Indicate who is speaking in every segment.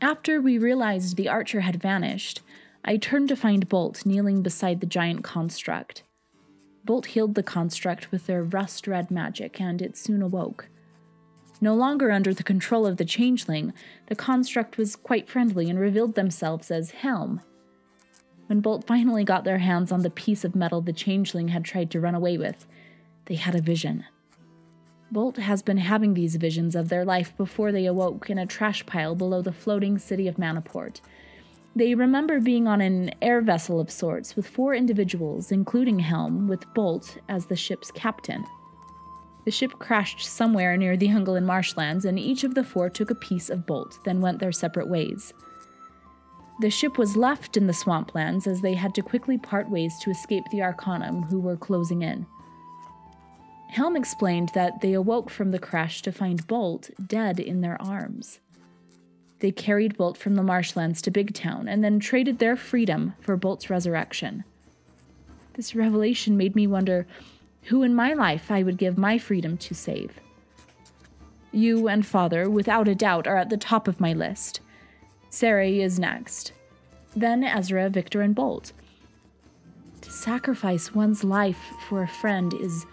Speaker 1: After we realized the archer had vanished, I turned to find Bolt kneeling beside the giant construct. Bolt healed the construct with their rust red magic, and it soon awoke. No longer under the control of the changeling, the construct was quite friendly and revealed themselves as Helm. When Bolt finally got their hands on the piece of metal the changeling had tried to run away with, they had a vision. Bolt has been having these visions of their life before they awoke in a trash pile below the floating city of Manaport. They remember being on an air vessel of sorts with four individuals, including Helm, with Bolt as the ship's captain. The ship crashed somewhere near the Hungalan marshlands, and each of the four took a piece of Bolt, then went their separate ways. The ship was left in the swamplands as they had to quickly part ways to escape the Arcanum, who were closing in. Helm explained that they awoke from the crash to find Bolt dead in their arms. They carried Bolt from the marshlands to Big Town and then traded their freedom for Bolt's resurrection. This revelation made me wonder who in my life I would give my freedom to save. You and Father, without a doubt, are at the top of my list. Sari is next. Then Ezra, Victor, and Bolt. To sacrifice one's life for a friend is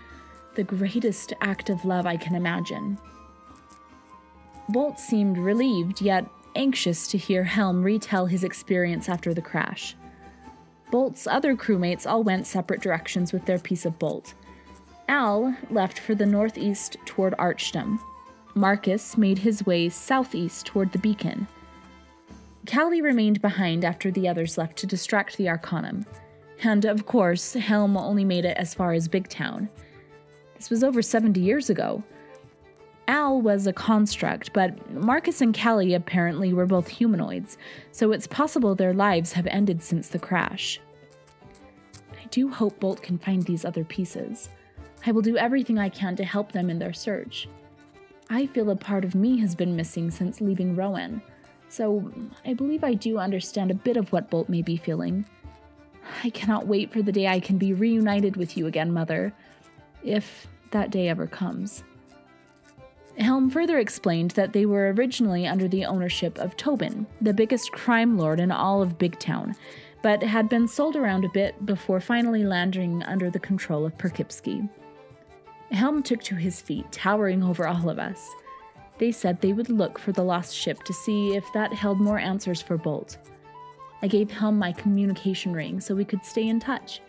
Speaker 1: the greatest act of love I can imagine. Bolt seemed relieved, yet anxious to hear Helm retell his experience after the crash. Bolt's other crewmates all went separate directions with their piece of Bolt. Al left for the northeast toward Archdom. Marcus made his way southeast toward the beacon. Callie remained behind after the others left to distract the Arcanum. And of course, Helm only made it as far as Big Town. This was over 70 years ago. Al was a construct, but Marcus and Callie apparently were both humanoids, so it's possible their lives have ended since the crash. I do hope Bolt can find these other pieces. I will do everything I can to help them in their search. I feel a part of me has been missing since leaving Rowan, so I believe I do understand a bit of what Bolt may be feeling. I cannot wait for the day I can be reunited with you again, Mother, if that day ever comes. Helm further explained that they were originally under the ownership of Tobin, the biggest crime lord in all of Big Town, but had been sold around a bit before finally landing under the control of Perkipsky. Helm took to his feet, towering over all of us. They said they would look for the lost ship to see if that held more answers for Bolt. I gave Helm my communication ring so we could stay in touch.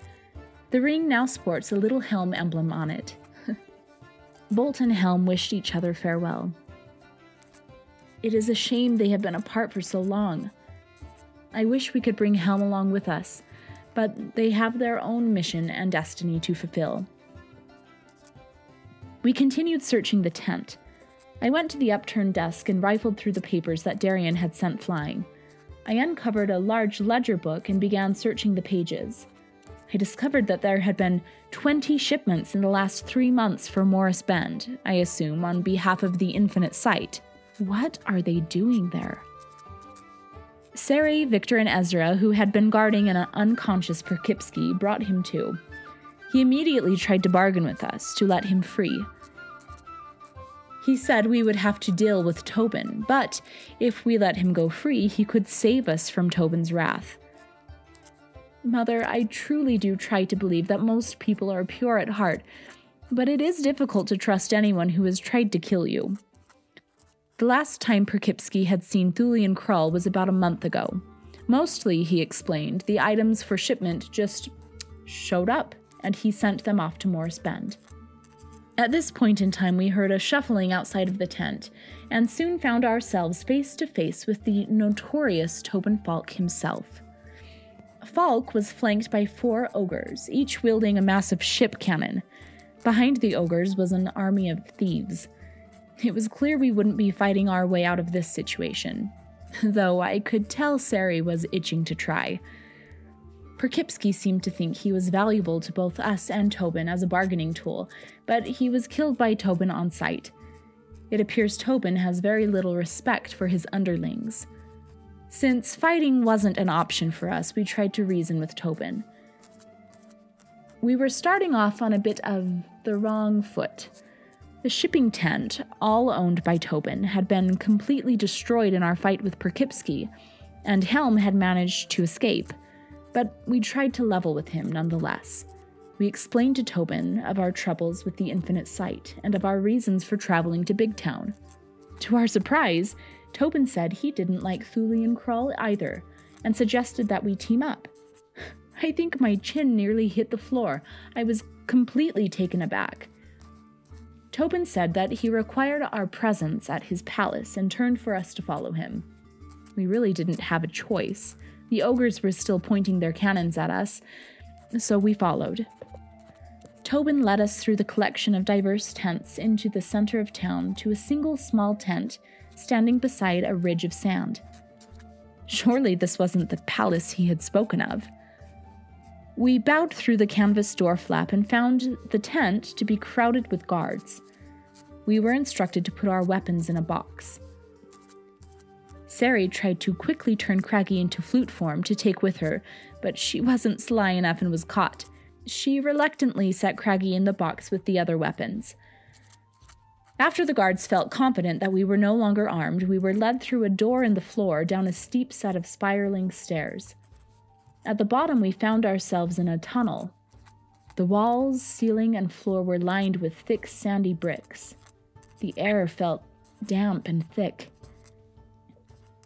Speaker 1: The ring now sports a little Helm emblem on it. Bolt and Helm wished each other farewell. It is a shame they have been apart for so long. I wish we could bring Helm along with us, but they have their own mission and destiny to fulfill. We continued searching the tent. I went to the upturned desk and rifled through the papers that Darian had sent flying. I uncovered a large ledger book and began searching the pages. I discovered that there had been 20 shipments in the last three months for Morris Bend, I assume, on behalf of the Infinite Site. What are they doing there? Sari, Victor, and Ezra, who had been guarding an unconscious Perkipsky, brought him to. He immediately tried to bargain with us to let him free. He said we would have to deal with Tobin, but if we let him go free, he could save us from Tobin's wrath. Mother, I truly do try to believe that most people are pure at heart, but it is difficult to trust anyone who has tried to kill you. The last time Perkipsky had seen Thulian Krull was about a month ago. Mostly, he explained, the items for shipment just showed up, and he sent them off to Morris Bend. At this point in time, we heard a shuffling outside of the tent, and soon found ourselves face to face with the notorious Tobin Falk himself. Falk was flanked by four ogres, each wielding a massive ship cannon. Behind the ogres was an army of thieves. It was clear we wouldn't be fighting our way out of this situation, though I could tell Sari was itching to try. Perkipsky seemed to think he was valuable to both us and Tobin as a bargaining tool, but he was killed by Tobin on sight. It appears Tobin has very little respect for his underlings. Since fighting wasn't an option for us, we tried to reason with Tobin. We were starting off on a bit of the wrong foot. The shipping tent, all owned by Tobin, had been completely destroyed in our fight with Perkipsky, and Helm had managed to escape, but we tried to level with him nonetheless. We explained to Tobin of our troubles with the Infinite Sight and of our reasons for traveling to Big Town. To our surprise, Tobin said he didn't like Thulian Krull either, and suggested that we team up. I think my chin nearly hit the floor. I was completely taken aback. Tobin said that he required our presence at his palace and turned for us to follow him. We really didn't have a choice. The ogres were still pointing their cannons at us, so we followed. Tobin led us through the collection of diverse tents into the center of town to a single small tent standing beside a ridge of sand. Surely this wasn't the palace he had spoken of. We bowed through the canvas door flap and found the tent to be crowded with guards. We were instructed to put our weapons in a box. Sari tried to quickly turn Craggy into flute form to take with her, but she wasn't sly enough and was caught. She reluctantly set Craggy in the box with the other weapons. After the guards felt confident that we were no longer armed, we were led through a door in the floor down a steep set of spiraling stairs. At the bottom, we found ourselves in a tunnel. The walls, ceiling, and floor were lined with thick sandy bricks. The air felt damp and thick.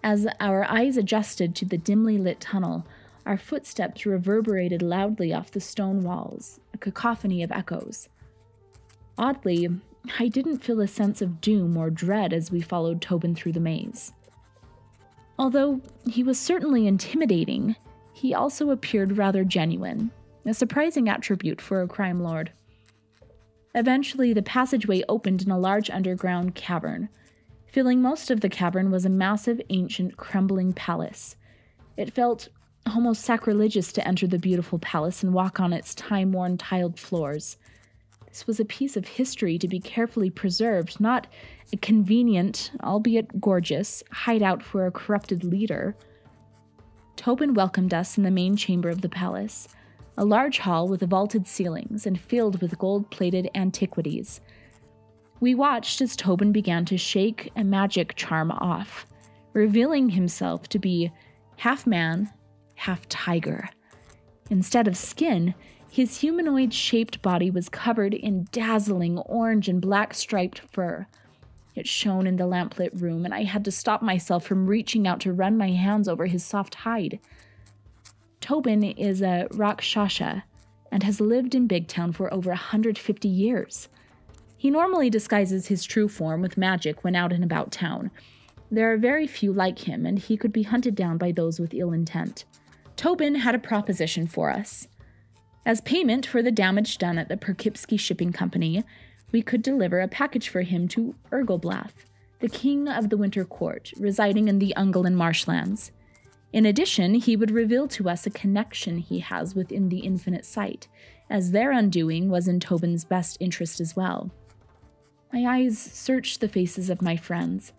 Speaker 1: As our eyes adjusted to the dimly lit tunnel, our footsteps reverberated loudly off the stone walls, a cacophony of echoes. Oddly, I didn't feel a sense of doom or dread as we followed Tobin through the maze. Although he was certainly intimidating, he also appeared rather genuine, a surprising attribute for a crime lord. Eventually, the passageway opened in a large underground cavern. Filling most of the cavern was a massive, ancient, crumbling palace. It felt almost sacrilegious to enter the beautiful palace and walk on its time worn tiled floors. This was a piece of history to be carefully preserved, not a convenient, albeit gorgeous, hideout for a corrupted leader. Tobin welcomed us in the main chamber of the palace, a large hall with vaulted ceilings and filled with gold plated antiquities. We watched as Tobin began to shake a magic charm off, revealing himself to be half man, half tiger. Instead of skin, his humanoid shaped body was covered in dazzling orange and black striped fur. It shone in the lamplit room, and I had to stop myself from reaching out to run my hands over his soft hide. Tobin is a Rakshasha and has lived in Big Town for over 150 years. He normally disguises his true form with magic when out and about town. There are very few like him, and he could be hunted down by those with ill intent. Tobin had a proposition for us. As payment for the damage done at the Perkipsky Shipping Company, we could deliver a package for him to Ergoblath, the king of the Winter Court, residing in the Ungolin marshlands. In addition, he would reveal to us a connection he has within the Infinite Sight, as their undoing was in Tobin's best interest as well. My eyes searched the faces of my friends.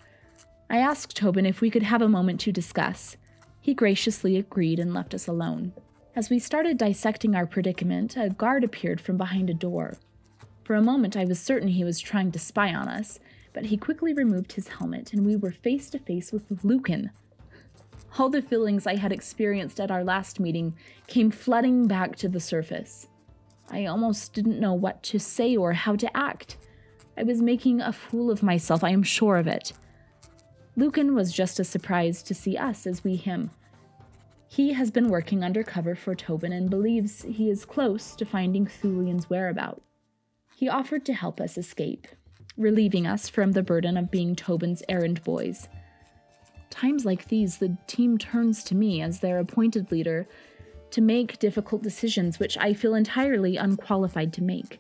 Speaker 1: I asked Tobin if we could have a moment to discuss. He graciously agreed and left us alone. As we started dissecting our predicament, a guard appeared from behind a door. For a moment, I was certain he was trying to spy on us, but he quickly removed his helmet and we were face to face with Lucan. All the feelings I had experienced at our last meeting came flooding back to the surface. I almost didn't know what to say or how to act. I was making a fool of myself, I am sure of it. Lucan was just as surprised to see us as we him. He has been working undercover for Tobin and believes he is close to finding Thulian's whereabouts he offered to help us escape, relieving us from the burden of being Tobin's errand boys. Times like these, the team turns to me as their appointed leader to make difficult decisions which I feel entirely unqualified to make.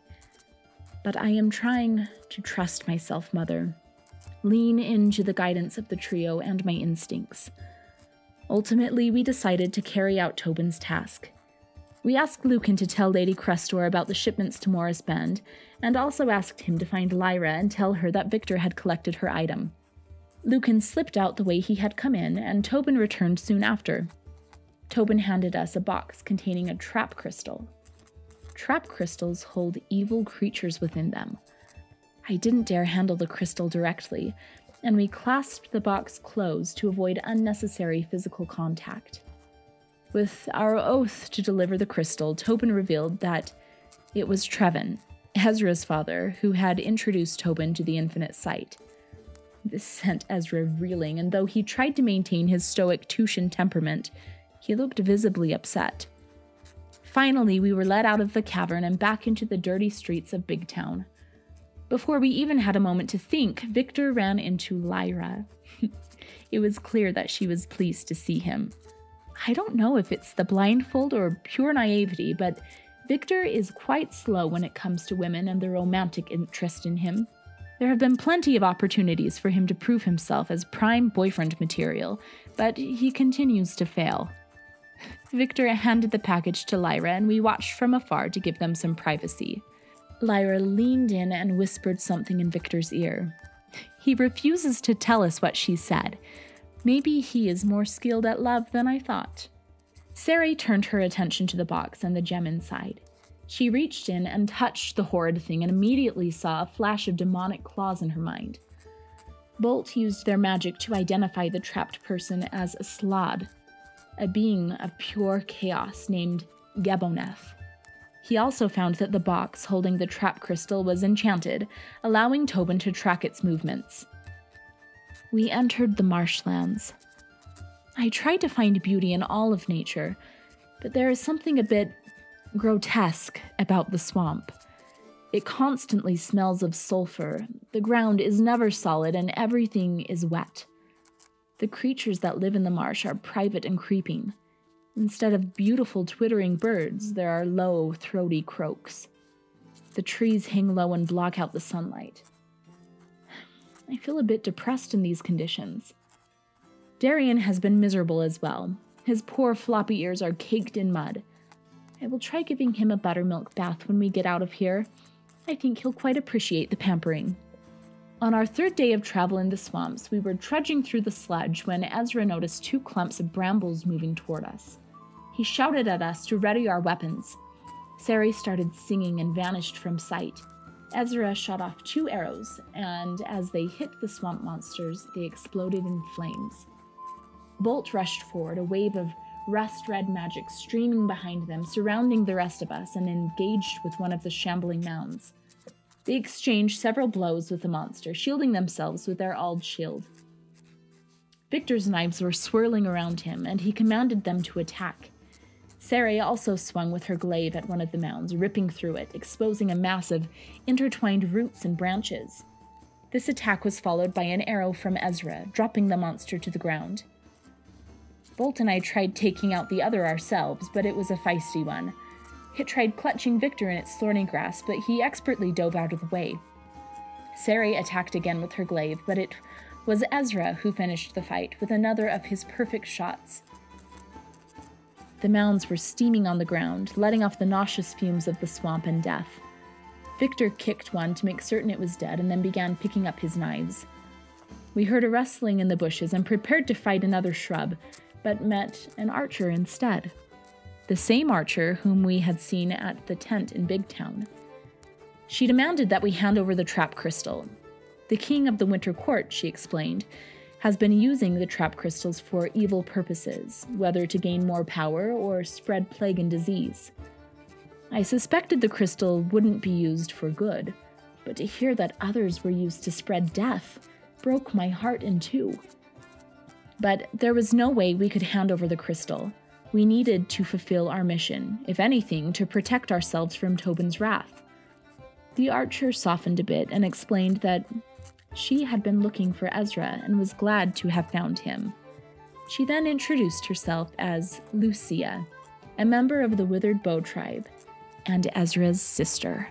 Speaker 1: But I am trying to trust myself, Mother, lean into the guidance of the trio and my instincts. Ultimately, we decided to carry out Tobin's task. We asked Lucan to tell Lady Crestor about the shipments to Morris Bend, and also asked him to find Lyra and tell her that Victor had collected her item. Lucan slipped out the way he had come in, and Tobin returned soon after. Tobin handed us a box containing a trap crystal. Trap crystals hold evil creatures within them. I didn't dare handle the crystal directly, and we clasped the box closed to avoid unnecessary physical contact. With our oath to deliver the crystal, Tobin revealed that it was Trevin, Ezra's father, who had introduced Tobin to the infinite sight. This sent Ezra reeling, and though he tried to maintain his stoic Tushan temperament, he looked visibly upset. Finally, we were led out of the cavern and back into the dirty streets of Big Town. Before we even had a moment to think, Victor ran into Lyra. it was clear that she was pleased to see him. I don't know if it's the blindfold or pure naivety, but Victor is quite slow when it comes to women and their romantic interest in him. There have been plenty of opportunities for him to prove himself as prime boyfriend material, but he continues to fail. Victor handed the package to Lyra, and we watched from afar to give them some privacy. Lyra leaned in and whispered something in Victor's ear. He refuses to tell us what she said. Maybe he is more skilled at love than I thought. Sarai turned her attention to the box and the gem inside. She reached in and touched the horrid thing and immediately saw a flash of demonic claws in her mind. Bolt used their magic to identify the trapped person as a Slod, a being of pure chaos named Gaboneth. He also found that the box holding the trap crystal was enchanted, allowing Tobin to track its movements. We entered the marshlands. I tried to find beauty in all of nature, but there is something a bit grotesque about the swamp. It constantly smells of sulfur, the ground is never solid, and everything is wet. The creatures that live in the marsh are private and creeping. Instead of beautiful twittering birds, there are low, throaty croaks. The trees hang low and block out the sunlight. I feel a bit depressed in these conditions. Darian has been miserable as well. His poor floppy ears are caked in mud. I will try giving him a buttermilk bath when we get out of here. I think he'll quite appreciate the pampering. On our third day of travel in the swamps, we were trudging through the sludge when Ezra noticed two clumps of brambles moving toward us. He shouted at us to ready our weapons. Sari started singing and vanished from sight. Ezra shot off two arrows, and as they hit the swamp monsters, they exploded in flames. Bolt rushed forward, a wave of rust red magic streaming behind them, surrounding the rest of us, and engaged with one of the shambling mounds. They exchanged several blows with the monster, shielding themselves with their Ald shield. Victor's knives were swirling around him, and he commanded them to attack. Sarai also swung with her glaive at one of the mounds, ripping through it, exposing a mass of intertwined roots and branches. This attack was followed by an arrow from Ezra, dropping the monster to the ground. Bolt and I tried taking out the other ourselves, but it was a feisty one. It tried clutching Victor in its thorny grasp, but he expertly dove out of the way. Sari attacked again with her glaive, but it was Ezra who finished the fight with another of his perfect shots. The mounds were steaming on the ground, letting off the nauseous fumes of the swamp and death. Victor kicked one to make certain it was dead and then began picking up his knives. We heard a rustling in the bushes and prepared to fight another shrub, but met an archer instead the same archer whom we had seen at the tent in Big Town. She demanded that we hand over the trap crystal. The king of the Winter Court, she explained, has been using the trap crystals for evil purposes, whether to gain more power or spread plague and disease. I suspected the crystal wouldn't be used for good, but to hear that others were used to spread death broke my heart in two. But there was no way we could hand over the crystal we needed to fulfill our mission, if anything, to protect ourselves from Tobin's wrath. The archer softened a bit and explained that she had been looking for Ezra and was glad to have found him. She then introduced herself as Lucia, a member of the Withered Bow tribe, and Ezra's sister.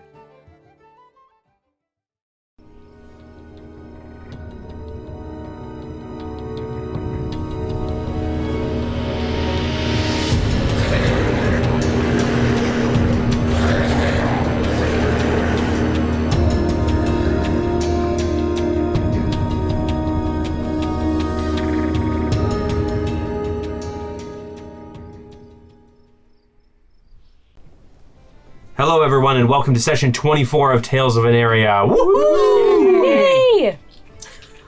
Speaker 2: Hello, everyone, and welcome to session 24 of Tales of an Area. Woo!
Speaker 3: Hey!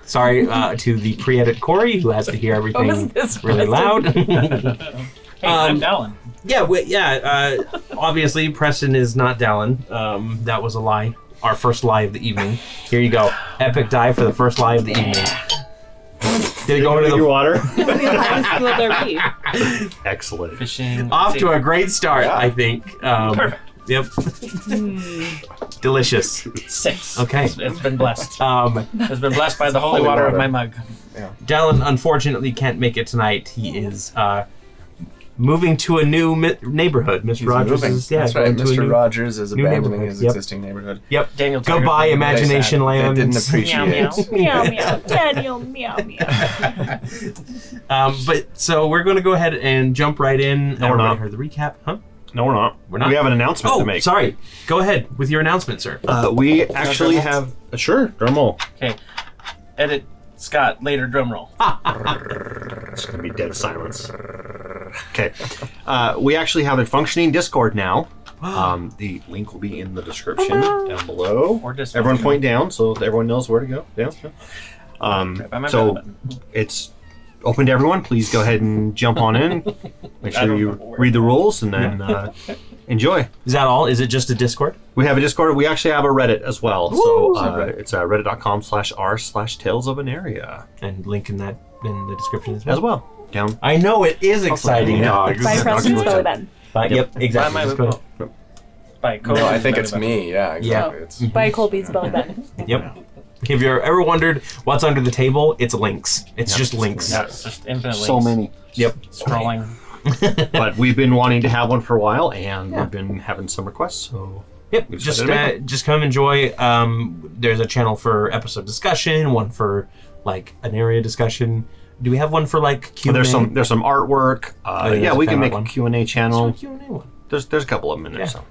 Speaker 2: Sorry uh, to the pre-edit Corey who has to hear everything
Speaker 3: was this
Speaker 2: really loud. Um,
Speaker 4: Hey, I'm Dallin.
Speaker 2: yeah, we, yeah. Uh, obviously, Preston is not Dallin. Um, that was a lie. Our first lie of the evening. Here you go. Epic die for the first lie of the evening. Did it go into
Speaker 5: your
Speaker 2: the
Speaker 5: water.
Speaker 3: Will there be?
Speaker 5: Excellent.
Speaker 4: Fishing.
Speaker 2: off to a great start? I think. Um,
Speaker 4: Perfect.
Speaker 2: Yep. Delicious.
Speaker 4: six.
Speaker 2: Okay.
Speaker 4: It's- it's been blessed.
Speaker 2: Um,
Speaker 4: It's been blessed by the holy
Speaker 5: Holy
Speaker 4: water of
Speaker 5: water.
Speaker 4: my mug.
Speaker 2: Dallin unfortunately can't make it tonight. He is uh, moving to a new mi- neighborhood. Mr. Rogers
Speaker 6: moving.
Speaker 2: is yeah,
Speaker 6: That's right.
Speaker 2: going to a
Speaker 6: Mr.
Speaker 2: new-
Speaker 6: Rogers is
Speaker 2: new
Speaker 6: abandoning
Speaker 2: neighborhood.
Speaker 6: his
Speaker 2: Yep.
Speaker 6: existing neighborhood.
Speaker 2: Yep.
Speaker 4: Daniel. took
Speaker 2: Goodbye,
Speaker 4: everything.
Speaker 2: imagination
Speaker 6: They
Speaker 2: land.
Speaker 6: didn't appreciate
Speaker 4: Meow,
Speaker 6: it.
Speaker 3: meow meow. Daniel meow meow.
Speaker 2: Um, but so we're going to go ahead and jump right in.
Speaker 5: No, we're
Speaker 2: Everybody
Speaker 5: not.
Speaker 2: Heard the recap, huh?
Speaker 5: No, we're not.
Speaker 2: We're not.
Speaker 5: We have an announcement
Speaker 2: Oh,
Speaker 5: to make.
Speaker 2: sorry. Go ahead with your announcement, sir.
Speaker 5: Uh, we actually
Speaker 4: drum roll?
Speaker 5: have. Uh, sure, drum roll.
Speaker 4: Okay. Edit Scott later drum roll.
Speaker 2: Ah.
Speaker 5: It's gonna be dead silence. Okay. Uh, we actually have a functioning Discord now. Um, the link will be in the description down below.
Speaker 4: Or just-
Speaker 5: everyone point down so that everyone knows where to go. Down. down. Um,
Speaker 4: Right by my belly
Speaker 5: so
Speaker 4: button.
Speaker 5: it's open to everyone. Please go ahead and jump on in. Make
Speaker 4: I
Speaker 5: sure
Speaker 4: don't
Speaker 5: you
Speaker 4: know where-
Speaker 5: read the rules and then uh, enjoy.
Speaker 2: Is that all? Is it just a Discord?
Speaker 5: We have a Discord. We actually have a Reddit as well. so
Speaker 2: Woo!
Speaker 5: uh, it's uh, reddit.com slash r slash tales of an area
Speaker 2: And link in that in the description as well.
Speaker 5: as well. Down.
Speaker 2: I know it is exciting,
Speaker 5: Yeah.
Speaker 2: dogs.
Speaker 3: By
Speaker 5: Yeah,
Speaker 3: Preston's
Speaker 5: Dr.
Speaker 3: belly button.
Speaker 2: But, yep,
Speaker 4: By
Speaker 2: exactly.
Speaker 4: my
Speaker 2: Just go-
Speaker 4: oh, by Cody's
Speaker 6: No, I think
Speaker 4: belly
Speaker 6: it's
Speaker 4: button.
Speaker 6: me.
Speaker 2: Yeah.
Speaker 6: Yeah, exactly. It's,
Speaker 3: By Colby's belly button.
Speaker 2: Yep. If you're ever wondered what's under the table, it's links. It's just links.
Speaker 4: Yeah, it's just infinite
Speaker 5: So
Speaker 4: links.
Speaker 5: many.
Speaker 2: Yep.
Speaker 4: Scrolling.
Speaker 5: but we've been wanting to have one for a while, and we've been having some requests. So
Speaker 2: Yep,
Speaker 5: We've
Speaker 2: just
Speaker 5: started a
Speaker 2: uh, just come enjoy. Um, there's a channel for episode discussion, one for like an area discussion. Do we have one for like Q?
Speaker 5: But there's some there's some artwork. Uh,
Speaker 2: Oh, yeah,
Speaker 5: yeah,
Speaker 2: there's a
Speaker 5: we can
Speaker 2: fan
Speaker 5: make
Speaker 2: art one.
Speaker 5: a Q and A
Speaker 2: Q
Speaker 5: channel.
Speaker 2: and A one.
Speaker 5: There's there's a couple of them in there.
Speaker 2: Yeah.
Speaker 5: So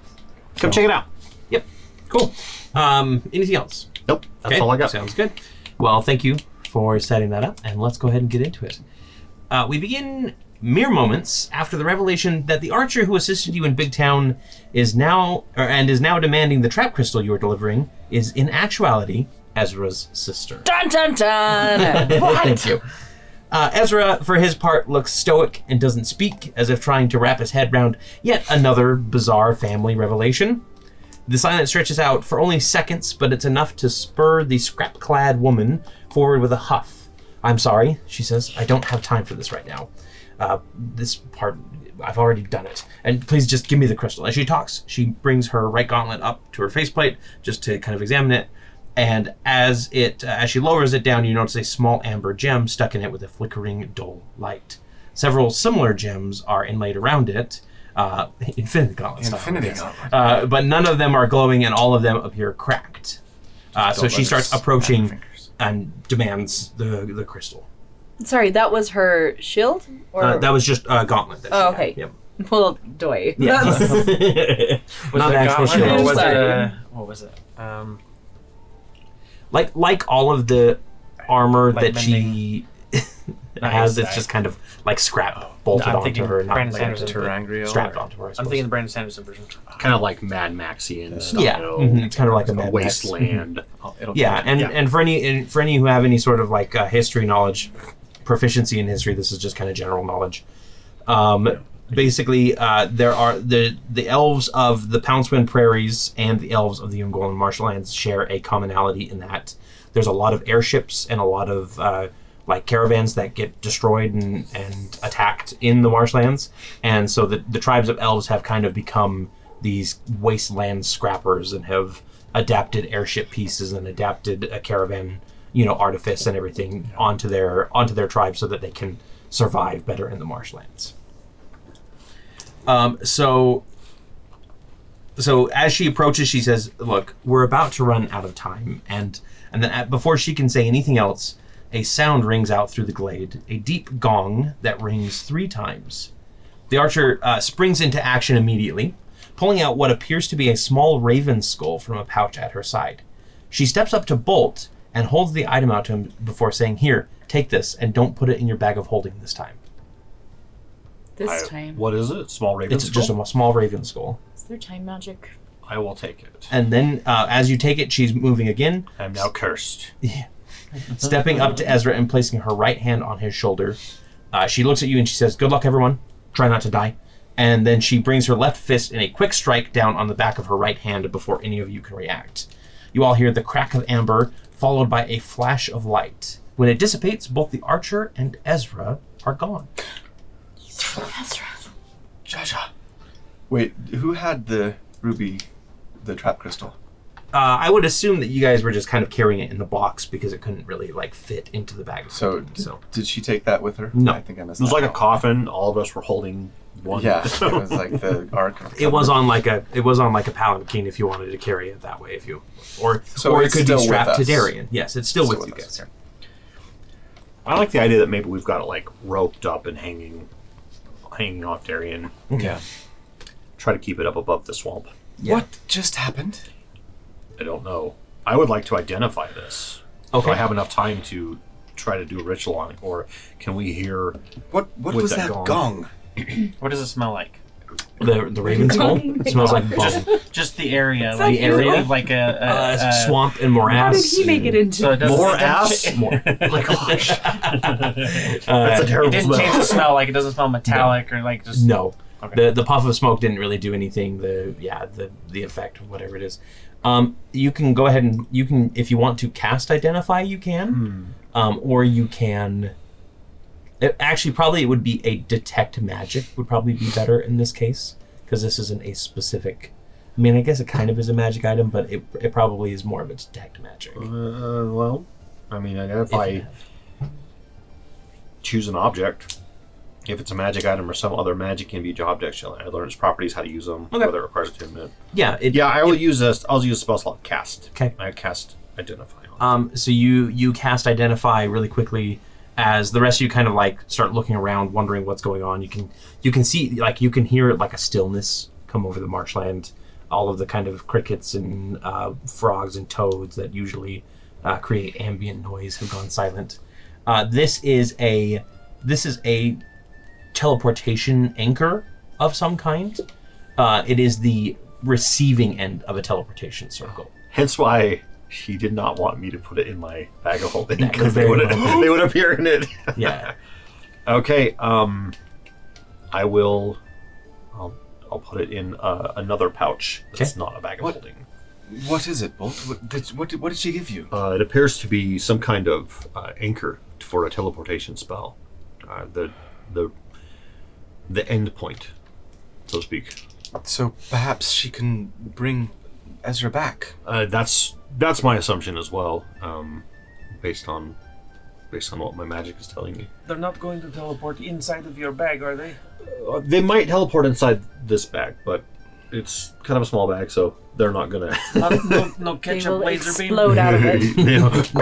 Speaker 5: come check it out.
Speaker 2: Yep, cool. Um, anything else?
Speaker 5: Nope, that's all I got.
Speaker 2: Sounds good. Well, thank you for setting that up, and let's go ahead and get into it. Uh, we begin mere moments after the revelation that the archer who assisted you in Big Town is now, or, and is now demanding the trap crystal you are delivering, is in actuality Ezra's sister.
Speaker 3: Dun dun dun.
Speaker 2: Thank you. Uh, Ezra, for his part, looks stoic and doesn't speak, as if trying to wrap his head round yet another bizarre family revelation. The silence stretches out for only seconds, but it's enough to spur the scrap clad woman forward with a huff. I'm sorry, she says. I don't have time for this right now. Uh, this part, I've already done it. And please just give me the crystal. As she talks, she brings her right gauntlet up to her faceplate just to kind of examine it. And as it, uh, as she lowers it down, you notice a small amber gem stuck in it with a flickering, dull light. Several similar gems are inlaid around it. Uh, infinity gauntlet style, I
Speaker 6: Infinity
Speaker 2: guess.
Speaker 6: gauntlet.
Speaker 2: Uh, but none of them are glowing, and all of them appear cracked. Uh, so
Speaker 6: don't
Speaker 2: she
Speaker 6: let
Speaker 2: starts
Speaker 6: us have
Speaker 2: approaching
Speaker 6: fingers.
Speaker 2: and demands the the crystal.
Speaker 3: Sorry, that was her shield? Or
Speaker 2: Uh, that was just a gauntlet. That she
Speaker 3: Oh,
Speaker 2: had.
Speaker 3: okay.
Speaker 2: Yep.
Speaker 3: well doy. That's-
Speaker 4: Was
Speaker 2: Not
Speaker 4: it
Speaker 2: an
Speaker 4: a
Speaker 2: actual
Speaker 4: gauntlet
Speaker 2: shield.
Speaker 4: Or was it
Speaker 3: Sorry.
Speaker 4: a, what was it? Um,
Speaker 2: Like like all of the armor
Speaker 4: Like
Speaker 2: that she has, it's just kind of like scrap bolted
Speaker 4: Oh, I'm
Speaker 2: onto
Speaker 4: thinking
Speaker 2: her, not
Speaker 4: Brandon
Speaker 2: like
Speaker 4: Sanderson, but
Speaker 6: Tarangriel.
Speaker 2: strapped onto her. I
Speaker 4: I'm
Speaker 2: suppose.
Speaker 4: thinking the Brandon Sanderson version.
Speaker 5: Kind of like Mad Maxian style.
Speaker 2: yeah, mhm, it's kind of like a
Speaker 5: A
Speaker 2: Mad Max.
Speaker 5: wasteland.
Speaker 6: Oh, it'll
Speaker 2: Yeah,
Speaker 6: change.
Speaker 2: and,
Speaker 5: Yeah.
Speaker 2: and for any and for any who have any sort of like uh, history knowledge, proficiency in history, this is just kind of general knowledge. Um, Basically, uh, there are the the elves of the Pouncewind Prairies and the elves of the Ungolan marshlands share a commonality in that there's a lot of airships and a lot of uh, like caravans that get destroyed and, and attacked in the marshlands, and so the the tribes of elves have kind of become these wasteland scrappers and have adapted airship pieces and adapted a caravan, you know, artifice and everything onto their onto their tribe so that they can survive better in the marshlands. Um, so so as she approaches, she says, "Look, we're about to run out of time," and and then at, before she can say anything else, a sound rings out through the glade, a deep gong that rings three times. The archer uh, springs into action immediately, pulling out what appears to be a small raven skull from a pouch at her side. She steps up to Bolt and holds the item out to him before saying, "Here, take this, and don't put it in your bag of holding this time.
Speaker 3: this time.
Speaker 5: Uh, What is it? Small raven.
Speaker 2: It's just a small raven skull."
Speaker 3: Is there time magic?
Speaker 5: I will take it.
Speaker 2: And then, uh, as you take it, she's moving again,
Speaker 5: I'm now cursed.
Speaker 2: stepping up to Ezra and placing her right hand on his shoulder. Uh, she looks at you and she says, Good luck, everyone. Try not to die. And then she brings her left fist in a quick strike down on the back of her right hand before any of you can react. You all hear the crack of amber, followed by a flash of light. When it dissipates, both the archer and Ezra are gone.
Speaker 6: Jaja. Wait, who had the ruby, the trap crystal?
Speaker 2: Uh, I would assume that you guys were just kind of carrying it in the box because it couldn't really like fit into the bag.
Speaker 6: So, d-
Speaker 2: So.
Speaker 6: did she take that with her?
Speaker 2: No.
Speaker 6: I think I missed
Speaker 5: It was
Speaker 6: that
Speaker 5: like a
Speaker 6: out.
Speaker 5: coffin. All of us were holding one.
Speaker 6: Yeah, it was like the arc. Of
Speaker 2: It was on like a it was on like a palanquin if you wanted to carry it that way if you or
Speaker 6: So
Speaker 2: or it
Speaker 6: it's
Speaker 2: could
Speaker 6: still
Speaker 2: be
Speaker 6: with
Speaker 2: strapped to
Speaker 6: us.
Speaker 2: Darian. Yes, it's still,
Speaker 6: Still
Speaker 2: with you
Speaker 6: with us.
Speaker 2: guys.
Speaker 5: I like the idea that maybe we've got it like roped up and hanging, hanging off Darien.
Speaker 6: Yeah.
Speaker 5: Try to keep it up above the swamp.
Speaker 6: What just happened?
Speaker 5: I don't know. I would like to identify this.
Speaker 2: Okay.
Speaker 5: Do I have enough time to try to do a ritual on it, or can we hear?
Speaker 6: What What
Speaker 5: With
Speaker 6: was
Speaker 5: that
Speaker 6: that,
Speaker 5: gong.
Speaker 6: gong?
Speaker 4: What does it smell like?
Speaker 2: The the raven skull it smells like bum.
Speaker 4: Just the area,
Speaker 3: like
Speaker 4: like
Speaker 3: you-
Speaker 4: area, of like a, a,
Speaker 2: Uh,
Speaker 4: a
Speaker 2: swamp and
Speaker 3: How did
Speaker 2: morass.
Speaker 3: he make it into?
Speaker 4: So it doesn't,
Speaker 5: More
Speaker 4: it doesn't
Speaker 5: ass?
Speaker 4: cha-
Speaker 2: More.
Speaker 5: my gosh,
Speaker 4: it
Speaker 5: that's a
Speaker 2: Uh,
Speaker 5: terrible
Speaker 4: didn't change
Speaker 5: smell.
Speaker 4: the smell. Like it doesn't smell metallic or like just
Speaker 2: no,
Speaker 4: Okay.
Speaker 2: the the puff of smoke didn't really do anything. The yeah the the effect of whatever it is. Um, you can go ahead and you can if you want to cast identify you can,
Speaker 5: Hmm.
Speaker 2: um, or you can. It, actually, probably it would be a detect magic would probably be better in this case because this isn't a specific. I mean, I guess it kind of is a magic item, but it, it probably is more of a detect magic.
Speaker 5: Uh, well, I mean, identify.
Speaker 2: If you
Speaker 5: choose an object. If it's a magic item or some other magic imbued object, shall I learn its properties, how to use them,
Speaker 2: Okay.
Speaker 5: whether it requires attunement.
Speaker 2: Yeah, it,
Speaker 5: Yeah, I will use a. I'll use a spell slot cast.
Speaker 2: 'Kay.
Speaker 5: I cast identify. On.
Speaker 2: Um, so you you cast identify really quickly as the rest of you kind of like start looking around, wondering what's going on. You can you can see like you can hear like a stillness come over the marshland. All of the kind of crickets and uh, frogs and toads that usually uh, create ambient noise have gone silent. Uh, this is a this is a teleportation anchor of some kind. Uh, it is the receiving end of a teleportation circle.
Speaker 5: Hence why she did not want me to put it in my bag of holding
Speaker 2: That could
Speaker 5: because they
Speaker 2: very
Speaker 5: would
Speaker 2: well
Speaker 5: they would appear in it.
Speaker 2: Yeah.
Speaker 5: okay. Um, I will. I'll I'll put it in uh, another pouch. That's
Speaker 2: 'Kay.
Speaker 5: not a bag of
Speaker 6: What?
Speaker 5: holding.
Speaker 6: What is it, Bolt? What did, what did, what did she give you?
Speaker 5: Uh, it appears to be some kind of uh, anchor for a teleportation spell. Uh, the the the end point, so to speak.
Speaker 6: So perhaps she can bring Ezra back.
Speaker 5: Uh, that's that's my assumption as well, um, based on based on what my magic is telling me.
Speaker 4: They're not going to teleport inside of your bag, are they?
Speaker 5: Uh, they might teleport inside this bag, but it's kind of a small bag, so they're not gonna.
Speaker 4: Not, Uh, no, no
Speaker 3: They
Speaker 4: ketchup
Speaker 3: will
Speaker 4: laser beam.
Speaker 3: explode out of it.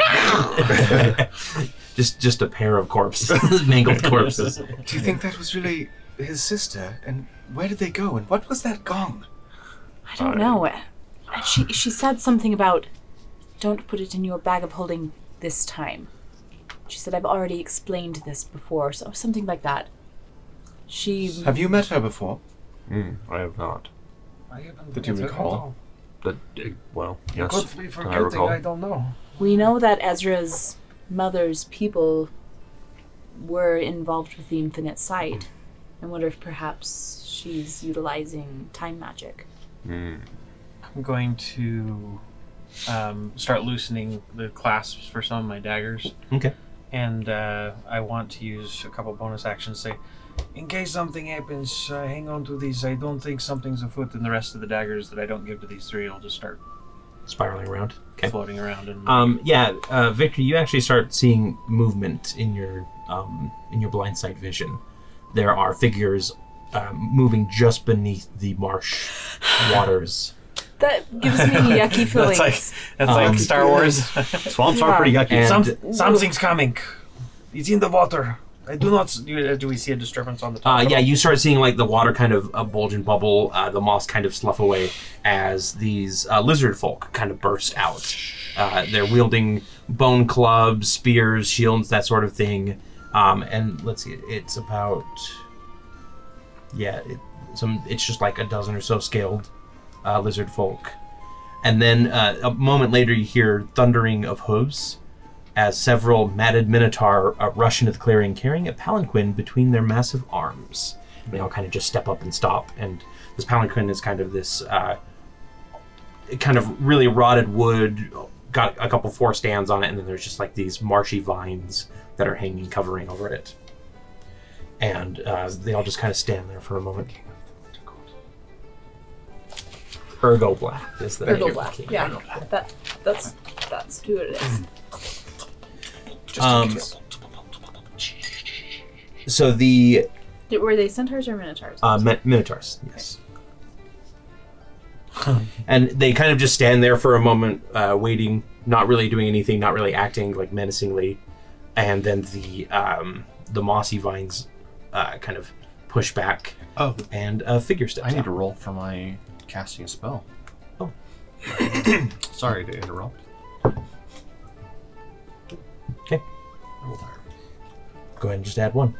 Speaker 2: just just a pair of corpses, mangled corpses.
Speaker 6: Do you think that was really his sister? And where did they go? And what was that gong?
Speaker 3: I don't know. She she said something about don't put it in your bag of holding this time. She said I've already explained this before, so something like that. She
Speaker 6: Have you met her before?
Speaker 5: Mm, I have not.
Speaker 4: I haven't
Speaker 6: Did you
Speaker 4: been at
Speaker 6: recall?
Speaker 4: all.
Speaker 5: But uh, well,
Speaker 4: Could
Speaker 5: yes,
Speaker 4: be
Speaker 5: I
Speaker 4: forgetting.
Speaker 5: recall.
Speaker 4: I don't know.
Speaker 3: we know that Ezra's mother's people were involved with the infinite sight. I wonder if perhaps she's utilizing time magic.
Speaker 5: Hmm.
Speaker 4: I'm going to um, start loosening the clasps for some of my daggers.
Speaker 2: Okay.
Speaker 4: And uh, I want to use a couple bonus actions. to Say, in case something happens, uh, hang on to these. I don't think something's afoot, and the rest of the daggers that I don't give to these three will just start
Speaker 2: Spiraling around. Okay.
Speaker 4: floating around. And
Speaker 2: Um, yeah, uh, Victor, you actually start seeing movement in your um, in your blindside vision. There are figures um, moving just beneath the marsh waters.
Speaker 3: That gives me yucky feelings.
Speaker 4: that's
Speaker 2: Um,
Speaker 4: Star Wars.
Speaker 5: swamps are pretty yucky.
Speaker 2: And- uh,
Speaker 4: Some, something's coming. It's in the water. I do not. s- Do, uh, do we see a disturbance on the top?
Speaker 2: Uh,
Speaker 4: at
Speaker 2: yeah,
Speaker 4: all?
Speaker 2: you start seeing like the water kind of uh, bulge and bubble, uh, the moss kind of slough away as these uh, lizard folk kind of burst out. Uh, they're wielding bone clubs, spears, shields, that sort of thing. Um, and let's see, it's about yeah, it, some. It's just like a dozen or so scaled uh, lizard folk. And then uh, a moment later, you hear thundering of hooves as several matted minotaur uh, rush into the clearing carrying a palanquin between their massive arms. And they all kind of just step up and stop. And this palanquin is kind of this uh, kind of really rotted wood, got a couple four stands on it, and then there's just like these marshy vines that are hanging, covering over it. And uh, they all just kind of stand there for a moment. Ergo Black is the name.
Speaker 3: Ergo black. Yeah, that that's that's who it
Speaker 6: Mm.
Speaker 3: is.
Speaker 2: Um, so the
Speaker 3: Did, were they centaurs or minotaurs?
Speaker 2: uh, min- minotaurs, yes. and they kind of just stand there for a moment, uh, waiting, not really doing anything, not really acting like menacingly, and then the um, the mossy vines uh, kind of push back,
Speaker 5: Oh,
Speaker 2: and a figure steps
Speaker 5: I need to
Speaker 2: out.
Speaker 5: roll for my casting a spell.
Speaker 2: Oh.
Speaker 5: Sorry to interrupt.
Speaker 2: Okay.
Speaker 5: I rolled higher.
Speaker 2: Go ahead and just add one.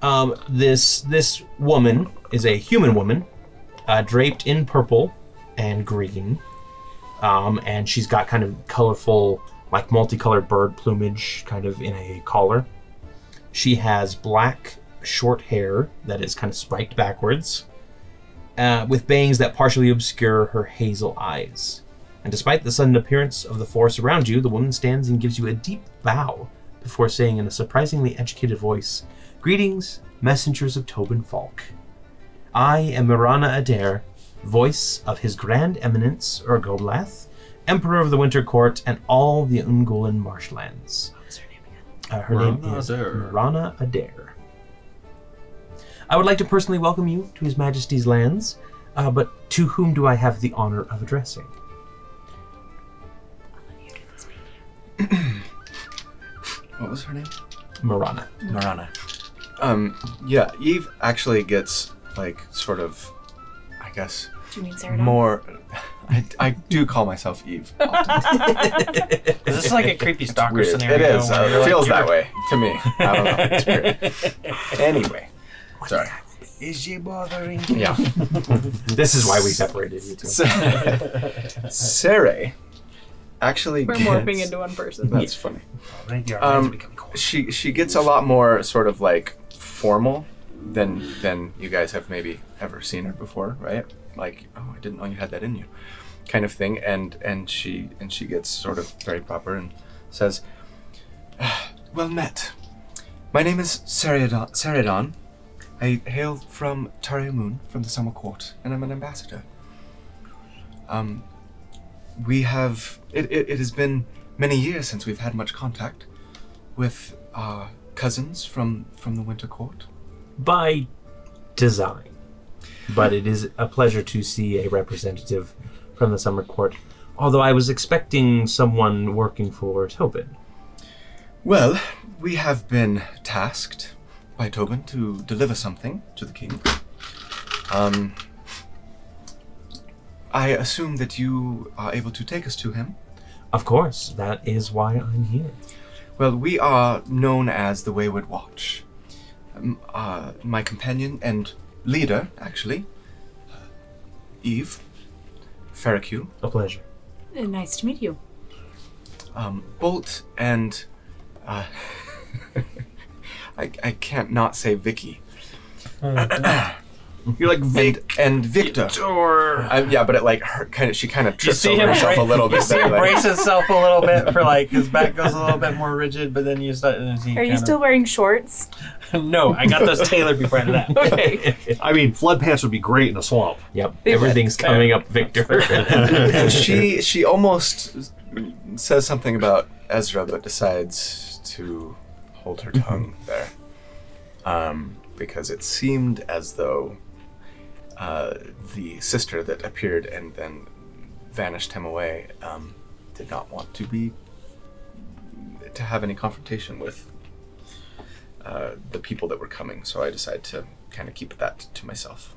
Speaker 2: Um, this this woman is a human woman, uh, draped in purple and green, um, and she's got kind of colorful, like multicolored bird plumage, kind of in a collar. She has black short hair that is kind of spiked backwards, uh, with bangs that partially obscure her hazel eyes. And despite the sudden appearance of the forest around you, the woman stands and gives you a deep bow before saying in a surprisingly educated voice, Greetings, messengers of Tobin Falk. I am Mirana Adair, voice of His Grand Eminence Ergoblath, Emperor of the Winter Court and all the Ungolan marshlands. Uh, her name
Speaker 5: Mirana
Speaker 2: is
Speaker 5: Adair.
Speaker 2: Mirana Adair. I would like to personally welcome you to His Majesty's lands, uh, but to whom do I have the honor of addressing?
Speaker 6: What was her name?
Speaker 2: Mirana.
Speaker 4: Marana.
Speaker 6: Um, yeah, Eve actually gets like sort of, I guess,
Speaker 3: Do you mean Sarah?
Speaker 6: more. I, I do call myself Eve. Often.
Speaker 4: Is this like a creepy stalker
Speaker 6: Weird.
Speaker 4: scenario?
Speaker 6: It is.
Speaker 4: where
Speaker 6: uh,
Speaker 4: you're
Speaker 6: it
Speaker 4: like,
Speaker 6: feels that
Speaker 4: you're-
Speaker 6: way to me. I don't know. It's weird. Anyway, sorry.
Speaker 4: Is she bothering you?
Speaker 6: Yeah.
Speaker 2: This is why we separated you two.
Speaker 6: Sarah actually
Speaker 3: We're
Speaker 6: gets,
Speaker 3: morphing into one person.
Speaker 6: That's funny.
Speaker 4: Radio
Speaker 6: Um,
Speaker 4: become cold.
Speaker 6: She she gets a lot more sort of like formal than than you guys have maybe ever seen her before, right? Like, oh, I didn't know you had that in you, kind of thing. And and she and she gets sort of very proper and says, "Ah, "Well met. My name is Saradon. Saradon. I hail from Taria Moon, from the Summer Court, and I'm an ambassador. Um, we have. It, it, it has been many years since we've had much contact with our cousins from from the Winter Court.
Speaker 2: By design. But it is a pleasure to see a representative from the summer court. Although I was expecting someone working for Tobin.
Speaker 6: Well, we have been tasked by Tobin to deliver something to the king. Um, I assume that you are able to take us to him.
Speaker 2: Of course, that is why I'm here.
Speaker 6: Well, we are known as the Wayward Watch. Um, uh, my companion and leader, actually, uh, Eve Ferricue,
Speaker 2: A pleasure.
Speaker 3: Uh, Nice to meet you.
Speaker 6: um, Bolt, and uh, I, I can't not say Vicky.
Speaker 5: You're like
Speaker 6: And,
Speaker 5: Vic
Speaker 6: and Victor.
Speaker 4: Or
Speaker 6: I, yeah, but it like her kind of she kind of
Speaker 4: you
Speaker 6: trips
Speaker 4: see
Speaker 6: over
Speaker 4: him
Speaker 6: herself
Speaker 4: brace,
Speaker 6: a little bit.
Speaker 4: You see
Speaker 6: there,
Speaker 4: him
Speaker 6: like-
Speaker 4: brace himself a little bit for like his back goes a little bit more rigid, but then you start. And he
Speaker 3: Are you
Speaker 4: kind
Speaker 3: still wearing shorts?
Speaker 4: Of, no, I got those tailored before I left.
Speaker 3: Okay.
Speaker 5: I mean, flood pants would be great in a swamp.
Speaker 2: Yep, everything's coming up, Victor.
Speaker 6: and she she almost says something about Ezra, but decides to hold her tongue there, um, because it seemed as though uh, the sister that appeared and then vanished him away um, did not want to be to have any confrontation with uh, the people that were coming. So I decided to kind of keep that to myself.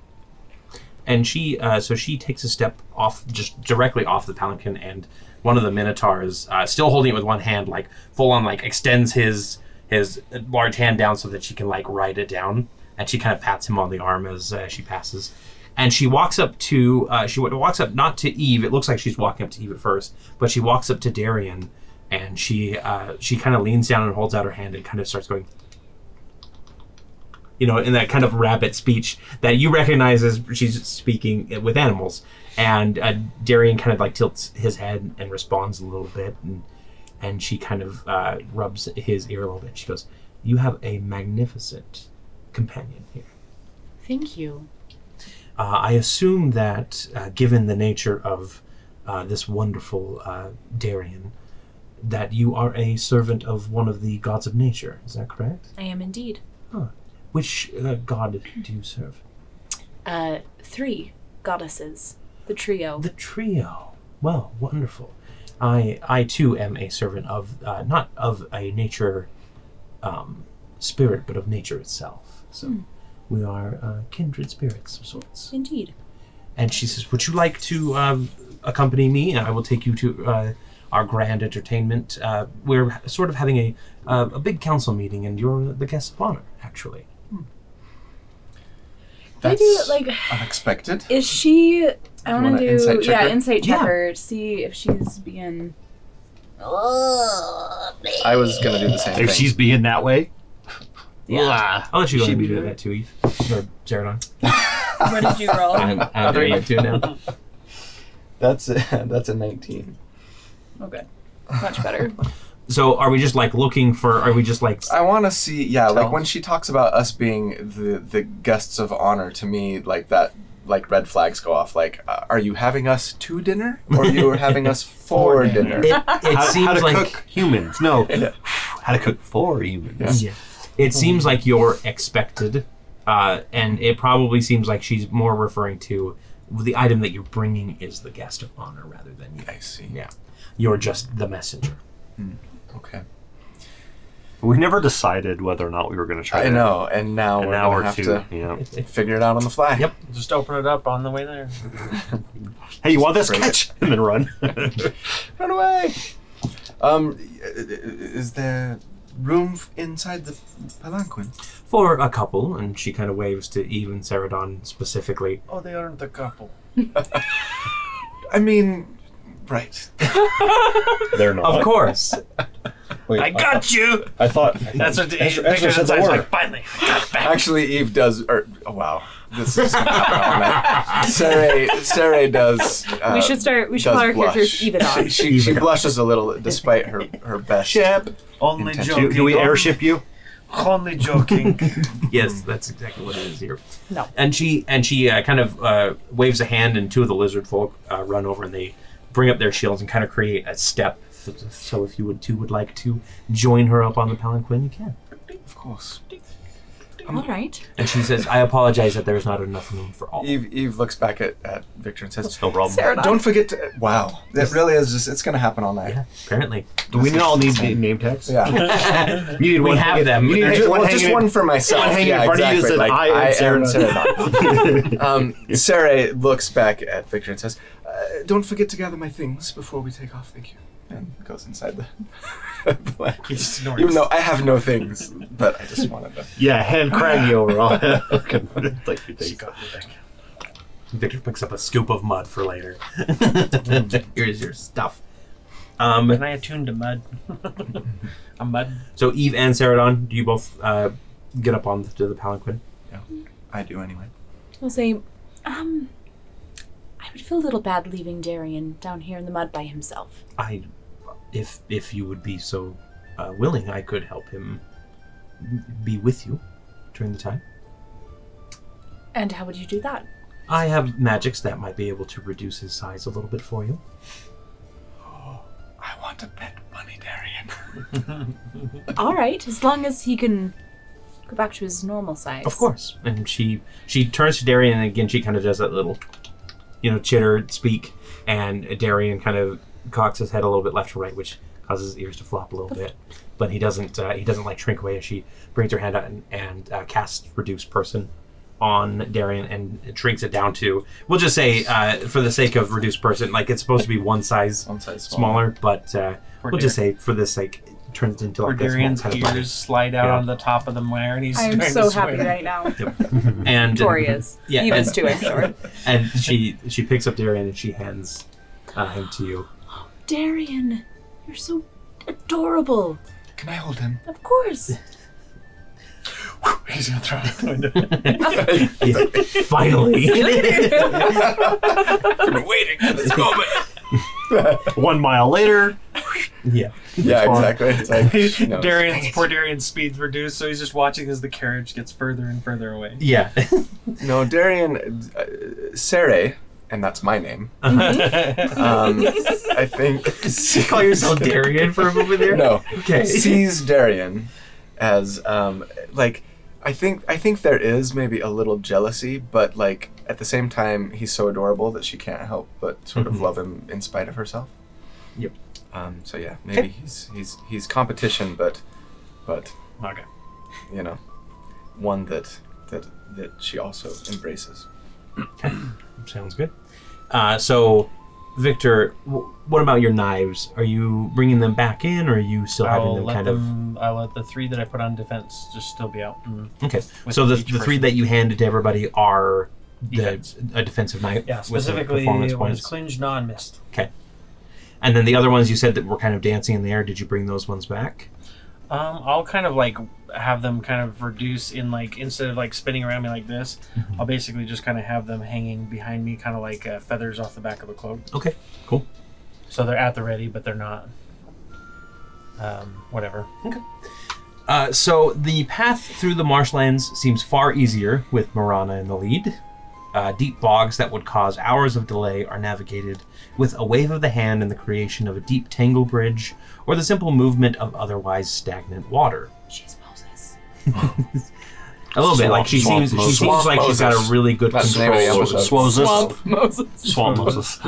Speaker 2: and she uh, so she takes a step off just directly off the palanquin and one of the minotaurs uh, still holding it with one hand like full on like extends his his large hand down so that she can like ride it down and she kind of pats him on the arm as uh, she passes and she walks up to uh, she wa- walks up not to Eve. It looks like she's walking up to Eve at first, but she walks up to Darian, and she uh, she kind of leans down and holds out her hand and kind of starts going. You know, in that kind of rapid speech that you recognize as she's speaking with animals, and uh, Darian kind of like tilts his head and responds a little bit, and and she kind of uh, rubs his ear a little bit. She goes, "You have a magnificent companion here."
Speaker 3: Thank you.
Speaker 2: Uh, I assume that, uh, given the nature of uh, this wonderful uh, Darien, that you are a servant of one of the gods of nature. Is that correct?
Speaker 3: I am indeed.
Speaker 2: Which uh, god do you serve?
Speaker 3: Uh, three goddesses, the trio.
Speaker 2: The trio. Well, wonderful. I I too am a servant of uh, not of a nature um, spirit, but of nature itself. So we are uh, kindred spirits of sorts.
Speaker 3: Indeed.
Speaker 2: and she says, "Would you like to um, accompany me? And I will take you to uh, our grand entertainment. Uh, we're h- sort of having a uh, a big council meeting, and you're the guest of honor, actually."
Speaker 6: That's
Speaker 3: Maybe like
Speaker 6: unexpected.
Speaker 3: is she? I
Speaker 6: wanna
Speaker 3: want to do
Speaker 6: insight check
Speaker 3: yeah,
Speaker 6: her?
Speaker 3: insight
Speaker 2: Yeah.
Speaker 3: check her. See if she's being.
Speaker 6: I was gonna do the same
Speaker 5: If
Speaker 6: thing.
Speaker 5: she's being that way, yeah.
Speaker 2: I'll let you go ahead
Speaker 5: She'd
Speaker 2: and
Speaker 5: be
Speaker 2: do
Speaker 5: good.
Speaker 2: that too, Eve or Zeradon.
Speaker 3: What did you roll?
Speaker 2: I'm, I'm
Speaker 6: doing
Speaker 2: Eve too now.
Speaker 6: that's a, that's a 19.
Speaker 3: Oh, good. Much better.
Speaker 2: So, are we just like looking for? Are we just like?
Speaker 6: I want to see, yeah, like
Speaker 2: Tell.
Speaker 6: when she talks about us being the the guests of honor. To me, like that, like red flags go off. Like, uh, are you having us to dinner, or you are having us for dinner?
Speaker 2: It, it
Speaker 5: How,
Speaker 2: seems
Speaker 5: how to
Speaker 2: like
Speaker 5: cook humans? No, how to cook for humans?
Speaker 2: Yeah. It seems like you're expected, uh, and it probably seems like she's more referring to the item that you're bringing is the guest of honor rather than you.
Speaker 6: I see.
Speaker 2: Yeah, you're just the messenger.
Speaker 6: Okay.
Speaker 5: We never decided whether or not we were going to try.
Speaker 6: I
Speaker 5: that.
Speaker 6: know, and now
Speaker 5: An
Speaker 6: we're gonna
Speaker 5: hour or
Speaker 6: have
Speaker 5: two.
Speaker 6: to
Speaker 5: Yeah.
Speaker 6: figure it out on the fly.
Speaker 2: Yep.
Speaker 4: Just open it up on the way there.
Speaker 5: Hey, you want this?
Speaker 6: Bring it.
Speaker 5: Catch and then run.
Speaker 6: Run away. Um, i- i- is there room f- inside the palanquin?
Speaker 2: for a couple, and she kind of waves to Eve and Ceradon specifically.
Speaker 4: Oh, they aren't the couple.
Speaker 6: I mean, right.
Speaker 7: They're not.
Speaker 2: Of course,
Speaker 7: Wait,
Speaker 2: Uh,
Speaker 4: I got you.
Speaker 7: I thought.
Speaker 4: That's what the
Speaker 7: Ezra, Ezra said they were.
Speaker 4: like. Finally,
Speaker 6: Actually, Eve does. Or, oh, wow, this is gonna happen, man. Sarah. Sarah does. Uh,
Speaker 3: we should start. We should
Speaker 6: does
Speaker 3: call our
Speaker 6: blush.
Speaker 3: characters even on.
Speaker 6: She, she, she blushes a little despite her her best.
Speaker 5: Ship.
Speaker 4: only
Speaker 6: Intention.
Speaker 4: joking.
Speaker 5: Do, do we airship you?
Speaker 4: Only joking.
Speaker 2: yes, that's exactly what it is here.
Speaker 3: No.
Speaker 2: and she and she uh, kind of uh, waves a hand, and two of the lizard folk uh, run over, and they bring up their shields and kind of create a step. F- So, if you would two would like to join her up on the palanquin, you can.
Speaker 6: Of course.
Speaker 3: All right.
Speaker 2: And she says, "I apologize that there is not enough room for all."
Speaker 6: Eve Eve looks back at, at Victor and says,
Speaker 5: No problem.
Speaker 3: Sarah,
Speaker 6: "Don't forget to." Wow, that really is just. It's gonna happen all night.
Speaker 2: Yeah, apparently,
Speaker 5: Do we all need na- name tags?
Speaker 6: Yeah,
Speaker 5: You need
Speaker 2: we
Speaker 5: one
Speaker 2: have them.
Speaker 5: You need
Speaker 6: Just
Speaker 5: one
Speaker 6: one,
Speaker 5: hanging
Speaker 6: just
Speaker 5: in-
Speaker 6: one for myself.
Speaker 5: one hanging
Speaker 6: yeah,
Speaker 5: in front of you that
Speaker 6: exactly.
Speaker 5: said,
Speaker 6: like,
Speaker 5: "I am Sarah."
Speaker 6: Sarah. um, Sarah looks back at Victor and says, uh, "Don't forget to gather my things before we take off. Thank you." And goes inside the. black.
Speaker 4: Just snort.
Speaker 6: Even though I have no things, but I just wanted to.
Speaker 5: Yeah, hand craggy over all. like you think.
Speaker 2: Victor picks up a scoop of mud for later. Here's your stuff. Um,
Speaker 4: Can I attune to mud? a mud.
Speaker 2: So Eve and Ceradon, do you both uh, get up on to the palanquin?
Speaker 6: I do anyway.
Speaker 3: We'll say, um, I would feel a little bad leaving Darian down here in the mud by himself.
Speaker 2: I, if if you would be so uh, willing, I could help him be with you during the time.
Speaker 3: And how would you do that?
Speaker 2: I have magics that might be able to reduce his size a little bit for you.
Speaker 6: I want a pet bunny, Darian.
Speaker 3: All right, as long as he can go back to his normal size.
Speaker 2: Of course. And she she turns to Darian and again she kind of does that little, you know, chitter speak, and Darian kind of cocks his head a little bit left to right, which causes his ears to flop a little bit. But he doesn't uh, he doesn't like shrink away as she brings her hand out and, and uh, casts reduce person on Darian and shrinks it down to we'll just say uh, for the sake of reduced person, like it's supposed to be one size
Speaker 6: One size
Speaker 2: smaller, but uh, we'll just say for the sake turns into like this small
Speaker 4: Cordarian's
Speaker 2: kind of button.
Speaker 4: ears slide out
Speaker 2: Yeah.
Speaker 4: on the top of the mare, and he's
Speaker 3: I am
Speaker 4: doing
Speaker 3: so
Speaker 4: this
Speaker 3: happy
Speaker 4: way.
Speaker 3: right now.
Speaker 2: and uh,
Speaker 3: Tori is.
Speaker 2: Yeah,
Speaker 3: He was
Speaker 2: and-
Speaker 3: too, I'm sure.
Speaker 2: and she she picks up Darian and she hands uh, him to you.
Speaker 3: Darian, you're so adorable.
Speaker 6: Can I hold him?
Speaker 3: Of course.
Speaker 4: He's gonna throw it out the window.
Speaker 2: Yeah, Finally,
Speaker 6: I've been waiting for this moment.
Speaker 5: One mile later,
Speaker 2: yeah.
Speaker 6: yeah, exactly. It's like, no,
Speaker 4: Darian's poor Darian's speed's reduced, so he's just watching as the carriage gets further and further away.
Speaker 2: Yeah.
Speaker 6: no, Darian, uh, Sere, and that's my name. um, I think.
Speaker 2: Call yourself Darian for a moment there.
Speaker 6: No.
Speaker 2: Okay.
Speaker 6: sees Darian as um like I think I think there is maybe a little jealousy, but like at the same time he's so adorable that she can't help but sort of love him in spite of herself.
Speaker 2: Mm-hmm. Yep.
Speaker 6: Um, so yeah, maybe he's he's he's competition, but but
Speaker 4: Okay.
Speaker 6: you know, one that that that she also embraces.
Speaker 2: Sounds good. Uh, so, Victor, w- what about your knives? Are you bringing them back in, or are you still having
Speaker 4: I'll
Speaker 2: them
Speaker 4: let
Speaker 2: kind
Speaker 4: them. I'll let the three that I put on defense just still be out. Mm.
Speaker 2: of? Okay.
Speaker 4: with
Speaker 2: So the,
Speaker 4: each
Speaker 2: the three
Speaker 4: person.
Speaker 2: that you handed to everybody are the
Speaker 4: Defense.
Speaker 2: a defensive knife.
Speaker 4: Yeah,
Speaker 2: with the
Speaker 4: specifically
Speaker 2: performance
Speaker 4: one's
Speaker 2: points.
Speaker 4: clinged, non missed.
Speaker 2: and then the other ones you said that were kind of dancing in the air. Did you bring those ones back?
Speaker 4: Um, I'll kind of like have them kind of reduce in like instead of like spinning around me like this,
Speaker 2: Mhm.
Speaker 4: I'll basically just kind of have them hanging behind me, kind of like uh, feathers off the back of a cloak.
Speaker 2: Okay. Cool.
Speaker 4: So they're at the ready, but they're not. Um, whatever.
Speaker 2: Uh, so the path through the marshlands seems far easier with Marana in the lead. Uh, deep bogs that would cause hours of delay are navigated with a wave of the hand and the creation of a deep tangle bridge or the simple movement of otherwise stagnant water.
Speaker 3: She's Moses.
Speaker 2: A little bit like she
Speaker 7: Swamp
Speaker 2: seems she
Speaker 7: Moses.
Speaker 2: seems like she's got a really good
Speaker 6: That's the name of the
Speaker 2: control.
Speaker 6: episode.
Speaker 7: Swozes.
Speaker 3: Moses.
Speaker 7: Swamp Moses.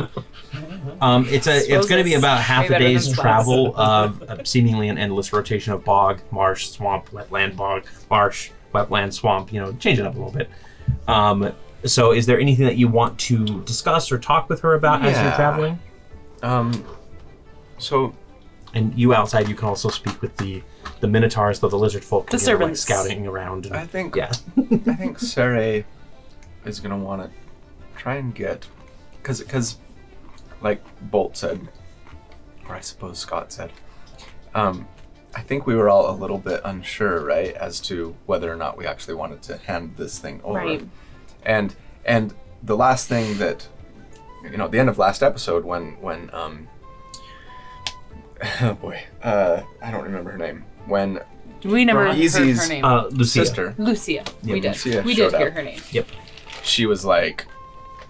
Speaker 2: Um, it's a it's going to be about half
Speaker 3: Way
Speaker 2: a
Speaker 3: better
Speaker 2: day's
Speaker 3: than Swamp.
Speaker 2: travel of of seemingly an endless rotation of bog, marsh, swamp, wetland, bog, marsh, wetland, swamp. You know, change it up a little bit. Um, so, is there anything that you want to discuss or talk with her about as you're
Speaker 6: Yeah.
Speaker 2: traveling?
Speaker 6: Um, so
Speaker 2: And you outside, you can also speak with the the minotaurs, though the lizard folk,
Speaker 3: The
Speaker 2: you know, like,
Speaker 3: servants.
Speaker 2: scouting around. and-
Speaker 6: I think
Speaker 2: yeah,
Speaker 6: I think Saray is gonna want to try and get, cause, cause, like Bolt said, or I suppose Scott said, um, I think we were all a little bit unsure, right, as to whether or not we actually wanted to hand this thing over.
Speaker 3: Right.
Speaker 6: And and the last thing that, you know, at the end of last episode when when um, oh boy, uh, I don't remember her name. When
Speaker 3: We never heard her
Speaker 6: Easy's,
Speaker 3: name.
Speaker 2: uh, Lucia.
Speaker 6: sister.
Speaker 3: Lucia. we did.
Speaker 6: Lucia
Speaker 3: we did
Speaker 6: showed
Speaker 3: hear
Speaker 6: up.
Speaker 3: her name.
Speaker 6: she was like,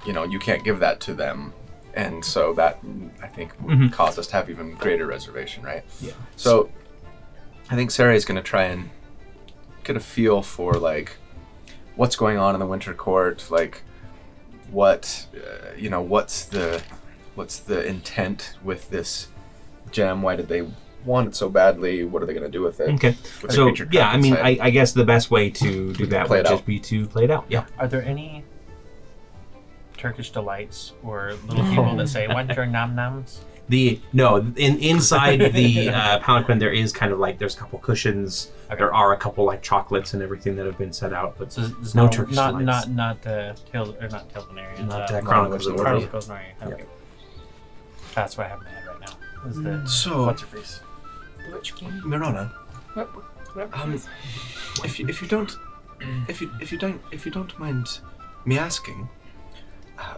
Speaker 6: you know, you can't give that to them. And so that, mm, I think, would caused us to have even greater reservation, right?
Speaker 2: Mm-hmm. Yeah.
Speaker 6: So I think Sarah is going to try and get a feel for, like, what's going on in the Winter Court, like, what, uh, you know, what's the, what's the intent with this gem? Why did they want it so badly? What are they going to do with it?
Speaker 2: Okay.
Speaker 6: With
Speaker 2: So
Speaker 6: creature
Speaker 2: yeah, I mean, I,
Speaker 6: inside?
Speaker 2: I guess the best way to do that
Speaker 6: Play
Speaker 2: would
Speaker 6: it
Speaker 2: just
Speaker 6: out.
Speaker 2: be to play it out. Yeah.
Speaker 4: Are there any Turkish delights or little people that say "What's your nom noms"?
Speaker 2: The no, in inside the uh, palanquin there is kind of like there's a couple cushions.
Speaker 4: Okay.
Speaker 2: There are a couple like chocolates and everything that have been set out, but
Speaker 4: So there's
Speaker 2: No
Speaker 4: no,
Speaker 2: Turkish
Speaker 4: not,
Speaker 2: delights.
Speaker 4: not not uh, tails or not tails area.
Speaker 2: not
Speaker 4: uh,
Speaker 2: uh, Chronicles of
Speaker 6: Chronicles
Speaker 2: Narnia.
Speaker 4: Chronicles of Narnia. Okay. That's what I have in my head right now. Is the
Speaker 2: Hmm.
Speaker 5: So-
Speaker 4: what's her face?
Speaker 3: The Witch Queen.
Speaker 5: Mirana.
Speaker 3: What, what,
Speaker 6: Um, if you, if you don't, if you if you don't if you don't mind me asking, uh,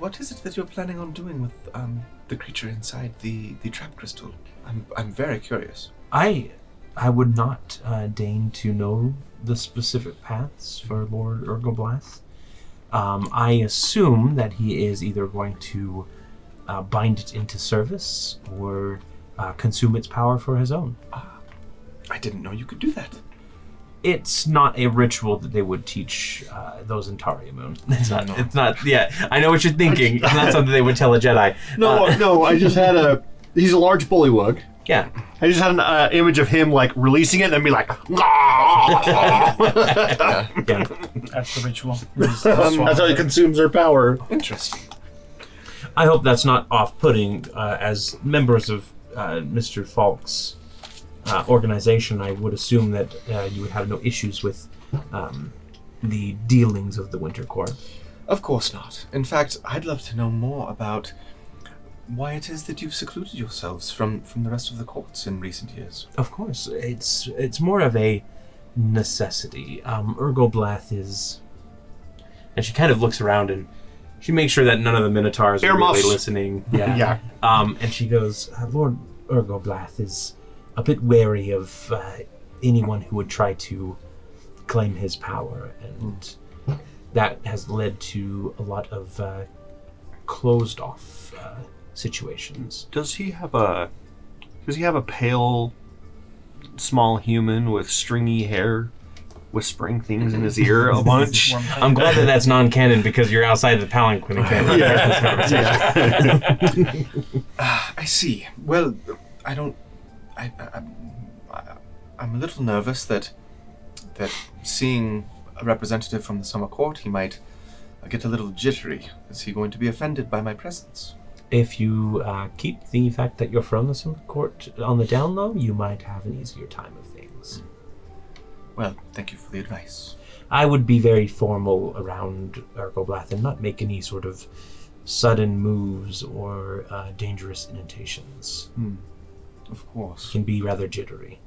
Speaker 6: what is it that you're planning on doing with um, the creature inside the the trap crystal? I'm I'm very curious.
Speaker 2: I I would not uh, deign to know the specific paths for Lord Ergoblath. Um, I assume that he is either going to uh, bind it into service or uh, consume its power for his own.
Speaker 6: I didn't know you could do that.
Speaker 2: it's not a ritual that they would teach uh, those in Taria Moon. It's not.
Speaker 6: No.
Speaker 2: It's not. Yeah, I know what you're thinking. It's not something they would tell a Jedi.
Speaker 5: No,
Speaker 2: Uh,
Speaker 5: no, I just had a. He's a large bullywug.
Speaker 2: yeah.
Speaker 5: I just had an uh, image of him like releasing it and be like,
Speaker 2: Yeah.
Speaker 4: That's the ritual.
Speaker 5: Um, that's how he consumes their power.
Speaker 6: Interesting.
Speaker 2: I hope that's not off-putting uh, as members of uh, Mr. Falk's uh, organization, I would assume that uh, you would have no issues with um, the dealings of the Winter Corps.
Speaker 6: Of course not. In fact, I'd love to know more about why it is that you've secluded yourselves from, from the rest of the courts in recent years.
Speaker 2: Of course, it's it's more of a necessity. Um, Ergoblath is, and she kind of looks around and she makes sure that none of the Minotaurs are
Speaker 5: Earmuffs.
Speaker 2: really listening. Yeah,
Speaker 5: Yeah.
Speaker 2: Um, and she goes, uh, Lord Ergoblath is a bit wary of uh, anyone who would try to claim his power, and that has led to a lot of uh, closed off uh, situations.
Speaker 5: Does he have a Does he have a pale, small human with stringy hair, whispering things in his ear a bunch?
Speaker 2: I'm glad that that's non-canon because you're outside the palanquin and can't
Speaker 6: I see. Well, I don't. I, I, I'm- I, I'm a little nervous that that seeing a representative from the summer court, he might get a little jittery. Is he going to be offended by my presence?
Speaker 2: If you uh, keep the fact that you're from the Silver Court on the down low, you might have an easier time of things.
Speaker 6: Well, thank you for the advice.
Speaker 2: I would be very formal around Ergoblath and not make any sort of sudden moves or uh, dangerous inundations.
Speaker 6: Of course.
Speaker 2: Can be rather jittery.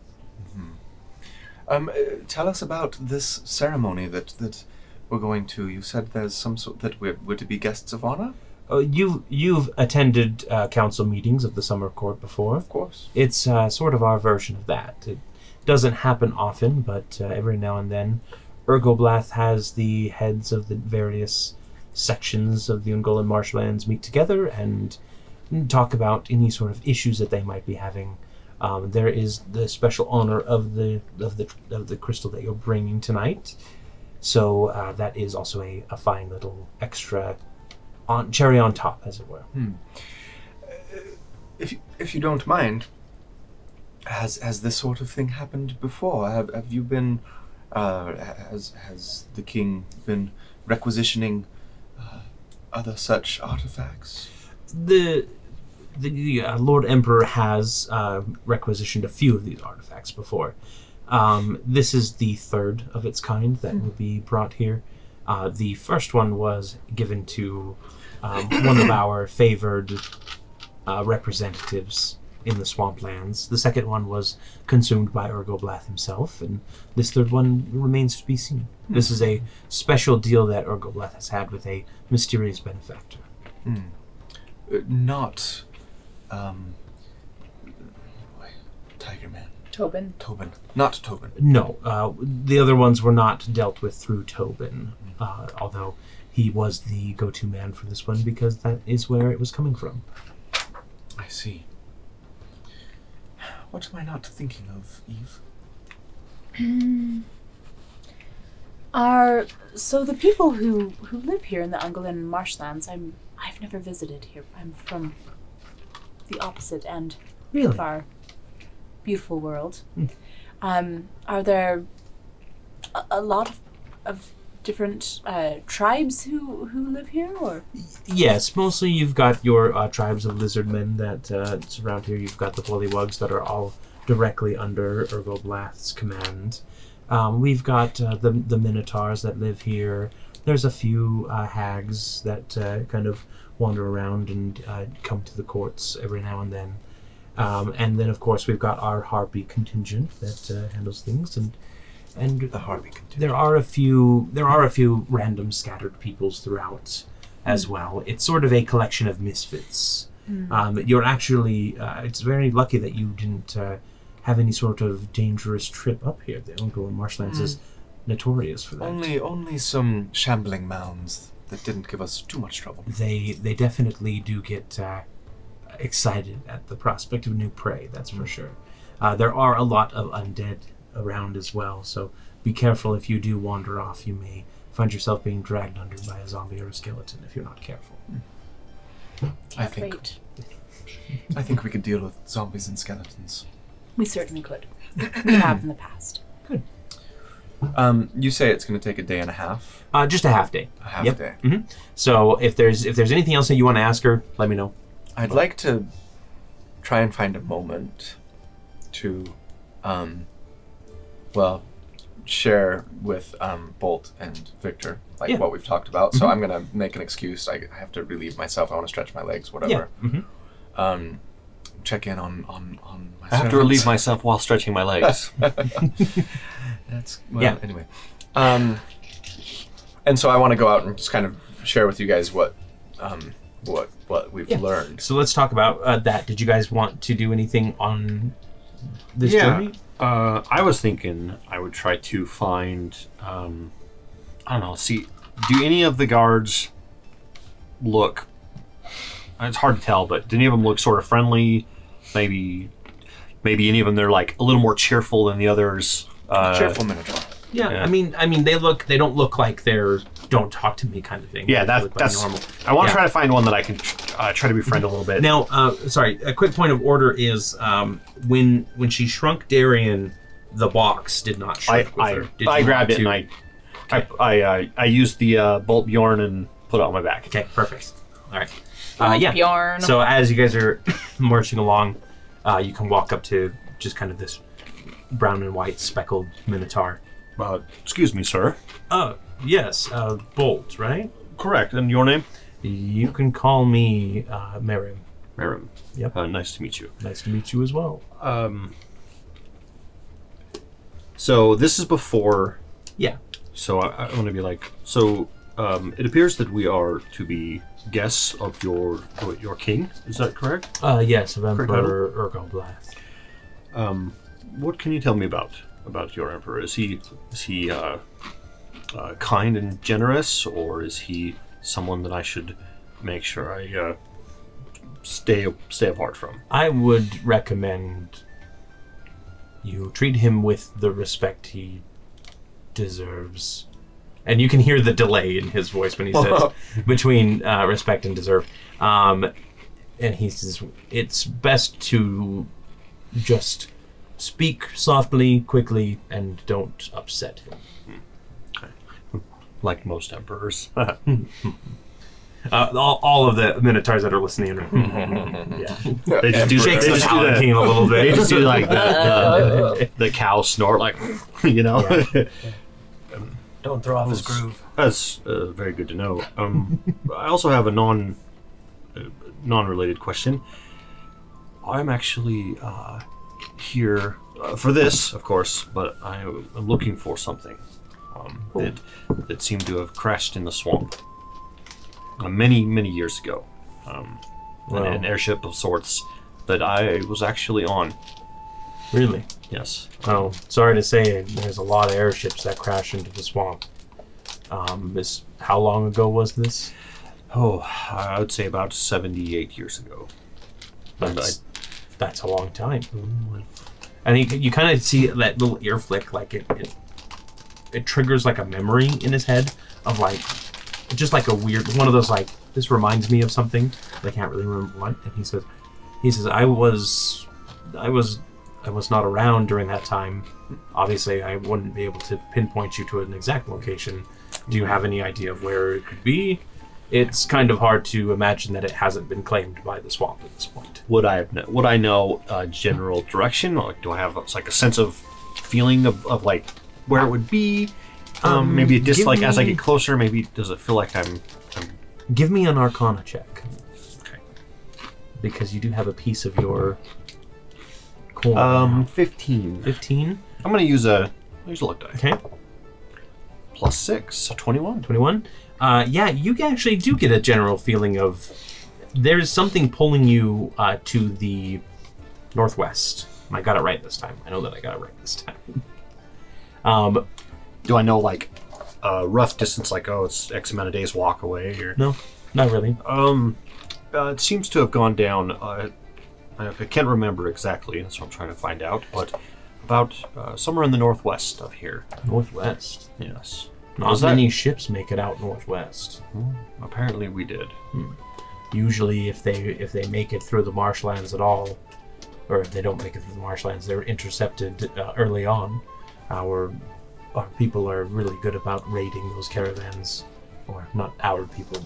Speaker 6: Um, uh, tell us about this ceremony that that we're going to. You said there's some sort that we're, we're to be guests of honor.
Speaker 2: Uh, you've you've attended uh, council meetings of the Summer Court before.
Speaker 6: Of course.
Speaker 2: It's uh, sort of our version of that. It doesn't happen often, but uh, every now and then, Ergoblath has the heads of the various sections of the Ungolan marshlands meet together and talk about any sort of issues that they might be having. Um, there is the special honor of the of the of the crystal that you're bringing tonight, so uh, that is also a, a fine little extra on, cherry on top, as it were.
Speaker 6: If you, if you don't mind, has has this sort of thing happened before? Have have you been? Uh, has has the king been requisitioning uh, other such artifacts?
Speaker 2: the the, the uh, Lord Emperor has uh, requisitioned a few of these artifacts before. Um, this is the third of its kind that will be brought here. Uh, the first one was given to um, one of our favored uh, representatives in the swamplands. The second one was consumed by Ergoblath himself, and this third one remains to be seen. This is a special deal that Ergoblath has had with a mysterious benefactor.
Speaker 6: Uh, not, um, boy, Tiger Man,
Speaker 3: Tobin.
Speaker 6: Tobin, not Tobin.
Speaker 2: No, uh, the other ones were not dealt with through Tobin, uh, although he was the go-to man for this one because that is where it was coming from.
Speaker 6: I see. What am I not thinking of, Eve?
Speaker 3: Are so the people who who live here in the Angolan marshlands. I'm I've never visited here. I'm from the opposite end
Speaker 2: Really?
Speaker 3: of our beautiful world. Um, are there a, a lot of, of different uh, tribes who who live here, or
Speaker 2: Yes, mostly you've got your uh, tribes of lizardmen that uh, surround here. You've got the bullywugs that are all directly under Ergoblath's command. Um, we've got uh, the the minotaurs that live here. There's a few uh, hags that uh, kind of wander around and uh, come to the courts every now and then. Um, and then, of course, we've got our harpy contingent that uh, handles things, and and
Speaker 6: The Harvey contingent.
Speaker 2: there are a few there are a few random scattered peoples throughout as well it's sort of a collection of misfits um, you're actually uh, it's very lucky that you didn't uh, have any sort of dangerous trip up here the Ungolan marshlands is notorious for that
Speaker 6: Only, only some shambling mounds that didn't give us too much trouble.
Speaker 2: they they definitely do get uh, excited at the prospect of new prey. That's for sure. Uh, there are a lot of undead around as well, so be careful if you do wander off. You may find yourself being dragged under by a zombie or a skeleton if you're not careful.
Speaker 6: I think,
Speaker 3: wait,
Speaker 6: I think we could deal with zombies and skeletons.
Speaker 3: we certainly could. we have in the past.
Speaker 6: Um, you say it's going to take a day and a half,
Speaker 2: Uh, just a half day.
Speaker 6: a half
Speaker 2: Yep.
Speaker 6: day.
Speaker 2: So if there's if there's anything else that you want to ask her, let me know.
Speaker 6: I'd like to try and find a moment to um, well, share with um, Bolt and Victor like
Speaker 2: Yeah.
Speaker 6: what we've talked about. So I'm gonna make an excuse. I I have to relieve myself. I want to stretch my legs.
Speaker 2: Yeah.
Speaker 6: Whatever.
Speaker 2: mhm.
Speaker 6: Um, check in on on on. My
Speaker 5: I have to relieve myself while stretching my legs.
Speaker 6: That's well,
Speaker 2: Yeah.
Speaker 6: Anyway, um, and so I want to go out and just kind of share with you guys what um, what what we've learned.
Speaker 2: So let's talk about uh, that. Did you guys want to do anything on this
Speaker 5: yeah.
Speaker 2: journey?
Speaker 5: Uh, I was thinking I would try to find. Um, I don't know. See, do any of the guards look? It's hard to tell, but do any of them look sort of friendly? Maybe, maybe any of them they're like a little more cheerful than the others. Uh,
Speaker 6: Cheerful Minotaur.
Speaker 2: Yeah,
Speaker 5: Yeah.
Speaker 2: I mean, I mean, they look. They don't look like they're don't talk to me kind of thing.
Speaker 5: Yeah,
Speaker 2: They
Speaker 5: that,
Speaker 2: look like
Speaker 5: that's.
Speaker 2: normal.
Speaker 5: I want to
Speaker 2: Yeah.
Speaker 5: try to find one that I can uh, try to befriend a little bit.
Speaker 2: Now, uh, sorry, a quick point of order is um, when when she shrunk Darian, the box did not
Speaker 5: I,
Speaker 2: shrink with
Speaker 5: I,
Speaker 2: her. Did
Speaker 5: I
Speaker 2: you
Speaker 5: grabbed it
Speaker 2: want
Speaker 5: and
Speaker 2: to-
Speaker 5: I, I, I, uh, I used the uh, bolt Bjorn and put it on my back.
Speaker 2: Okay, perfect. All right. Uh, yeah.
Speaker 3: Bjorn.
Speaker 2: So as you guys are marching along, uh, you can walk up to just kind of this brown and white speckled minotaur.
Speaker 5: Uh, excuse me, sir.
Speaker 2: Oh yes, uh, Bolt, right?
Speaker 5: Correct. And your name?
Speaker 2: You can call me uh, Merrim.
Speaker 5: Merrim.
Speaker 2: Yep.
Speaker 5: Uh, nice to meet you.
Speaker 2: Nice to meet you as well.
Speaker 5: Um, so this is before.
Speaker 2: Yeah.
Speaker 5: So I, I want to be like. So um, it appears that we are to be guests of your your king. Is that correct?
Speaker 2: Uh, yes, of
Speaker 5: title.
Speaker 2: Emperor Ergoblast.
Speaker 5: Um, what can you tell me about about your emperor? Is he is he uh, uh, kind and generous, or is he someone that I should make sure I uh, stay stay apart from?
Speaker 2: I would recommend you treat him with the respect he deserves. And you can hear the delay in his voice when he says between uh, respect and deserve. Um, and he says, it's best to just speak softly, quickly, and don't upset him.
Speaker 5: Like most emperors.
Speaker 2: Uh, all, all of the minotaurs that are listening are. yeah.
Speaker 5: They just do they
Speaker 2: Shakes the
Speaker 5: just do that.
Speaker 2: palatine a little bit.
Speaker 5: They just do like the, the, the cow snort, like you know.
Speaker 4: Don't throw off his groove.
Speaker 5: That's uh, very good to know. Um, I also have a non uh, non-related question. I'm actually uh, here uh, for this, of course, but I am looking for something um, that that seemed to have crashed in the swamp uh, many many years ago. Um, an-
Speaker 2: Well.
Speaker 5: an airship of sorts that I was actually on.
Speaker 2: Really?
Speaker 5: Yes.
Speaker 2: Well, Oh, sorry to say, it, there's a lot of airships that crash into the swamp. Um, this, how long ago was this?
Speaker 5: Oh, I would say about 78 years ago. And
Speaker 2: That's, that's a long time. Mm. And you, you kind of see that little ear flick, like it, it, it triggers like a memory in his head of like, just like a weird one of those like this reminds me of something. but I can't really remember what. And he says, he says I was, I was, I was not around during that time. Obviously, I wouldn't be able to pinpoint you to an exact location. Do you have any idea of where it could be? It's kind of hard to imagine that it hasn't been claimed by the swamp at this point.
Speaker 5: would I have kn- would I know uh, general direction? Like, do I have like a sense of feeling of, of like where it would be? Um,
Speaker 2: Um,
Speaker 5: maybe it just
Speaker 2: give
Speaker 5: like as I
Speaker 2: me-
Speaker 5: get closer, maybe does it feel like I'm? I'm
Speaker 2: Give me an Arcana check.
Speaker 5: Okay.
Speaker 2: Because you do have a piece of your coin.
Speaker 5: um, fifteen.
Speaker 2: fifteen.
Speaker 5: I'm gonna use a I'll use a luck die
Speaker 2: Okay,
Speaker 5: plus six, so twenty-one.
Speaker 2: twenty-one. Uh, yeah, you actually do get a general feeling of there's something pulling you uh, to the northwest. I got it right this time. I know that I got it right this time. Um,
Speaker 5: Do I know like a rough distance? Like, oh, it's X amount of days walk away. Or
Speaker 2: no, not really.
Speaker 5: Um, uh, it seems to have gone down. Uh, I I can't remember exactly, that's what I'm trying to find out. But about uh, somewhere in the northwest of here.
Speaker 2: Northwest.
Speaker 5: Yes.
Speaker 2: Not
Speaker 5: Was that-
Speaker 2: many ships make it out northwest.
Speaker 5: Apparently, we did.
Speaker 2: usually if they if they make it through the marshlands at all or if they don't make it through the marshlands they're intercepted uh, early on our our people are really good about raiding those caravans or not our people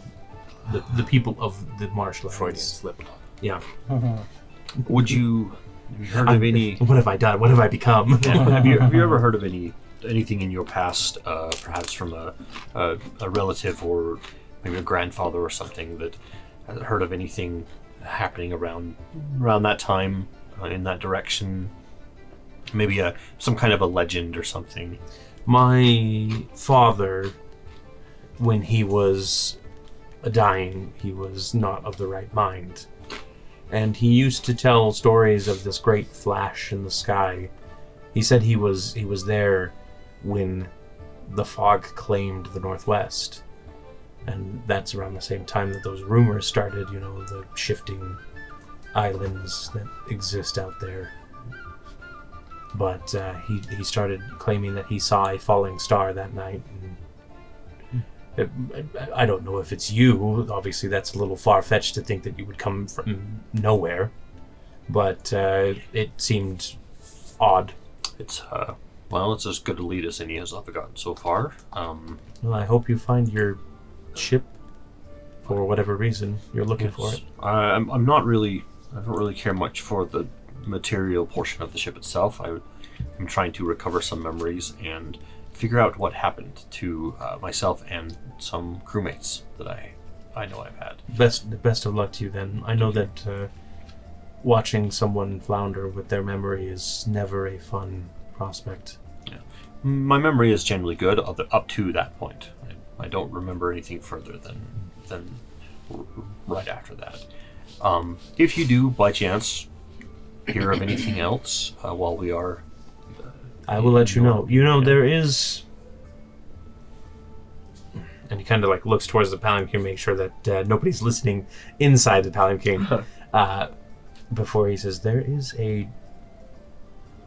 Speaker 2: the, the people of the marshlands
Speaker 6: Freudian slip.
Speaker 2: yeah
Speaker 5: Would you Have you heard of any?
Speaker 2: What have I done? What have I become?
Speaker 5: have you have you ever heard of any anything in your past, uh, perhaps from a, a a relative or maybe a grandfather or something that has heard of anything happening around around that time uh, in that direction? Maybe a some kind of a legend or something.
Speaker 2: my father when he was dying he was not of the right mind and he used to tell stories of this great flash in the sky he said he was he was there when the fog claimed the northwest and that's around the same time that those rumors started you know the shifting islands that exist out there but uh, he, he started claiming that he saw a falling star that night. And it, I- I don't know if it's you. Obviously, that's a little far fetched to think that you would come from nowhere, but uh, it seemed odd.
Speaker 5: It's uh, well, it's as good a lead as any as I've gotten so far. Um,
Speaker 2: Well, I hope you find your ship for whatever reason you're looking for it.
Speaker 5: I, I'm, I'm not really. I don't really care much for the material portion of the ship itself. I, I'm trying to recover some memories and figure out what happened to uh, myself and some crewmates that I, I know I've had.
Speaker 2: Best the best of luck to you then. I know that uh, watching someone flounder with their memory is never a fun prospect.
Speaker 5: My memory is generally good up up to that point. I, I don't remember anything further than than r- right after that. Um, if you do, by chance, hear of anything else uh, while we are
Speaker 2: I will let you know. You know, there is. And he kind of like looks towards the palanquin, make sure that uh, nobody's listening inside the palanquin. uh, before he says, there is a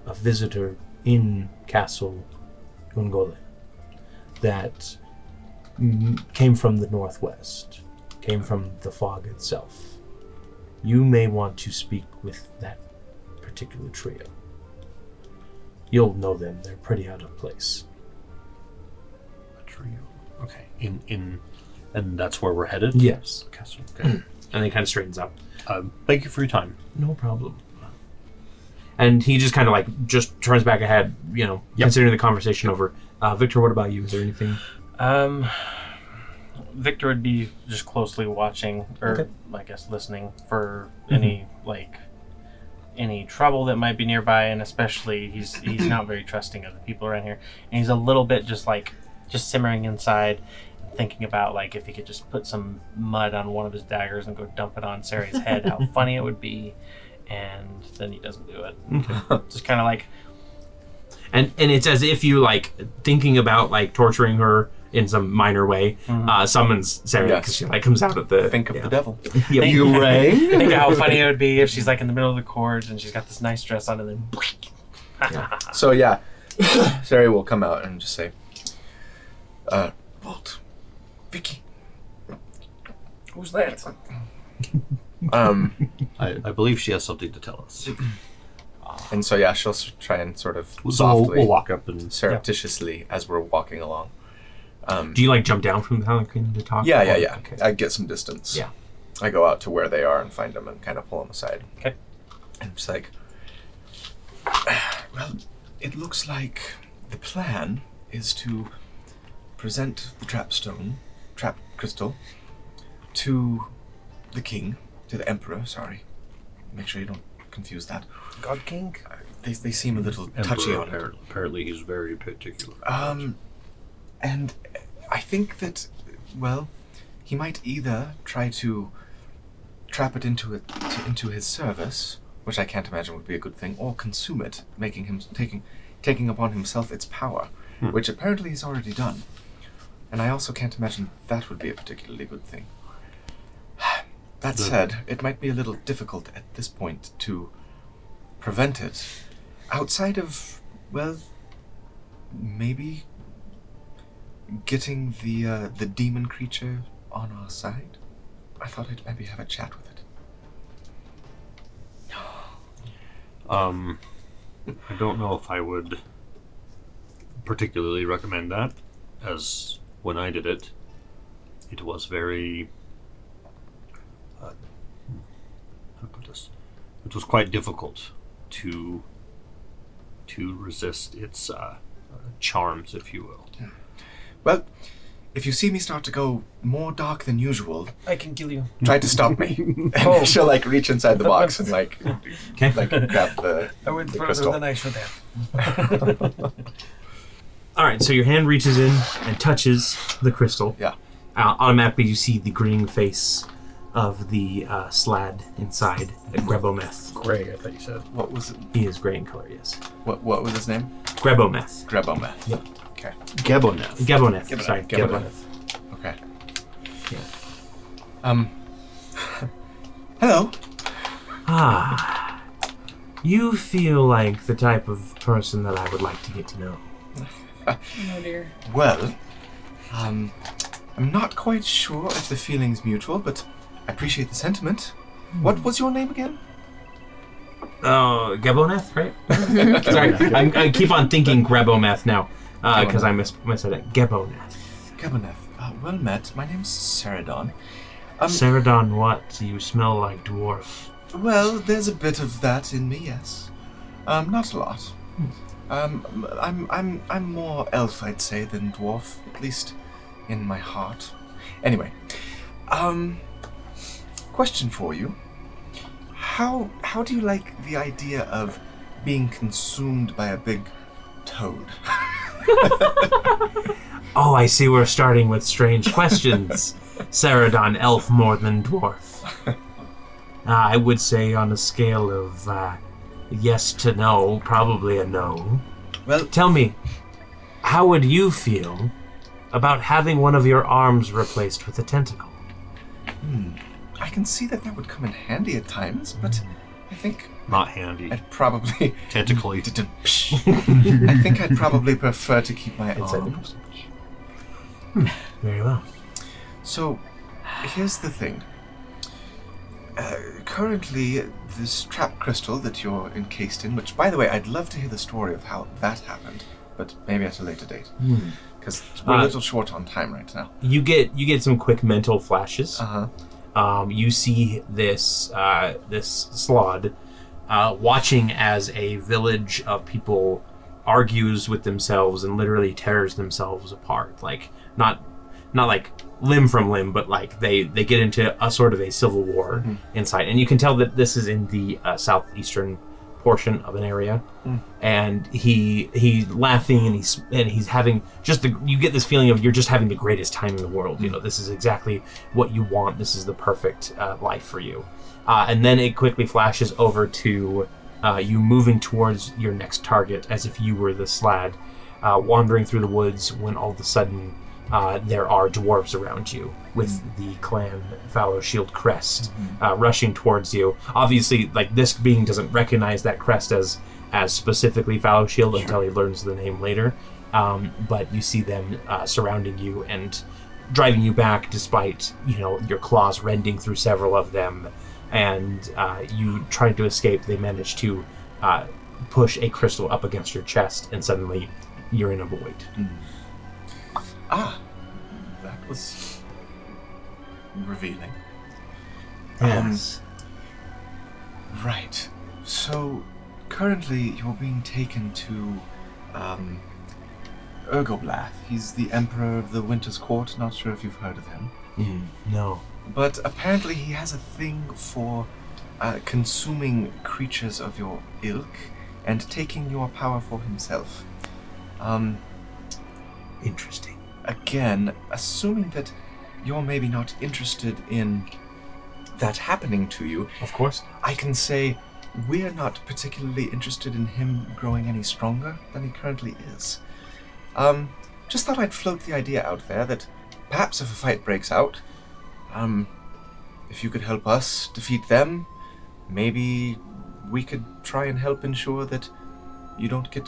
Speaker 2: a visitor in Castle Ungole that mm, came from the northwest, came from the fog itself. You may want to speak with that particular trio. You'll know them. They're pretty out of place.
Speaker 5: A trio. Okay. In in, and that's where we're headed.
Speaker 2: Yes.
Speaker 5: Castle. Okay.
Speaker 2: And he kind of straightens up.
Speaker 5: um, thank you for your time.
Speaker 2: No problem. And he just kind of like just turns back ahead, you know, considering the conversation over. Uh, Victor, what about you? Is there anything?
Speaker 4: Um, Victor would be just closely watching, or
Speaker 2: Okay.
Speaker 4: I guess listening for any like any trouble that might be nearby, and especially he's he's not very trusting of the people around here, and he's a little bit just like just simmering inside, thinking about like if he could just put some mud on one of his daggers and go dump it on Sari's head, how funny it would be, and then he doesn't do it. just kind of like
Speaker 2: And and it's as if you like thinking about like torturing her in some minor way uh, summons Sarah
Speaker 6: Mm-hmm. Yes.
Speaker 2: because she like comes out of the
Speaker 6: Think of
Speaker 2: yeah.
Speaker 6: the devil.
Speaker 2: Yeah.
Speaker 7: You rang?
Speaker 4: think how funny it would be if she's like in the middle of the chords and she's got this nice dress on and then
Speaker 6: So yeah, Sari will come out and just say, uh, "Bolt, Vicky."
Speaker 4: who's that?
Speaker 6: Um,
Speaker 5: I, I believe she has something to tell us.
Speaker 6: and so yeah, she'll s- try and sort of
Speaker 5: So we'll,
Speaker 6: softly,
Speaker 5: we'll walk up and
Speaker 6: surreptitiously, as we're walking along. Um,
Speaker 2: Do you like jump down from the Helican to talk?
Speaker 6: yeah,
Speaker 2: Or-
Speaker 6: yeah, yeah.
Speaker 2: Okay.
Speaker 6: I get some distance.
Speaker 2: Yeah.
Speaker 6: I go out to where they are and find them and kind of pull them aside.
Speaker 4: Okay.
Speaker 6: And it's like, well, it looks like the plan is to present the trapstone, trap crystal, to the king, to the emperor. Sorry, make sure you don't confuse that.
Speaker 4: God King?
Speaker 6: They, they seem a little touchy
Speaker 5: Emperor,
Speaker 6: on it.
Speaker 5: apparently, apparently he's very particular.
Speaker 6: Um, and I think that, well, he might either try to trap it into it into his service, which I can't imagine would be a good thing, or consume it, making him taking taking upon himself its power, which apparently he's already done. And I also can't imagine that would be a particularly good thing. That said, it might be a little difficult at this point to prevent it outside of well maybe getting the uh, the demon creature on our side. I thought I'd maybe have a chat with it.
Speaker 5: Um, I don't know if I would particularly recommend that, as when I did it, it was very. Uh, how to put this? It was quite difficult to to resist its uh, charms, if you will.
Speaker 6: Well, if you see me start to go more dark than usual,
Speaker 4: I can kill you.
Speaker 6: try to stop me. And she'll like reach inside the box and like like grab the,
Speaker 4: I went
Speaker 6: the crystal.
Speaker 4: I should have.
Speaker 2: All right, so your hand reaches in and touches the crystal.
Speaker 6: Yeah.
Speaker 2: Uh, automatically, you see the green face of the uh, slad inside the Grebometh.
Speaker 5: Gray, I thought you said.
Speaker 6: What was it?
Speaker 2: He is gray in color, yes.
Speaker 6: What, what was his name?
Speaker 2: Grebometh.
Speaker 6: Graboma. Okay.
Speaker 5: Geboneth.
Speaker 2: Geboneth. Sorry,
Speaker 6: Geboneth.
Speaker 2: Geboneth.
Speaker 6: Okay. Um. Hello.
Speaker 2: Ah. You feel like the type of person that I would like to get to know.
Speaker 3: Oh dear.
Speaker 6: Well, um, I'm not quite sure if the feeling's mutual, but I appreciate the sentiment. What was your name again?
Speaker 2: Oh, Geboneth, right? Sorry, I'm, I keep on thinking Grebometh now because I mis- said it. Geboneth.
Speaker 6: Gaboneth. Uh, well met. My name's Ceridon. Um,
Speaker 2: Ceridon, what? You smell like dwarf.
Speaker 6: Well, there's a bit of that in me, yes. Um, not a lot. Um, I'm, I'm, I'm more elf, I'd say, than dwarf, at least in my heart. Anyway, um, question for you. How, how do you like the idea of being consumed by a big toad?
Speaker 2: Oh, I see we're starting with strange questions. Ceridon, elf more than dwarf. Uh, I would say on a scale of uh, yes to no, probably a no.
Speaker 6: Well-
Speaker 2: tell me, how would you feel about having one of your arms replaced with a tentacle?
Speaker 6: I can see that that would come in handy at times, but I think
Speaker 5: Not handy.
Speaker 6: I'd probably
Speaker 5: Tentacly.
Speaker 6: I think I'd probably prefer to keep my arm.
Speaker 2: Very well.
Speaker 6: So, here's the thing. Uh, currently, this trap crystal that you're encased in, which, by the way, I'd love to hear the story of how that happened, but maybe at a later date. Because we're
Speaker 2: Uh,
Speaker 6: a little short on time right now.
Speaker 2: You get you get some quick mental flashes.
Speaker 6: Uh huh.
Speaker 2: um, you see this uh, this slod uh, watching as a village of people argues with themselves and literally tears themselves apart. Like not not like limb from limb, but like they they get into a sort of a civil war inside, and you can tell that this is in the uh, southeastern portion of an area. And he he's laughing and he's and he's having just the you get this feeling of you're just having the greatest time in the world. You know this is exactly what you want. This is the perfect uh, life for you. Uh, and then it quickly flashes over to uh, you moving towards your next target as if you were the slad, uh, wandering through the woods when all of a sudden uh, there are dwarves around you with the clan Fallow Shield crest uh, rushing towards you. Obviously, like this being doesn't recognize that crest as as specifically Fallow Shield until he learns the name later. Um, but you see them uh, surrounding you and driving you back despite you know your claws rending through several of them and uh, you trying to escape they manage to uh, push a crystal up against your chest and suddenly you're in a void
Speaker 6: Ah, that was revealing.
Speaker 2: yes
Speaker 6: Right. So, currently you're being taken to, um, Ergoblath. He's the Emperor of the Winter's Court. Not sure if you've heard of him.
Speaker 2: Um, no
Speaker 6: But apparently he has a thing for uh, consuming creatures of your ilk and taking your power for himself. Um,
Speaker 2: interesting
Speaker 6: again, assuming that you're maybe not interested in that happening to you,
Speaker 2: of course
Speaker 6: I can say we're not particularly interested in him growing any stronger than he currently is. Um, just thought I'd float the idea out there that perhaps if a fight breaks out, um, if you could help us defeat them, maybe we could try and help ensure that you don't get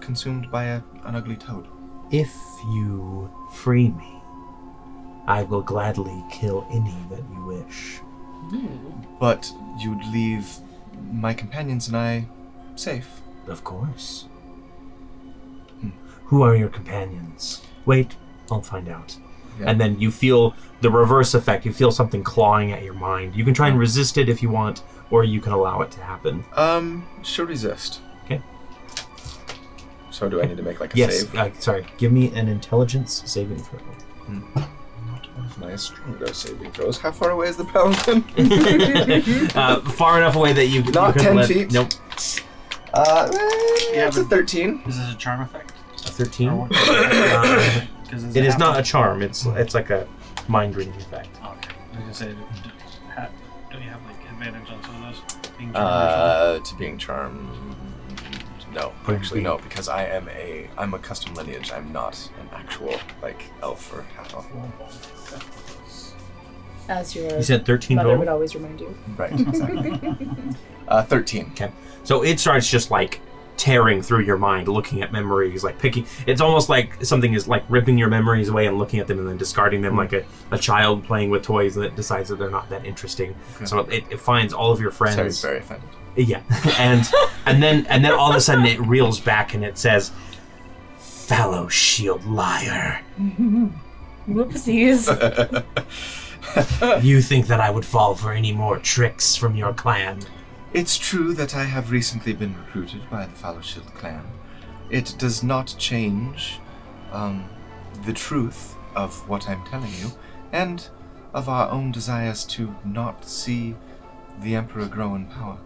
Speaker 6: consumed by a, an ugly toad.
Speaker 2: if you free me i will gladly kill any that you wish
Speaker 6: But you'd leave my companions and I safe.
Speaker 2: of course Hmm. who are your companions wait i'll find out
Speaker 6: Yeah.
Speaker 2: and then Hmm. you feel the reverse effect. You feel something clawing at your mind. You can try and resist it if you want, or you can allow it to happen.
Speaker 6: Um, she'll resist.
Speaker 2: Okay.
Speaker 6: So do I need to make like a
Speaker 2: yes.
Speaker 6: save?
Speaker 2: Uh, sorry. Give me an intelligence saving throw.
Speaker 6: One of my stronger saving throws. How far away is the paladin?
Speaker 2: uh, far enough away that you
Speaker 6: Not
Speaker 2: you can
Speaker 6: 10
Speaker 2: let-
Speaker 6: feet.
Speaker 2: Nope.
Speaker 6: uh, yeah, it's a
Speaker 4: but-
Speaker 6: thirteen.
Speaker 4: Is this a charm effect?
Speaker 2: A Thirteen. Uh,
Speaker 4: Or what? Because
Speaker 2: It is not a
Speaker 4: happening?
Speaker 2: charm. It's it's like a mind reading effect.
Speaker 4: Okay. I was gonna say, do, do, ha- do you have like advantage on some of those? Being charmed or
Speaker 6: Uh, to being charmed. No, actually no, because I am a I'm a custom lineage. I'm not an actual like elf or half elf.
Speaker 3: As your
Speaker 2: You said thirteen
Speaker 3: mother would
Speaker 2: total.
Speaker 3: always remind you.
Speaker 6: Right. Exactly. uh, thirteen.
Speaker 2: Okay. So it starts just like tearing through your mind, looking at memories, like picking. It's almost like something is like ripping your memories away and looking at them and then discarding them, like a, a child playing with toys that decides that they're not that interesting. So it, it finds all of your friends.
Speaker 6: Terry's very offended.
Speaker 2: Yeah, and and then and then all of a sudden it reels back and it says, "Fallow shield liar,
Speaker 3: Whoopsies.
Speaker 2: you think that I would fall for any more tricks from your clan?
Speaker 6: It's true that I have recently been recruited by the Fallowshield clan. It does not change um, the truth of what I'm telling you, and of our own desires to not see the Emperor grow in power.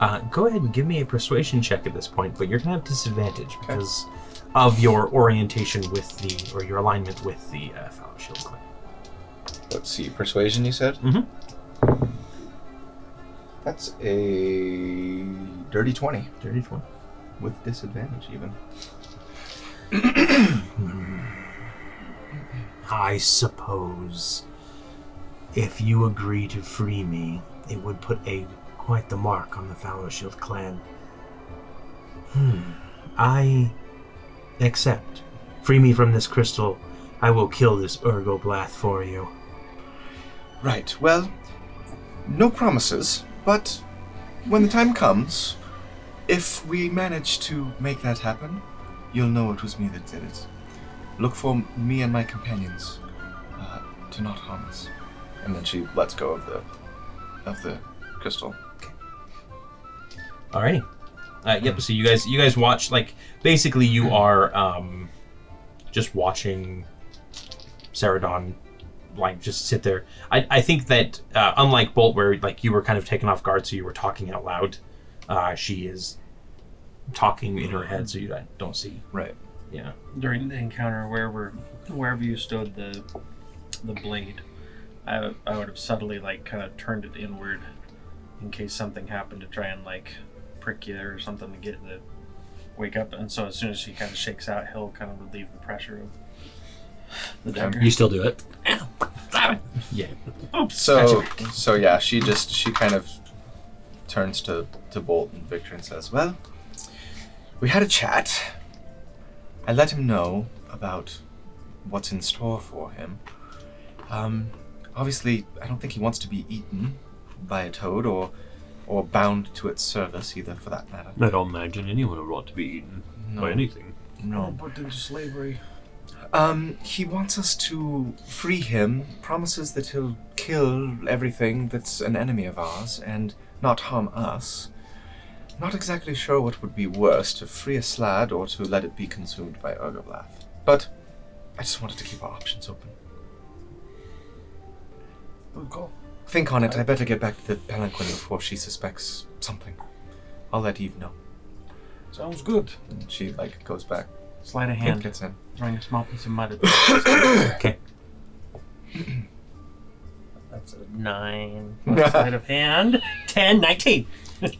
Speaker 2: Uh, go ahead and give me a persuasion check at this point, but you're gonna have disadvantage because of your orientation with the or your alignment with the uh, Fallow Shield clan.
Speaker 6: Let's see, persuasion, you said?
Speaker 2: Mhm.
Speaker 6: That's a dirty 20
Speaker 2: Dirty twenty.
Speaker 6: with disadvantage, even.
Speaker 2: I suppose if you agree to free me, it would put a quite the mark on the Fallowshield clan. Hmm. I accept. Free me from this crystal. I will kill this Ergoblath for you.
Speaker 6: Right. Well, no promises, but when the time comes, if we manage to make that happen, you'll know it was me that did it. Look for me and my companions uh, to not harm us. And then she lets go of the of the crystal.
Speaker 2: Alrighty. Uh, yep. So you guys, you guys watch like basically you are um, just watching Ceradon like just sit there. I, I think that uh, unlike Bolt, where like you were kind of taken off guard, so you were talking out loud, uh, she is talking in her head, so you I don't see.
Speaker 6: Right.
Speaker 2: Yeah.
Speaker 4: during the encounter where we're wherever you stood the the blade I, I would have subtly like kind of turned it inward in case something happened to try and like prick you or something to get the wake up and so as soon as she kind of shakes out he'll kind of relieve the pressure of the dagger
Speaker 5: You still do it.
Speaker 6: So so yeah, she just she kind of turns to to Bolt and Victor and says, "Well, we had a chat. I let him know about what's in store for him. Um, obviously, I don't think he wants to be eaten by a toad or or bound to its service either, for that matter.
Speaker 5: I don't imagine anyone would want to be eaten by anything.
Speaker 6: No,
Speaker 4: put into slavery
Speaker 6: Um, he wants us to free him, promises that he'll kill everything that's an enemy of ours and not harm us. Not exactly sure what would be worse, to free a slad or to let it be consumed by Urgoblath. But I just wanted to keep our options open.
Speaker 4: Oh,
Speaker 6: Think on it. I better get back to the palanquin before she suspects something. I'll let Eve know.
Speaker 4: sounds good
Speaker 6: And she, like, goes back
Speaker 4: sleight of
Speaker 6: and
Speaker 4: hand
Speaker 6: gets in.
Speaker 4: throwing a small piece of mud at
Speaker 2: Okay.
Speaker 4: that's a nine plus sleight of hand 10 19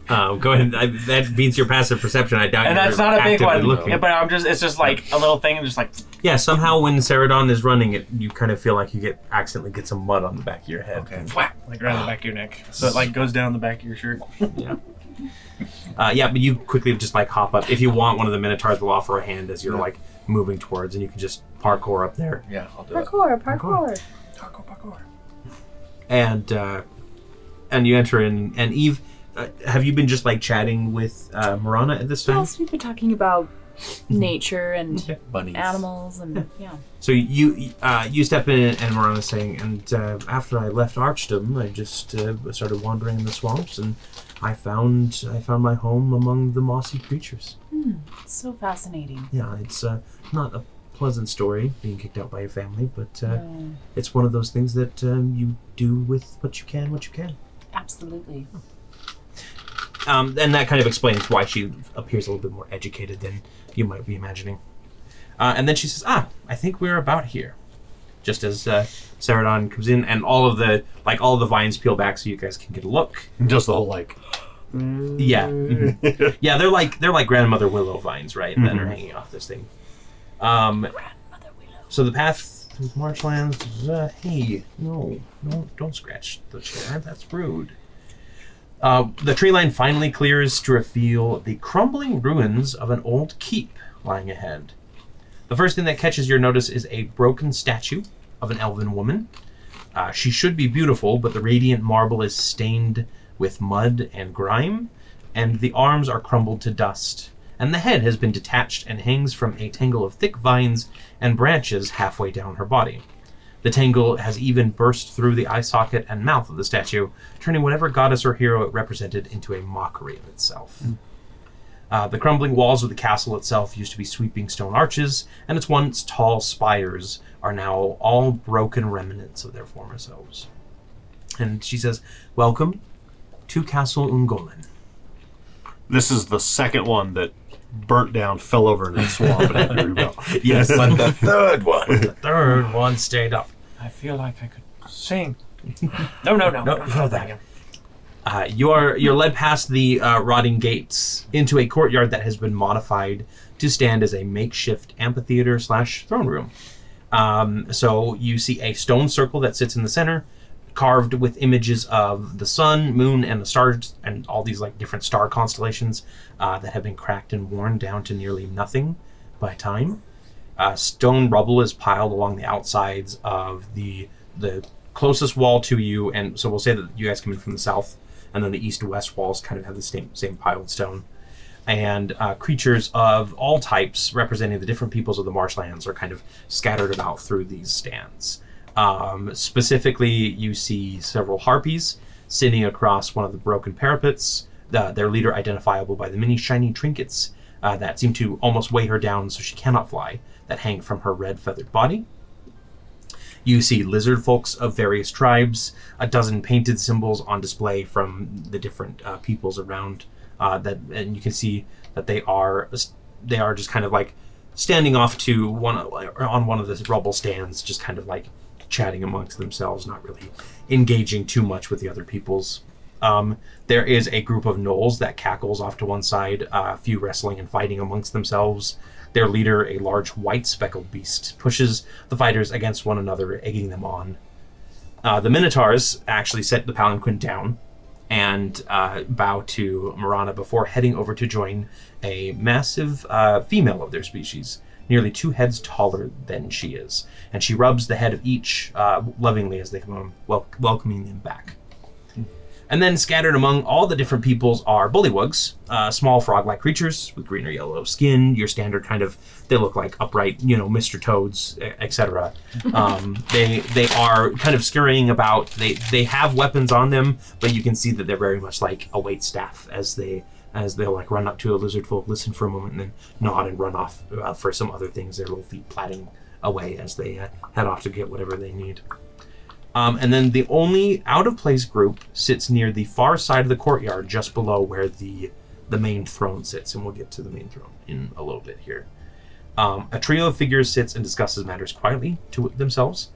Speaker 2: Uh, go ahead. I, that beats your passive perception. I doubt.
Speaker 4: and
Speaker 2: you're
Speaker 4: that's not a big
Speaker 2: actively
Speaker 4: one
Speaker 2: Looking.
Speaker 4: yeah, but i'm just it's just like a little thing and just like
Speaker 2: Yeah, somehow when Ceradon is running, it you kind of feel like you get accidentally get some mud on the back of your head.
Speaker 6: Okay.
Speaker 4: whack, like right on the back of your neck. So it like goes down the back of your shirt.
Speaker 2: Uh, yeah, but you quickly just like hop up. If you want, one of the minotaurs will offer a hand as you're like moving towards, and you can just parkour up there.
Speaker 6: Yeah, I'll do it.
Speaker 3: parkour, parkour.
Speaker 6: Parkour, parkour.
Speaker 2: And uh, and you enter in. And Eve, uh, have you been just like chatting with uh, Marana at this time?
Speaker 3: Yes, we've been talking about nature and
Speaker 6: Bunnies.
Speaker 3: animals and yeah.
Speaker 2: So you uh, you step in, and Morana's saying, and uh, after I left Archdom, I just uh, started wandering in the swamps, and I found I found my home among the mossy creatures.
Speaker 3: It's so fascinating.
Speaker 2: Yeah, it's uh, not a pleasant story being kicked out by your family, but uh,
Speaker 3: No,
Speaker 2: it's one of those things that um, you do with what you can, what you can.
Speaker 3: absolutely.
Speaker 2: Um, and that kind of explains why she appears a little bit more educated than you might be imagining. Uh, and then she says, "Ah, I think we're about here." Just as uh, Saradon comes in, and all of the like all of the vines peel back, so you guys can get a look.
Speaker 5: Just the whole like.
Speaker 2: Yeah, mhm. yeah, they're like they're like grandmother willow vines, right? That are hanging off this thing. Um, so the path through marshlands. Uh, hey, no, no, don't scratch the chair. That's rude. Uh, the tree line finally clears to reveal the crumbling ruins of an old keep lying ahead. The first thing that catches your notice is a broken statue of an elven woman. Uh, she should be beautiful, but the radiant marble is stained with mud and grime, and the arms are crumbled to dust. And the head has been detached and hangs from a tangle of thick vines and branches halfway down her body. The tangle has even burst through the eye socket and mouth of the statue, turning whatever goddess or hero it represented into a mockery of itself. Uh, the crumbling walls of the castle itself used to be sweeping stone arches, and its once tall spires are now all broken remnants of their former selves. And she says, Welcome to Castle Ungolan.
Speaker 5: This is the second one that burnt down, fell over in the swamp, and had to rebuild.
Speaker 2: Yes.
Speaker 6: But the third one.
Speaker 2: Third one stayed up.
Speaker 4: I feel like I could sing. No, no, no,
Speaker 2: No,
Speaker 4: no,
Speaker 2: you know that. Uh, you are you're led past the uh, rotting gates into a courtyard that has been modified to stand as a makeshift amphitheater slash throne room. Um, so you see a stone circle that sits in the center, carved with images of the sun, moon, and the stars, and all these like different star constellations uh, that have been cracked and worn down to nearly nothing by time. Uh, stone rubble is piled along the outsides of the the closest wall to you, and so we'll say that you guys come in from the south, and then the east-west walls kind of have the same same piled stone. And uh, creatures of all types, representing the different peoples of the marshlands, are kind of scattered about through these stands. Um, specifically, you see several harpies sitting across one of the broken parapets. Uh, their leader identifiable by the many shiny trinkets uh, that seem to almost weigh her down so she cannot fly, that hang from her red feathered body. You see lizard folks of various tribes, a dozen painted symbols on display from the different uh, peoples around. Uh, that and you can see that they are they are just kind of like standing off to one of- on one of the rubble stands, just kind of like chatting amongst themselves, not really engaging too much with the other peoples. Um, there is a group of gnolls that cackles off to one side, uh, a few wrestling and fighting amongst themselves. Their leader, a large white speckled beast, pushes the fighters against one another, egging them on. Uh, the Minotaurs actually set the palanquin down and uh, bow to Marana before heading over to join a massive uh, female of their species, nearly two heads taller than she is. And she rubs the head of each uh, lovingly as they come on, wel- welcoming them back. And then scattered among all the different peoples are bullywugs, uh, small frog-like creatures with green or yellow skin. Your standard kind of they look like upright, you know, Mr. Toads, e- etc. Um, they they are kind of scurrying about. They they have weapons on them, but you can see that they're very much like a wait staff as they as they'll like run up to a lizard folk, listen for a moment, and then nod and run off uh, for some other things. Their little feet platting away as they uh, head off to get whatever they need. Um, and then the only out of place group sits near the far side of the courtyard, just below where the the main throne sits, and we'll get to the main throne in a little bit here. Um, a trio of figures sits and discusses matters quietly to themselves.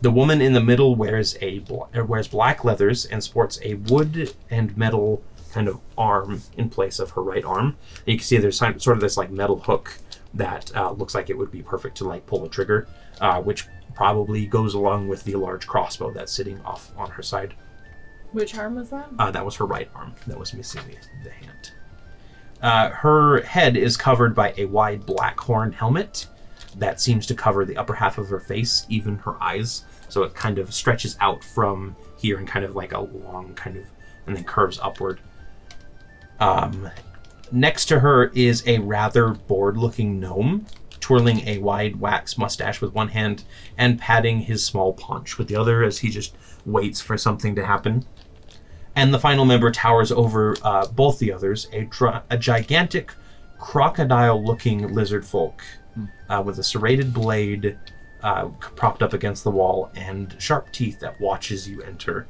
Speaker 2: The woman in the middle wears a bl- uh, wears black leathers and sports a wood and metal kind of arm in place of her right arm. And you can see there's si- sort of this like metal hook that uh, looks like it would be perfect to like pull a trigger, uh, which probably goes along with the large crossbow that's sitting off on her side.
Speaker 3: Which arm was that?
Speaker 2: Uh, that was her right arm that was missing the, the hand. Uh, her head is covered by a wide black horn helmet that seems to cover the upper half of her face, even her eyes. So it kind of stretches out from here and kind of like a long kind of, and then curves upward. Um, Next to her is a rather bored looking gnome, twirling a wide wax mustache with one hand and patting his small paunch with the other as he just waits for something to happen. And the final member towers over uh, both the others, a, dr- a gigantic crocodile looking lizard folk uh, with a serrated blade uh, propped up against the wall and sharp teeth that watches you enter.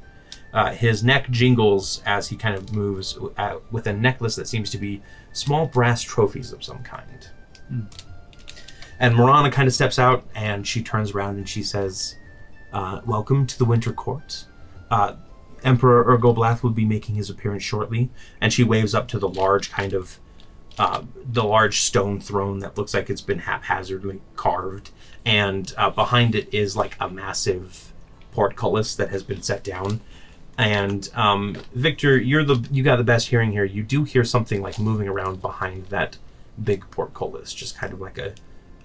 Speaker 2: Uh, his neck jingles as he kind of moves w- uh, with a necklace that seems to be small brass trophies of some kind. And Morana kind of steps out and she turns around and she says, uh, Welcome to the Winter Court. Uh, Emperor Ergoblath will be making his appearance shortly. And she waves up to the large kind of uh, the large stone throne that looks like it's been haphazardly carved, and uh, behind it is like a massive portcullis that has been set down. And um, Victor, you're the you got the best hearing here. You do hear something like moving around behind that big portcullis, just kind of like a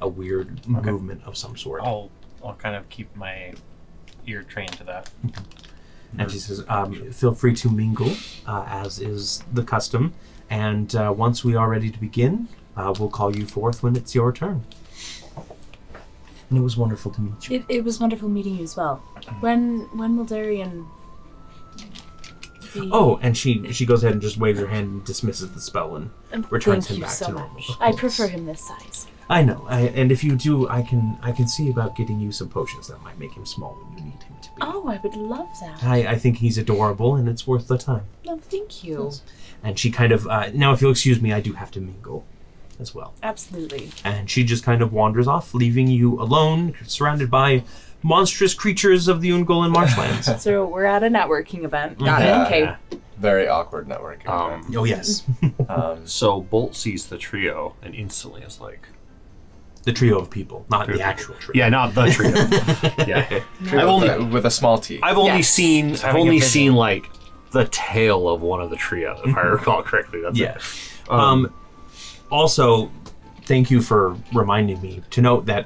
Speaker 2: a weird movement of some sort.
Speaker 4: I'll I'll kind of keep my ear trained to that.
Speaker 2: And she says, um, feel free to mingle, uh, as is the custom. And uh, once we are ready to begin, uh, we'll call you forth when it's your turn. And it was wonderful to meet you.
Speaker 3: It, it was wonderful meeting you as well. When when will Darian? Be...
Speaker 2: Oh, and she she goes ahead and just waves her hand and dismisses the spell and
Speaker 3: And Um, thank
Speaker 2: returns him
Speaker 3: you
Speaker 2: back
Speaker 3: so
Speaker 2: to
Speaker 3: much.
Speaker 2: normal. Of
Speaker 3: I
Speaker 2: course.
Speaker 3: prefer him this size.
Speaker 2: I know, I, and if you do, I can I can see about getting you some potions that might make him small when you need him to be.
Speaker 3: Oh, I would love that.
Speaker 2: I, I think he's adorable, and it's worth the time.
Speaker 3: No, thank you.
Speaker 2: And she kind of uh, now, if you'll excuse me, I do have to mingle, as well.
Speaker 3: Absolutely.
Speaker 2: and she just kind of wanders off, leaving you alone, surrounded by monstrous creatures of the Ungolan marshlands.
Speaker 3: So we're at a networking event. Got
Speaker 6: Yeah.
Speaker 3: it. Okay.
Speaker 6: Very awkward networking.
Speaker 5: Um,
Speaker 2: oh yes,
Speaker 6: um,
Speaker 5: So Bolt sees the trio and instantly is like,
Speaker 2: the trio of people, not the actual trio.
Speaker 5: "Yeah, not the trio." yeah, I've only
Speaker 6: with, a, with a small T.
Speaker 5: I've only
Speaker 3: Yes.
Speaker 5: seen I've
Speaker 4: having a
Speaker 5: only
Speaker 4: vision.
Speaker 5: seen like the tail of one of the trio, if I recall correctly. That's
Speaker 2: Yeah.
Speaker 5: it.
Speaker 2: Um, also, thank you for reminding me to note that,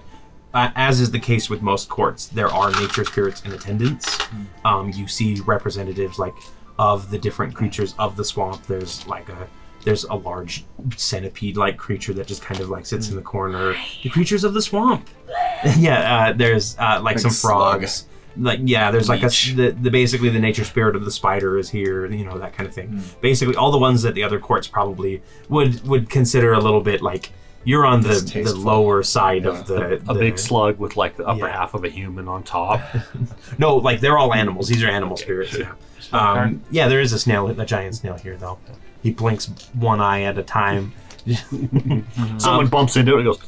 Speaker 2: uh, as is the case with most courts, there are nature spirits in attendance. Um, you see representatives like of the different creatures of the swamp. There's like a there's a large centipede-like creature that just kind of like sits in the corner. The creatures of the swamp. yeah, uh, there's uh, like,
Speaker 6: Like
Speaker 2: some
Speaker 6: slug.
Speaker 2: frogs. Like yeah, there's like a,
Speaker 6: Leech.
Speaker 2: the, the basically the nature spirit of the spider is here, you know that kind of thing. Basically, all the ones that the other courts probably would would consider a little bit like you're on the, the
Speaker 6: Distasteful.
Speaker 2: lower side
Speaker 6: Yeah.
Speaker 2: of the,
Speaker 5: a
Speaker 2: the-
Speaker 5: big slug with like the upper
Speaker 2: Yeah.
Speaker 5: half of a human on top.
Speaker 2: No, like they're all animals. These are animal spirits.
Speaker 5: sure.
Speaker 2: Yeah. Um, yeah, there is a snail, a giant snail here though. He blinks one eye at a time.
Speaker 5: Someone bumps into it and goes,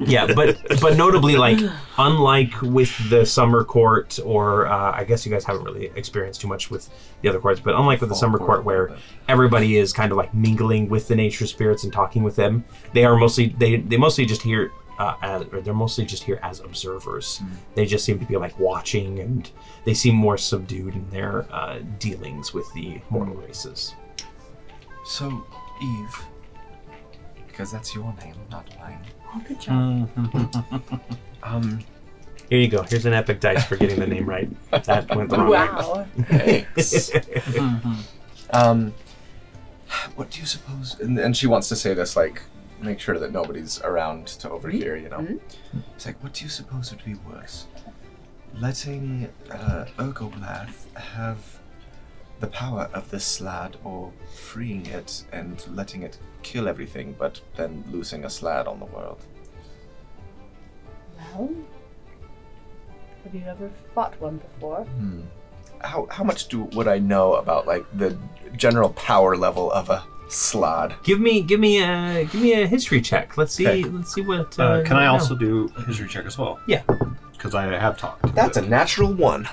Speaker 2: yeah, but but notably, like unlike with the summer court, or uh, I guess you guys haven't really experienced too much with the other courts, but unlike with the summer court, where everybody is kind of like mingling with the nature spirits and talking with them, they are mostly they they mostly just here. Uh, as, or they're mostly just here as observers. They just seem to be like watching, and they seem more subdued in their uh, dealings with the mortal races.
Speaker 6: So, Eve, because that's your name, not mine.
Speaker 3: Oh, good job.
Speaker 6: Um,
Speaker 2: Here you go. Here's an epic dice for getting the name right. That went the wrong way.
Speaker 3: wow.
Speaker 6: thanks. um, what do you suppose? And, and she wants to say this, like, make sure that nobody's around to overhear,
Speaker 5: Mm-hmm.
Speaker 6: you know? It's like, what do you suppose would be worse? Letting uh, Ergoblath have the power of this slad or freeing it and letting it kill everything, but then losing a slad on the world?
Speaker 3: Well, have you ever fought one before?
Speaker 6: how how much do would I know about like the general power level of a slod?
Speaker 2: Give me, give me a, give me a history check. Let's see,
Speaker 6: Okay.
Speaker 2: let's see what. Uh,
Speaker 5: uh, "Can I
Speaker 2: no.
Speaker 5: also do a history check as well?"
Speaker 2: Yeah.
Speaker 5: because I have talked.
Speaker 6: That's a natural one.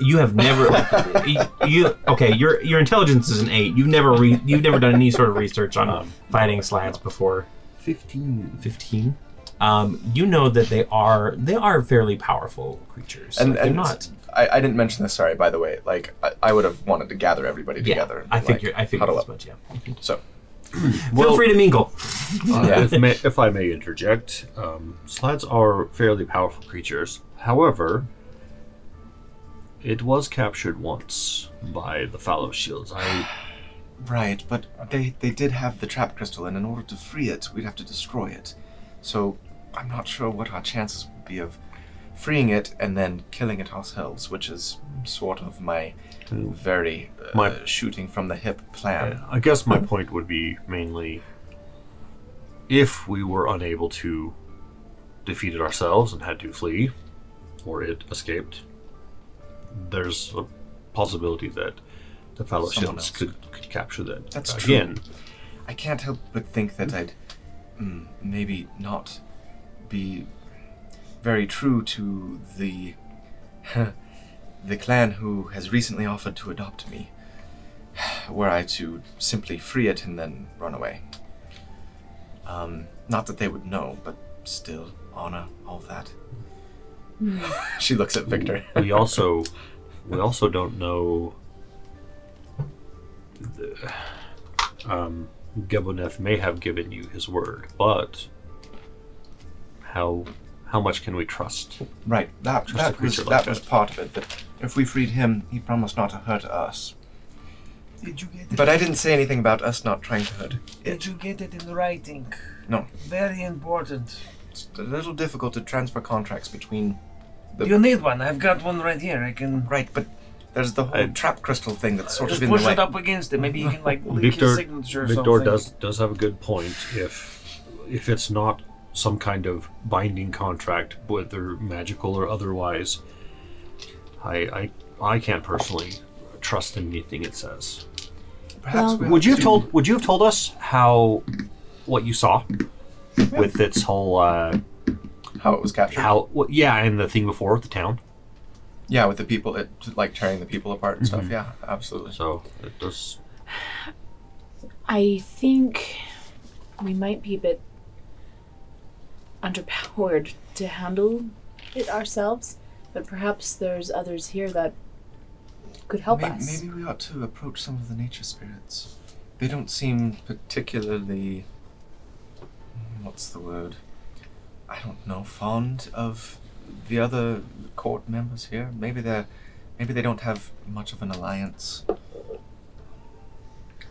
Speaker 2: You have never. y- you okay? Your your intelligence is an eight. You've never re, you've never done any sort of research on
Speaker 5: Um,
Speaker 2: fighting slats before.
Speaker 5: fifteen.
Speaker 2: Fifteen. Um, you know that they are they are fairly powerful creatures.
Speaker 6: And,
Speaker 2: Like,
Speaker 6: and
Speaker 2: they're not.
Speaker 6: I, I didn't mention this. Sorry, by the way. Like I, I would have wanted to gather everybody together.
Speaker 2: Yeah,
Speaker 6: and,
Speaker 2: I
Speaker 6: like,
Speaker 2: figured. I figured
Speaker 6: huddle
Speaker 2: as
Speaker 6: up.
Speaker 2: much. Yeah.
Speaker 6: So
Speaker 2: Feel free to mingle.
Speaker 5: Uh,
Speaker 6: Yeah.
Speaker 5: if, may, if I may interject, um, sleds are fairly powerful creatures. However, it was captured once by the Fallow Shields. I
Speaker 6: Right, but they, they did have the trap crystal, and in order to free it, we'd have to destroy it. So I'm not sure what our chances would be of freeing it and then killing it ourselves, which is sort of my
Speaker 2: Mm.
Speaker 6: very uh,
Speaker 5: My-
Speaker 6: shooting from the hip plan.
Speaker 5: I guess my point would be mainly if we were unable to defeat it ourselves and had to flee, or it escaped, there's a possibility that the
Speaker 6: Someone
Speaker 5: fellowships
Speaker 6: else
Speaker 5: could, could capture that.
Speaker 6: That's true.
Speaker 5: Again,
Speaker 6: I can't help but think
Speaker 5: Mm-hmm.
Speaker 6: that I'd mm, maybe not be very true to the the clan who has recently offered to adopt me. Were I to simply free it and then run away, um, not that they would know, but still honor all of that.
Speaker 5: Mm-hmm.
Speaker 6: she looks at Victor.
Speaker 5: we also we also don't know the- um Gebonef may have given you his word, but how how much can we trust?
Speaker 6: Right, that,
Speaker 5: Just a
Speaker 6: that, was,
Speaker 5: creature like
Speaker 6: that was part of it. But if we freed him, he promised not to hurt us.
Speaker 8: Did you get it?
Speaker 6: But I didn't say anything about us not trying to hurt.
Speaker 8: Did you get it in writing?
Speaker 6: No.
Speaker 8: Very important.
Speaker 6: It's a little difficult to transfer contracts between. The-
Speaker 8: You need one. I've got one right here. I can
Speaker 6: Right, but there's the whole
Speaker 5: I-
Speaker 6: trap crystal thing that's sort
Speaker 8: just
Speaker 6: of in the
Speaker 8: push
Speaker 6: way.
Speaker 8: it up against it. Maybe you can like leak his
Speaker 5: Victor
Speaker 8: signature or
Speaker 5: Victor
Speaker 8: something.
Speaker 5: does does have a good point. If if it's not some kind of binding contract, whether magical or otherwise, I I, I can't personally trust anything it says.
Speaker 6: Perhaps
Speaker 1: Well-
Speaker 6: we
Speaker 5: Would you
Speaker 6: ought
Speaker 5: have
Speaker 6: to-
Speaker 5: told? Would you have told us how what you saw with its whole uh,
Speaker 6: how it was captured?
Speaker 5: how? What, yeah, and the thing before with the town.
Speaker 6: Yeah, with the people, it, like tearing the people apart and
Speaker 5: Mm-hmm.
Speaker 6: stuff. Yeah, absolutely.
Speaker 5: So it does.
Speaker 3: I think we might be a bit underpowered to handle it ourselves, but perhaps there's others here that could help
Speaker 6: May-
Speaker 3: us.
Speaker 6: Maybe we ought to approach some of the nature spirits. They don't seem particularly. What's the word? I don't know. Fond of the other court members here. Maybe they're. Maybe they don't have much of an alliance.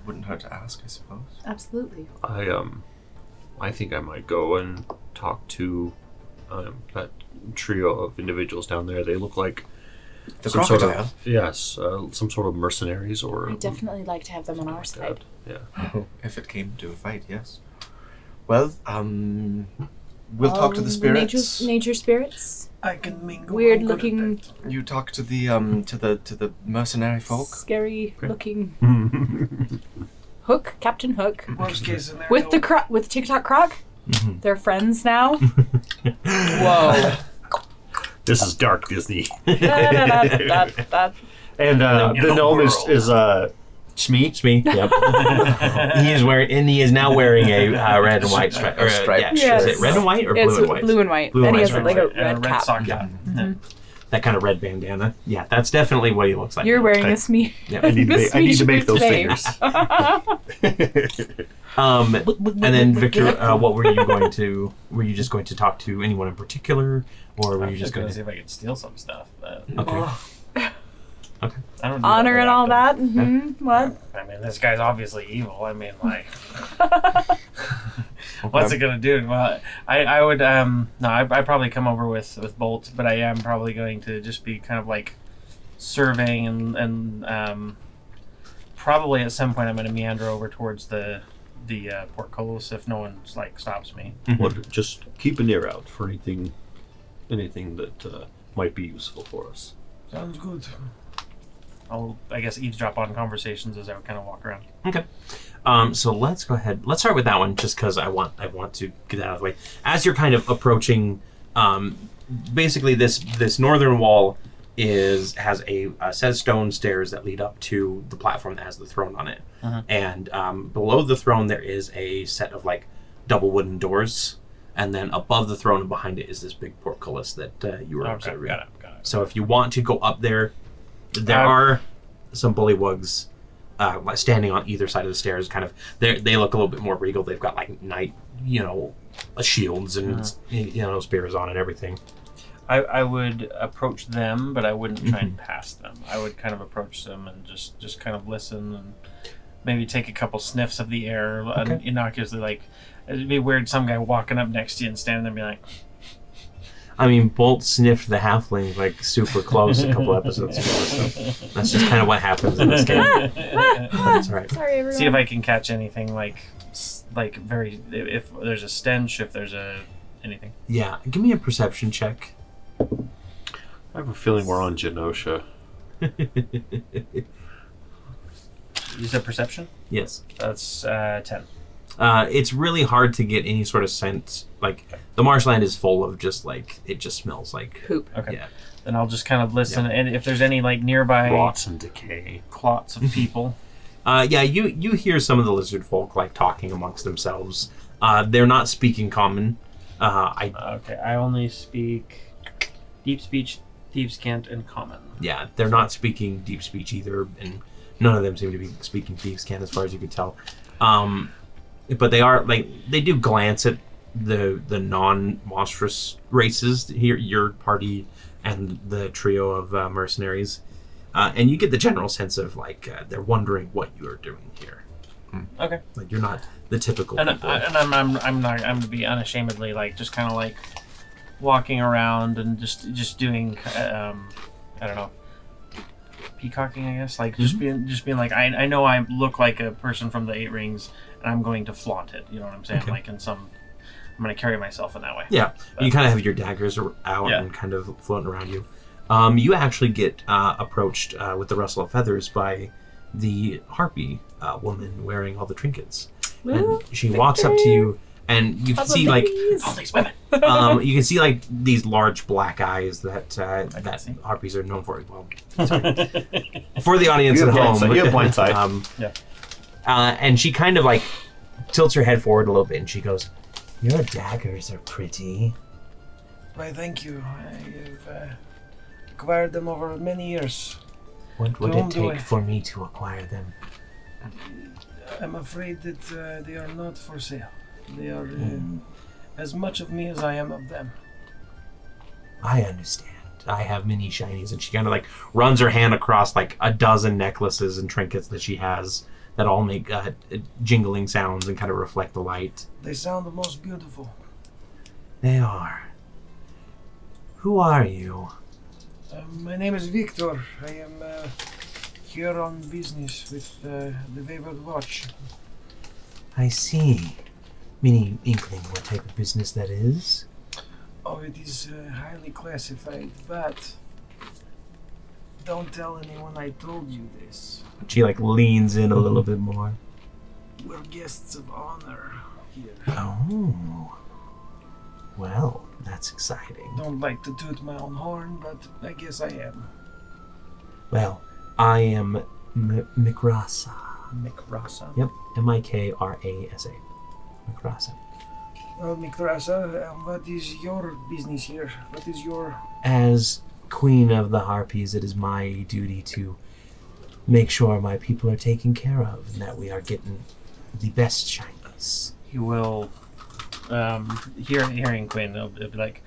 Speaker 6: Wouldn't hurt to ask, I suppose.
Speaker 3: Absolutely.
Speaker 5: I um, I think I might go and talk to um, that trio of individuals down there. They look like
Speaker 6: The
Speaker 5: some sort
Speaker 6: crocodile.
Speaker 5: of yes, uh, some sort of mercenaries or
Speaker 3: I'd definitely like to have them on our side.
Speaker 5: that. Yeah.
Speaker 6: if it came to a fight, yes. Well, um, we'll talk to
Speaker 3: Um,
Speaker 6: the spirits.
Speaker 3: Nature, nature spirits.
Speaker 8: I can mingle.
Speaker 3: Weird
Speaker 8: I'm good at
Speaker 3: looking,
Speaker 8: that.
Speaker 6: You talk to the um to the to the mercenary folk.
Speaker 3: scary looking Hook, Captain Hook,
Speaker 8: Worst case scenario.
Speaker 3: with the cro- with TikTok Croc.
Speaker 2: Mm-hmm.
Speaker 3: They're friends now.
Speaker 8: whoa.
Speaker 7: This is dark Disney.
Speaker 3: Da, da, da, da, da, da.
Speaker 7: And uh, the gnome is, is uh, Shmi.
Speaker 2: It's me. Yep. he is wearing, and he is now wearing a uh, red and white stripe. Or, uh,
Speaker 6: Striped
Speaker 2: yeah,
Speaker 3: shirt.
Speaker 2: Is it red and white or
Speaker 3: It's
Speaker 2: blue and white?
Speaker 3: blue and white,
Speaker 2: Blue
Speaker 3: and
Speaker 2: and
Speaker 3: he has
Speaker 2: white,
Speaker 3: like a
Speaker 4: And a
Speaker 3: red cap.
Speaker 4: sock
Speaker 2: Yeah.
Speaker 4: hat.
Speaker 2: That kind of red bandana. Yeah, that's definitely what he looks like.
Speaker 3: You're wearing this me.
Speaker 2: Yep.
Speaker 7: I need to make, I need to make those fingers.
Speaker 2: Um, and then Victor, uh, what were you going to? Were you just going to talk to anyone in particular, or were
Speaker 4: I'm
Speaker 2: you just going
Speaker 4: gonna see
Speaker 2: to?
Speaker 4: if I could steal some stuff. But
Speaker 2: Okay.
Speaker 4: I don't do that
Speaker 3: Honor
Speaker 4: very
Speaker 3: and all
Speaker 4: often.
Speaker 3: that. hmm What?
Speaker 4: I mean, this guy's obviously evil. I mean, like, what's it gonna do? Well, I, I would, um, no, I, I probably come over with with Bolt, but I am probably going to just be kind of like surveying and and um, probably at some point I'm gonna meander over towards the the uh, portcullis if no one's like stops me.
Speaker 5: What, just keep an ear out for anything, anything that uh, might be useful for us.
Speaker 8: Sounds good.
Speaker 4: I'll, I guess, eavesdrop on conversations as I kind of walk around.
Speaker 2: Okay. Um, so let's go ahead. Let's start with that one, just because I want I want to get that out of the way. As you're kind of approaching, um, basically this this northern wall is has a uh, says stone stairs that lead up to the platform that has the throne on it,
Speaker 4: Uh-huh.
Speaker 2: and um, below the throne there is a set of like double wooden doors, and then above the throne and behind it is this big portcullis that uh, you were
Speaker 4: Oh, Okay,
Speaker 2: observing.
Speaker 4: got it, got it.
Speaker 2: So if you want to go up there, there
Speaker 4: Uh,
Speaker 2: are some bullywugs uh, like, standing on either side of the stairs. Kind of, they they look a little bit more regal. They've got like knight, you know, uh, shields and you know spears on and everything.
Speaker 4: I, I would approach
Speaker 8: Mm-hmm.
Speaker 4: them, but I wouldn't try and pass them. I would kind of approach them and just, just kind of listen and maybe take a couple sniffs of the air uh, innocuously. Like it'd be weird some guy walking up next to you and standing there and be like,
Speaker 2: I mean, Bolt sniffed the halfling like super close a couple episodes ago. So that's just kind of what happens in this game. That's all right.
Speaker 9: Sorry, everyone.
Speaker 4: see if I can catch anything like s- like very if there's a stench, if there's a anything.
Speaker 2: Yeah, give me a perception check.
Speaker 5: I have a feeling we're on Genosha.
Speaker 4: Use a perception.
Speaker 2: Yes.
Speaker 4: That's uh, ten.
Speaker 2: uh, it's really hard to get any sort of scent. Like the marshland is full of just like it just smells like
Speaker 3: Poop.
Speaker 4: Okay.
Speaker 2: Yeah.
Speaker 4: Then I'll just kind of listen, and if there's any like nearby
Speaker 5: Rots and decay.
Speaker 4: clots of people,
Speaker 2: Uh, yeah, you you hear some of the lizard folk like talking amongst themselves. Uh, they're not speaking common. Uh, I
Speaker 4: Okay, I only speak deep speech, thieves cant, and common.
Speaker 2: yeah, they're not speaking deep speech either, and none of them seem to be speaking thieves can, as far as you can tell. Um, but they are like they do glance at the the non monstrous races here, your party and the trio of uh, mercenaries, uh, and you get the general sense of like uh, they're wondering what you are doing here.
Speaker 4: Okay,
Speaker 2: Like you're not the typical
Speaker 4: and, uh,
Speaker 2: people.
Speaker 4: I, and I'm, I'm I'm not I'm to be unashamedly like just kind of like walking around and just just doing um I don't know peacocking I guess like
Speaker 2: Mm-hmm.
Speaker 4: just being just being like I, I know I look like a person from the Eight Rings and I'm going to flaunt it you know what I'm saying
Speaker 2: Okay.
Speaker 4: like in some I'm gonna carry myself in that way
Speaker 2: Yeah, you kind of have your daggers ar- out
Speaker 4: Yeah.
Speaker 2: and kind of floating around you. Um, you actually get uh, approached uh, with the rustle of feathers by the harpy uh, woman wearing all the trinkets, and she walks up to you, and you can see like
Speaker 4: all these women
Speaker 2: um, you can see like these large black eyes that uh, that
Speaker 4: see.
Speaker 2: harpies are known for. Well, for the audience
Speaker 7: You
Speaker 2: at
Speaker 7: have blind
Speaker 2: home,
Speaker 7: side- you have blind side.
Speaker 2: um,
Speaker 4: Yeah.
Speaker 2: uh, and she kind of like tilts her head forward a little bit, and she goes, "Your daggers are pretty."
Speaker 8: Why, thank you. I've uh, acquired them over many years.
Speaker 2: What would
Speaker 8: Don't
Speaker 2: it
Speaker 8: do
Speaker 2: take
Speaker 8: it.
Speaker 2: for me to acquire them?
Speaker 8: I'm afraid that uh, they are not for sale. They are uh, as much of me as I am of them.
Speaker 2: I understand. I have many shinies, and she kind of like runs her hand across like a dozen necklaces and trinkets that she has that all make uh, jingling sounds and kind of reflect the light.
Speaker 8: They sound the most beautiful.
Speaker 2: They are. Who are you?
Speaker 8: Um, my name is Victor. I am uh, here on business with uh, the Wayward Watch.
Speaker 2: I see. Mini inkling what type of business that is.
Speaker 8: Oh, it is uh, highly classified, but don't tell anyone I told you this.
Speaker 2: She like leans in a little
Speaker 8: Mm-hmm.
Speaker 2: bit more.
Speaker 8: We're guests of honor here.
Speaker 2: Oh. Well, that's exciting.
Speaker 8: Don't like to toot my own horn, but I guess I am.
Speaker 2: Well, I am M- Mikrasa.
Speaker 4: Mikrasa
Speaker 2: Yep, M I K R A S A. Mikrasa.
Speaker 8: Well, Mikrasa, um, what is your business here? What is your
Speaker 2: As Queen of the Harpies, it is my duty to make sure my people are taken care of and that we are getting the best shinies.
Speaker 4: he will um hear, hearing Quinn it'll, it'll be like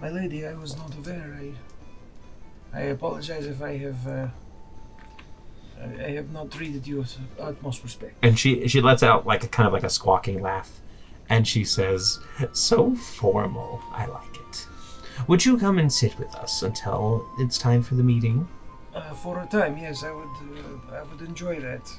Speaker 8: My lady, I was not aware. I, I apologize if I have, uh, I, I have not treated you with utmost respect.
Speaker 2: And she she lets out like a kind of like a squawking laugh, and she says, "So formal. I like it. Would you come and sit with us until it's time for the meeting?"
Speaker 8: Uh, for a time, yes, I would, uh, I would enjoy that.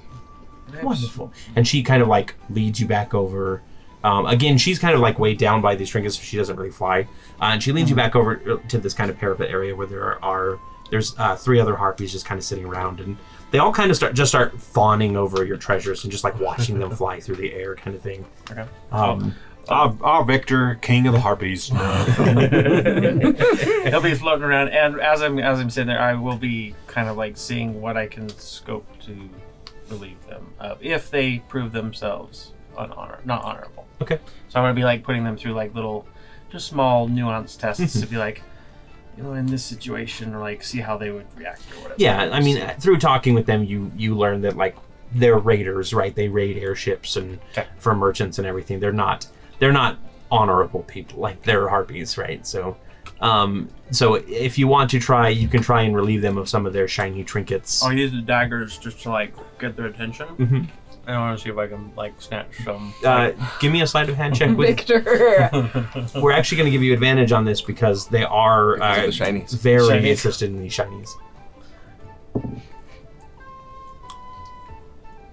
Speaker 8: Perhaps-
Speaker 2: Wonderful. And she kind of like leads you back over. Um, again, she's kind of like weighed down by these trinkets, so she doesn't really fly. Uh, and she leads you back over uh, to this kind of parapet area where there are there's uh, three other harpies just kind of sitting around, and they all kind of start just start fawning over your treasures and just like watching them fly through the air, kind of thing.
Speaker 4: Okay.
Speaker 2: Um,
Speaker 5: Our, our Victor, king of the harpies.
Speaker 4: He'll be floating around, and as I'm as I'm sitting there, I will be kind of like seeing what I can scope to relieve them of if they prove themselves unhonor not honorable.
Speaker 2: Okay.
Speaker 4: So I'm gonna be like putting them through like little, just small nuanced tests to be like, you know, in this situation, or like see how they would react or whatever.
Speaker 2: yeah, I mean, through talking with them, you you learn that like they're raiders, right? They raid airships and
Speaker 4: Okay.
Speaker 2: for merchants and everything. They're not they're not honorable people. Like they're harpies, right? So, um, so if you want to try, you can try and relieve them of some of their shiny trinkets.
Speaker 4: I'll use the daggers just to like get their attention.
Speaker 2: Mhm.
Speaker 4: I want to see if I can like snatch some.
Speaker 2: Uh, give me a sleight of hand check. With,
Speaker 3: Victor.
Speaker 2: we're actually going to give you advantage on this because they are
Speaker 6: Because of
Speaker 2: uh,
Speaker 6: the shinies.
Speaker 2: very
Speaker 4: Shinies.
Speaker 2: interested in these shinies.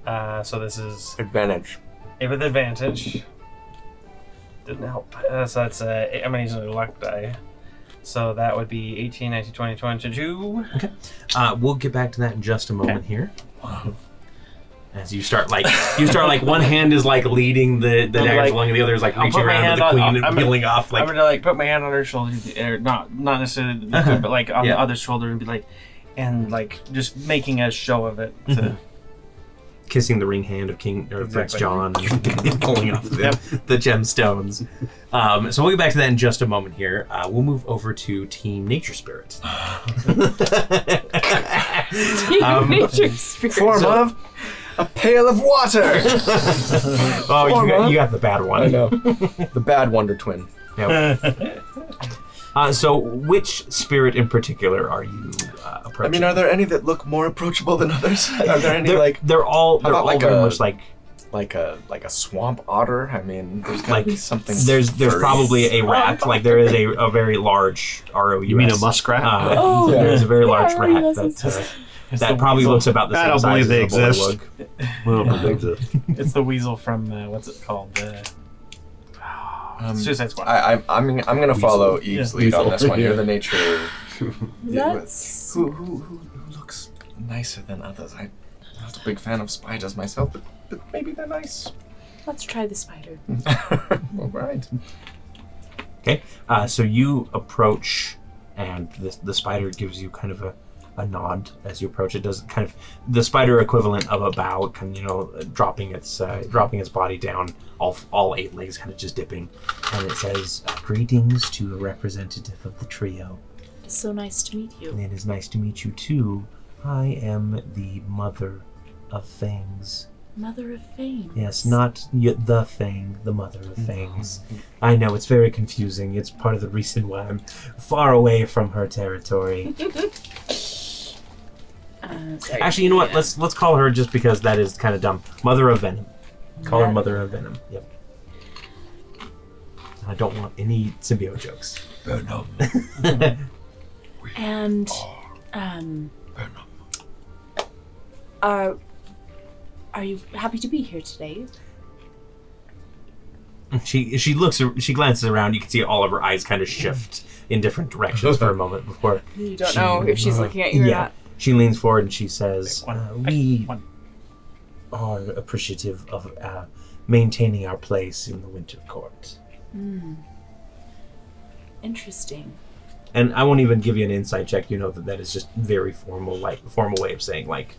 Speaker 4: Uh, so this is
Speaker 6: Advantage.
Speaker 4: eh, with advantage. Didn't help. Uh, so that's uh, eight- I'm gonna use a luck die. So that would be 18, 19, 20, 22.
Speaker 2: Uh, we'll get back to that in just a moment here. As you start like you start like one hand is like leading the the
Speaker 4: I'm
Speaker 2: daggers
Speaker 4: like-
Speaker 2: along, and the other is like
Speaker 4: I'll
Speaker 2: reaching
Speaker 4: put my
Speaker 2: around to
Speaker 4: hand
Speaker 2: the
Speaker 4: on-
Speaker 2: queen
Speaker 4: I'll-
Speaker 2: and
Speaker 4: I'm gonna-
Speaker 2: peeling off like
Speaker 4: I'm gonna like put my hand on her shoulder, or not not necessarily, the
Speaker 2: Uh-huh.
Speaker 4: but like on
Speaker 2: Yeah.
Speaker 4: the other shoulder, and be like, and like just making a show of it.
Speaker 2: Mm-hmm.
Speaker 4: To,
Speaker 2: kissing the ring hand of King or Prince
Speaker 4: Exactly.
Speaker 2: John, and pulling off the, the gemstones. Um, so we'll get back to that in just a moment here. Uh, we'll move over to Team Nature Spirit. Um,
Speaker 3: Nature spirit.
Speaker 6: Form of a pail of water.
Speaker 2: oh, you got, you got the bad one.
Speaker 6: I know. the bad Wonder Twin.
Speaker 2: Yep. uh, so, which spirit in particular are you uh,
Speaker 6: I
Speaker 2: approaching?
Speaker 6: mean, are there any that look more approachable than others? Are there any
Speaker 2: they're,
Speaker 6: like
Speaker 2: they're all they're
Speaker 6: about
Speaker 2: all
Speaker 6: like
Speaker 2: very
Speaker 6: a-
Speaker 2: much like
Speaker 6: like a like a swamp otter? I mean, there's gotta
Speaker 2: Like,
Speaker 6: be something.
Speaker 2: there's there's
Speaker 6: furry.
Speaker 2: probably a rat like there is a, a very large roe
Speaker 7: You mean a muskrat?
Speaker 2: uh,
Speaker 3: Oh,
Speaker 6: Yeah.
Speaker 2: there's a very large
Speaker 3: Yeah, I
Speaker 2: rat
Speaker 3: realize
Speaker 2: that,
Speaker 3: it's-
Speaker 2: uh, that probably looks about the
Speaker 7: I
Speaker 2: same
Speaker 7: don't
Speaker 2: size
Speaker 7: believe they
Speaker 2: as a
Speaker 7: exist.
Speaker 2: bulldog.
Speaker 7: Well, exist.
Speaker 4: It's the weasel from uh, what's it called? The Suicide Squad.
Speaker 6: Um, I, I, I'm I'm gonna follow Eve's lead on
Speaker 7: Weasel.
Speaker 6: this one. You're
Speaker 7: Yeah.
Speaker 6: the nature. Yeah,
Speaker 3: That's-
Speaker 6: who, who, who, who looks nicer than others? I, I'm not a big fan of spiders myself, but, but maybe they're nice.
Speaker 3: Let's try the spider.
Speaker 6: All right.
Speaker 2: Okay, uh, so you approach, and the, the spider gives you kind of a, a nod as you approach. It does kind of the spider equivalent of a bow, kind of, you know, dropping its uh, dropping its body down, all all eight legs kind of just dipping, and it says, "Uh, "Greetings to a representative of the trio.
Speaker 3: It's so nice to meet you.
Speaker 2: It is nice to meet you too. I am the mother of things."
Speaker 3: Mother of fame.
Speaker 2: Yes, not y- the thing, the mother of things. I know it's very confusing. It's part of the reason why I'm far away from her territory.
Speaker 3: Uh, sorry.
Speaker 2: Actually, you know what? Let's let's call her just because that is kind of dumb. Mother of Venom. Call her
Speaker 3: Yeah.
Speaker 2: Mother of Venom. Yep. I don't want any symbiote jokes.
Speaker 3: And um are are you happy to be here today?
Speaker 2: She she looks ar- she glances around. You can see all of her eyes kind of shift in different directions for a moment before
Speaker 3: You don't
Speaker 2: She-
Speaker 3: know if she's looking at you or
Speaker 2: yeah.
Speaker 3: not.
Speaker 2: She leans forward and she says,
Speaker 4: Pick one,
Speaker 2: uh,
Speaker 4: pick
Speaker 2: "We
Speaker 4: one."
Speaker 2: are appreciative of uh, maintaining our place in the Winter Court."
Speaker 3: Interesting.
Speaker 2: And I won't even give you an inside check. You know that that is just very formal, like formal way of saying like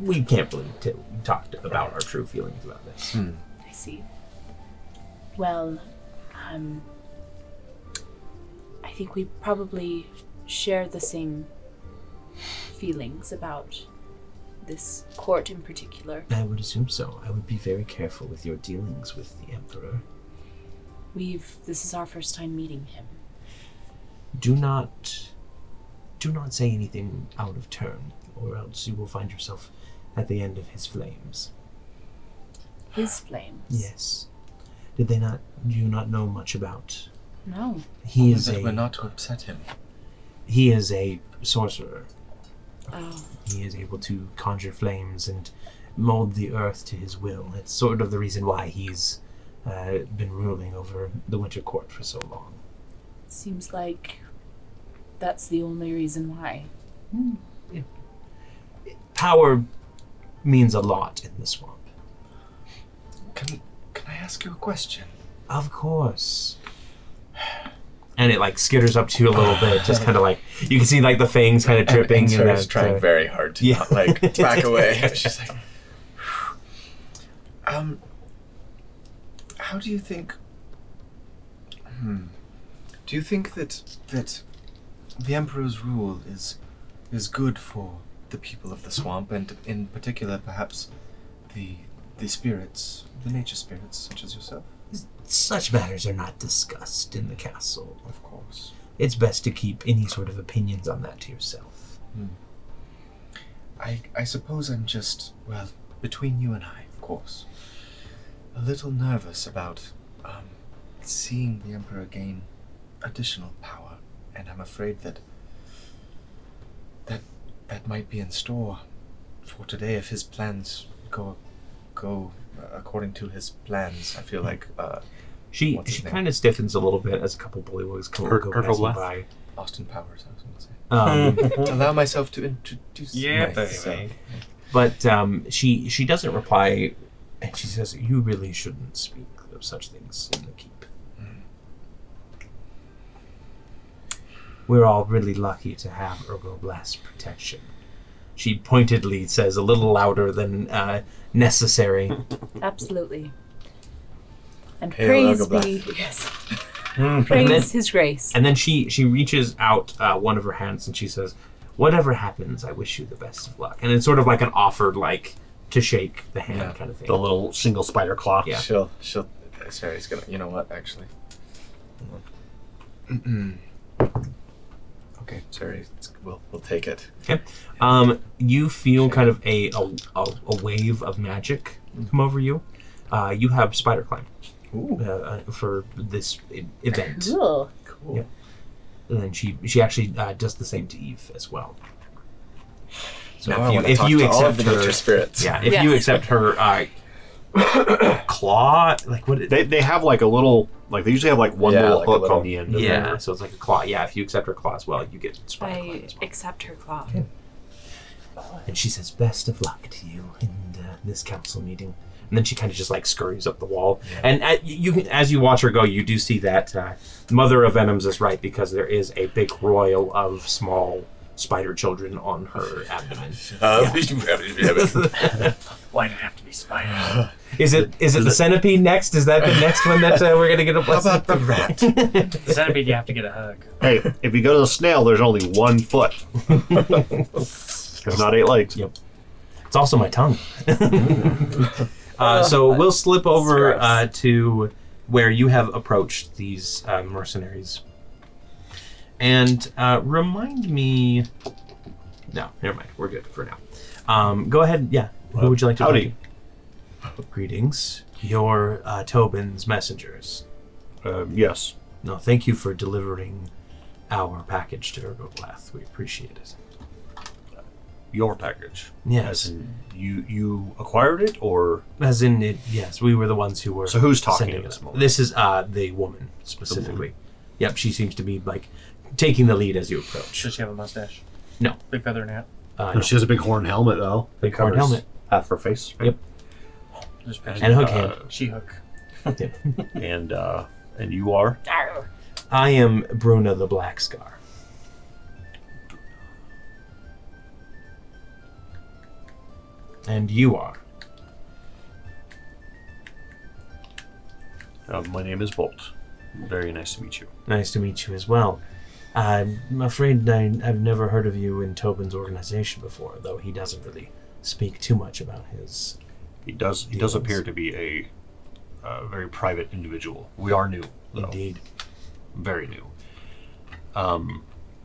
Speaker 2: we can't really t- talk to, about our true feelings about this.
Speaker 3: I see. Well, um I think we probably share the same feelings about this court in particular.
Speaker 2: I would assume so. I would be very careful with your dealings with the Emperor.
Speaker 3: We've this is our first time meeting him.
Speaker 2: Do not, do not say anything out of turn, or else you will find yourself at the end of his flames.
Speaker 3: His flames.
Speaker 2: Yes. Did they not? Do you not know much about?
Speaker 3: No.
Speaker 2: He is
Speaker 6: that
Speaker 2: a
Speaker 6: we're not to upset him.
Speaker 2: he is a sorcerer.
Speaker 3: Oh.
Speaker 2: He is able to conjure flames and mold the earth to his will. It's sort of the reason why he's uh, been ruling over the Winter Court for so long.
Speaker 3: Seems like that's the only reason why.
Speaker 2: Power means a lot in the swamp.
Speaker 6: Can Can I ask you a question?
Speaker 2: Of course. And it like skitters up to you a little bit, just kind of like you can see like the fangs kind of dripping.
Speaker 6: and Sarah's
Speaker 2: that,
Speaker 6: trying
Speaker 2: uh,
Speaker 6: very hard to
Speaker 2: Yeah.
Speaker 6: not like back away. She's like, um, how do you think? Hmm. Do you think that that the emperor's rule is is good for the people of the swamp, and in particular, perhaps the the spirits, the nature spirits, such as yourself?
Speaker 2: such matters are not discussed in the castle.
Speaker 6: Of course.
Speaker 2: it's best to keep any sort of opinions on that to yourself.
Speaker 6: I I suppose I'm just well between you and I, of
Speaker 4: course.
Speaker 6: a little nervous about um, seeing the Emperor gain additional power, and I'm afraid that that that might be in store for today if his plans go go uh, according to his plans. I feel like uh,
Speaker 2: She
Speaker 6: What's his
Speaker 2: she
Speaker 6: name?
Speaker 2: kind of stiffens a little bit as a couple bullywugs come
Speaker 7: Ur-
Speaker 2: go
Speaker 7: Urkel
Speaker 2: passing
Speaker 6: Austin Powers. I was going to say.
Speaker 2: by. Um,
Speaker 6: Allow myself to introduce myself.
Speaker 2: But um, she she doesn't reply, and she says, "You really shouldn't speak of such things in the keep." We're all really lucky to have Ergoblast protection. She pointedly says a little louder than uh, necessary.
Speaker 3: Absolutely. And
Speaker 6: Hail
Speaker 3: praise
Speaker 6: Elgoblath.
Speaker 3: be, yes,
Speaker 2: And then-
Speaker 3: praise His grace.
Speaker 2: And then she she reaches out uh, one of her hands and she says, "Whatever happens, I wish you the best of luck." And it's sort of like an offered like to shake the hand
Speaker 6: Yeah.
Speaker 2: kind of thing.
Speaker 7: The little single spider claw.
Speaker 2: Yeah.
Speaker 6: She'll she'll Sarah's gonna you know what actually. Hold
Speaker 2: Mm-hmm.
Speaker 6: on. okay, Sari, it's- we'll we'll take it.
Speaker 2: Okay. Um, you feel kind of a a, a, a wave of magic come over you. Uh, you have spider climb
Speaker 6: Ooh,
Speaker 2: uh, uh, for this e- event,
Speaker 3: Cool.
Speaker 6: cool.
Speaker 2: Yeah. and then she she actually uh, does the same to Eve as well. So
Speaker 6: Now I
Speaker 2: if you
Speaker 6: wanna
Speaker 2: if
Speaker 6: talk
Speaker 2: you
Speaker 6: to all of
Speaker 2: accept
Speaker 6: the
Speaker 2: her,
Speaker 6: nature spirits.
Speaker 2: yeah, if you
Speaker 3: Yes.
Speaker 2: accept her uh, claw, like what? It,
Speaker 7: They, they have like a little like they usually have like one
Speaker 6: Yeah,
Speaker 7: little
Speaker 6: like a
Speaker 7: hook
Speaker 6: little-
Speaker 7: on the end. of
Speaker 2: yeah,
Speaker 7: their-
Speaker 2: so it's like a claw. Yeah, if you accept her claw as well, you get spider climb
Speaker 3: I
Speaker 2: as well.
Speaker 3: accept her claw.
Speaker 2: And she says, "Best of luck to you in uh, this council meeting." And then she kind of just like scurries up the wall. And uh, you, you, can- as you watch her go, you do see that uh, Mother of Venoms is right because there is a big royal of small spider children on her abdomen.
Speaker 6: Uh,
Speaker 4: Why did it have to be spiders?
Speaker 2: Is it is it the centipede next? Is that the next one that uh, we're gonna get a
Speaker 6: How
Speaker 2: blessing?
Speaker 6: about the rat?
Speaker 4: The centipede, you have to get a hug.
Speaker 7: Hey, if you go to the snail, there's only one foot. There's not eight legs.
Speaker 2: Yep. It's also my tongue. uh, so we'll slip over
Speaker 3: gross.
Speaker 2: uh, to where you have approached these uh, mercenaries. And uh, remind me. No, never mind. We're good for now. Um, go ahead. Yeah. Who would you like to talk
Speaker 7: Howdy.
Speaker 2: to? Greetings. You're uh, Tobin's messengers.
Speaker 7: Um, yes.
Speaker 2: No, thank you for delivering our package to Ergoblath. We appreciate it.
Speaker 5: Your package.
Speaker 2: Yes.
Speaker 7: As in, you you acquired it or
Speaker 2: As in, it, yes, we were the ones who were.
Speaker 7: So who's talking
Speaker 2: sending
Speaker 7: at this
Speaker 2: it.
Speaker 7: moment?
Speaker 2: This is uh, the woman specifically. Yep, she seems to be like taking the lead as you approach.
Speaker 4: Does she have a mustache?
Speaker 2: No.
Speaker 4: Big feather in her hat.
Speaker 2: Uh, no,
Speaker 7: she has a big horn helmet though.
Speaker 2: Big horn
Speaker 7: Covers
Speaker 2: helmet.
Speaker 7: half her face.
Speaker 2: Yep.
Speaker 4: Just
Speaker 2: and hook hand.
Speaker 4: She hook.
Speaker 7: And uh, and you are
Speaker 3: Arr.
Speaker 2: I am Bruna the Black Scar. And you are.
Speaker 7: uh, my name is Bolt. Very nice to meet you.
Speaker 2: Nice to meet you as well. I'm afraid I, I've never heard of you in Tobin's organization before, though he doesn't really speak too much about his
Speaker 7: He does he does
Speaker 2: Yes.
Speaker 7: appear to be a uh, very private individual. We are new, though.
Speaker 2: indeed.
Speaker 7: very new. Um,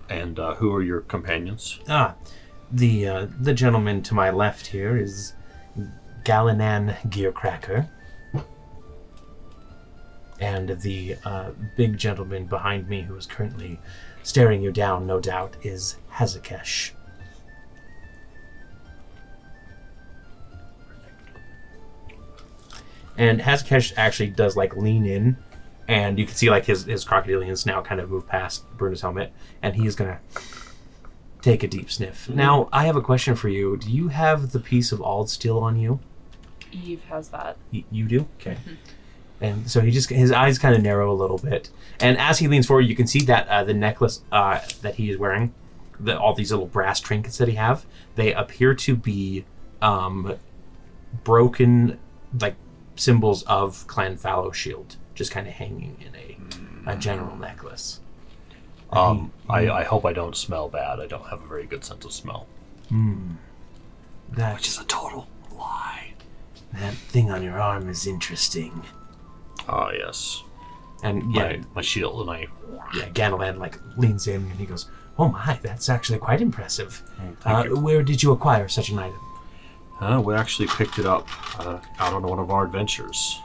Speaker 7: and uh, who are your companions?
Speaker 2: Ah, the uh, the gentleman to my left here is Galinan Gearcracker, and the uh, big gentleman behind me, who is currently staring you down, no doubt, is Hazakesh. And Hazakesh actually does like lean in, and you can see like his his crocodilian snout kind of move past Bruno's helmet, and he's gonna take a deep sniff.
Speaker 7: Mm-hmm.
Speaker 2: Now, I have a question for you. Do you have the piece of Ald steel on you?
Speaker 3: Eve has that.
Speaker 2: Y- you do? Okay. And so he just his eyes kind of narrow a little bit, and as he leans forward, you can see that uh, the necklace uh, that he is wearing, the, all these little brass trinkets that he have, they appear to be um, broken like symbols of Clan Fallow Shield, just kind of hanging in a, a
Speaker 7: Mm.
Speaker 2: general necklace.
Speaker 7: Um, I, I hope I don't smell bad. I don't have a very good sense of smell.
Speaker 2: That
Speaker 7: a total lie.
Speaker 2: that thing on your arm is interesting.
Speaker 7: Ah, yes.
Speaker 2: And yeah,
Speaker 7: My, my shield and I.
Speaker 2: yeah, Ganolan like leans in and he goes, "Oh my, that's actually quite impressive. Uh,
Speaker 7: you.
Speaker 2: where did you acquire such an item?"
Speaker 5: Uh, we actually picked it up uh, out on one of our adventures.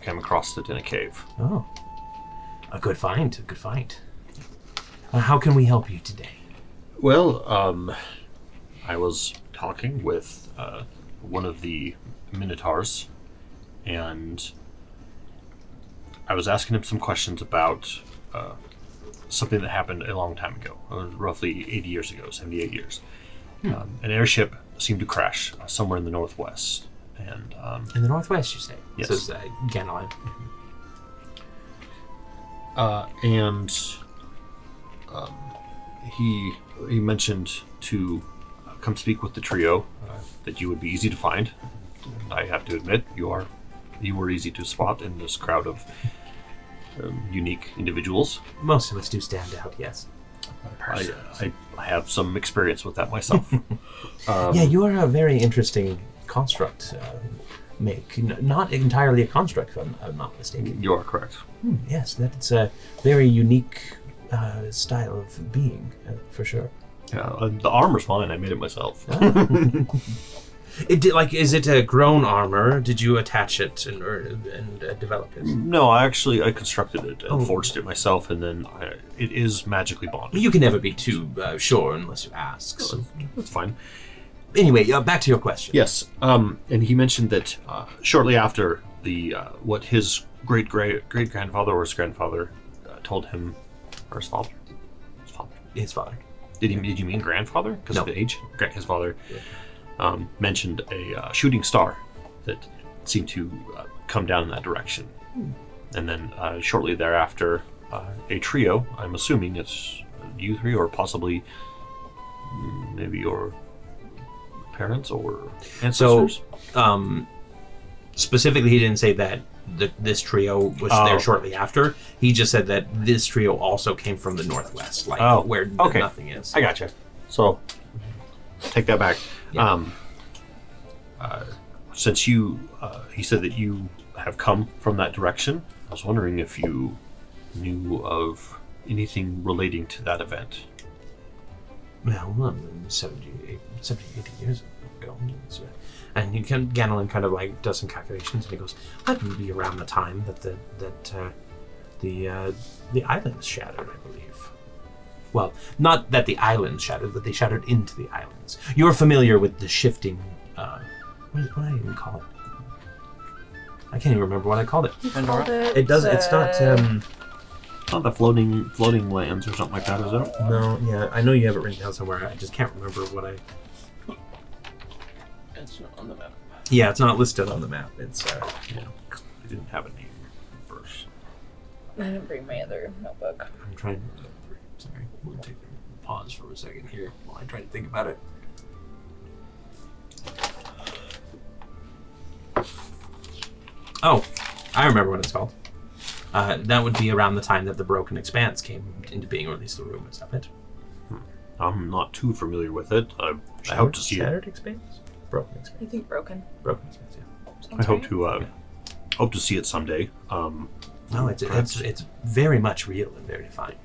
Speaker 5: Came across it in a cave.
Speaker 2: Oh, a good find. A good find. Uh, how can we help you today?
Speaker 5: Well, um, I was talking with uh, one of the Minotaurs, and I was asking him some questions about uh, something that happened a long time ago, uh, roughly 80 years ago, 78 years. Um, an airship seemed to crash uh, somewhere in the northwest, and um,
Speaker 2: In the northwest, you say?
Speaker 5: Yes.
Speaker 2: Says uh, Ganelon.
Speaker 5: uh, and um, he he mentioned to uh, come speak with the trio uh, that you would be easy to find. And I have to admit, you are you were easy to spot in this crowd of um, unique individuals.
Speaker 2: Most of us do stand out. Yes.
Speaker 5: I, I, I have some experience with that myself.
Speaker 2: yeah, you are a very interesting construct. Uh, Make N- not entirely a construct, if I'm, I'm not mistaken.
Speaker 5: you are correct.
Speaker 2: Yes, that's a very unique uh, style of being, uh, for sure.
Speaker 5: Yeah, uh, the armor's mine. I made it myself.
Speaker 2: It did, like is it a grown armor? Did you attach it and or, and uh, develop it?
Speaker 5: No, I actually I constructed it and forged it myself, and then I, it is magically bonded.
Speaker 2: You can never be too uh, sure unless you ask. so-
Speaker 5: That's fine.
Speaker 2: Anyway, uh, back to your question.
Speaker 5: Yes, um, and he mentioned that uh, shortly after the uh, what his great great great grandfather or his grandfather uh, told him, or his father, his father.
Speaker 2: His father.
Speaker 5: Did he? Did you mean grandfather? Because of
Speaker 2: No.
Speaker 5: the age. Grant, his father, um, mentioned a uh, shooting star that seemed to uh, come down in that direction, and then uh, shortly thereafter, uh, a trio. I'm assuming it's you three, or possibly mm, maybe your parents or ancestors.
Speaker 2: um, specifically, he didn't say that th- this trio was
Speaker 5: Oh.
Speaker 2: there shortly after. He just said that this trio also came from the northwest, like
Speaker 5: Oh,
Speaker 2: where the
Speaker 5: okay.
Speaker 2: nothing is.
Speaker 5: I gotcha. So, take that back.
Speaker 2: Yeah.
Speaker 5: Um, uh, since you, uh, he said that you have come from that direction. I was wondering if you knew of anything relating to that event.
Speaker 2: well, um, 70, 70, 80 years ago. so- And you can, Ganelon kind of like does some calculations, and he goes, "That would be around the time that the that uh, the uh, the islands shattered, I believe." Well, not that the islands shattered, but they shattered into the islands. You're familiar with the shifting. Uh, what, what do I even call it? I can't even remember what I called it.
Speaker 4: Pandora?
Speaker 2: It does. It's not.
Speaker 10: uh,
Speaker 2: Um,
Speaker 5: Not the floating floating lands or something like that, is it?
Speaker 2: no. Yeah, I know you have it written down somewhere. I just can't remember what I.
Speaker 4: It's not on the map.
Speaker 2: Yeah, it's not listed on the map. It's. Uh,
Speaker 5: Yeah. I didn't have a name first.
Speaker 3: I didn't bring my other notebook.
Speaker 2: I'm trying.
Speaker 9: Sorry, we'll take a pause for a second here while I try to think about it.
Speaker 2: Oh, I remember what it's called. Uh, that would be around the time that the Broken Expanse came into being, or at least the rumors of it.
Speaker 5: I'm not too familiar with it. I, I hope to see it.
Speaker 2: Shattered Expanse? Broken Expanse.
Speaker 3: I think broken.
Speaker 2: Broken Expanse, yeah.
Speaker 5: I hope to uh, hope to see it someday. Um,
Speaker 2: No, it's, it's, it's very much real and very fine.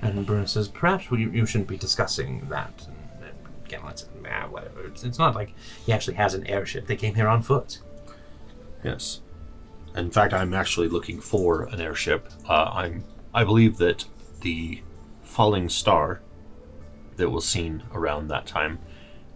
Speaker 2: And Bruno says, perhaps we, you shouldn't be discussing that. And, and Gamelin says, nah, whatever. It's, it's not like he actually has an airship. They came here on foot.
Speaker 5: Yes. In fact, I'm actually looking for an airship. Uh, I'm. I believe that the falling star that was seen around that time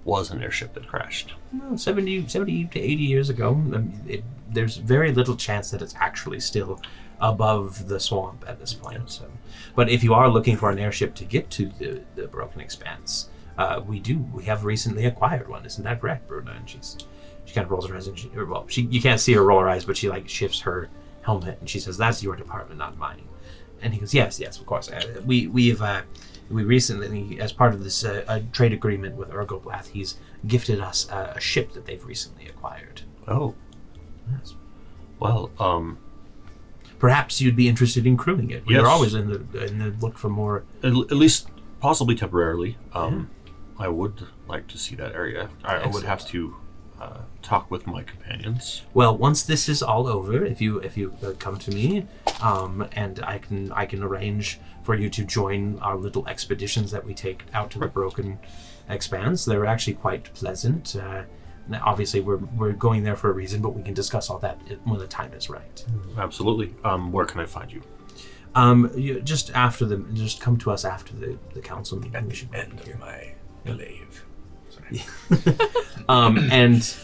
Speaker 5: was an airship that crashed.
Speaker 2: Well, 70, 70 Hmm, to 80 years ago, um, it, there's very little chance that it's actually still above the swamp at this point. So. But if you are looking for an airship to get to the, the Broken Expanse, uh, we do. We have recently acquired one. Isn't that correct, Bruna? And she's, she kind of rolls her eyes. And she, or, well, she, you can't see her roll her eyes, but she like shifts her helmet and she says, "That's your department, not mine." And he goes, "Yes, yes, of course. Uh, we we've uh, we recently, as part of this uh, uh trade agreement with Ergoblath, he's gifted us uh, a ship that they've recently acquired.
Speaker 5: Oh.
Speaker 2: Yes.
Speaker 5: Well, um,
Speaker 2: Perhaps you'd be interested in crewing it. We're
Speaker 5: Yes.
Speaker 2: always in the in the look for more.
Speaker 5: at, at least possibly temporarily. Um, I would like to see that area. I, I would have to uh, talk with my companions.
Speaker 2: Well, once this is all over, if you if you uh, come to me, um, and I can I can arrange for you to join our little expeditions that we take out to the Broken Expanse. They're actually quite pleasant. Uh, Now, obviously, we're, we're going there for a reason, but we can discuss all that i- when the time is right.
Speaker 5: Absolutely. Um, where can I find you?
Speaker 2: Um, you, just after the, just come to us after the, the council meeting. we should be
Speaker 9: End of my glaive.
Speaker 2: um, and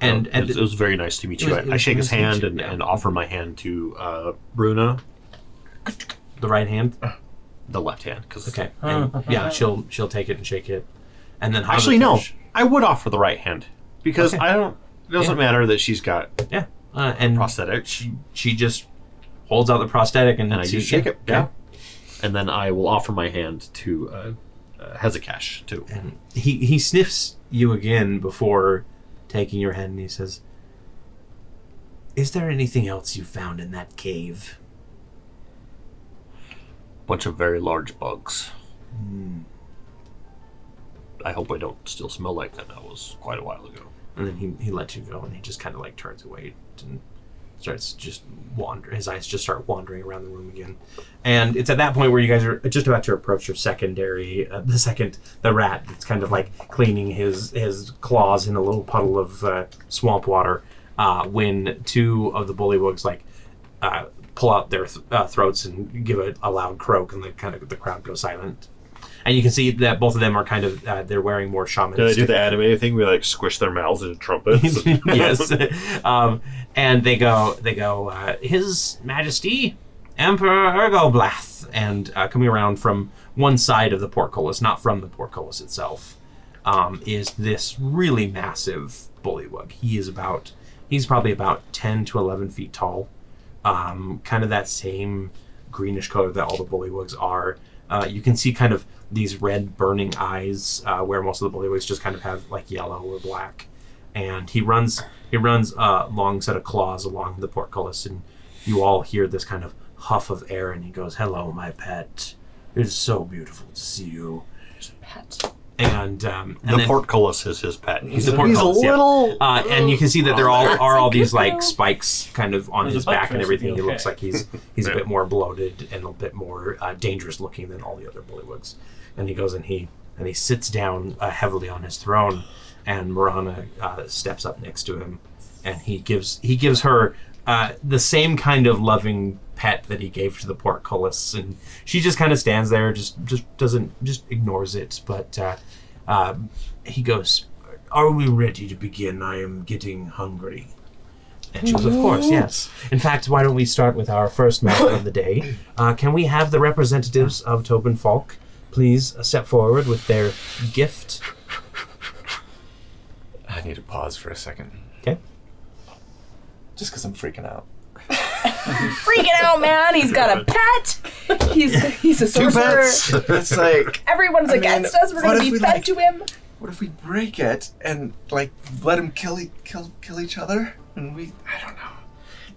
Speaker 2: and
Speaker 5: it,
Speaker 2: at
Speaker 5: was,
Speaker 2: the-
Speaker 5: it was very nice to meet
Speaker 2: It
Speaker 5: you.
Speaker 2: was- it
Speaker 5: I, I
Speaker 2: was
Speaker 5: shake
Speaker 2: nice
Speaker 5: his
Speaker 2: to meet
Speaker 5: hand
Speaker 2: you,
Speaker 5: and,
Speaker 2: yeah.
Speaker 5: and offer my hand to uh, Bruna,
Speaker 2: the right hand.
Speaker 5: the left hand. Because
Speaker 2: Okay. And, yeah, she'll she'll take it and shake it, and then
Speaker 5: actually, no,
Speaker 2: Hagenfish-
Speaker 5: I would offer the right hand because
Speaker 2: Okay.
Speaker 5: I don't. It doesn't
Speaker 2: Yeah.
Speaker 5: matter that she's got
Speaker 2: Yeah, uh, and
Speaker 5: prosthetics,
Speaker 2: she she just holds out the prosthetic and,
Speaker 5: and I do
Speaker 2: sees-
Speaker 5: shake it.
Speaker 2: yeah.
Speaker 5: Yeah. And then I will offer my hand to uh, uh, Hezekiah too.
Speaker 2: And he he sniffs you again before taking your hand, and he says, "Is there anything else you found in that cave?"
Speaker 5: bunch of very large bugs.
Speaker 2: Hmm.
Speaker 5: I hope I don't still smell like them. That was quite a while ago.
Speaker 2: And then he he lets you go, and he just kind of like turns away and starts just wander. His eyes just start wandering around the room again, and it's at that point where you guys are just about to approach your secondary, uh, the second the rat that's kind of like cleaning his his claws in a little puddle of uh, swamp water. Uh, when two of the bullywugs like uh, pull out their th- uh, throats and give a, a loud croak, and the kind of the crowd goes silent. And you can see that both of them are kind of uh, they're wearing more shamanistic
Speaker 7: Do they do the animated thing? We like squish their mouths into trumpets.
Speaker 2: yes. Um, and they go, they go, uh, His Majesty Emperor Ergoblath, and uh, coming around from one side of the portcullis, not from the portcullis itself, um, is this really massive bullywug. He is about, he's probably about 10 to 11 feet tall, um, kind of that same greenish color that all the bullywugs are. Uh, you can see kind of these red burning eyes, uh, where most of the bullywugs just kind of have like yellow or black and he runs he runs a long set of claws along the portcullis and you all hear this kind of huff of air and he goes hello my pet it's so beautiful to see you
Speaker 3: Pet.
Speaker 2: and um and
Speaker 5: the
Speaker 2: then-
Speaker 5: portcullis is his pet. He's,
Speaker 2: the portcullis, yeah. uh, and you can see that there all are all these like spikes kind of on
Speaker 4: There's
Speaker 2: his
Speaker 4: a bug
Speaker 2: back and
Speaker 4: trace,
Speaker 2: everything. He
Speaker 4: okay.
Speaker 2: looks like he's he's a bit more bloated and a bit more uh, dangerous looking than all the other bullywugs. And he goes and he and he sits down uh, heavily on his throne, and Marana uh, steps up next to him, and he gives he gives her. Uh, the same kind of loving pet that he gave to the portcullis, and she just kind of stands there, just just doesn't just ignores it. But uh, uh, he goes, "Are we ready to begin? I am getting hungry." And she goes, "Of course, yes. In fact, why don't we start with our first matter of the day? Uh, can we have the representatives of Tobin Falk please uh, step forward with their gift?"
Speaker 6: I need to pause for a second,
Speaker 2: Okay.
Speaker 6: just because I'm freaking out.
Speaker 3: Freaking out, man! He's got a pet. He's he's a sorcerer.
Speaker 6: it's like,
Speaker 3: Everyone's
Speaker 6: I mean,
Speaker 3: against us. We're gonna
Speaker 6: what if
Speaker 3: be
Speaker 6: we,
Speaker 3: fed
Speaker 6: like-
Speaker 3: to him.
Speaker 6: what if we break it and like let them kill e- kill kill each other? And we, I don't know.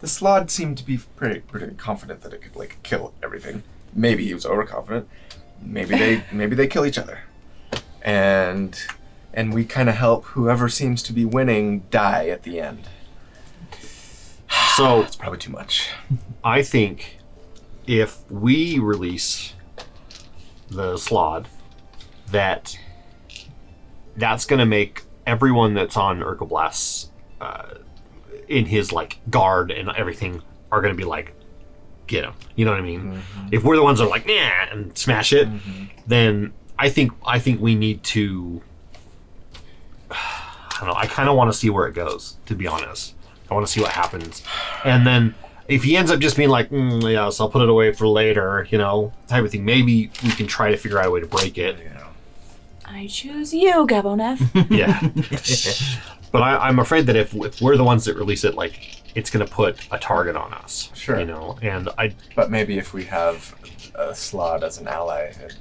Speaker 6: The slod seemed to be pretty pretty confident that it could like kill everything. Maybe he was overconfident. Maybe they maybe they kill each other, and and we kind of help whoever seems to be winning die at the end.
Speaker 5: so
Speaker 6: It's probably too much.
Speaker 5: I think if we release the slod, that that's going to make everyone that's on Urkelblast uh, in his like guard and everything are going to be like, get him. You know what I mean? If we're the ones that are like, nah, and smash it, then I think I think we need to. I don't know. I kind of want to see where it goes. To be honest, I want to see what happens, and then if he ends up just being like, mm, yes, I'll put it away for later, you know, type of thing. Maybe we can try to figure out a way to break it.
Speaker 3: I choose you, Gabonev.
Speaker 5: Yeah. but I, I'm afraid that if, if we're the ones that release it, like, it's going to put a target on us.
Speaker 6: Sure.
Speaker 5: You know, and I,
Speaker 6: But maybe if we have a slot as an ally, it,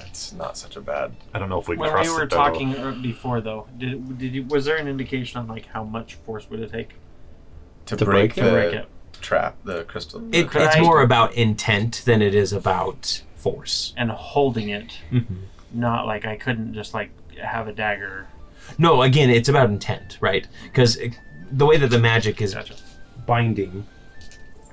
Speaker 6: it's not such a bad.
Speaker 5: I don't know if we
Speaker 4: When
Speaker 5: cross
Speaker 4: we were
Speaker 5: the barrel.
Speaker 4: talking er- before, though, did, did you, was there an indication on like how much force would it take
Speaker 6: To,
Speaker 2: To break
Speaker 6: break,
Speaker 4: to
Speaker 6: the
Speaker 4: break it?
Speaker 6: trap, the crystal.
Speaker 2: It,
Speaker 4: Could
Speaker 2: it's
Speaker 4: I-
Speaker 2: more about intent than it is about force.
Speaker 4: And holding it,
Speaker 6: mm-hmm.
Speaker 4: not like I couldn't just like have a dagger.
Speaker 2: No, again, it's about intent, right? Because the way that the magic is
Speaker 4: Gotcha.
Speaker 2: binding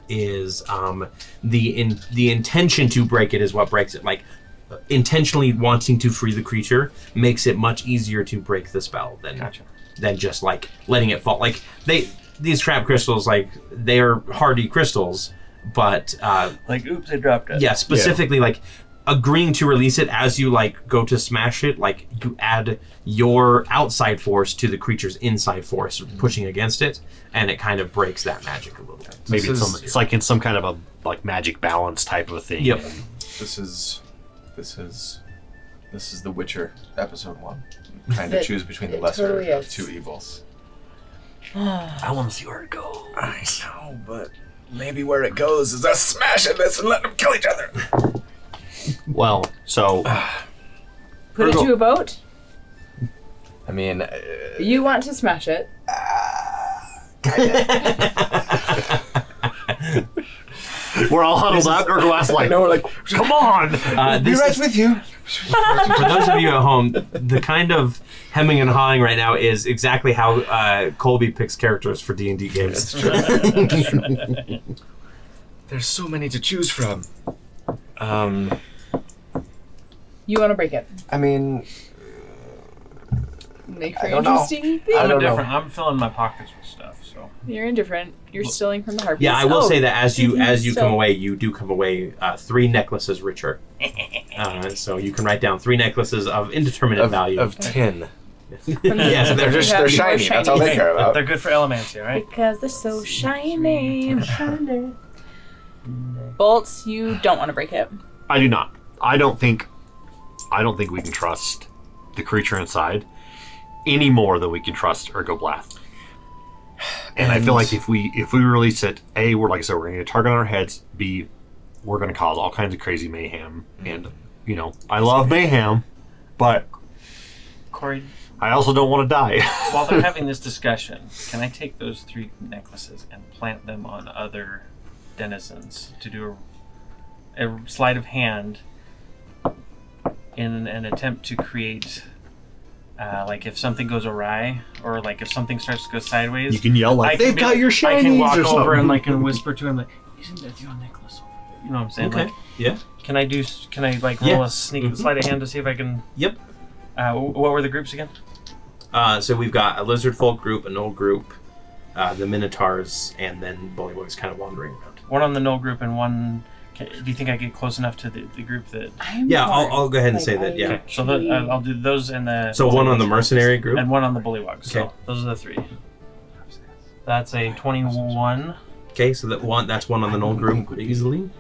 Speaker 2: is um, the in, the intention to break it is what breaks it. Like uh, intentionally wanting to free the creature makes it much easier to break the spell than
Speaker 4: Gotcha.
Speaker 2: than just like letting it fall. Like they these trap crystals, like they're hardy crystals, but uh,
Speaker 4: Like, oops, I dropped it.
Speaker 2: yeah, specifically like agreeing to release it as you like go to smash it, like you add your outside force to the creature's inside force pushing against it, and it kind of breaks that magic a little bit.
Speaker 5: Maybe it's,
Speaker 9: is-
Speaker 5: some, it's like in some kind of a like magic balance type of thing.
Speaker 2: Yep.
Speaker 6: This is, this is, this is The Witcher episode one. I'm trying to
Speaker 10: It-
Speaker 6: choose between the
Speaker 10: it
Speaker 6: lesser
Speaker 10: totally
Speaker 6: of
Speaker 10: is.
Speaker 6: two evils.
Speaker 5: I want to see where it goes.
Speaker 9: I know, but maybe where it goes is us smashing this and letting them kill each other.
Speaker 5: Well, so
Speaker 10: Put it to a vote.
Speaker 6: I mean, uh,
Speaker 10: You want to smash it.
Speaker 5: we're all huddled up. Urglass like,
Speaker 9: No, we're like,
Speaker 5: come on.
Speaker 2: Uh,
Speaker 9: be
Speaker 2: this
Speaker 9: right
Speaker 2: is-
Speaker 9: with you.
Speaker 2: for those of you at home, the kind of hemming and hawing right now is exactly how uh, Colby picks characters for D and D games.
Speaker 9: There's so many to choose from.
Speaker 6: um,
Speaker 10: You want to break it.
Speaker 9: I mean,
Speaker 10: Make for
Speaker 9: I don't know.
Speaker 10: interesting thing.
Speaker 9: I
Speaker 4: I'm
Speaker 9: don't know.
Speaker 4: different. I'm filling my pockets with stuff, so.
Speaker 10: You're indifferent. You're stealing from the harpies.
Speaker 2: Yeah, I will
Speaker 10: Oh,
Speaker 2: say that as you
Speaker 10: didn't
Speaker 2: as you come
Speaker 10: sell-
Speaker 2: away, you do come away uh, three necklaces richer. Uh, so you can write down three necklaces of indeterminate
Speaker 6: of,
Speaker 2: value.
Speaker 6: of tin.
Speaker 2: yes,
Speaker 6: They're
Speaker 2: they're
Speaker 6: just
Speaker 10: Yeah,
Speaker 6: they're
Speaker 10: more
Speaker 6: shiny. That's all
Speaker 10: shiny.
Speaker 6: they care about.
Speaker 4: They're good for Elemancy, right?
Speaker 10: Because they're so shiny. shiny. Bolts, you don't want to break it.
Speaker 5: I do not. I don't think. I don't think we can trust the creature inside any more than we can trust Ergoblath. And, I feel like if we if we release it, a we're like I said, we're going to get a target on our heads. B, we're going to cause all kinds of crazy mayhem. And you know, I love mayhem, but
Speaker 4: Corey,
Speaker 5: I also don't want to die.
Speaker 4: while they're having this discussion, can I take those three necklaces and plant them on other denizens to do a, a sleight of hand in an attempt to create, uh, like, if something goes awry or like if something starts to go sideways?
Speaker 5: you can yell like
Speaker 4: can
Speaker 5: they've
Speaker 4: be
Speaker 5: got
Speaker 4: like-
Speaker 5: your shinies
Speaker 4: I can walk
Speaker 5: or something.
Speaker 4: over and like and whisper to him like, "Isn't that your necklace over there?" You know what I'm saying?
Speaker 2: Okay.
Speaker 4: Like,
Speaker 2: Yeah.
Speaker 4: Can I do? s- Can I like roll
Speaker 2: Yeah. Mm-hmm.
Speaker 4: a sneak sleight of hand to see if I can?
Speaker 2: Yep.
Speaker 4: Uh, wh- what were the groups again?
Speaker 2: Uh, so we've got a lizard folk group, an old group, uh, the minotaurs, and then bully boys kind of wandering around.
Speaker 4: One on the no group and one. Can, do you think I get close enough to the, the group that?
Speaker 10: I'm
Speaker 2: Yeah, I'll,
Speaker 10: sorry.
Speaker 2: I'll go ahead and
Speaker 10: Like,
Speaker 2: say that.
Speaker 10: I-
Speaker 2: Yeah.
Speaker 4: Okay, so the, uh, I'll do those and the.
Speaker 2: So one on the mercenary group.
Speaker 4: and one on the bullywog. So
Speaker 2: Okay.
Speaker 4: those are the three. That's a twenty-one.
Speaker 2: Okay, so that one that's one on the old group easily.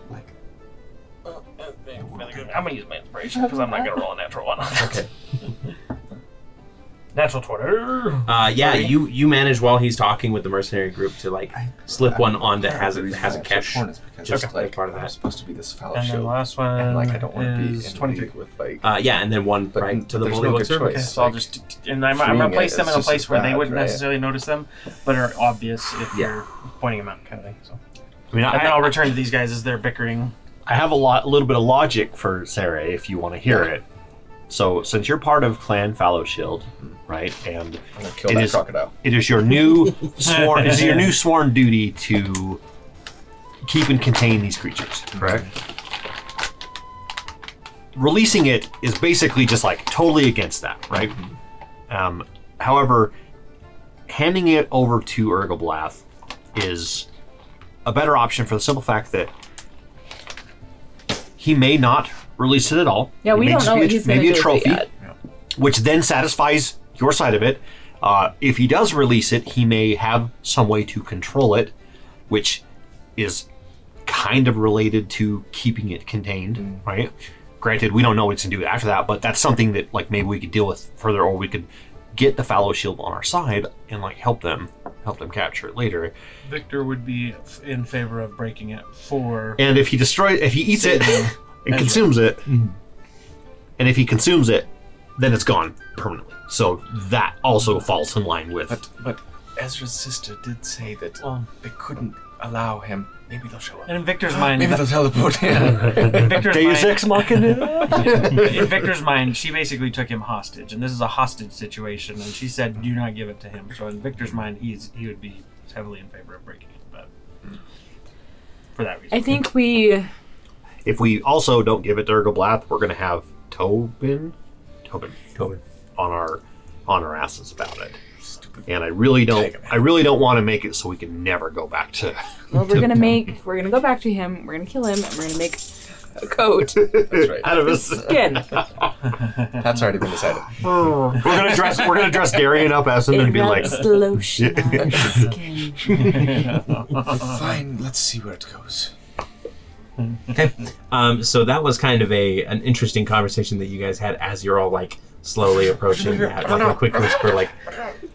Speaker 4: I'm gonna use my inspiration because I'm not gonna roll a natural one.
Speaker 2: Okay.
Speaker 4: natural twenty.
Speaker 2: Uh, yeah, you you manage while he's talking with the mercenary group to like slip one on that has a has a catch.
Speaker 6: Torn is because
Speaker 2: Just
Speaker 6: it's
Speaker 2: like
Speaker 6: like
Speaker 2: part of
Speaker 6: I'm
Speaker 2: that.
Speaker 6: supposed to be this
Speaker 4: And then the
Speaker 6: fellowship,
Speaker 4: last one
Speaker 6: Oh, and like I don't want to be
Speaker 4: is
Speaker 6: in
Speaker 4: 23.
Speaker 6: league with like.
Speaker 2: Uh, yeah, and then one
Speaker 6: But-
Speaker 2: right to the
Speaker 6: but there's
Speaker 2: bully
Speaker 6: no
Speaker 2: works
Speaker 6: good
Speaker 2: over.
Speaker 6: choice.
Speaker 4: Okay,
Speaker 6: It's
Speaker 4: so I'll
Speaker 6: like
Speaker 4: just and I'm, I'm
Speaker 6: freeing
Speaker 4: gonna
Speaker 6: it,
Speaker 4: place them in a
Speaker 6: it's just
Speaker 4: place
Speaker 6: as
Speaker 4: where they
Speaker 6: bad,
Speaker 4: wouldn't
Speaker 6: right?
Speaker 4: necessarily notice them, but are obvious if
Speaker 2: Yeah.
Speaker 4: you're pointing them out, kind of thing. So,
Speaker 5: I mean,
Speaker 4: and then
Speaker 5: I,
Speaker 4: I'll return to these guys as they're bickering.
Speaker 5: I have a lot, a little bit of logic for Sarah if you want to hear it. So, since you're part of Clan Fallow Shield, right, and
Speaker 6: I'm gonna kill
Speaker 5: It
Speaker 6: that
Speaker 5: is-
Speaker 6: crocodile.
Speaker 5: it is your new sworn, it's your new sworn duty to keep and contain these creatures. Correct. Releasing it is basically just like totally against that, right? Um, however, handing it over to Ergoblath is a better option for the simple fact that he may not release it at all.
Speaker 10: Yeah,
Speaker 5: It
Speaker 10: we
Speaker 5: may
Speaker 10: don't
Speaker 5: just
Speaker 10: know
Speaker 5: be
Speaker 10: what
Speaker 5: a-
Speaker 10: he's
Speaker 5: maybe
Speaker 10: going to
Speaker 5: a
Speaker 10: do
Speaker 5: trophy
Speaker 10: with it yet.
Speaker 5: which then satisfies your side of it. Uh, if he does release it, he may have some way to control it, which is kind of related to keeping it contained, right? Granted, we don't know what's going to do after that, but that's something that like maybe we could deal with further, or we could get the fallow shield on our side and like help them help them capture it later.
Speaker 4: Victor would be in favor of breaking it for
Speaker 5: And if he destroys, if he eats it
Speaker 4: Saving
Speaker 5: and
Speaker 4: Ezra.
Speaker 5: consumes it, and if he consumes it, then it's gone permanently. So that also falls in line with.
Speaker 9: But, but Ezra's sister did say that
Speaker 4: Well-
Speaker 9: they couldn't allow him. Maybe they'll show up.
Speaker 4: And in Victor's mind,
Speaker 9: Maybe they'll teleport him.
Speaker 4: in Victor's
Speaker 5: Deus
Speaker 4: mind,
Speaker 5: Ex Machina.
Speaker 4: in Victor's mind, she basically took him hostage, and this is a hostage situation. And she said, "Do not give it to him." So in Victor's mind, he's he would be heavily in favor of breaking it, but for that reason,
Speaker 10: I think we.
Speaker 5: if we also don't give it to Ergoblath, we're gonna have Tobin, Tobin, Tobin on our
Speaker 7: on our asses about it. And I really don't. I really don't want to make it so we can never go back to.
Speaker 10: Well, we're gonna make. We're gonna go back to him. We're gonna kill him, and we're gonna make a coat
Speaker 6: That's right.
Speaker 7: out of
Speaker 10: of
Speaker 7: us.
Speaker 10: skin.
Speaker 6: That's already been decided.
Speaker 7: we're gonna dress. We're gonna dress Darian up as him and
Speaker 10: It
Speaker 7: be like,
Speaker 10: rubs the lotion on your skin.
Speaker 9: Fine, let's see where it goes.
Speaker 2: Um, so that was kind of a an interesting conversation that you guys had as you're all like slowly approaching that, like a quick whisper, like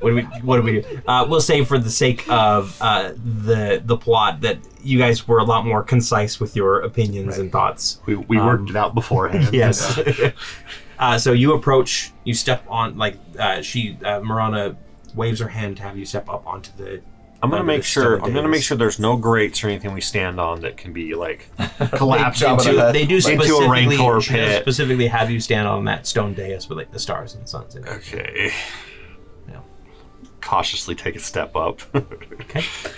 Speaker 2: what do we what do we do? Uh, we'll say for the sake of uh, the the plot that you guys were a lot more concise with your opinions and thoughts.
Speaker 7: we, we worked it out beforehand.
Speaker 2: Yes. uh, so you approach, you step on like uh, she uh, Marana waves her hand to have you step up onto the.
Speaker 7: I'm gonna
Speaker 2: onto
Speaker 7: make
Speaker 2: the
Speaker 7: sure.
Speaker 2: stone
Speaker 7: I'm gonna make
Speaker 2: dais.
Speaker 7: sure there's no grates or anything we stand on that can be like collapsed
Speaker 6: Big job
Speaker 7: into.
Speaker 6: on that.
Speaker 2: They do
Speaker 7: Into a
Speaker 2: specifically,
Speaker 7: rancor
Speaker 2: they
Speaker 7: pit.
Speaker 2: specifically have you stand on that stone dais with like the stars and suns in it.
Speaker 7: Okay.
Speaker 2: Yeah.
Speaker 7: Cautiously take a step up.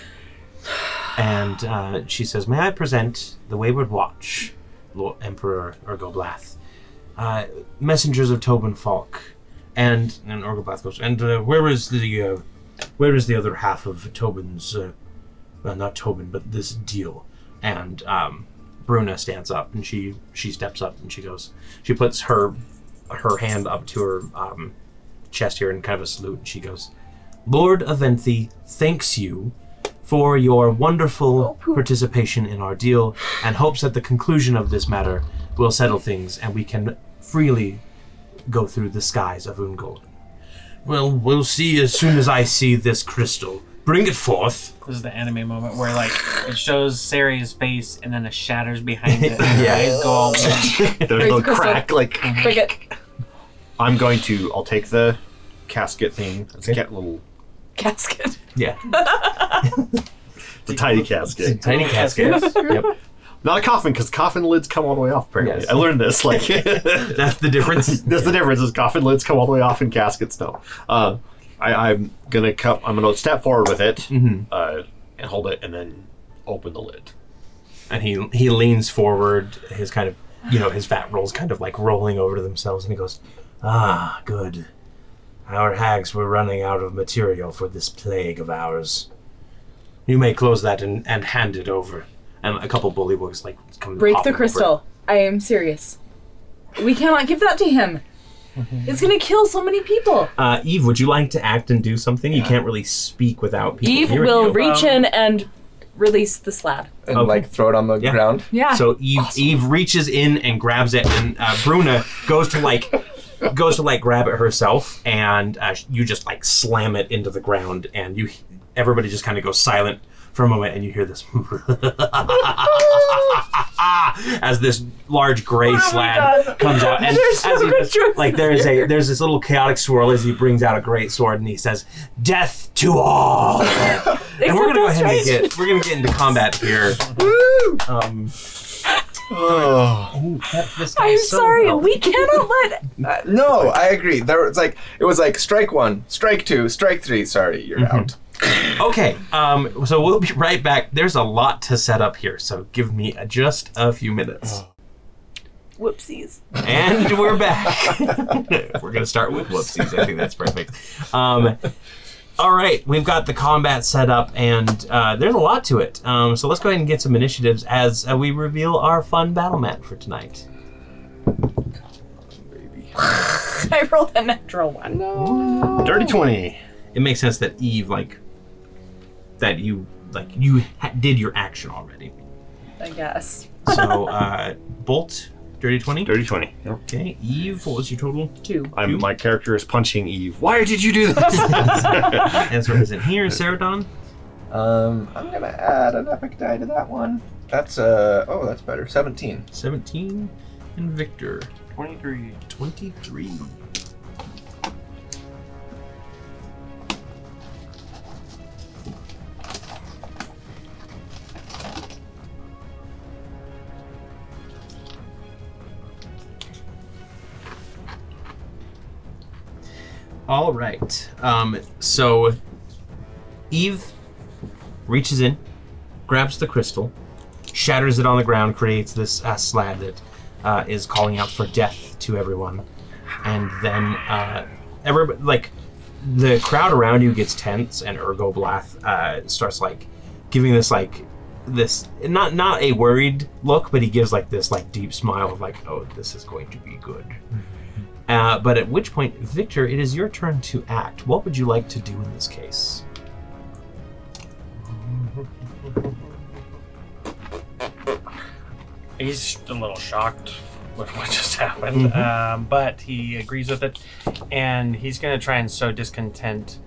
Speaker 2: and uh, she says, "May I present the Wayward Watch, Lord Emperor Ergoblath, uh, messengers of Tobin Falk, and and Ergoblath goes, and uh, where is the uh, where is the other half of Tobin's, uh, well, not Tobin, but this deal?" And um, Bruna stands up and she she steps up and she goes, she puts her her hand up to her um, chest here in kind of a salute, and she goes. Lord Aventhi thanks you for your wonderful participation in our deal and hopes at the conclusion of this matter we'll settle things and we can freely go through the skies of Ungold. Well, we'll see as soon as I see this crystal. Bring it forth.
Speaker 4: This is the anime moment where like it shows Sari's face and then it shatters behind it. And
Speaker 2: Yeah.
Speaker 4: yeah, eyes go all
Speaker 7: there's a little crack. Like
Speaker 10: Forget.
Speaker 7: I'm going to. I'll take the casket thing. It's a
Speaker 2: Okay.
Speaker 7: cat little.
Speaker 10: Casket.
Speaker 2: Yeah.
Speaker 7: It's a tiny casket.
Speaker 2: Tiny casket. yep.
Speaker 7: Not a coffin, because coffin lids come all the way off. Apparently,
Speaker 2: Yes.
Speaker 7: I learned this. Like
Speaker 2: That's the difference.
Speaker 7: That's the difference. Is coffin lids come all the way off and caskets don't. Uh, I, I'm gonna come. I'm gonna step forward with it uh, and hold it, and then open the lid.
Speaker 2: and he he leans forward, his kind of you know his fat rolls kind of like rolling over to themselves, and he goes, "Ah, good. Our hags were running out of material for this plague of ours. You may close that and, and hand it over." And a couple bullywugs like come
Speaker 10: Break
Speaker 2: hopping
Speaker 10: the
Speaker 2: over.
Speaker 10: crystal. I am serious. We cannot give that to him. It's gonna kill so many people.
Speaker 2: Uh, Eve, would you like to act and do something? You can't really speak without people
Speaker 10: Eve
Speaker 2: hearing
Speaker 10: will
Speaker 2: you.
Speaker 10: reach in and release the slab.
Speaker 6: And
Speaker 2: Um, Okay.
Speaker 6: like throw it on the
Speaker 2: Yeah.
Speaker 6: ground.
Speaker 10: Yeah.
Speaker 2: So Eve Eve reaches in and grabs it, and uh, Bruna goes to like goes to like grab it herself, and uh, sh- you just like slam it into the ground, and you everybody just kind of goes silent for a moment, and you hear this as this large gray slab comes out, and
Speaker 10: Oh There's so
Speaker 2: as he
Speaker 10: good
Speaker 2: does-
Speaker 10: choices
Speaker 2: like there is a there's this little chaotic swirl as he brings out a great sword, and he says, "Death to all." and we're gonna go ahead and get we're gonna get into combat here. Um,
Speaker 10: I'm sorry. We cannot let.
Speaker 6: Uh, no, I agree. There was like it was like strike one, strike two, strike three. Sorry, you're out.
Speaker 2: Mm-hmm. Okay, um, so we'll be right back. There's a lot to set up here, so give me uh just a few minutes.
Speaker 10: Whoopsies.
Speaker 2: And we're back. we're going to start with whoopsies. I think that's perfect. Um, all right, we've got the combat set up, and uh, there's a lot to it. Um, so let's go ahead and get some initiatives as uh, we reveal our fun battle mat for tonight.
Speaker 10: I rolled a natural one.
Speaker 7: Dirty twenty.
Speaker 2: It makes sense that Eve, like, that you, like, you ha- did your action already.
Speaker 10: I guess.
Speaker 2: So, uh, Bolt, Dirty 20.
Speaker 7: Dirty twenty.
Speaker 2: Okay, Eve, what was your total?
Speaker 10: Two.
Speaker 7: I'm, my character is punching Eve. Why did you do this?
Speaker 2: Answer is in here. Ceradon,
Speaker 6: Um, I'm gonna add an epic die to that one. That's uh oh, that's better. Seventeen.
Speaker 2: 17. And Victor,
Speaker 4: Twenty-three.
Speaker 2: 23. All right. Um, so Eve reaches in, grabs the crystal, shatters it on the ground, creates this uh, slab that uh, is calling out for death to everyone, and then uh, every like the crowd around you gets tense, and Ergoblath uh, starts like giving this like this not not a worried look, but he gives like this like deep smile of like, oh, this is going to be good. Uh, but at which point, Victor, it is your turn to act. What would you like to do in this case?
Speaker 4: He's a little shocked with what just happened,
Speaker 2: Mm-hmm.
Speaker 4: um, but he agrees with it, and he's gonna try and sow discontent.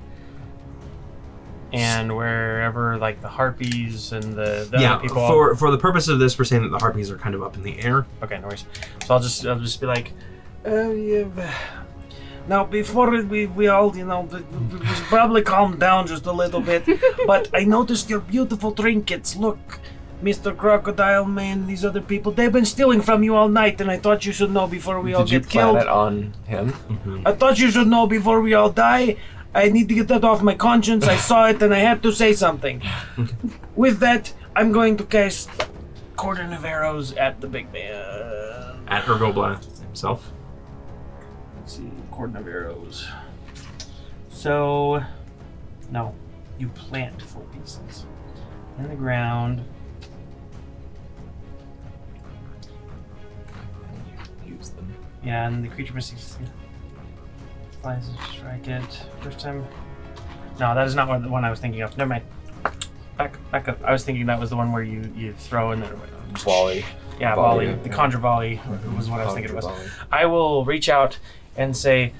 Speaker 4: And wherever, like the harpies and the, the
Speaker 2: yeah,
Speaker 4: other Uh, people,
Speaker 2: for for the purpose of this, we're saying that the harpies are kind of up in the air.
Speaker 4: okay, no worries. So I'll just, I'll just be like,
Speaker 8: Uh, yeah. but- Now, before we, we all, you know, we- we we should probably calm down just a little bit. but I noticed your beautiful trinkets. Look, Mr. Crocodile Man, these other people, they've been stealing from you all night, and I thought you should know before we all
Speaker 6: Did you
Speaker 8: get
Speaker 6: plan
Speaker 8: killed.
Speaker 6: it on him?
Speaker 8: I thought you should know before we all die. I need to get that off my conscience. I saw it and I had to say something. With that, I'm going to cast Cordon of Arrows at the big man.
Speaker 2: At Ergoblath himself.
Speaker 4: Let's see, cordon of arrows. So, no, you plant four pieces in the ground.
Speaker 6: Use them.
Speaker 4: Yeah, and the creature misses. Flies to strike it first time. No, that is not what, the one I was thinking of. Never mind. Back, back up. I was thinking that was the one where you you throw and then it went.
Speaker 6: Volley.
Speaker 4: Yeah, volley.
Speaker 6: Volley,
Speaker 4: The
Speaker 6: yeah.
Speaker 4: conjure volley was what I was thinking it was.
Speaker 6: Volley.
Speaker 4: I will reach out and say,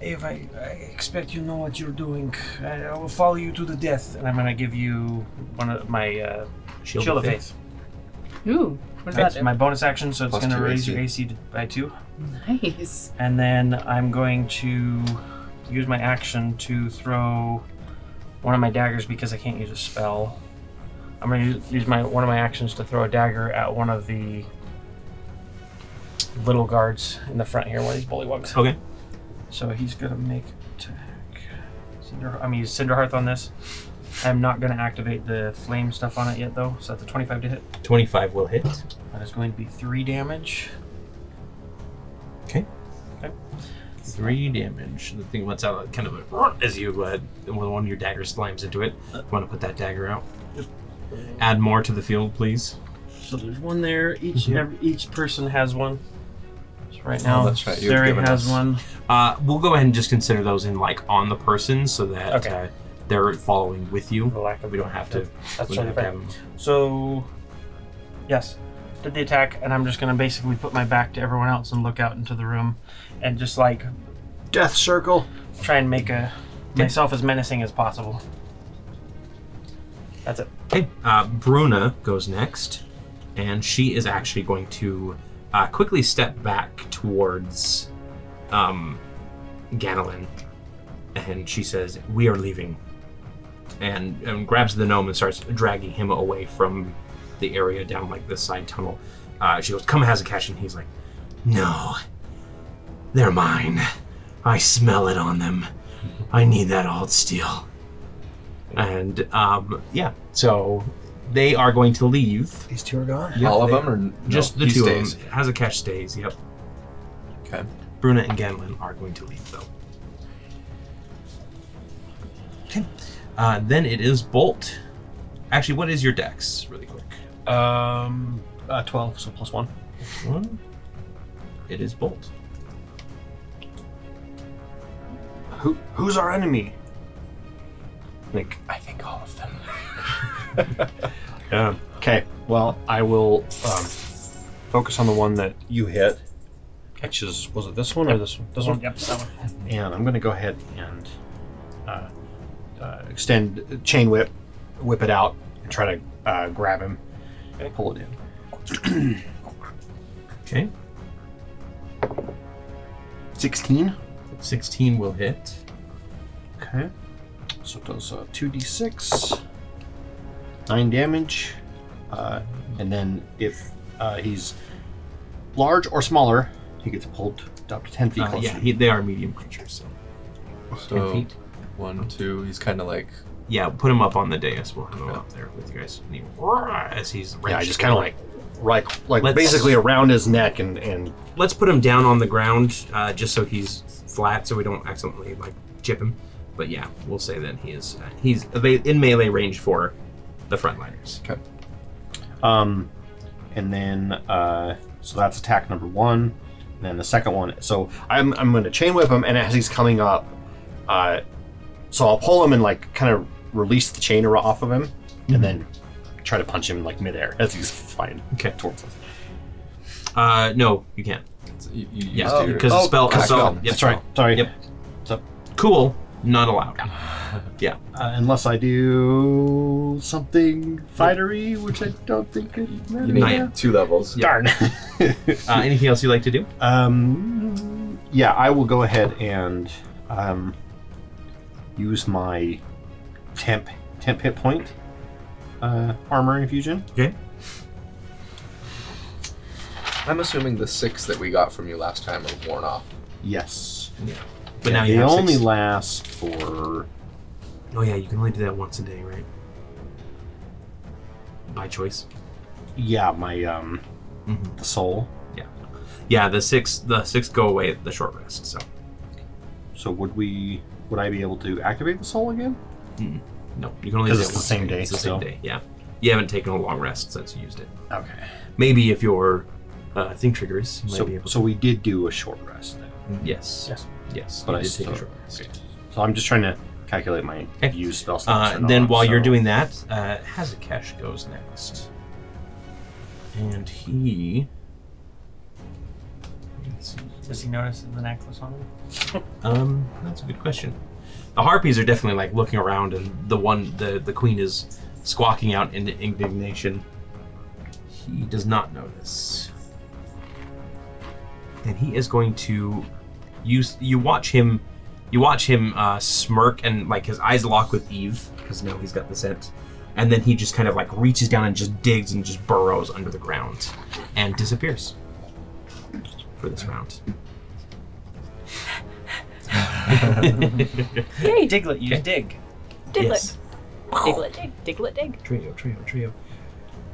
Speaker 8: If I, I expect you know what you're doing, I, I will follow you to the death.
Speaker 4: and I'm gonna give you one of my uh, shield, of faith.
Speaker 10: Ooh, what does
Speaker 4: That's
Speaker 10: that
Speaker 4: my bonus action, so it's
Speaker 6: Plus
Speaker 4: going to
Speaker 6: two
Speaker 4: raise
Speaker 6: AC.
Speaker 4: your AC to- by two.
Speaker 10: do? Nice.
Speaker 4: And then I'm going to use my action to throw one of my daggers because I can't use a spell. I'm going to use, use my one of my actions to throw a dagger at one of the little guards in the front here, one of these bullywogs.
Speaker 2: Okay.
Speaker 4: So he's going to make attack. Cinder, I'm going to use Cinderhearth on this. I'm not going to activate the flame stuff on it yet, though, so that's a 25 to hit.
Speaker 2: Twenty-five will hit.
Speaker 4: That is going to be three damage.
Speaker 2: Three damage. The thing lets out a kind of a as you uh, when one of your daggers slams into it. You want to put that dagger out? Add more to the field, please.
Speaker 4: So there's one there. Each
Speaker 2: Mhm.
Speaker 4: every, each person has one. So right
Speaker 6: Oh,
Speaker 4: now,
Speaker 6: that's right, you've
Speaker 4: Sari
Speaker 6: given
Speaker 4: has
Speaker 6: us-
Speaker 4: one.
Speaker 2: Uh, we'll go ahead and just consider those in like on the person, so that
Speaker 4: Okay.
Speaker 2: uh, they're following with you.
Speaker 4: The lack of
Speaker 2: We don't have to.
Speaker 4: That's
Speaker 2: we don't
Speaker 4: totally
Speaker 2: have to
Speaker 4: fair.
Speaker 2: have them.
Speaker 4: So, yes, did the attack, and I'm just gonna basically put my back to everyone else and look out into the room, and just like
Speaker 5: Death circle.
Speaker 4: try and make a myself as menacing as possible. That's it.
Speaker 2: Okay. Uh, Bruna goes next, and she is actually going to uh, quickly step back towards um, Ganelin, and she says, "We are leaving," and, and grabs the gnome and starts dragging him away from the area down like this side tunnel. Uh, she goes, "Come, Hazakash," and he's like, "No, they're mine. I smell it on them. I need that old steel." And um, yeah, so they are going to leave.
Speaker 8: These two are gone.
Speaker 6: All of them, or n-
Speaker 2: Just
Speaker 6: no,
Speaker 2: the
Speaker 6: he
Speaker 2: two
Speaker 6: stays.
Speaker 2: of them. Hazakash stays. Yep.
Speaker 6: Okay.
Speaker 2: Bruna and Ganlin are going to leave, though. Okay. Uh, then it is Bolt. Actually, what is your dex, really quick?
Speaker 5: Um, uh, twelve, so plus one.
Speaker 2: One. It is Bolt.
Speaker 5: Who who's our enemy?
Speaker 6: Like, I think all of them.
Speaker 5: Yeah.
Speaker 7: Okay.
Speaker 5: Well, I will um, focus on the one that you hit. Catches was it this one or this one? This one.
Speaker 4: Yep. That one.
Speaker 5: And I'm going to go ahead and uh, uh, extend chain whip, whip it out, and try to uh, grab him and pull it in.
Speaker 2: Okay.
Speaker 5: Sixteen.
Speaker 2: 16 will hit.
Speaker 5: Okay. So it does uh, 2d6, 9 damage. Uh, and then if uh, he's large or smaller, he gets pulled up to 10 feet
Speaker 4: Oh,
Speaker 2: Uh,
Speaker 5: closer.
Speaker 2: yeah, he, they are medium creatures, so. 10
Speaker 6: So,
Speaker 2: feet.
Speaker 6: One, two. He's kind of like.
Speaker 2: Yeah, put him up on the dais. We'll have him up there with you guys. And he- as he's
Speaker 5: Yeah, I just kind of like like like
Speaker 2: Let's-
Speaker 5: basically around his neck and and
Speaker 2: Let's put him down on the ground, uh, just so he's flat, so we don't accidentally like chip him. But yeah, we'll say that he is uh, he's ava- in melee range for the frontliners.
Speaker 5: Um, and then uh, so that's attack number one. And then the second one. So I'm I'm going to chain whip him, and as he's coming up, uh, so I'll pull him and like kind of release the chain ar- off of him,
Speaker 2: Mm-hmm.
Speaker 5: and then try to punch him like midair as he's flying
Speaker 2: Okay.
Speaker 5: towards us.
Speaker 2: Uh, no, you can't.
Speaker 6: You, you
Speaker 2: Yeah, Oh,
Speaker 6: used your- Oh,
Speaker 2: because the spell.
Speaker 5: cast
Speaker 2: assault-
Speaker 5: spell.
Speaker 2: yeah,
Speaker 5: That's right. Sorry.
Speaker 2: Yep. Cool. Not allowed.
Speaker 5: Uh, unless I do something fightery, which I don't think is
Speaker 6: you
Speaker 5: matters.
Speaker 6: need
Speaker 2: Yeah.
Speaker 6: two levels.
Speaker 2: Yeah.
Speaker 5: Darn.
Speaker 2: Uh, anything else you'd like to do?
Speaker 5: Um, yeah, I will go ahead and um, use my temp temp hit point uh, armor infusion.
Speaker 6: I'm assuming the six that we got from you last time are worn off.
Speaker 5: Yes,
Speaker 2: But now
Speaker 5: they
Speaker 2: you have
Speaker 5: only
Speaker 2: six.
Speaker 5: last for
Speaker 2: Oh yeah, you can only do that once a day, right? By choice.
Speaker 5: yeah my um
Speaker 2: Mhm.
Speaker 5: the soul.
Speaker 2: Yeah, the six the six go away at the short rest. So
Speaker 5: So would we would I be able to activate the soul again?
Speaker 2: no, you can only
Speaker 5: 'Cause
Speaker 2: do
Speaker 5: it's
Speaker 2: that once
Speaker 5: the
Speaker 2: a
Speaker 5: same day
Speaker 2: It's the
Speaker 5: still.
Speaker 2: same day. Yeah, you haven't taken a long rest since you used it.
Speaker 5: Okay.
Speaker 2: Maybe if your uh, thing triggers, you might be
Speaker 5: So
Speaker 2: able.
Speaker 5: so we did do a short rest. Then.
Speaker 2: to. Yes.
Speaker 5: Yes.
Speaker 2: Yes.
Speaker 5: But
Speaker 2: you
Speaker 5: I
Speaker 2: did take a
Speaker 5: still-
Speaker 2: short rest.
Speaker 5: So I'm just trying to calculate my
Speaker 2: Okay.
Speaker 5: use spell slots.
Speaker 2: Uh,
Speaker 5: or
Speaker 2: then
Speaker 5: not,
Speaker 2: while you're
Speaker 5: so-
Speaker 2: doing that, uh, Hazakesh goes next. And he. Let's see.
Speaker 4: Does he notice the necklace on him?
Speaker 2: Um, that's a good question. The harpies are definitely like looking around, and the one, the the queen is squawking out in indignation. He does not notice, and he is going to use. You watch him, you watch him uh, smirk, and like his eyes lock with Eve because now he's got the scent, and then he just kind of like reaches down and just digs and just burrows under the ground, and disappears for this round.
Speaker 4: Diglett, use dig.
Speaker 10: Diglet. Diglet dig. Diglet dig.
Speaker 2: trio, trio, trio.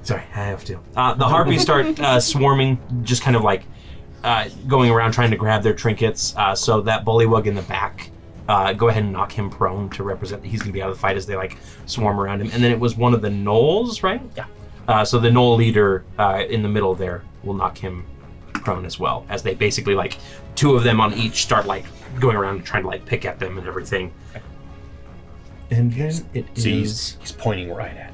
Speaker 2: Sorry, I have to. Uh, the harpies start uh, swarming, just kind of like uh, going around trying to grab their trinkets. Uh, so that bullywug in the back, uh, go ahead and knock him prone to represent that he's going to be out of the fight as they like swarm around him. And then it was one of the gnolls, right? Yeah. Uh, so the gnoll leader uh, in the middle there will knock him prone as well, as they basically like two of them on each start like going around trying to like pick at them and everything. And then it is.
Speaker 5: See, he's, he's pointing right at.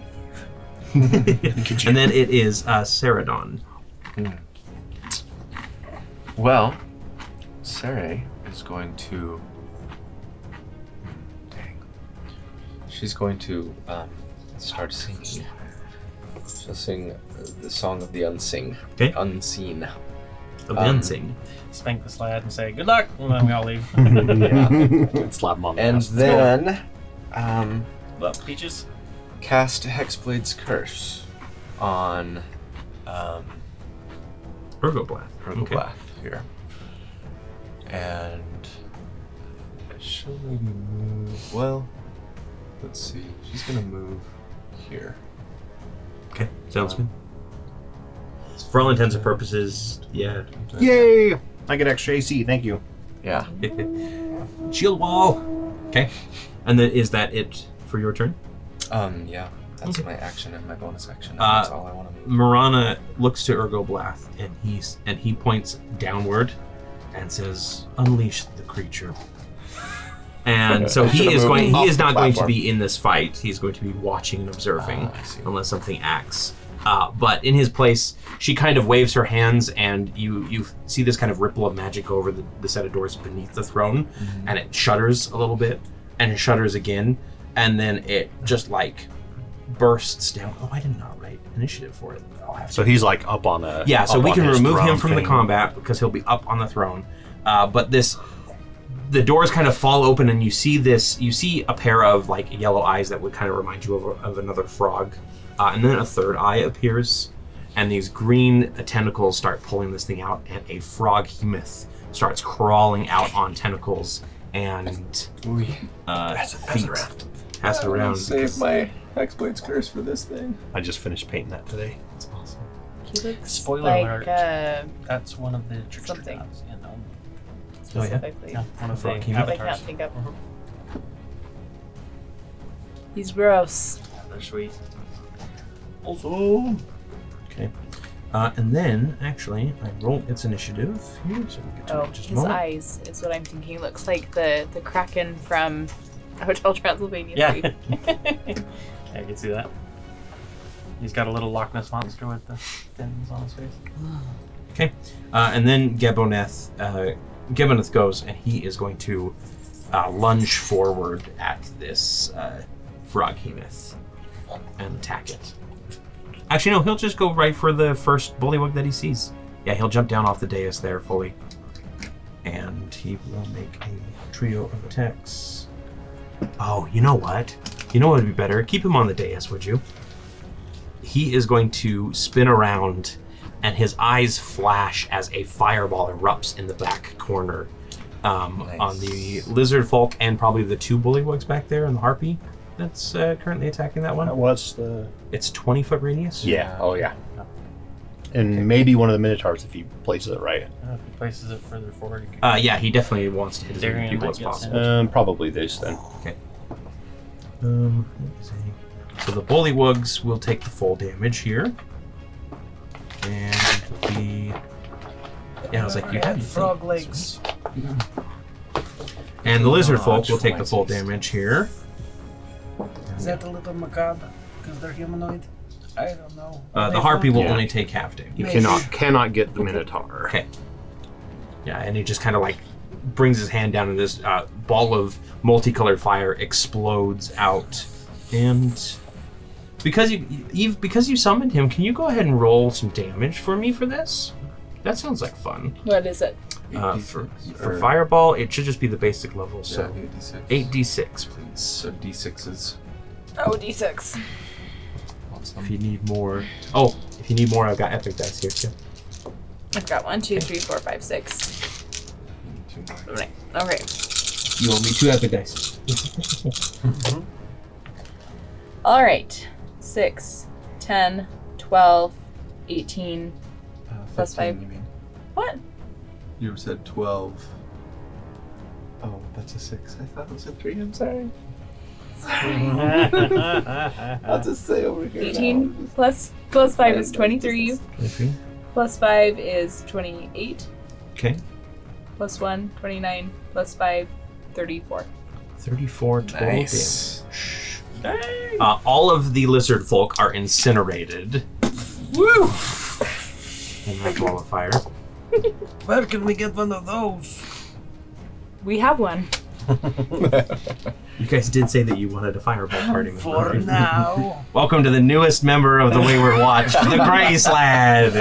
Speaker 5: me.
Speaker 2: and then it is uh, Ceradon.
Speaker 6: Well, Saray is going to. Dang. She's going to um, start singing. She'll sing uh, the song of the unsing,
Speaker 2: Okay.
Speaker 6: unseen.
Speaker 2: of
Speaker 6: Um,
Speaker 2: dancing.
Speaker 4: Spank this lad and say, good luck, and then we all leave.
Speaker 5: Slap him on the
Speaker 6: And
Speaker 5: ass.
Speaker 6: then, um,
Speaker 4: Well, peaches.
Speaker 6: cast Hexblade's Curse on um,
Speaker 2: Ergoblath. Okay.
Speaker 6: Rugoblath here, and she'll maybe move. Well, let's see. She's gonna move here.
Speaker 2: Okay. Sounds good. For all intents and purposes, yeah.
Speaker 5: Yay! I get extra AC. Thank you.
Speaker 6: Yeah.
Speaker 2: Shield wall. Okay. And then is that it for your turn?
Speaker 6: Um, yeah, that's
Speaker 2: Okay.
Speaker 6: my action and my bonus action. and
Speaker 2: Uh,
Speaker 6: that's all I want to move.
Speaker 2: Marana looks to Ergoblath and he's and he points downward and says, "Unleash the creature." And so
Speaker 6: Should've
Speaker 2: he is
Speaker 6: moved
Speaker 2: going. He
Speaker 6: off
Speaker 2: is
Speaker 6: the
Speaker 2: not going to
Speaker 6: platform.
Speaker 2: be in this fight. He's going to be watching and observing
Speaker 6: Ah, I see.
Speaker 2: unless something acts. Uh, but in his place, she kind of waves her hands, and you you see this kind of ripple of magic over the, the set of doors beneath the throne,
Speaker 6: Mm-hmm.
Speaker 2: and it shudders a little bit, and it shudders again, and then it just like bursts down. Oh, I did not write initiative for it. I'll have to
Speaker 5: So he's like up on a.
Speaker 2: yeah, so
Speaker 5: up
Speaker 2: we
Speaker 5: on
Speaker 2: can
Speaker 5: his
Speaker 2: remove
Speaker 5: throne
Speaker 2: him from the
Speaker 5: thing.
Speaker 2: combat because he'll be up on the throne. Uh, but this, the doors kind of fall open, and you see this. You see a pair of like yellow eyes that would kind of remind you of, of another frog, uh, and then a third eye appears, and these green tentacles start pulling this thing out, and a frog hemoth starts crawling out on tentacles and uh, feet. Pass it around.
Speaker 6: Save my Hexblade's curse for this thing.
Speaker 5: I just finished painting that today.
Speaker 6: That's awesome.
Speaker 10: He looks
Speaker 4: Spoiler
Speaker 10: like
Speaker 4: alert.
Speaker 10: Uh,
Speaker 4: That's one of the trickster
Speaker 10: Something.
Speaker 4: gods in Omen.
Speaker 2: Oh, yeah?
Speaker 10: specifically,
Speaker 4: Yeah, one of the
Speaker 2: Frog King.
Speaker 10: I can't
Speaker 4: avatars.
Speaker 10: think of.
Speaker 4: Mhm.
Speaker 3: He's gross.
Speaker 4: They're sweet. Also,
Speaker 2: Okay. Uh, and then, actually, I roll its initiative here, so we'll get to it
Speaker 10: Oh,
Speaker 2: in just a
Speaker 10: his
Speaker 2: moment.
Speaker 10: eyes is what I'm thinking. He looks like the the kraken from Hotel Transylvania.
Speaker 4: Yeah.
Speaker 10: three.
Speaker 4: yeah, I can see that. He's got a little Loch Ness monster with the fins on his face.
Speaker 2: Uh, and then Geboneth, uh, Geboneth goes, and he is going to uh, lunge forward at this uh, frog hemoth and attack it. Actually, no, he'll just go right for the first bullywug that he sees. Yeah, he'll jump down off the dais there fully. And he will make a trio of attacks. Oh, you know what? You know what would be better? Keep him on the dais, would you? He is going to spin around and his eyes flash as a fireball erupts in the back corner um, on the lizard folk and probably the two bullywugs back there and the harpy that's uh, currently attacking that one.
Speaker 7: What's the?
Speaker 2: It's 20 foot radius.
Speaker 7: Oh. Yeah. Oh yeah. And maybe one of the minotaurs if he places it right.
Speaker 4: I don't know if he places it further forward. he could-
Speaker 2: Uh, yeah, he definitely wants to hit as
Speaker 4: Darian
Speaker 2: many people
Speaker 4: might
Speaker 2: as
Speaker 4: get
Speaker 2: possible.
Speaker 7: Um, probably this then.
Speaker 2: Um, let me see. so the bullywugs will take the full damage here. And the. Yeah, I was like, you have the
Speaker 8: frog
Speaker 2: thing.
Speaker 8: legs.
Speaker 2: And the lizard
Speaker 6: Oh,
Speaker 2: folk will
Speaker 6: that's
Speaker 2: take the full
Speaker 6: nice.
Speaker 2: damage here.
Speaker 8: Is that a little macabre? Because they're humanoid? I don't know.
Speaker 2: Uh, the
Speaker 8: They
Speaker 2: harpy
Speaker 8: don't-
Speaker 2: will
Speaker 7: Yeah.
Speaker 2: only take half damage.
Speaker 7: You
Speaker 8: Maybe.
Speaker 7: cannot cannot get the minotaur.
Speaker 2: Okay. Yeah, and he just kind of like brings his hand down, and this uh, ball of multicolored fire explodes out. And because you you've, because you summoned him, can you go ahead and roll some damage for me for this? That sounds like fun.
Speaker 10: What is it?
Speaker 2: Uh, for, for
Speaker 6: Or-
Speaker 2: fireball, it should just be the basic level.
Speaker 6: Yeah,
Speaker 2: So
Speaker 6: it'd be a D6.
Speaker 2: eight d six, please.
Speaker 6: So D6s.
Speaker 10: Oh, d6.
Speaker 6: Awesome.
Speaker 2: If you need more, oh, if you need more, I've got epic dice here too.
Speaker 10: I've got one, two, three, four, five, six.
Speaker 6: Two nines.
Speaker 10: All right. All right.
Speaker 2: You owe me two epic dice.
Speaker 10: All right. Six, 10, 12, 18.
Speaker 6: Uh,
Speaker 10: Plus
Speaker 6: 15,
Speaker 10: five.
Speaker 6: You, mean.
Speaker 10: What?
Speaker 6: you said 12. Oh, that's a 6. I thought it was a 3. I'm sorry. I'll just say over here. now.
Speaker 10: 18 plus plus 5 is 23.
Speaker 2: Okay.
Speaker 10: Plus 5 is 28.
Speaker 2: Okay.
Speaker 10: Plus 1, 29. Plus 5, 34.
Speaker 2: 34, 12 damage.
Speaker 6: Nice.
Speaker 2: Uh, all of the lizard folk are incinerated.
Speaker 10: Woo!
Speaker 2: in that ball of fire.
Speaker 8: Where can we get one of those?
Speaker 10: We have one.
Speaker 2: You guys did say that you wanted a fireball party. member,
Speaker 8: For
Speaker 2: right?
Speaker 8: now.
Speaker 2: Welcome to the newest member of the Wayward Watch, the Gray Slad.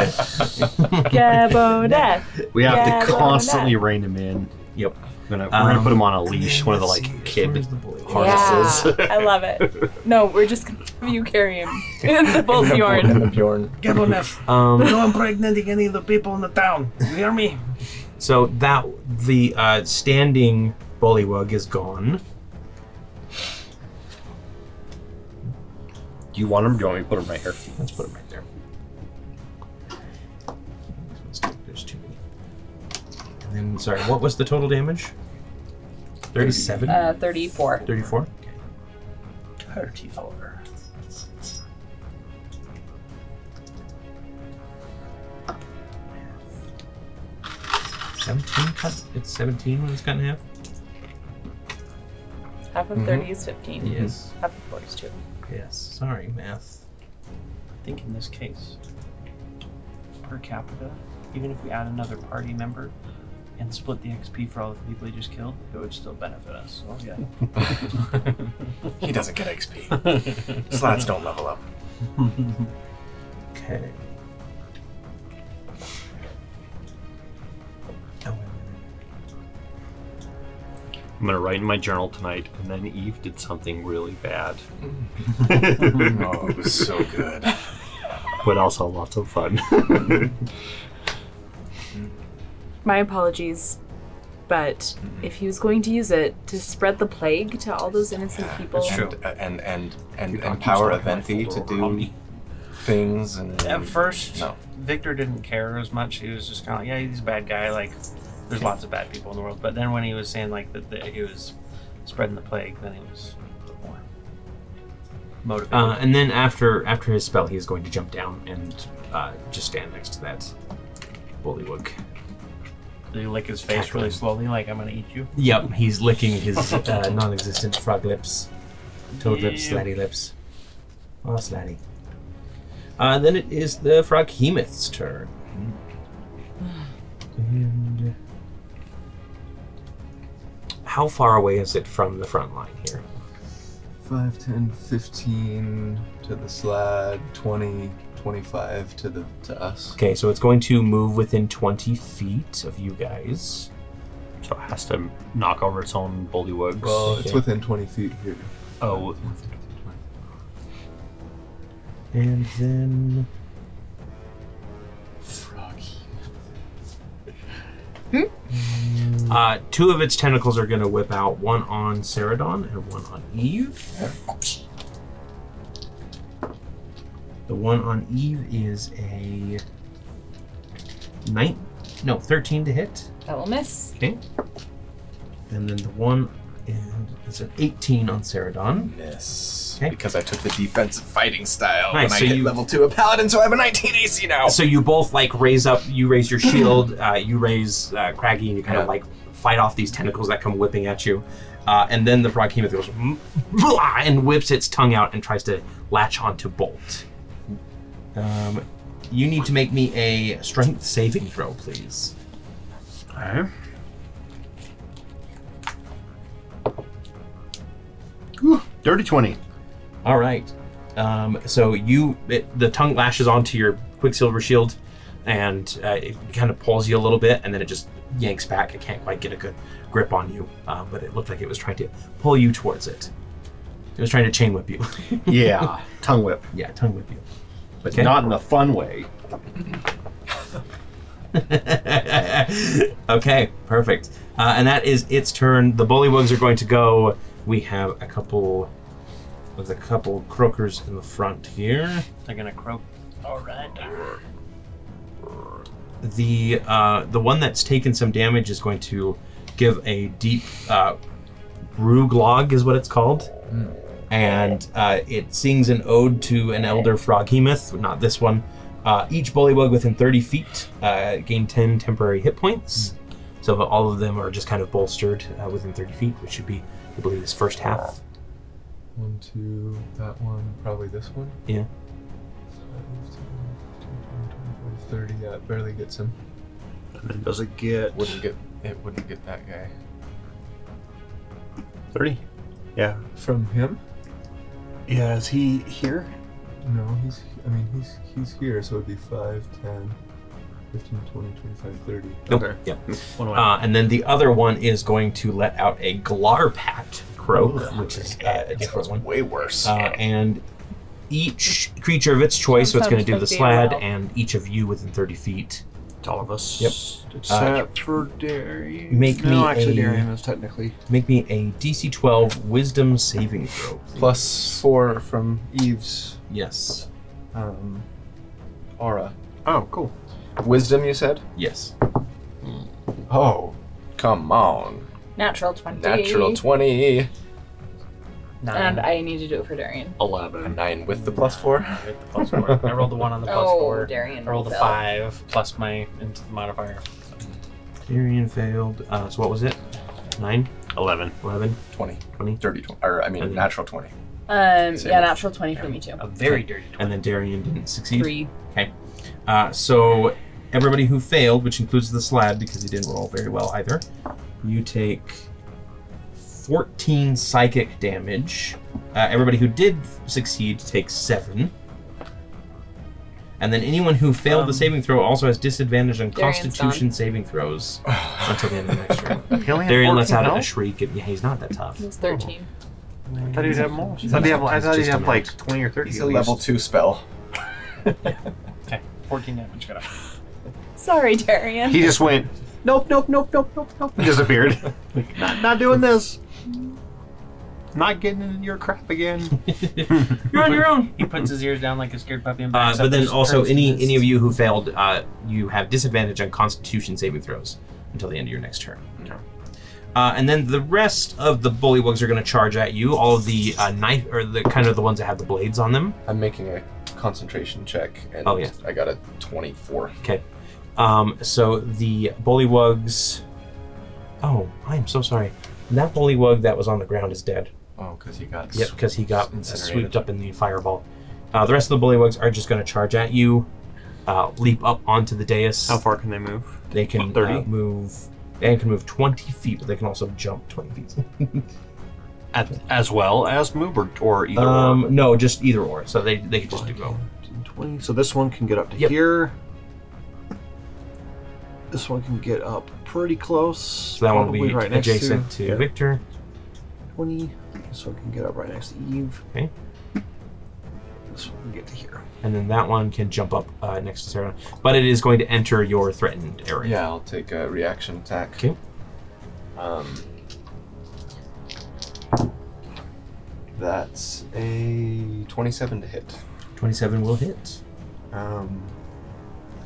Speaker 10: Gabodet.
Speaker 7: We have
Speaker 10: Yeah,
Speaker 7: to
Speaker 10: we're
Speaker 7: constantly rein him in.
Speaker 2: Yep.
Speaker 7: We're gonna, we're gonna
Speaker 2: Um,
Speaker 7: put him on a leash, one of the
Speaker 9: let's
Speaker 7: like
Speaker 9: see,
Speaker 7: kid
Speaker 9: where's
Speaker 7: harnesses.
Speaker 10: Yeah, I love it. No, we're just gonna have you carry him in the Volbjorn.
Speaker 8: Gabonef,
Speaker 2: Um,
Speaker 8: no impregnating any of the people in the town. You hear me?
Speaker 2: so that the uh, standing bullywug is gone.
Speaker 7: Do you want him? Do you want me to put him right here?
Speaker 2: Let's put him right there. There's too many. And then, sorry, what was the total damage? 37?
Speaker 10: Uh, 34.
Speaker 2: 34? Okay.
Speaker 4: 34.
Speaker 2: Seventeen cut. It's seventeen when it's cut in half.
Speaker 10: Half of 30 is 15.
Speaker 2: Yes.
Speaker 10: Half of 4 is 2.
Speaker 2: Mm-hmm. Yes. Sorry, math.
Speaker 4: I think in this case, per capita, even if we add another party member and split the XP for all the people he just killed, it would still benefit us. Oh yeah.
Speaker 6: he doesn't get XP. Slats don't level up.
Speaker 2: Okay. Oh,
Speaker 7: I'm gonna write in my journal tonight, and then Eve did something really bad,
Speaker 6: Oh, it was so good.
Speaker 7: but also lots of fun.
Speaker 10: My apologies, but if he was going to use it to spread the plague to all those innocent people,
Speaker 6: uh, And and and, and
Speaker 5: Keep on
Speaker 6: empower
Speaker 5: keep on.
Speaker 6: Aventi to do things and
Speaker 4: At first,
Speaker 6: No.
Speaker 4: Victor didn't care as much. He was just kind of like, yeah, he's a bad guy. Like, there's lots of bad people in the world. But then when he was saying like that, that he was spreading the plague, then he was a little more motivated.
Speaker 2: Uh, and then after after his spell, he is going to jump down and uh, just stand next to that bullywug.
Speaker 4: Did he lick Uh, his face really slowly, like I'm gonna eat you?
Speaker 2: Yep, he's licking his uh, non-existent frog lips, toad lips,
Speaker 4: Yeah.
Speaker 2: slatty lips. Oh, slatty. Uh, then it is the frog hemoth's turn. And how far away is it from the front line here?
Speaker 6: 5, 10, 15 to the slide, 20, 25 to the to us.
Speaker 2: Okay, so it's going to move within 20 feet of you guys.
Speaker 7: So it has to knock over its own bullywugs.
Speaker 6: Well, it's
Speaker 2: Okay.
Speaker 6: within 20 feet here.
Speaker 7: oh,
Speaker 2: And then. Froggy. Uh, two of its tentacles are going to whip out one on Ceradon and one on Eve. The one on Eve is a. Nine? No, 13 to hit.
Speaker 3: That will miss.
Speaker 2: Okay. And then the one. And it's an 18 on Ceradon.
Speaker 6: Yes.
Speaker 2: Okay.
Speaker 6: Because I took the defensive fighting style
Speaker 2: Nice,
Speaker 6: when
Speaker 2: so
Speaker 6: I hit
Speaker 2: you-
Speaker 6: level 2 a paladin, so I have a 19 AC now.
Speaker 2: so you both like raise up you raise your shield uh, you raise uh, craggy and you kind
Speaker 6: Yeah.
Speaker 2: of like fight off these tentacles that come whipping at you uh, and then the frog hemoth goes "Blah," and whips its tongue out and tries to latch onto bolt um, you need to make me a strength saving throw please
Speaker 7: okay. Dirty 20.
Speaker 2: All right. Um, so you, it, the tongue lashes onto your quicksilver shield, and uh, it kind of pulls you a little bit, and then it just yanks back. It can't quite get a good grip on you, uh, but it looked like it was trying to pull you towards it. It was trying to chain whip you.
Speaker 7: Yeah, tongue whip.
Speaker 2: yeah, tongue whip you.
Speaker 7: But
Speaker 2: Okay.
Speaker 7: not in the fun way.
Speaker 2: okay, perfect. Uh, and that is its turn. The bullywugs are going to go. We have a couple. There's a couple croakers in the front here.
Speaker 4: They're gonna croak. All right.
Speaker 2: the uh, the one that's taken some damage is going to give a deep uh, bruglog is what it's called, and uh, it sings an ode to an elder frog hemoth. Not this one. Uh, each bullywug within 30 feet uh, gain 10 temporary hit points. So all of them are just kind of bolstered uh, within 30 feet, which should be, I believe, this first half.
Speaker 6: One, two, that one, probably this one.
Speaker 2: Yeah.
Speaker 6: Five, 10, 20, 30, yeah, it barely gets him.
Speaker 7: And then does it get
Speaker 6: Wouldn't get it wouldn't get that guy.
Speaker 7: 30? Yeah.
Speaker 6: From him?
Speaker 7: Yeah, is he here?
Speaker 6: No, he's I mean he's he's here, so it'd be 5, 10, 15, 20, 25, 30.
Speaker 2: Nope.
Speaker 6: Okay.
Speaker 2: Yep.
Speaker 7: One away.
Speaker 2: Uh, and then the other one is going to let out a Glarpat croak, which is uh, a different one.
Speaker 6: Way worse.
Speaker 2: Uh, and each creature of its choice, so it's going to do the slad, and each of you within 30 feet.
Speaker 7: It's all of us.
Speaker 2: Yep. Uh,
Speaker 6: Except for Darius.
Speaker 2: make
Speaker 6: no,
Speaker 2: me
Speaker 6: actually
Speaker 2: a-
Speaker 6: Darius is technically.
Speaker 2: Make me a DC 12 Wisdom saving throw. please.
Speaker 6: Plus four from Eve's
Speaker 2: Yes.
Speaker 6: um, aura.
Speaker 7: Oh, cool.
Speaker 6: Wisdom, you said?
Speaker 2: Yes.
Speaker 6: Oh, come on.
Speaker 10: Natural 20.
Speaker 6: Natural 20.
Speaker 10: And I need to do it for Darian.
Speaker 7: 11.
Speaker 6: Nine with the plus four.
Speaker 4: With the plus four. I rolled a one on the plus
Speaker 10: oh,
Speaker 4: four.
Speaker 10: Darian.
Speaker 4: I rolled a
Speaker 10: fell.
Speaker 4: five plus my into the modifier.
Speaker 2: Tyrion failed. Uh, so what was it? 9?
Speaker 7: 11.
Speaker 2: 11?
Speaker 6: 20.
Speaker 2: 20?
Speaker 6: Dirty 20. Or, I mean,
Speaker 2: And then-
Speaker 6: natural 20.
Speaker 10: Um,
Speaker 6: Same.
Speaker 10: yeah, natural 20 for me too.
Speaker 4: A very dirty
Speaker 2: And then Darian didn't succeed.
Speaker 10: Three.
Speaker 2: Uh, so everybody who failed, which includes the slab because he didn't roll very well either, you take 14 psychic damage. Uh, everybody who did succeed takes seven. And then anyone who failed the
Speaker 4: Um,
Speaker 2: saving throw also has disadvantage on
Speaker 10: Darian's
Speaker 2: Constitution saving throws until the end of the next round.
Speaker 7: He only had
Speaker 2: Darian lets
Speaker 7: 14
Speaker 2: out a
Speaker 7: health?
Speaker 2: shriek, and yeah, he's not that tough.
Speaker 10: It was 13.
Speaker 7: I thought he'd have more. I
Speaker 2: thought
Speaker 7: thought
Speaker 2: he'd
Speaker 7: he'd
Speaker 2: have- I thought he'd have, like,
Speaker 7: like 20 or 30.
Speaker 6: He's a level two spell.
Speaker 4: Okay, 14 damage. Got it.
Speaker 10: Sorry, Darian.
Speaker 7: He just went, nope, nope, nope, nope, nope, nope, and disappeared. not, not doing this. Not getting in your crap again.
Speaker 4: You're on your own. He puts his ears down like a scared puppy and
Speaker 2: Uh,
Speaker 4: backs
Speaker 2: but
Speaker 4: up
Speaker 2: then
Speaker 4: just
Speaker 2: also,
Speaker 4: turns to
Speaker 2: any
Speaker 4: this.
Speaker 2: any of you who failed, uh, you have disadvantage on Constitution saving throws until the end of your next turn. Uh, and then the rest of the bullywugs are going to charge at you. All of the uh, knife, or the kind of the ones that have the blades on them.
Speaker 6: I'm making a concentration check, and
Speaker 2: Oh, yeah.
Speaker 6: I got a 24.
Speaker 2: Okay. Um, so the bullywugs. Oh, I am so sorry. That bullywug that was on the ground is dead.
Speaker 6: Oh, because you got.
Speaker 2: Yep, because he got
Speaker 6: incinerated.
Speaker 2: swooped up in the fireball. Uh, the rest of the bullywugs are just going to charge at you, uh, leap up onto the dais.
Speaker 5: How far can they move?
Speaker 2: They can
Speaker 5: 30?
Speaker 2: uh, move. They can move 20 feet, but they can also jump 20 feet.
Speaker 5: At, as well as move or, or either
Speaker 2: um,
Speaker 5: or.
Speaker 2: no, just either or. So they, they can just do go.
Speaker 5: 15, 20. So this one can get up to
Speaker 2: Yep.
Speaker 5: here. This one can get up pretty close.
Speaker 2: So that one will
Speaker 5: probably
Speaker 2: be
Speaker 5: right next
Speaker 2: adjacent
Speaker 5: to
Speaker 2: to, Victor.
Speaker 5: 20. This one can get up right next to Eve.
Speaker 2: Okay.
Speaker 5: This one can get to here.
Speaker 2: And then that one can jump up uh, next to Sarah. But it is going to enter your threatened area.
Speaker 6: Yeah, I'll take a reaction attack.
Speaker 2: Okay.
Speaker 6: Um, that's a 27 to hit.
Speaker 2: 27 will hit.
Speaker 6: Um,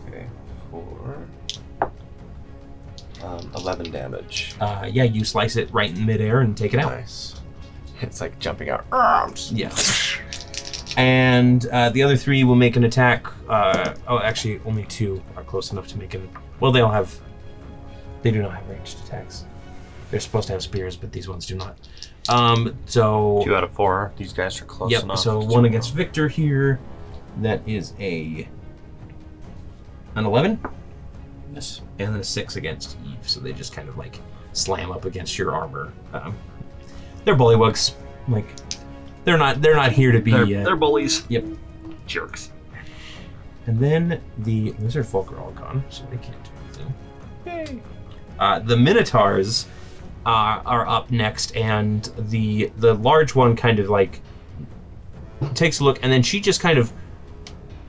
Speaker 6: okay, four. Um, 11 damage.
Speaker 2: Uh, yeah, you slice it right in midair and take it out.
Speaker 6: Nice. It's like jumping out. Ah, I'm just-
Speaker 2: Yeah. And uh, the other three will make an attack. Uh, oh, actually, only two are close enough to make an. Well, they all have. They do not have ranged attacks. They're supposed to have spears, but these ones do not. Um, so.
Speaker 5: Two out of four. These guys are close
Speaker 2: yep.
Speaker 5: enough.
Speaker 2: So
Speaker 5: to-
Speaker 2: one against Victor here. That is a. An 11?
Speaker 4: Yes.
Speaker 2: And then a 6 against Eve. So they just kind of like slam up against your armor. Um, they're bullywugs. Like. They're not. They're not here to be.
Speaker 5: They're,
Speaker 2: uh,
Speaker 5: they're bullies.
Speaker 2: Yep.
Speaker 5: Jerks.
Speaker 2: And then the lizard folk are all gone, so they can't do anything. Uh, the minotaurs uh, are up next, and the the large one kind of like takes a look, and then she just kind of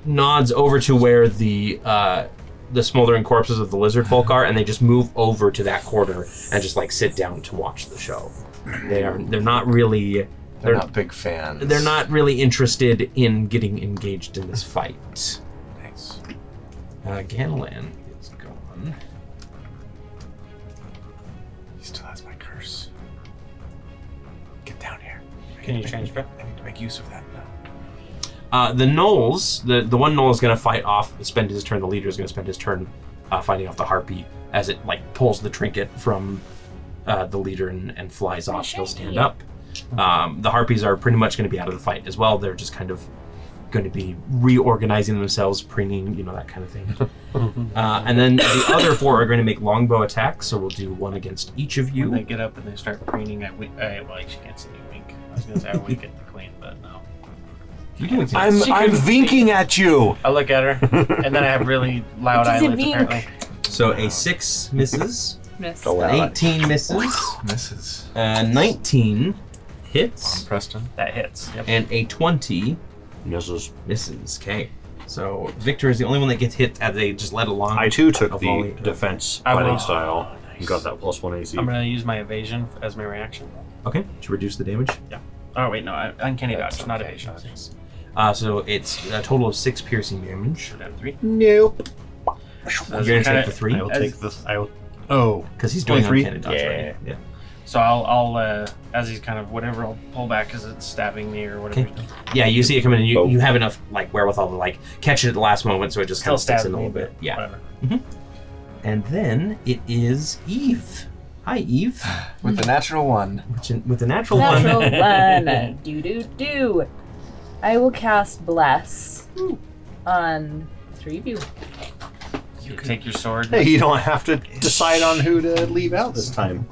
Speaker 2: nods over to where the uh, the smoldering corpses of the lizard folk are, and they just move over to that corner and just like sit down to watch the show. They are they're not really
Speaker 6: They're
Speaker 2: They're-
Speaker 6: not big fans.
Speaker 2: they're not really interested in getting engaged in this fight.
Speaker 6: Nice.
Speaker 2: Uh, Ganlan is gone.
Speaker 6: He still has my curse. Get down here.
Speaker 4: Can you transfer?
Speaker 6: I need to make use of that now.
Speaker 2: Uh, the Knolls, the, the one Knoll is going to fight off, spend his turn. The leader is going to spend his turn uh, fighting off the harpy as it like pulls the trinket from uh, the leader and, and flies off. He'll stand up. Um, the harpies are pretty much going to be out of the fight as well. They're just kind of going to be reorganizing themselves, preening, you know, that kind of thing. uh, and then the other four are going to make longbow attacks, so we'll do one against each of
Speaker 4: When they
Speaker 2: you.
Speaker 4: get up and they start preening, I, wink, I well, she can't see me wink. I was gonna say I wink at the queen, but no.
Speaker 2: You can
Speaker 5: I'm
Speaker 4: She
Speaker 5: I'm
Speaker 4: couldn't
Speaker 5: winking at you.
Speaker 4: I look at her, and then I have really loud
Speaker 10: What does it
Speaker 4: eyelids.
Speaker 10: mean?
Speaker 4: Apparently,
Speaker 2: So a six misses,
Speaker 10: Miss.
Speaker 2: an 18 misses.
Speaker 6: Mrs.
Speaker 2: Uh, 19 hits
Speaker 6: Preston.
Speaker 4: that hits. Yep.
Speaker 2: and a 20
Speaker 5: Mrs.
Speaker 2: misses. Okay. So Victor is the only one that gets hit as they just let along.
Speaker 5: I too took
Speaker 2: A
Speaker 5: the
Speaker 2: volley.
Speaker 5: defense
Speaker 4: I
Speaker 5: fighting
Speaker 4: will-
Speaker 5: style.
Speaker 4: Oh,
Speaker 5: and Got that plus one AC.
Speaker 4: I'm gonna use my evasion as my reaction.
Speaker 2: Okay. To reduce the damage.
Speaker 4: Oh wait, no, I, uncanny
Speaker 6: That's
Speaker 4: dodge, not
Speaker 6: okay,
Speaker 4: evasion.
Speaker 6: dodge.
Speaker 4: Six.
Speaker 2: Uh, so it's a total of six piercing damage.
Speaker 4: Should have three.
Speaker 5: Nope.
Speaker 4: So,
Speaker 2: You're
Speaker 4: it's
Speaker 2: gonna
Speaker 4: kinda-
Speaker 2: take the three
Speaker 5: I will
Speaker 4: as-
Speaker 5: take this. I will. Oh.
Speaker 2: because he's doing
Speaker 5: 23?
Speaker 2: uncanny dodge.
Speaker 5: Yeah.
Speaker 2: Right? Yeah.
Speaker 4: so I'll, I'll uh, as he's kind of whatever, I'll pull back because it's stabbing me or whatever.
Speaker 2: Okay. Yeah. You see it coming, and you, you have enough like wherewithal to like catch it at the last moment, so it just kind
Speaker 4: Still
Speaker 2: of sticks
Speaker 4: stabbing
Speaker 2: in a
Speaker 4: me
Speaker 2: little bit.
Speaker 4: but
Speaker 2: Yeah.
Speaker 4: Whatever.
Speaker 2: And then it is Eve. Hi, Eve.
Speaker 6: With the natural one.
Speaker 2: Which in- With the natural,
Speaker 10: Natural
Speaker 2: one.
Speaker 10: one. Do do do. I will cast bless on three of you.
Speaker 4: You take your sword.
Speaker 7: Hey, you don't have to decide on who to leave out this time.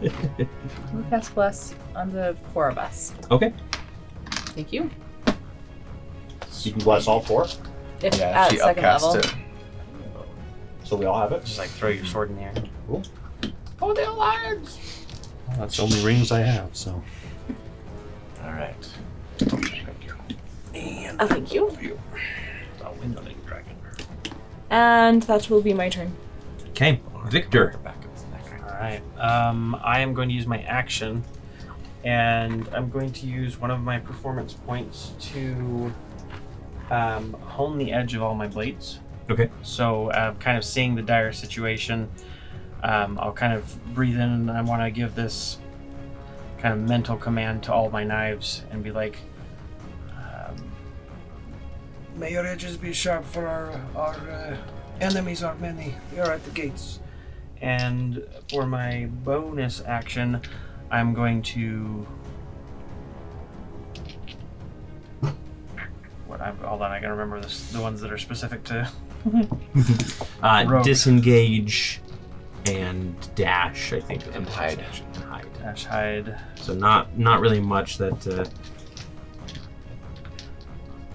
Speaker 10: We'll cast bless on the four of us.
Speaker 2: Okay.
Speaker 10: Thank you.
Speaker 7: You can bless all four,
Speaker 10: If
Speaker 6: Yeah,
Speaker 10: at
Speaker 6: she
Speaker 10: second
Speaker 6: upcast
Speaker 10: level.
Speaker 6: it.
Speaker 7: so we all have it.
Speaker 4: Just like throw your sword in the air.
Speaker 7: oh, they're lions! That's the only rings I have, so.
Speaker 6: All right.
Speaker 10: Oh, thank you.
Speaker 4: I'll win the big dragon.
Speaker 10: And that will be my turn.
Speaker 2: Okay. Victor.
Speaker 6: Back of his neck.
Speaker 4: All right. Um, I am going to use my action and I'm going to use one of my performance points to um, hone the edge of all my blades.
Speaker 2: Okay.
Speaker 4: So, uh, kind of seeing the dire situation, um, I'll kind of breathe in and I want to give this kind of mental command to all my knives and be like, um,
Speaker 8: May your edges be sharp, for our, our uh, enemies are many. We are at the gates.
Speaker 4: and for my bonus action, I'm going to. What I'm, hold on, I gotta remember this, the ones that are specific to.
Speaker 2: Uh,
Speaker 4: Rogue.
Speaker 2: disengage and dash. I think is a
Speaker 6: And
Speaker 2: bonus
Speaker 6: hide.
Speaker 2: action. And hide.
Speaker 4: Dash hide.
Speaker 2: So not not really much that. Uh,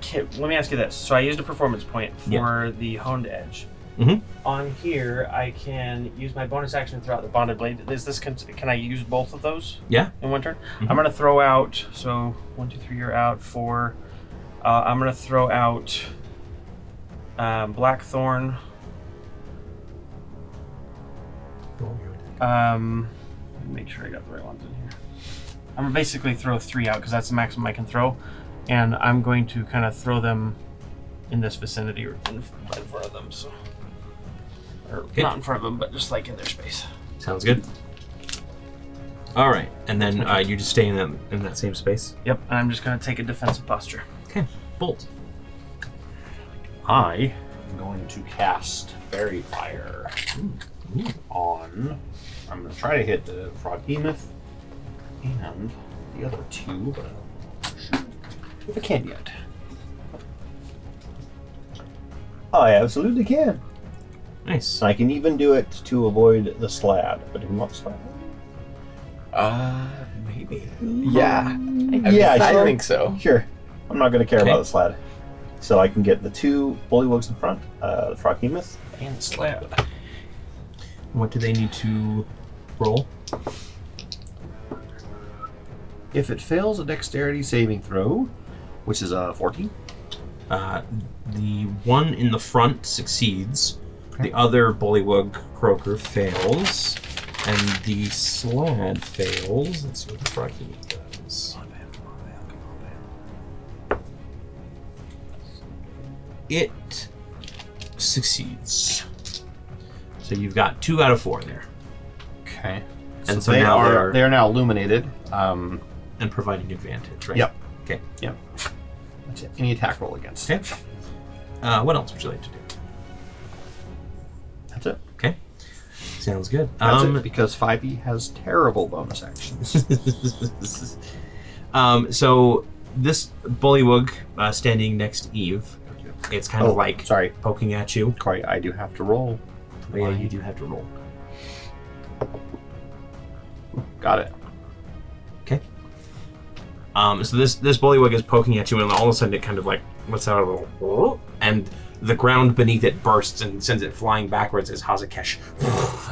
Speaker 4: Okay, let me ask you this. So I used a performance point for the honed edge.
Speaker 2: Mhm.
Speaker 4: On here, I can use my bonus action throughout the bonded blade. Is this con- can I use both of those?
Speaker 2: Yeah.
Speaker 4: In one turn, I'm gonna throw out. So one, two, three. You're out. Four. Uh, I'm gonna throw out um, Blackthorn. Um, let me make sure I got the right ones in here. I'm gonna basically throw three out because that's the maximum I can throw, and I'm going to kind of throw them in this vicinity or in, right in front of them. So, or
Speaker 2: Okay.
Speaker 4: not in front of them, but just like in their space.
Speaker 2: sounds good. All right, and then uh, you just stay in that in that same space.
Speaker 4: Yep. And I'm just gonna take a defensive posture.
Speaker 2: Bolt.
Speaker 5: I am going to cast Fairy Fire Hmm. on. I'm going to try to hit the Frog Behemoth and the other two, but I don't know if I can yet. I absolutely can.
Speaker 2: Nice.
Speaker 5: I can even do it to avoid the slab, but who wants slab?
Speaker 6: Uh, maybe.
Speaker 5: Yeah,
Speaker 6: I
Speaker 5: Yeah,
Speaker 6: mean, I
Speaker 5: sure.
Speaker 6: think so.
Speaker 5: sure. I'm not going to care
Speaker 2: Okay.
Speaker 5: about the slab. So I can get the two Bullywugs in front, uh, the Frog Behemoth, and the slab.
Speaker 2: What do they need to roll?
Speaker 5: If it fails a dexterity saving throw, which is a 14,
Speaker 2: Uh, the one in the front succeeds. The other Bullywug Croaker fails. And the Slad fails. Let's see what the Froggy does. It succeeds. So you've got two out of four there.
Speaker 5: Okay.
Speaker 2: And
Speaker 5: And
Speaker 2: so
Speaker 5: so they
Speaker 2: now
Speaker 5: are,
Speaker 2: they
Speaker 5: they
Speaker 2: are-
Speaker 5: are now illuminated. Um,
Speaker 2: And providing advantage, right?
Speaker 5: Yep.
Speaker 2: Okay.
Speaker 5: that's it. Any attack roll against.
Speaker 2: Okay. Uh, what else would you like to do?
Speaker 5: That's it.
Speaker 2: Sounds good.
Speaker 5: That's
Speaker 2: um,
Speaker 5: it. Because 5e has terrible bonus actions.
Speaker 2: um, so this bullywug uh, standing next to Eve, it's kind of like
Speaker 5: Oh, sorry,
Speaker 2: poking at you.
Speaker 5: Corey. I do have to roll.
Speaker 2: Oh, yeah,
Speaker 5: Why?
Speaker 2: you do have to roll.
Speaker 5: Got it.
Speaker 2: Um, so this this bullywug is poking at you, and all of a sudden it kind of like lets out a little, "Whoa," and the ground beneath it bursts and sends it flying backwards as Hazakesh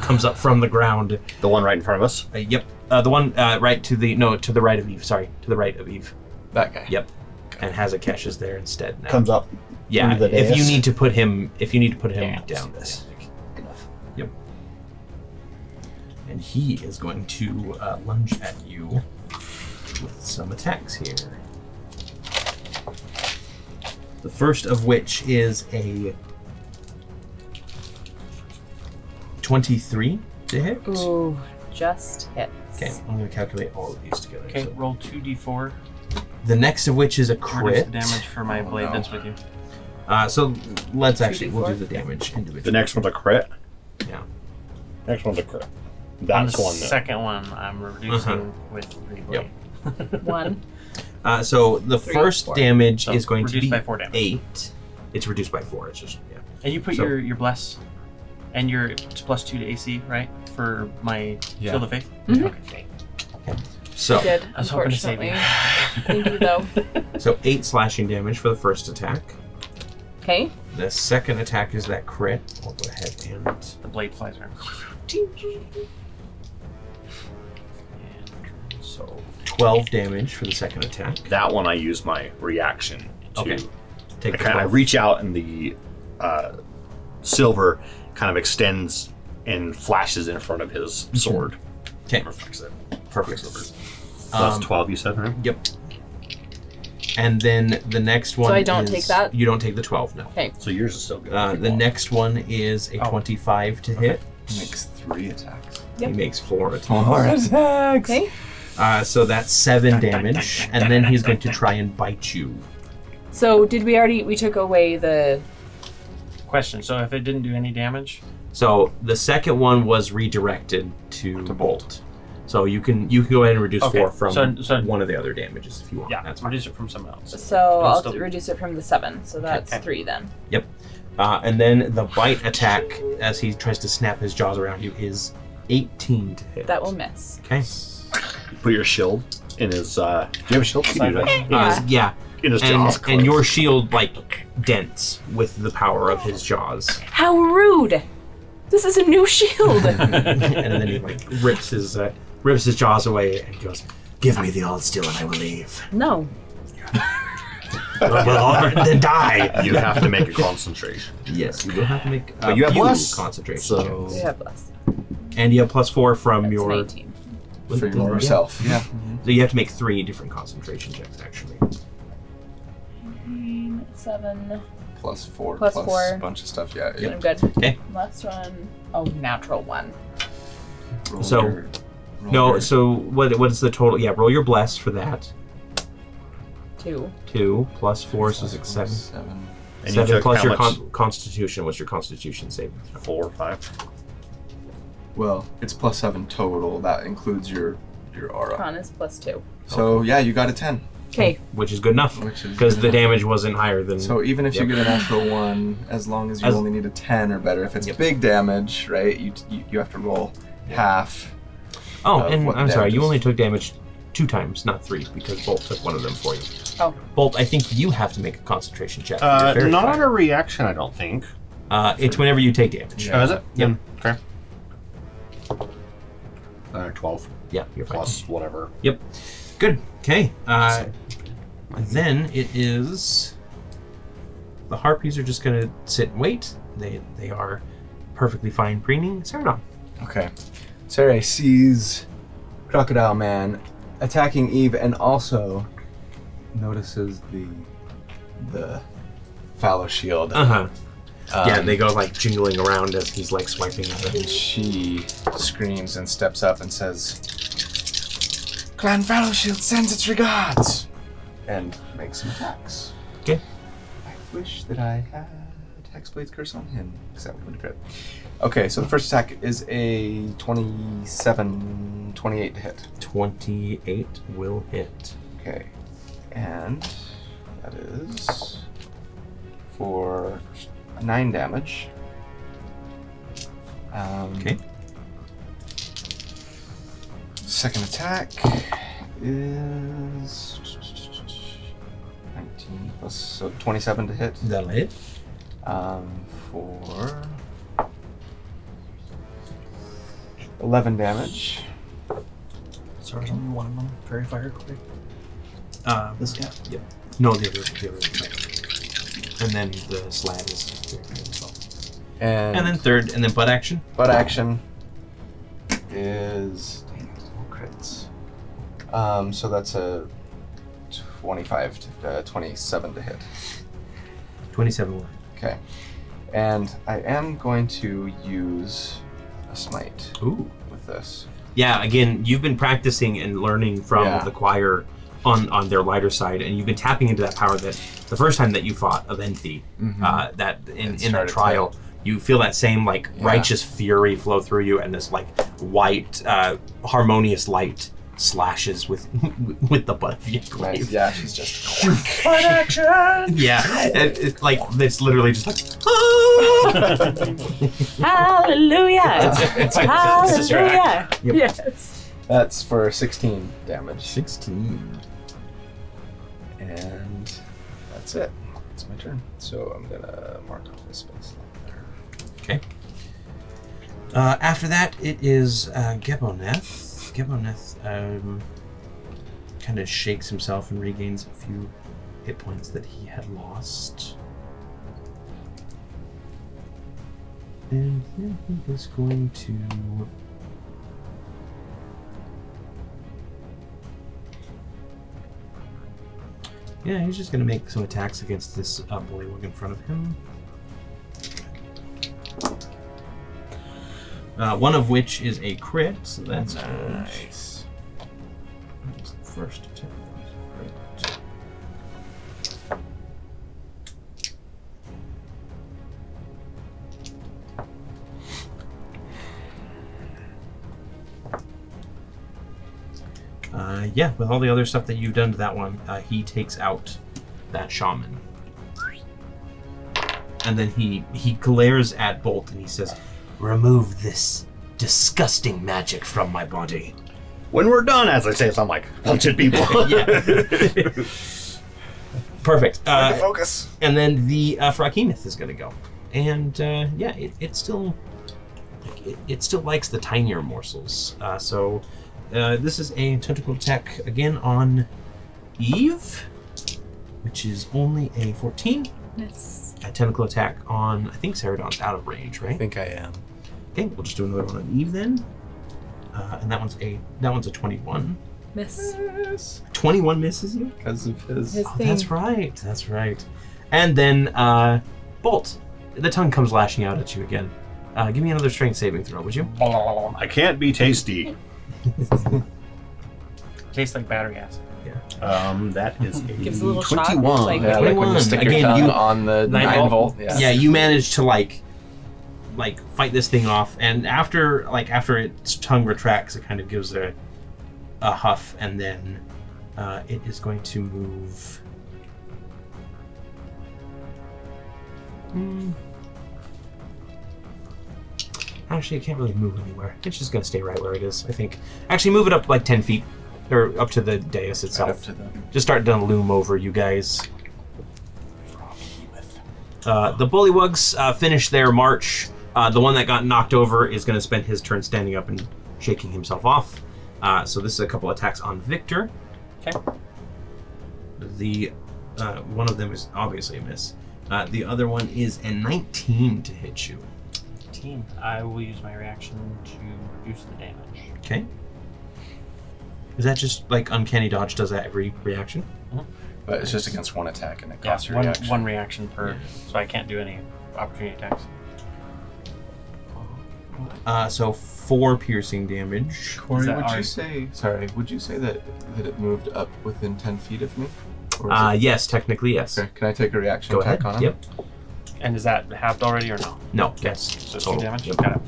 Speaker 2: comes up from the ground.
Speaker 5: The one right in front of us.
Speaker 2: Uh, yep, uh, the one uh, right to the no to the right of Eve. Sorry, to the right of Eve.
Speaker 6: That guy.
Speaker 2: Yep, and Hazakesh is there instead now.
Speaker 5: Comes up.
Speaker 2: Yeah,
Speaker 5: Under the
Speaker 2: if you
Speaker 5: dais.
Speaker 2: need to put him, if you need to put him
Speaker 6: Yeah,
Speaker 2: down, this.
Speaker 6: Good enough.
Speaker 2: Yep. And he is going to uh, lunge at you with some attacks here. The first of which is a 23 to hit.
Speaker 10: Ooh, just hits.
Speaker 2: Okay, I'm going to calculate all of these together.
Speaker 4: Okay.
Speaker 2: So
Speaker 4: Roll two d4.
Speaker 2: the next of which is a
Speaker 4: Reduce
Speaker 2: crit.
Speaker 4: the damage for my
Speaker 6: Oh,
Speaker 4: blade
Speaker 6: no.
Speaker 4: that's with you.
Speaker 2: Uh, so let's actually, we'll do the damage individually.
Speaker 5: The next one's a crit.
Speaker 2: Yeah.
Speaker 5: Next one's a crit.
Speaker 4: On
Speaker 5: That's
Speaker 4: the
Speaker 5: one. That,
Speaker 4: second one, I'm reducing with the blade.
Speaker 2: Yep.
Speaker 10: One.
Speaker 2: Uh, so the first
Speaker 6: four.
Speaker 2: damage
Speaker 4: So
Speaker 2: is going to
Speaker 4: reduced
Speaker 2: be
Speaker 4: by four damage.
Speaker 2: eight. It's reduced by four. It's just yeah.
Speaker 4: And you put
Speaker 2: So-
Speaker 4: your your bless, and your it's plus two to AC, right? For my
Speaker 6: Yeah.
Speaker 4: shield of faith.
Speaker 10: Mm-hmm.
Speaker 4: Okay.
Speaker 2: So
Speaker 10: Did,
Speaker 4: I was hoping to save
Speaker 10: unfortunately.
Speaker 4: you.
Speaker 10: Thank you, though.
Speaker 2: so eight slashing damage for the first attack.
Speaker 10: Okay.
Speaker 2: The second attack is that crit. I'll go ahead and
Speaker 4: The blade flies around. And so
Speaker 2: twelve damage for the second attack.
Speaker 5: that one I use my reaction to.
Speaker 2: Okay. Take
Speaker 5: I
Speaker 2: the
Speaker 5: kind of
Speaker 2: 12.
Speaker 5: reach out and the uh, silver kind of extends and flashes in front of his sword.
Speaker 2: Okay.
Speaker 5: Reflects it.
Speaker 2: Perfect.
Speaker 7: That's
Speaker 2: Um,
Speaker 7: twelve. You said, right?
Speaker 2: Yep. And then the next one.
Speaker 10: I don't
Speaker 2: is-
Speaker 10: take that?
Speaker 2: You don't take the twelve. No.
Speaker 7: So yours is still good.
Speaker 2: Uh, the next one is a
Speaker 4: Oh.
Speaker 2: twenty-five to hit.
Speaker 6: Makes three attacks.
Speaker 2: He makes four attacks.
Speaker 6: Four attacks.
Speaker 10: Okay.
Speaker 2: Uh, so that's seven damage, and then he's going to try and bite you.
Speaker 10: So did we already? We took away the.
Speaker 4: Question. So if it didn't do any damage,
Speaker 2: So the second one was redirected to,
Speaker 6: To
Speaker 2: bolt. So you can you can go ahead and reduce
Speaker 4: Okay,
Speaker 2: four from
Speaker 4: so- so-
Speaker 2: one of the other damages if you want.
Speaker 4: yeah,
Speaker 2: that's fine.
Speaker 4: reduce it from someone else.
Speaker 10: So
Speaker 4: It'll
Speaker 10: I'll
Speaker 4: still-
Speaker 10: reduce it from the seven. So that's
Speaker 4: okay.
Speaker 10: three then.
Speaker 2: Uh, and then the bite attack as he tries to snap his jaws around you is eighteen to hit.
Speaker 10: That will miss.
Speaker 2: okay.
Speaker 7: Put your shield in his. Uh, do you have a shield? You do, right?
Speaker 2: Uh, yeah.
Speaker 7: In his
Speaker 2: and,
Speaker 7: jaws.
Speaker 2: and your shield like dents with the power of his jaws
Speaker 10: How rude! This is a new shield.
Speaker 2: and then he like rips his uh, rips his jaws away and goes give me the old steel and i will leave
Speaker 10: no.
Speaker 2: well all right, then die
Speaker 7: You have to make a concentration.
Speaker 2: yes you will have to make uh,
Speaker 7: But you have
Speaker 2: few
Speaker 7: less,
Speaker 2: concentration
Speaker 7: so-
Speaker 10: We
Speaker 2: checks.
Speaker 10: have less.
Speaker 2: and you have plus four from
Speaker 10: That's
Speaker 2: your
Speaker 10: an 18.
Speaker 2: what
Speaker 6: For
Speaker 2: does- yeah.
Speaker 6: yourself. Yeah.
Speaker 2: so you have to make three different concentration checks actually
Speaker 10: Nine, Seven.
Speaker 6: Plus four.
Speaker 10: Plus
Speaker 6: Plus,
Speaker 10: four.
Speaker 6: a bunch of stuff. Yeah.
Speaker 10: I'm good.
Speaker 2: Okay.
Speaker 10: Last one. Oh, natural one.
Speaker 6: Roll
Speaker 2: So-
Speaker 6: your- roll
Speaker 2: no
Speaker 6: your-
Speaker 2: so what what is the total yeah roll your bless for that
Speaker 10: Two.
Speaker 2: two plus four so six seven
Speaker 6: Seven.
Speaker 7: And you
Speaker 2: seven
Speaker 7: took
Speaker 2: plus
Speaker 7: how
Speaker 2: your
Speaker 7: much?
Speaker 2: con- constitution what's your constitution saving throw?
Speaker 7: Four or five.
Speaker 6: Well, it's plus seven total. That includes your your aura.
Speaker 10: Con is plus two.
Speaker 6: So yeah, you got a ten.
Speaker 10: Okay.
Speaker 2: which is good enough
Speaker 6: Which is
Speaker 2: because
Speaker 6: good
Speaker 2: the
Speaker 6: enough.
Speaker 2: damage wasn't higher than
Speaker 6: So even if you
Speaker 2: Yep.
Speaker 6: get a natural one, as long as you
Speaker 2: As-
Speaker 6: only need a ten or better, if it's
Speaker 2: Yep.
Speaker 6: big damage, right? You, you you have to roll half.
Speaker 2: oh
Speaker 6: of
Speaker 2: and
Speaker 6: what
Speaker 2: i'm sorry
Speaker 6: damage
Speaker 2: you
Speaker 6: is-
Speaker 2: only took damage two times not three because bolt took one of them for you
Speaker 10: Oh.
Speaker 2: bolt i think you have to make a concentration check for
Speaker 7: Uh,
Speaker 2: your
Speaker 7: not on
Speaker 2: fire.
Speaker 7: a reaction, I don't think.
Speaker 2: uh it's whenever you take damage
Speaker 7: Oh, is it?
Speaker 2: Yeah.
Speaker 7: Mm, Okay. Uh, twelve
Speaker 2: yeah you're fine
Speaker 7: plus whatever.
Speaker 2: yep good okay uh then it is the harpies are just gonna sit and wait they they are perfectly fine preening Saradon.
Speaker 6: Okay. Sarai sees Crocodile Man attacking Eve and also notices the the fallow shield.
Speaker 2: uh-huh yeah
Speaker 6: Um,
Speaker 2: they go like jingling around as he's like swiping at them
Speaker 6: And she screams and steps up and says, Clan Fellowshield sends its regards! And makes some attacks.
Speaker 2: 'Kay.
Speaker 6: I wish that I had Hexblade's Curse on him, because that would have been a crit. Okay, so the first attack is a 27, 28 to hit.
Speaker 2: 28 will hit
Speaker 6: Okay. And that is for nine damage. Um,
Speaker 2: Okay.
Speaker 6: Second attack is 19 plus so 27 to hit.
Speaker 2: That'll hit.
Speaker 6: Um, for 11 damage. Sorry, only one of them. Fairy fire quick.
Speaker 2: Uh,
Speaker 6: This guy.
Speaker 2: no, the other, the other. And then the slab is there as well.
Speaker 6: And,
Speaker 2: And then third, and then butt action.
Speaker 6: Butt action is dang, it's all crits. Um, so that's a 25 to uh, 27 to hit.
Speaker 2: 27 will.
Speaker 6: Okay. And I am going to use a smite
Speaker 2: Ooh.
Speaker 6: with this.
Speaker 2: Yeah, again, you've been practicing and learning from
Speaker 6: Yeah.
Speaker 2: the choir on, on their lighter side, and you've been tapping into that power that the first time that you fought Aventhi, uh, that in, in that
Speaker 6: It Mm-hmm. started to-
Speaker 2: trial, you feel that same like
Speaker 6: Yeah.
Speaker 2: righteous fury flow through you, and this like white, uh, harmonious light slashes with with the butt of your glaive.
Speaker 6: Nice. Yeah, she's just.
Speaker 2: Yeah, it, it's like it's literally just like. "Ah!"
Speaker 10: Hallelujah.
Speaker 4: It's like it's just your act.
Speaker 10: Hallelujah.
Speaker 2: Yep.
Speaker 10: Yes.
Speaker 6: That's for 16 damage.
Speaker 2: Sixteen.
Speaker 6: And that's it. That's my turn. So I'm gonna mark off this space line there.
Speaker 2: Uh, after that, it is uh, Geboneth. Geboneth um, kind of shakes himself and regains a few hit points that he had lost. And then he is going to. Yeah, he's just gonna make some attacks against this uh, bullywug in front of him. Uh, one of which is a crit, so that's nice. First attack. was a crit. Uh, yeah, with all the other stuff that you've done to that one, uh, he takes out that shaman, and then he he glares at Bolt and he says, Remove this disgusting magic from my body.
Speaker 7: When we're done, as I say, so I'm like punching people.
Speaker 2: Perfect. Uh,
Speaker 6: Focus.
Speaker 2: and then the uh, Frakeemith is going to go. And uh, yeah, it, it still it, it still likes the tinier morsels. Uh, so uh, this is a tentacle attack again on Eve, which is only a 14.
Speaker 10: Yes.
Speaker 2: A tentacle attack on I think Ceridon's out of range, right?
Speaker 6: I think I am.
Speaker 2: Okay, we'll just do another one on Eve then. Uh, and that one's a that one's a twenty-one.
Speaker 10: Miss.
Speaker 2: Twenty-one misses you.
Speaker 6: Because of his.
Speaker 10: His
Speaker 2: Oh,
Speaker 10: thing.
Speaker 2: that's right. That's right. And then uh, Bolt, the tongue comes lashing out at you again. Uh, give me another strength saving throw, would you?
Speaker 7: I can't be tasty.
Speaker 4: Tastes like battery acid.
Speaker 7: Um, that is a
Speaker 10: Gives a little shock,
Speaker 7: twenty-one.
Speaker 10: like-
Speaker 6: Yeah, like when you
Speaker 2: 21.
Speaker 6: stick your
Speaker 2: Again,
Speaker 6: tongue
Speaker 2: you-
Speaker 6: on the
Speaker 2: Nine
Speaker 6: 9,
Speaker 2: volt.
Speaker 6: volt. Yeah.
Speaker 2: Yeah, you manage to like, like fight this thing off, and after like after its tongue retracts, it kind of gives a, a huff, and then uh, it is going to move. Hmm. Actually, it can't really move anywhere. It's just going to stay right where it is, I think. Actually, move it up like ten feet, or up to the dais
Speaker 6: Right
Speaker 2: itself
Speaker 6: up to the.
Speaker 2: just start to loom over you guys. Uh, the bullywugs uh, finish their march. Uh, the one that got knocked over is going to spend his turn standing up and shaking himself off. Uh, so this is a couple attacks on Victor.
Speaker 4: Okay.
Speaker 2: The uh, one of them is obviously a miss. Uh, the other one is a 19 to hit you.
Speaker 4: Team. I will use my reaction to reduce the damage.
Speaker 2: Okay. Is that just like uncanny dodge does that every reaction?
Speaker 6: But it's just against one attack and it
Speaker 4: Yeah,
Speaker 6: costs your
Speaker 4: one,
Speaker 6: reaction.
Speaker 4: one reaction per, so I can't do any opportunity attacks.
Speaker 2: Uh, so four piercing damage.
Speaker 6: Corey,
Speaker 4: Is
Speaker 6: would
Speaker 4: that
Speaker 6: you
Speaker 4: ours?
Speaker 6: say? Sorry, would you say that that it moved up within ten feet of me? Or is
Speaker 2: Uh,
Speaker 6: it-
Speaker 2: yes, technically yes.
Speaker 6: Okay, Can I take a reaction
Speaker 2: Go
Speaker 6: attack
Speaker 2: ahead.
Speaker 6: on him?
Speaker 2: Yep.
Speaker 4: And is that halved already or no?
Speaker 2: No, yes.
Speaker 4: So it's two
Speaker 2: Total.
Speaker 4: damage?
Speaker 2: Yep.
Speaker 4: Got it.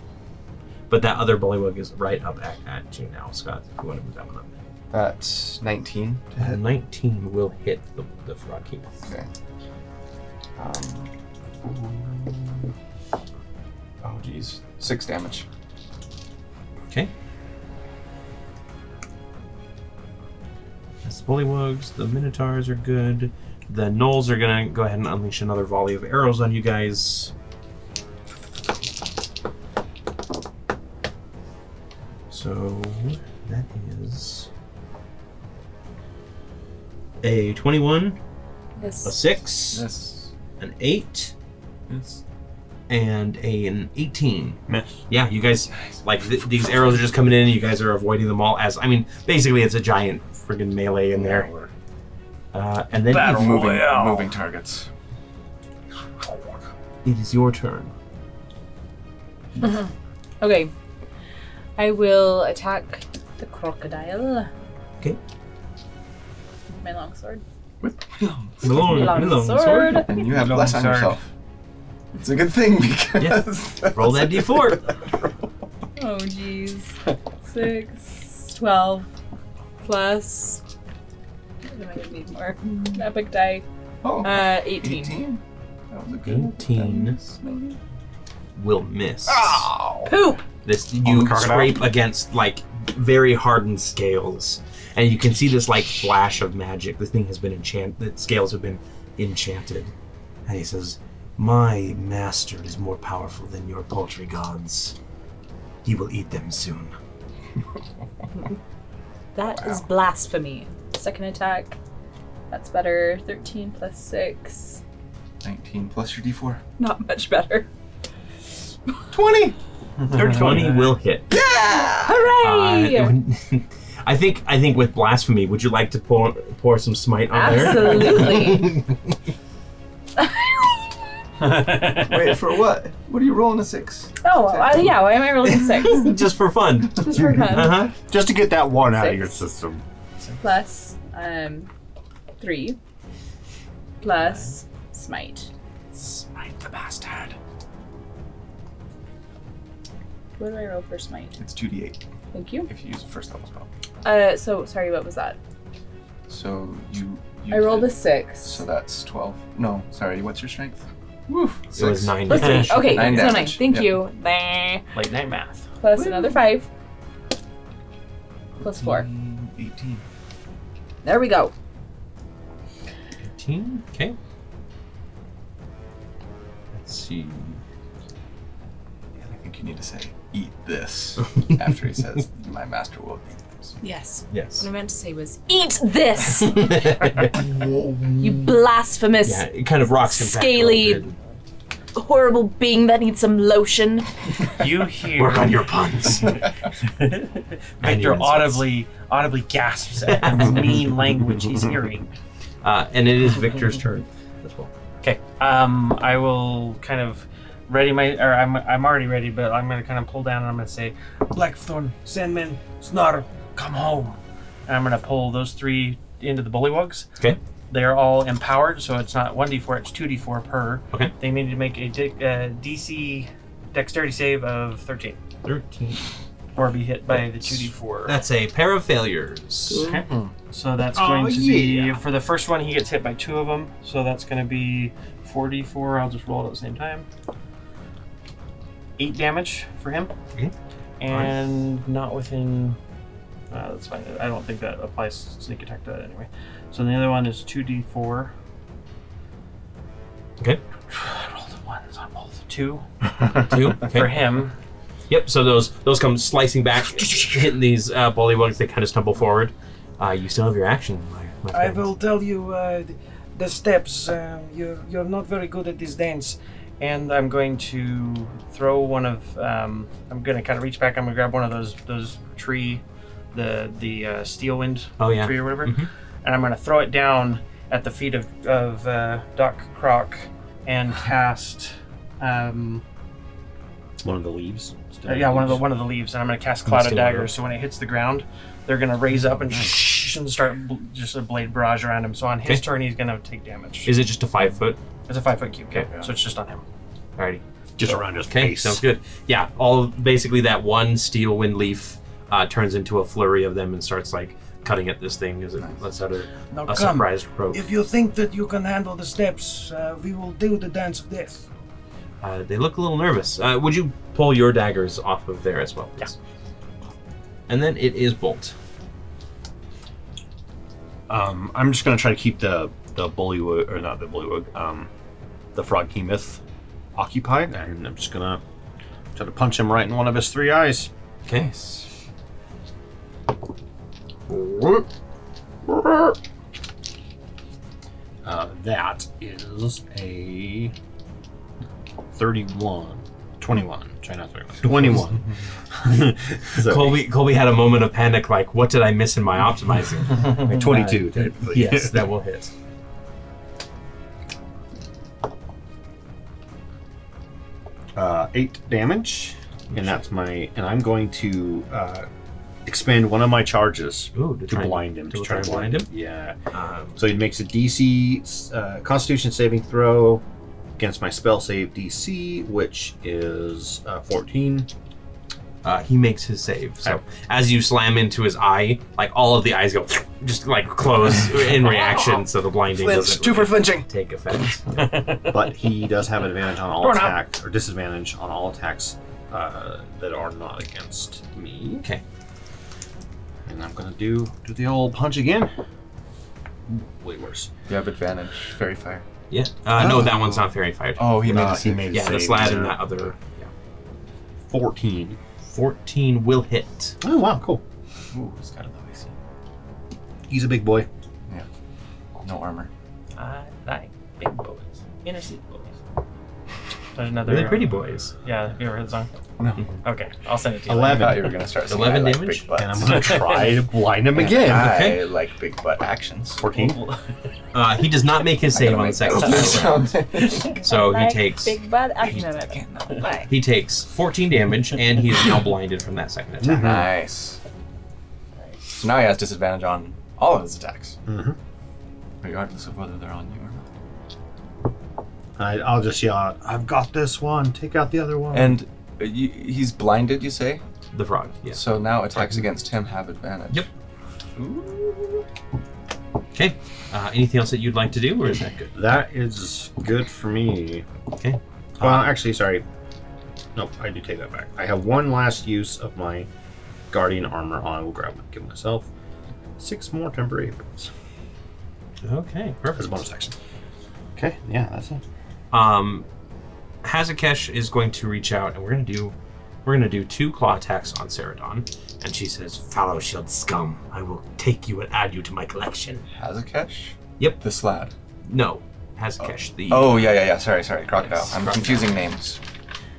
Speaker 2: But that other bullywug is right up at, at you now, Scott. If you want to move that one up.
Speaker 6: That's nineteen to
Speaker 2: A
Speaker 6: hit.
Speaker 2: Nineteen will hit the the Frakina.
Speaker 6: Okay. Um, oh geez, six damage.
Speaker 2: Okay. That's the bullywugs. The minotaurs are good. The gnolls are gonna go ahead and unleash another volley of arrows on you guys. So that is a twenty-one, a
Speaker 10: Miss.
Speaker 2: six,
Speaker 6: Yes.
Speaker 2: an eight,
Speaker 6: Yes.
Speaker 2: and a, an eighteen.
Speaker 7: Miss.
Speaker 2: Yeah, you guys like th- these arrows are just coming in, and you guys are avoiding them all. As I mean, basically, it's a giant friggin' melee in there. Uh, and then
Speaker 8: Battle.
Speaker 2: Eve,
Speaker 6: Moving,
Speaker 8: Royale.
Speaker 6: moving targets.
Speaker 2: it is your turn.
Speaker 10: Okay. I will attack the crocodile.
Speaker 2: Okay.
Speaker 10: With My longsword.
Speaker 2: Malone, Malone,
Speaker 10: Longsword.
Speaker 6: And you have less on
Speaker 4: sword.
Speaker 6: yourself. It's a good thing because
Speaker 2: Roll that d4.
Speaker 10: Oh, jeez. Six, twelve, plus. I might have need more. Epic die.
Speaker 6: Oh,
Speaker 10: Uh, 18.
Speaker 6: 18. That was a good one.
Speaker 2: 18
Speaker 6: Maybe.
Speaker 2: will miss.
Speaker 10: Poop!
Speaker 2: This
Speaker 7: On
Speaker 2: you
Speaker 7: the crocodile?
Speaker 2: scrape against like very hardened scales, and you can see this like flash of magic. This thing has been enchanted. The scales have been enchanted, and he says, "My master is more powerful than your poultry gods. He will eat them soon."
Speaker 10: That is blasphemy. Second attack. That's better. 13 plus 6.
Speaker 6: 19 plus your d4.
Speaker 10: Not much better.
Speaker 6: 20!
Speaker 2: Twenty will hit.
Speaker 10: Hooray!
Speaker 2: Uh, I think I think with blasphemy, would you like to pour pour some smite on
Speaker 10: Absolutely.
Speaker 6: Wait for what? What are you rolling a six?
Speaker 10: Oh, uh, yeah. Why am I rolling six?
Speaker 2: there? Just for fun.
Speaker 10: Just for fun.
Speaker 2: Uh huh.
Speaker 5: Just to get that one out of
Speaker 10: Six.
Speaker 5: your system.
Speaker 10: Plus, um, three. Plus smite.
Speaker 11: Smite the bastard.
Speaker 10: What do I roll for smite?
Speaker 6: It's 2d8
Speaker 10: Thank you.
Speaker 6: if you use a first level spell.
Speaker 10: Uh, so sorry. What was that?
Speaker 6: So you. you
Speaker 10: I rolled a
Speaker 6: did-
Speaker 10: six.
Speaker 6: So that's 12. No, sorry, what's your strength?
Speaker 2: It was nine.
Speaker 10: Let's see. Okay,
Speaker 6: Nine
Speaker 10: so nine.
Speaker 6: damage.
Speaker 10: Thank
Speaker 6: Yeah.
Speaker 10: you. Bah.
Speaker 4: Late night math.
Speaker 10: Plus another five. Plus four.
Speaker 6: 18.
Speaker 10: There we go.
Speaker 2: Eighteen. Okay.
Speaker 6: Let's see. And I think you need to say, eat this after he says, my master will eat this.
Speaker 12: Yes. What
Speaker 2: Yes.
Speaker 12: I meant to say was, eat this,
Speaker 2: yeah,
Speaker 12: you
Speaker 2: Mm.
Speaker 12: blasphemous,
Speaker 2: it kind of rocks him back a little
Speaker 12: Scaly.
Speaker 2: bit.
Speaker 12: horrible being that needs some lotion.
Speaker 4: You hear
Speaker 11: Work on your puns.
Speaker 4: Victor audibly audibly gasps at the mean language he's hearing.
Speaker 2: Uh, and it is Victor's turn as well.
Speaker 4: Okay. Um, I will kind of ready my, or I'm, I'm already ready, but I'm gonna kind of pull down and I'm gonna say,
Speaker 8: Blackthorn, Sandman, Snarl,
Speaker 4: "Come home," and I'm gonna pull those three into the bullywugs.
Speaker 2: Okay.
Speaker 4: They are all empowered, so it's not one d4, it's two d4 per.
Speaker 2: Okay.
Speaker 4: They need to make a di- uh, DC dexterity save of 13,
Speaker 2: Thirteen.
Speaker 4: or be hit by the two d4.
Speaker 2: That's a pair of failures.
Speaker 4: Okay. So that's
Speaker 2: Oh,
Speaker 4: going to
Speaker 2: yeah.
Speaker 4: be for the first one. He gets hit by two of them, so that's going to be forty-four. I'll just roll it at the same time. Eight damage for him,
Speaker 2: Okay.
Speaker 4: and not within. Uh, that's fine. I don't think that applies to sneak attack to that anyway. So the other one is two d four.
Speaker 2: Okay.
Speaker 4: I rolled a one, so I rolled a two
Speaker 2: Two.
Speaker 4: for
Speaker 2: Okay.
Speaker 4: him.
Speaker 2: Yep. So those those come slicing back, hitting these uh, bullywugs. They kind of stumble forward. Uh, you still have your action. My, my
Speaker 8: I
Speaker 2: friends.
Speaker 8: will tell you uh, th- the steps.
Speaker 4: um,
Speaker 8: Uh, you're, you're not very good at this dance.
Speaker 4: and I'm going to throw one of. Um, I'm going to kind of reach back. I'm going to grab one of those those tree, the the uh, steel wind
Speaker 2: Oh, yeah.
Speaker 4: tree or whatever,
Speaker 2: Mhm.
Speaker 4: and I'm going to throw it down at the feet of of uh, Doc Croc, and cast. Um,
Speaker 5: One of the leaves.
Speaker 4: uh, yeah, one of the one of the leaves, and I'm going to cast
Speaker 2: Let's
Speaker 4: Cloud of
Speaker 2: do that.
Speaker 4: Daggers. So when it hits the ground, they're going to raise up and, and start bl- just a blade barrage around him. So on his
Speaker 2: Okay.
Speaker 4: turn, he's going to take damage.
Speaker 2: Is it just a five foot?
Speaker 4: It's a five foot cube, yeah,
Speaker 2: Okay.
Speaker 4: so it's just on him.
Speaker 2: Alrighty.
Speaker 5: just around his
Speaker 2: Okay.
Speaker 5: face.
Speaker 2: Sounds good. Yeah. All basically that one steel wind leaf uh, turns into a flurry of them and starts like cutting at this thing as it lets out a,
Speaker 8: Now
Speaker 2: a
Speaker 8: come.
Speaker 2: surprised croak.
Speaker 8: If you think that you can handle the steps, uh, we will do the dance of death.
Speaker 2: Uh, they look a little nervous. Uh, would you pull your daggers off of there as well, please? And then it is bolt.
Speaker 5: Um, I'm just gonna try to keep the the bullywug or not the bullywug, um, the frog myth occupied, and I'm just gonna try to punch him right in one of his three eyes.
Speaker 2: Okay.
Speaker 5: Uh, that is a 31. 21. Try not 31. 21. so,
Speaker 2: Colby, Colby had a moment of panic, like, what did I miss in my optimizing?
Speaker 5: 22. technically.
Speaker 2: yes, that will hit.
Speaker 5: uh, eight damage, and that's my. And I'm going to uh, expand one of my charges
Speaker 2: Ooh,
Speaker 5: to blind him.
Speaker 2: To try and blind him.
Speaker 5: Yeah.
Speaker 2: Um,
Speaker 5: So he makes a DC uh, Constitution saving throw against my spell save DC, which is uh, 14.
Speaker 2: uh, he makes his save. So as you slam into his eye, like all of the eyes go just like close in reaction, so the blinding doesn't really
Speaker 6: flinching.
Speaker 2: take effect.
Speaker 5: but he does have an advantage on all
Speaker 4: Doorknob.
Speaker 5: attacks or disadvantage on all attacks uh, that are not against me.
Speaker 2: Okay.
Speaker 5: And I'm gonna do do the old punch again. Ooh, Way worse.
Speaker 6: You have advantage. Fairy fire.
Speaker 2: Yeah. Uh, No, that one's not fairy fired.
Speaker 6: Oh, he made
Speaker 5: Uh,
Speaker 6: a save.
Speaker 5: made a
Speaker 2: yeah, the
Speaker 5: save,
Speaker 2: slab and
Speaker 5: so
Speaker 2: that other. Yeah.
Speaker 5: 14.
Speaker 2: 14 will hit.
Speaker 5: Oh wow, cool.
Speaker 6: Ooh, he's got a low AC.
Speaker 5: He's a big boy.
Speaker 6: No armor.
Speaker 4: I like big boys, innocent boys. There's another.
Speaker 2: They're the pretty boys.
Speaker 4: Yeah, have you ever heard the song?
Speaker 6: No.
Speaker 4: Okay, I'll send it to you.
Speaker 6: I
Speaker 7: Eleven.
Speaker 6: thought you were gonna start. saying
Speaker 2: 11
Speaker 6: I like
Speaker 2: damage?
Speaker 6: Big butts.
Speaker 7: And I'm gonna try to blind him again.
Speaker 6: I
Speaker 8: Ah,
Speaker 2: okay.
Speaker 6: like big butt actions.
Speaker 7: Fourteen.
Speaker 2: Uh, he does not make his
Speaker 6: I gotta
Speaker 2: save on the
Speaker 6: make
Speaker 2: second
Speaker 6: that
Speaker 2: round,
Speaker 6: sound.
Speaker 2: so he
Speaker 10: Like
Speaker 2: takes
Speaker 10: Big butt. I can
Speaker 2: he takes 14 damage, and he is now blinded from that second attack.
Speaker 7: Mm-hmm.
Speaker 6: nice. So now he has disadvantage on all of his attacks,
Speaker 7: Mhm.
Speaker 6: regardless of whether they're on you or not.
Speaker 7: I, I'll just yell out, I've got this one, take out the other one.
Speaker 6: And uh, you, he's blinded, you say?
Speaker 2: The frog, yes.
Speaker 6: So now attacks against him have advantage.
Speaker 2: Yep. Okay. Uh, anything else that you'd like to do, or is that good?
Speaker 7: that is good for me.
Speaker 2: Okay.
Speaker 7: Well, actually, sorry. Nope, I do take that back. I have one last use of my guardian armor on. I will grab give myself six more temporary hit points
Speaker 2: Okay,
Speaker 7: as a
Speaker 2: perfect.
Speaker 7: bonus action. Okay, yeah, that's it.
Speaker 2: Um, Hazakesh is going to reach out, and we're gonna do we're gonna do two claw attacks on Ceradon, and she says,
Speaker 9: Fallow shield scum, I will take you and add you to my collection.
Speaker 6: Hazakesh?
Speaker 2: Yep.
Speaker 6: This lad.
Speaker 2: "No, Hazakesh." The
Speaker 6: Oh, yeah, yeah, yeah. Sorry, sorry. Crocodile. I'm
Speaker 2: crocodile.
Speaker 6: confusing names.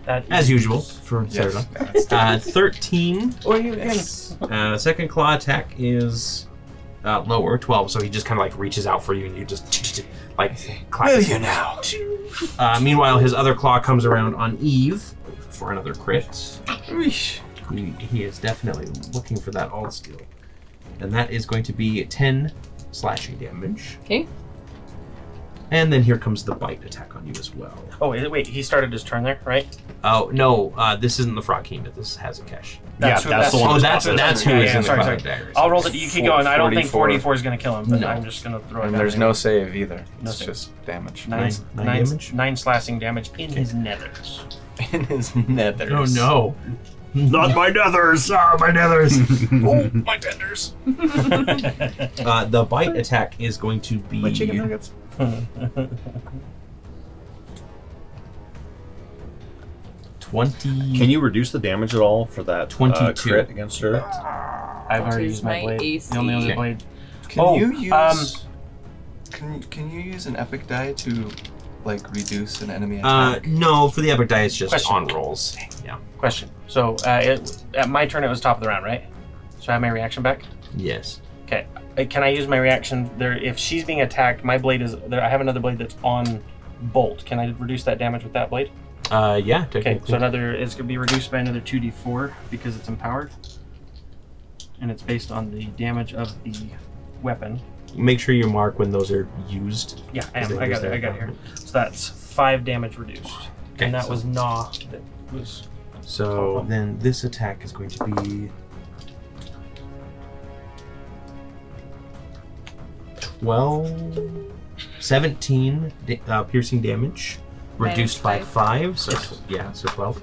Speaker 4: That is-
Speaker 2: as usual for Ceradon.
Speaker 6: Yes.
Speaker 2: Uh, 13.
Speaker 10: Or you
Speaker 6: Yes.
Speaker 2: Uh, second claw attack is uh, lower, 12. So he just kind of like reaches out for you, and you just like clap. his hand.
Speaker 6: now?
Speaker 2: Uh, meanwhile, his other claw comes around on Eve for another crit. He, he is definitely looking for that alt skill. And that is going to be 10 slashing damage.
Speaker 10: Okay.
Speaker 2: And then here comes the bite attack on you as well.
Speaker 4: Oh wait, wait, he started his turn there, right?
Speaker 2: Oh,
Speaker 4: Oh
Speaker 2: no, uh, this isn't the frog kingdom. This is Hazakesh.
Speaker 7: yeah,
Speaker 4: who-
Speaker 7: that's the one
Speaker 2: Oh, that's that's who
Speaker 4: Yeah,
Speaker 2: is
Speaker 4: yeah,
Speaker 2: in
Speaker 4: sorry,
Speaker 2: the
Speaker 4: sorry.
Speaker 2: cloud daggers.
Speaker 4: I'll roll it. You keep going. I don't think
Speaker 6: 44.
Speaker 4: 44 is going to kill him, but
Speaker 2: No.
Speaker 4: I'm just going to throw it
Speaker 6: And
Speaker 4: down
Speaker 6: there's
Speaker 4: there.
Speaker 6: no save either.
Speaker 4: No
Speaker 6: It's
Speaker 4: save.
Speaker 6: just damage.
Speaker 4: nine,
Speaker 2: Nine-
Speaker 4: nine,
Speaker 2: nine
Speaker 4: nine,
Speaker 2: damage?
Speaker 4: slashing damage in his nethers.
Speaker 6: In his nethers.
Speaker 2: Oh, no.
Speaker 7: Not my nethers! Ah, my nethers!
Speaker 6: My tenders.
Speaker 2: Uh, the bite attack is going to be.
Speaker 6: My chicken nuggets.
Speaker 2: Twenty.
Speaker 7: Can you reduce the damage at all for that uh,
Speaker 2: 22.
Speaker 7: crit against her?
Speaker 4: I've already
Speaker 10: is
Speaker 4: used my,
Speaker 10: my
Speaker 4: blade.
Speaker 10: AC.
Speaker 4: The only other
Speaker 2: Okay.
Speaker 4: blade.
Speaker 6: Can
Speaker 4: Oh,
Speaker 6: you use.
Speaker 4: um,
Speaker 6: can, can you use an epic die to, like, reduce an enemy
Speaker 2: Uh,
Speaker 6: attack?
Speaker 2: no, for the epic die, it's just
Speaker 4: Question.
Speaker 2: on rolls. Yeah.
Speaker 4: Question. So uh, it, at my turn, it was top of the round, right? So I have my reaction back.
Speaker 2: Yes.
Speaker 4: Okay. Uh, Can I use my reaction there? If she's being attacked, my blade is there. I have another blade that's on bolt. Can I reduce that damage with that blade?
Speaker 2: Uh, yeah.
Speaker 4: Okay.
Speaker 2: technically.
Speaker 4: So another it's going to be reduced by another two d4 because it's empowered, and it's based on the damage of the weapon.
Speaker 2: make sure you mark when those are used.
Speaker 4: Yeah, I,
Speaker 2: Is
Speaker 4: am.
Speaker 2: it-
Speaker 4: I
Speaker 2: is
Speaker 4: got it.
Speaker 2: there-
Speaker 4: I got it here. So that's five damage reduced,
Speaker 2: Okay,
Speaker 4: and that
Speaker 2: so-
Speaker 4: was gnaw. That was
Speaker 2: So then this attack is going to be twelve, seventeen da- uh, piercing damage, reduced by five. So tw- yeah, so twelve.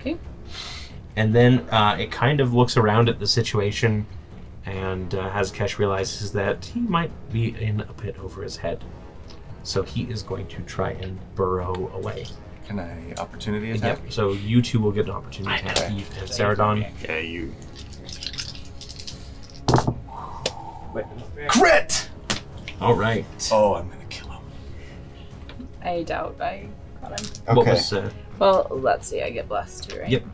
Speaker 10: Okay.
Speaker 2: And then uh, it kind of looks around at the situation, and uh, Hazakesh realizes that he might be in a pit over his head. So he is going to try and burrow away.
Speaker 6: Can I opportunity attack?
Speaker 2: Yep. So you two will get an opportunity to attack
Speaker 6: Okay.
Speaker 2: Eve and Saradon.
Speaker 7: Yeah, you.
Speaker 6: Crit!
Speaker 2: All right.
Speaker 6: Oh, I'm gonna kill him.
Speaker 10: I doubt I got him.
Speaker 2: What
Speaker 6: Okay.
Speaker 2: was uh,
Speaker 10: Well, let's see. I get blessed too, right?
Speaker 2: Yep.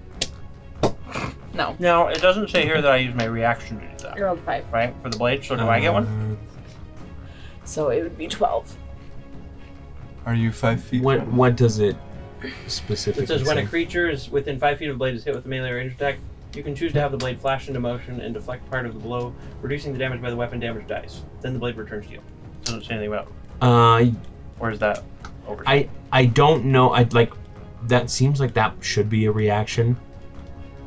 Speaker 10: No.
Speaker 4: No, it doesn't say here that I use my reaction to do
Speaker 10: I
Speaker 4: that,
Speaker 10: rolled five,
Speaker 4: right? For the blade, so do I
Speaker 2: Uh-huh.
Speaker 4: get one?
Speaker 10: so it would be twelve.
Speaker 6: Are you five
Speaker 2: uh,
Speaker 6: feet?
Speaker 2: What
Speaker 6: from-
Speaker 2: what does it specifically
Speaker 13: It says when a
Speaker 2: say?
Speaker 13: creature is within five feet of the blade is hit with a melee range attack, you can choose to have the blade flash into motion and deflect part of the blow, reducing the damage by the weapon damage dice. Then the blade returns to you.
Speaker 4: It doesn't say anything about.
Speaker 2: Uh,
Speaker 4: Or is that over?
Speaker 2: I I don't know. I would like that seems like that should be a reaction,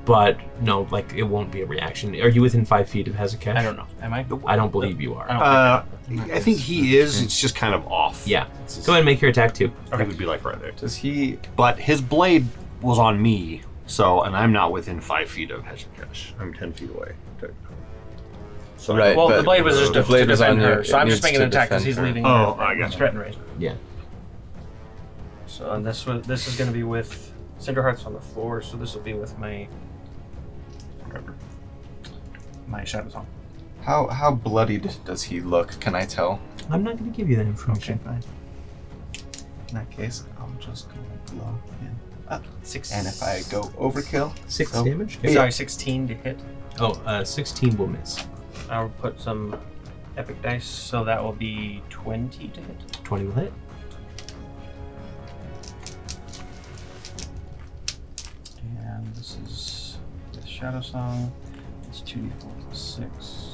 Speaker 2: but no, like it won't be a reaction. Are you within five feet of Hezekiah?
Speaker 4: I don't know. Am I?
Speaker 2: I don't believe you are.
Speaker 5: Oh.
Speaker 4: I don't-
Speaker 7: Uh, I think he is, it's just kind of off.
Speaker 2: Yeah. Go ahead and make your attack too.
Speaker 7: It would be like right there.
Speaker 6: Does he?
Speaker 7: But his blade was on me, so, and I'm not within five feet of Hezekash. I'm ten feet away. technically. So uh,
Speaker 6: Right.
Speaker 4: Well, the
Speaker 6: but
Speaker 4: blade was just
Speaker 6: the
Speaker 4: to,
Speaker 6: blade
Speaker 4: to
Speaker 6: was
Speaker 4: defend
Speaker 6: on
Speaker 4: her,
Speaker 6: her.
Speaker 4: so
Speaker 6: It
Speaker 4: I'm just
Speaker 6: needs
Speaker 4: making an
Speaker 6: to
Speaker 4: attack because
Speaker 6: defend
Speaker 4: he's
Speaker 6: her.
Speaker 4: leaving.
Speaker 7: Oh,
Speaker 4: her
Speaker 7: I got you.
Speaker 4: Threaten range.
Speaker 2: Yeah.
Speaker 4: So and this was this is going to be with Cinder Heart's on the floor, so this will be with my my Shadow Song.
Speaker 6: How how bloodied does he look? Can I tell?
Speaker 2: I'm not going to give you that information.
Speaker 6: fine. in that case, I'm just going to block him up.
Speaker 4: Six-
Speaker 6: And if I go overkill,
Speaker 2: Six
Speaker 6: so-
Speaker 2: damage?
Speaker 6: Yeah.
Speaker 4: Sorry, 16 to hit.
Speaker 2: Oh, uh, 16 will miss.
Speaker 4: I'll put some epic dice, so that will be 20 to hit.
Speaker 2: 20 will hit.
Speaker 4: And this is the Shadow Song. It's 2d4 plus 6.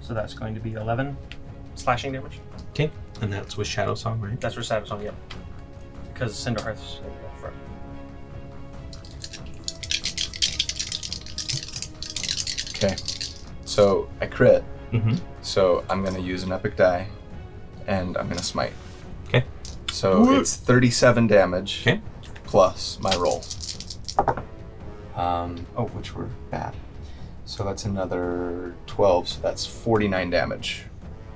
Speaker 4: So that's going to be 11 slashing damage.
Speaker 2: Okay. And that's with Shadow Song, right?
Speaker 4: That's for Shadow Song, yep. Because Cinderhearth's up front.
Speaker 6: Okay. So I crit.
Speaker 2: Mhm.
Speaker 6: So I'm gonna use an epic die, and I'm gonna smite.
Speaker 2: 'Kay.
Speaker 6: So it's 37 damage.
Speaker 2: 'Kay.
Speaker 6: Plus my roll. Um. Oh, which were bad. So that's another 12. So that's 49 damage.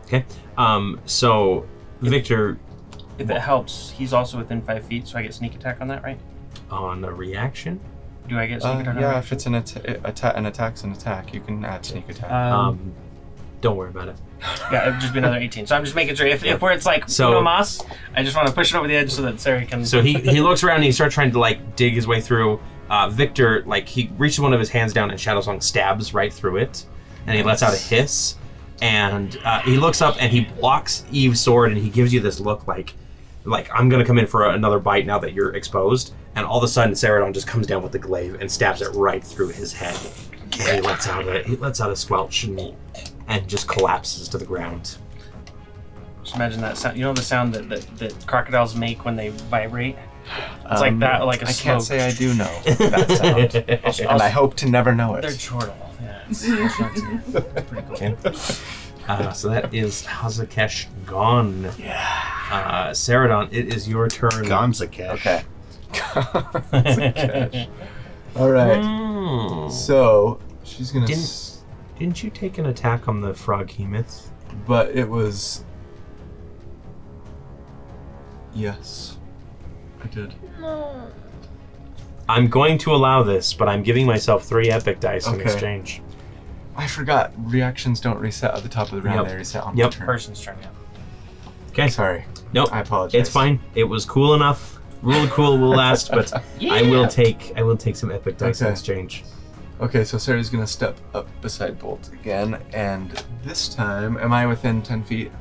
Speaker 2: Okay. Um, so, Victor,
Speaker 4: If it helps, he's also within 5 feet, so I get sneak attack on that, right?
Speaker 2: on the reaction,
Speaker 4: Do I get sneak
Speaker 6: Uh,
Speaker 4: attack on
Speaker 6: yeah,
Speaker 4: that?
Speaker 6: if it's an atta- atta- an attack's an attack, you can add sneak attack.
Speaker 4: Um,
Speaker 2: um, don't worry about it.
Speaker 4: yeah, it'd just be another 18. So I'm just making sure if, if where it's like
Speaker 2: So-
Speaker 4: no mas, I just want to push it over the edge so that Sarah can.
Speaker 2: So he, he looks around and he starts trying to like dig his way through. Uh, Victor like he reaches one of his hands down and Shadow Song stabs right through it, and he lets out a hiss. And uh, he looks up and he blocks Eve's sword and he gives you this look like, like I'm gonna come in for another bite now that you're exposed. And all of a sudden, Saradon just comes down with the glaive and stabs it right through his head. And he lets out a he lets out a squelch and, and just collapses to the ground.
Speaker 4: Just imagine that sound. You know the sound that, that, that crocodiles make when they vibrate?
Speaker 2: Um,
Speaker 4: It's like that, like a
Speaker 6: I can't
Speaker 4: slow-
Speaker 6: say I do know that sound, and I hope to never know
Speaker 4: They're
Speaker 6: it.
Speaker 4: chortle. Yeah. it's- it's fancy. Pretty cool.
Speaker 2: Okay. Uh, so that is Hazakesh gone. Yeah. Uh, Saradon, it is your turn.
Speaker 7: Gamza Cash.
Speaker 6: Okay. All right.
Speaker 2: Hmm.
Speaker 6: So she's gonna.
Speaker 2: Didn't-
Speaker 6: s-
Speaker 2: Didn't you take an attack on the frog hemoth?
Speaker 6: but it was. Yes, I did.
Speaker 2: I'm going to allow this, but I'm giving myself three epic dice in
Speaker 6: Okay.
Speaker 2: exchange.
Speaker 6: I forgot. Reactions don't reset at the top of the round.
Speaker 2: Yep.
Speaker 6: They reset on
Speaker 2: Yep.
Speaker 6: my turn.
Speaker 4: Person's turn now.
Speaker 2: Okay.
Speaker 6: Sorry.
Speaker 2: Nope.
Speaker 6: I apologize.
Speaker 2: It's fine. It was cool enough. Rule of cool will last, but I will take I will take some epic dice in
Speaker 6: Okay.
Speaker 2: exchange.
Speaker 6: Okay, so Sarah's gonna step up beside Bolt again, and this time, am I within ten feet?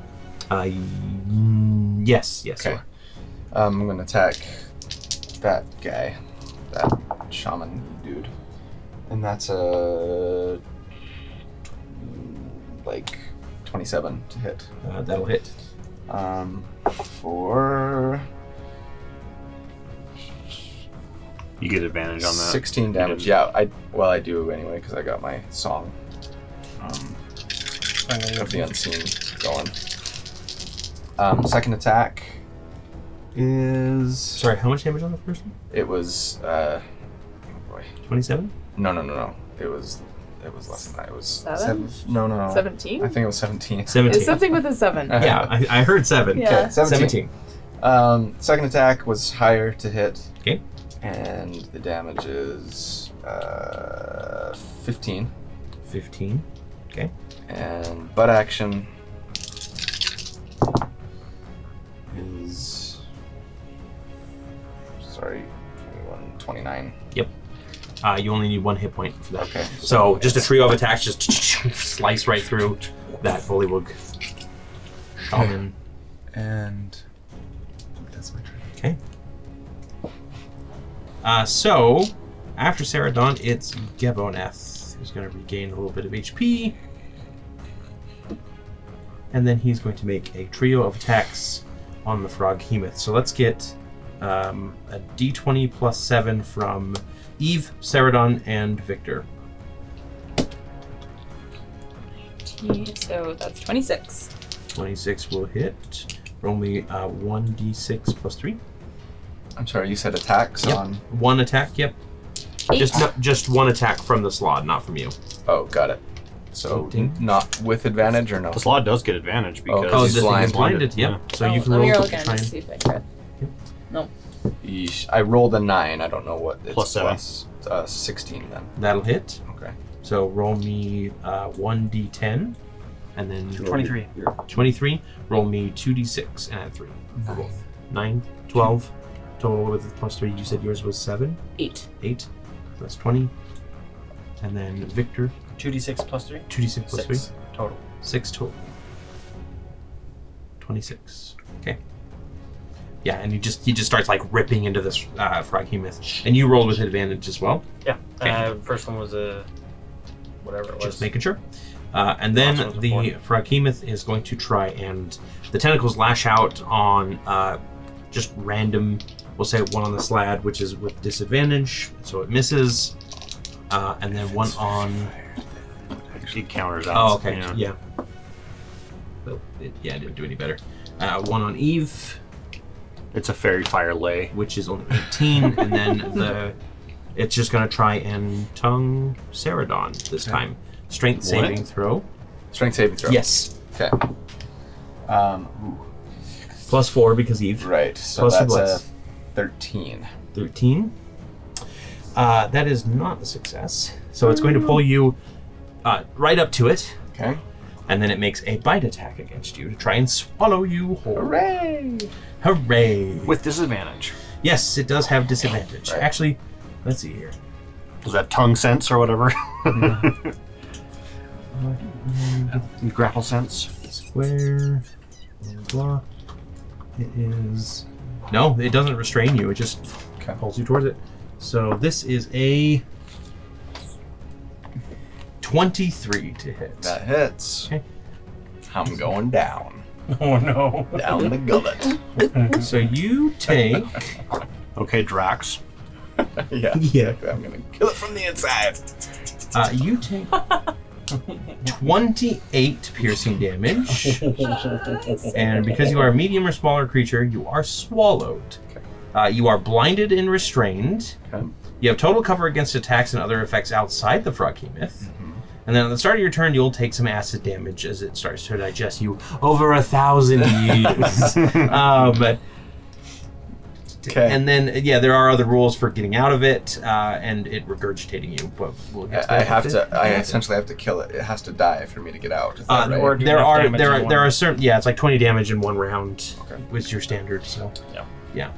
Speaker 2: Uh, mm, yes, yes. you
Speaker 6: Okay.
Speaker 2: are.
Speaker 6: Um, I'm gonna attack that guy, that shaman dude, and that's a like twenty-seven to hit.
Speaker 2: Uh, that'll hit.
Speaker 6: Um, for
Speaker 7: You get advantage on that.
Speaker 6: sixteen damage. Yeah, I well I do anyway because I got my song um, of the unseen going. Um, second attack is
Speaker 2: Sorry, how much damage on the first one?
Speaker 6: It was uh, oh boy.
Speaker 2: Twenty-seven.
Speaker 6: No, no, no, no. It was it was less than that. It was
Speaker 10: Seven?
Speaker 6: seven- No, no, no.
Speaker 10: 17?
Speaker 6: I think it was seventeen.
Speaker 2: Oh, Seventeen.
Speaker 10: It's something with a seven.
Speaker 6: Uh,
Speaker 2: yeah, I, I heard seven.
Speaker 10: Yeah.
Speaker 6: Okay, seventeen.
Speaker 2: Seventeen.
Speaker 6: Um, second attack was higher to hit.
Speaker 2: Okay.
Speaker 6: And the damage is uh, fifteen.
Speaker 2: Fifteen.
Speaker 6: And butt action is sorry, 21, 29.
Speaker 2: Uh, you only need one hit point for that.
Speaker 6: Okay.
Speaker 2: So just a trio of attacks, just slice right through that bullywug. Shaman.
Speaker 6: And that's my turn.
Speaker 2: Uh, so after Saradon, it's Geboneth who's going to regain a little bit of HP, and then he's going to make a trio of attacks on the frog hemoth. So let's get um, a D20 plus seven from Eve, Saradon, and Victor.
Speaker 10: So that's 26.
Speaker 2: 26 will hit. We're only uh, 1d6 plus 3.
Speaker 6: I'm sorry, you said attacks
Speaker 2: Yep.
Speaker 6: on.
Speaker 2: One attack, yep. Just no, just one attack from the slot, not from you.
Speaker 6: Oh, got it. So
Speaker 2: Eighteen.
Speaker 6: not with advantage or no?
Speaker 7: The slot does get advantage because
Speaker 6: Oh,
Speaker 2: Oh,
Speaker 6: he's
Speaker 2: the thing is
Speaker 6: blind.
Speaker 2: blinded, yep. So you
Speaker 10: Oh,
Speaker 2: can
Speaker 10: let me
Speaker 2: roll to
Speaker 10: roll again
Speaker 2: try
Speaker 10: to
Speaker 2: and.
Speaker 10: see if I crit.
Speaker 6: Yeesh. I rolled a nine. I don't know what. It's
Speaker 7: Plus seven.
Speaker 6: plus, uh, sixteen then.
Speaker 2: That'll hit.
Speaker 6: Okay.
Speaker 2: So roll me uh, 1d10 and then
Speaker 13: Roll 23. your-
Speaker 2: 23. Roll me 2d6 and add 3. for both. 9, 12. Total with plus 3. You said yours was 7?
Speaker 3: Eight.
Speaker 2: 8. That's 20. And then Victor,
Speaker 4: 2d6 plus 3?
Speaker 2: 2d6 plus 3.
Speaker 4: Total.
Speaker 2: 6 total. 26. Okay. Yeah, and he just he just starts like ripping into this uh, frog myth. And you rolled with advantage as well.
Speaker 4: Yeah.
Speaker 2: Okay.
Speaker 4: Uh, first one was a. whatever it was.
Speaker 2: Just making sure. Uh, and then
Speaker 4: Last one's a
Speaker 2: the
Speaker 4: four.
Speaker 2: Frachemoth is going to try and the tentacles lash out on uh, just random. We'll say one on the slad, which is with disadvantage, so it misses, uh, and then one on.
Speaker 7: Actually counters out.
Speaker 2: Oh, okay, yeah. Well, it, yeah, it didn't do any better. Uh, one on Eve,
Speaker 7: It's a fairy fire lay.
Speaker 2: which is only eighteen, and then the it's just going to try and tongue Ceradon this time. Strength saving throw.
Speaker 6: Strength saving throw.
Speaker 2: Yes,
Speaker 6: Okay. Um,
Speaker 2: plus four because Eve.
Speaker 6: right. So
Speaker 2: Plus or
Speaker 6: that's a
Speaker 2: less?
Speaker 6: thirteen.
Speaker 2: 13. Uh, that is not a success. So it's going to pull you uh, right up to it,
Speaker 6: Okay.
Speaker 2: and then it makes a bite attack against you to try and swallow you whole. Hooray! Hooray!
Speaker 7: With disadvantage.
Speaker 2: yes, it does have disadvantage.
Speaker 6: Right.
Speaker 2: Actually, let's see here.
Speaker 7: Was that tongue sense or whatever? Grapple sense.
Speaker 2: Square. Blah, blah. It is. No, it doesn't restrain you, it just
Speaker 6: Okay.
Speaker 2: pulls you towards it. So this is a 23 to hit.
Speaker 6: That hits.
Speaker 2: Okay.
Speaker 6: I'm going down.
Speaker 4: Oh no.
Speaker 6: Down the gullet.
Speaker 2: So you take.
Speaker 7: Okay, Drax.
Speaker 6: yeah.
Speaker 2: Yeah.
Speaker 6: I'm gonna kill it from the inside.
Speaker 2: Uh, you take 28 piercing damage. and because you are a medium or smaller creature, you are swallowed.
Speaker 6: Okay.
Speaker 2: Uh, you are blinded and restrained.
Speaker 6: Okay.
Speaker 2: You have total cover against attacks and other effects outside the Frog Myth.
Speaker 6: Mm-hmm.
Speaker 2: And then at the start of your turn, you'll take some acid damage as it starts to digest you over a thousand years. um,
Speaker 6: Okay.
Speaker 2: And then, yeah, there are other rules for getting out of it uh, and it regurgitating you, but we'll get to
Speaker 6: I, I
Speaker 2: that.
Speaker 6: have to. I essentially have to kill it. It has to die for me to get out. Is
Speaker 2: Uh,
Speaker 6: that right?
Speaker 4: or do
Speaker 2: there
Speaker 4: enough
Speaker 2: are
Speaker 4: damage
Speaker 2: there
Speaker 4: in
Speaker 2: are
Speaker 4: one
Speaker 2: there are
Speaker 4: round.
Speaker 2: certain yeah, it's like twenty damage in one round
Speaker 6: Okay.
Speaker 2: was your standard. So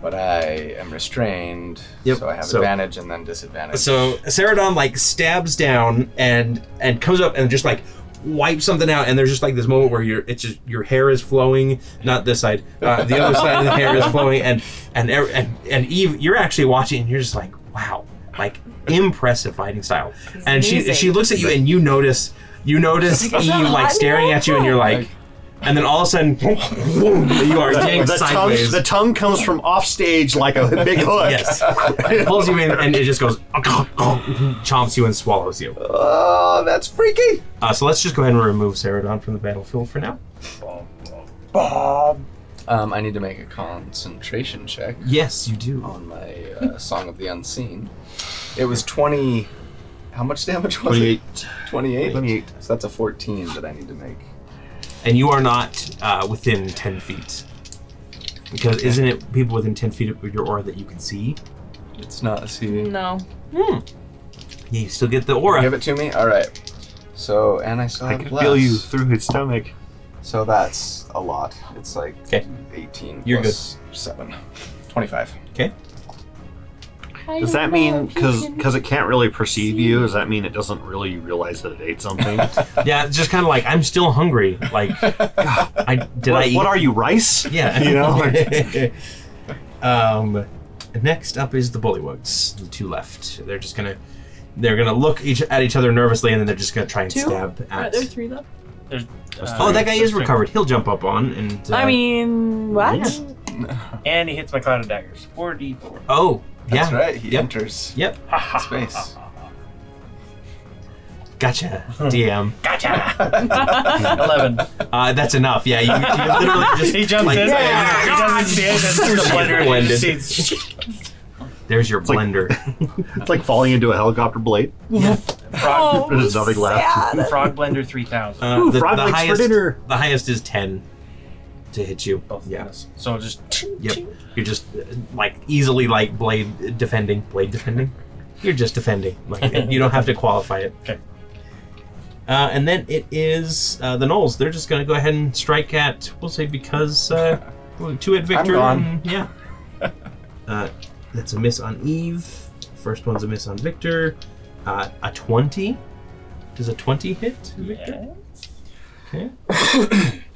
Speaker 6: But I am restrained,
Speaker 2: Yep,
Speaker 6: so I have
Speaker 2: so-
Speaker 6: advantage and then disadvantage.
Speaker 2: so Ceradon like stabs down and and comes up and just like wipes something out and there's just like this moment where your it's just your hair is flowing not this side uh, the other side of the hair is flowing and and ev- and and Eve you're actually watching and you're just like wow like impressive fighting style and she
Speaker 10: amazing.
Speaker 2: she looks at you and you notice you notice Eve like staring at you and you're like and then all of a sudden you are
Speaker 7: The,
Speaker 2: getting
Speaker 7: tongue,
Speaker 2: sideways
Speaker 7: the tongue comes from off stage like a big hook.
Speaker 2: Yes. it pulls you in and it just goes, chomps you and swallows you.
Speaker 6: Oh, that's freaky.
Speaker 2: Uh, so let's just go ahead and remove Ceradon from the battlefield for now.
Speaker 6: Um, I need to make a concentration check
Speaker 2: Yes, you do.
Speaker 6: on my uh, Song of the Unseen. It was twenty. How much damage was it? 28?
Speaker 7: 28.
Speaker 6: So that's a 14 that I need to make.
Speaker 2: And you are not uh, within 10 feet. Because isn't it people within 10 feet of your aura that you can see?
Speaker 6: It's not a CD.
Speaker 10: No.
Speaker 2: Yeah, you still get the aura.
Speaker 6: Give it to me? Alright. So, and I still
Speaker 7: I
Speaker 6: have
Speaker 7: can
Speaker 6: less.
Speaker 7: feel you through his stomach.
Speaker 6: So that's a lot. It's like
Speaker 2: 'Kay.
Speaker 6: 18
Speaker 2: You're
Speaker 6: plus 7. 25.
Speaker 7: Does that mean because because it can't really perceive you? Does that mean it doesn't really realize that it ate something?
Speaker 2: Yeah, it's just kind of like, I'm still hungry. Like, I, did
Speaker 7: what,
Speaker 2: I eat?
Speaker 7: what are you rice?
Speaker 2: yeah.
Speaker 7: you know. like-
Speaker 2: um, next up is the bullywogs. The two left. They're just gonna. They're gonna look each at each other nervously, and then they're just gonna try and stab at.
Speaker 10: three left?
Speaker 4: Uh,
Speaker 2: Oh, that guy
Speaker 4: that's
Speaker 2: is
Speaker 4: three.
Speaker 2: recovered. He'll jump up on and. Uh,
Speaker 10: I mean, what?
Speaker 4: And he hits my cloud of daggers. 4d4.
Speaker 2: Oh, yeah.
Speaker 6: That's right. He
Speaker 2: Yep.
Speaker 6: enters
Speaker 2: Yep.
Speaker 6: space.
Speaker 2: Gotcha. DM.
Speaker 4: Gotcha! 11.
Speaker 2: Uh, that's enough. Yeah. You, you literally just.
Speaker 4: He jumps
Speaker 2: like,
Speaker 4: in.
Speaker 2: Yeah.
Speaker 4: He doesn't see it. It's through the blender. and he just
Speaker 2: Ah, Blended.
Speaker 4: sees-
Speaker 2: There's your
Speaker 7: like-
Speaker 2: blender.
Speaker 7: it's like falling into a helicopter blade.
Speaker 10: Oh,
Speaker 4: Frog,
Speaker 7: There's nothing left.
Speaker 4: Frog Blender 3000.
Speaker 2: Uh,
Speaker 7: Ooh,
Speaker 2: the,
Speaker 7: frog
Speaker 2: the
Speaker 7: legs for
Speaker 2: highest,
Speaker 7: dinner. Oh.
Speaker 2: The highest is ten to hit you.
Speaker 4: Both of
Speaker 2: Oh, yeah.
Speaker 4: us. So just.
Speaker 2: Yep. You're just uh, like easily like blade defending, blade defending. You're just defending. Like you don't have to qualify it.
Speaker 4: Okay.
Speaker 2: Uh, and then it is uh, the Knolls. They're just going to go ahead and strike at, we'll say, because uh, two hit victory.
Speaker 6: gone.
Speaker 2: and- yeah. Uh, that's a miss on Eve. First one's a miss on Victor. Uh, a 20. Does a 20 hit, Victor? Okay.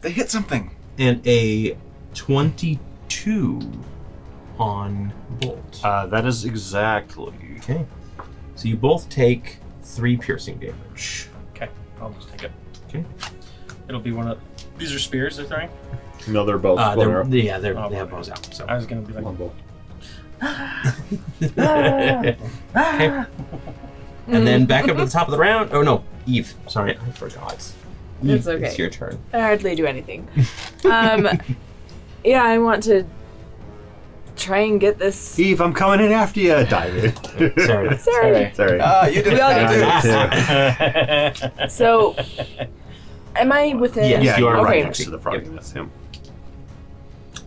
Speaker 6: They hit something.
Speaker 2: And a 22 on Bolt.
Speaker 5: Uh, that is exactly.
Speaker 2: Okay. So you both take three piercing damage.
Speaker 4: Okay, I'll just take it.
Speaker 2: Okay.
Speaker 4: It'll be one of these are spears they're throwing.
Speaker 7: No, they're both.
Speaker 2: Uh,
Speaker 7: well,
Speaker 2: they're,
Speaker 7: they're-
Speaker 2: yeah, they're,
Speaker 4: Oh,
Speaker 2: they have
Speaker 4: okay.
Speaker 2: bows out. So.
Speaker 4: I was gonna be like,
Speaker 7: one bolt.
Speaker 5: Ah.
Speaker 2: okay. And then back up to the top of the round. Oh no, Eve. Sorry, I forgot. Eve,
Speaker 10: It's okay.
Speaker 2: It's your turn.
Speaker 10: I hardly do anything. Um, yeah, I want to try and get this.
Speaker 5: Eve, I'm coming in after you. Dive in.
Speaker 2: Sorry.
Speaker 10: Sorry.
Speaker 6: Sorry.
Speaker 7: Sorry.
Speaker 6: Uh, you did
Speaker 10: We all
Speaker 6: that.
Speaker 10: do.
Speaker 6: Yeah,
Speaker 10: So, am I within?
Speaker 2: Yes,
Speaker 7: Yeah,
Speaker 2: you are
Speaker 10: okay.
Speaker 2: right
Speaker 5: next to the frog. That's him.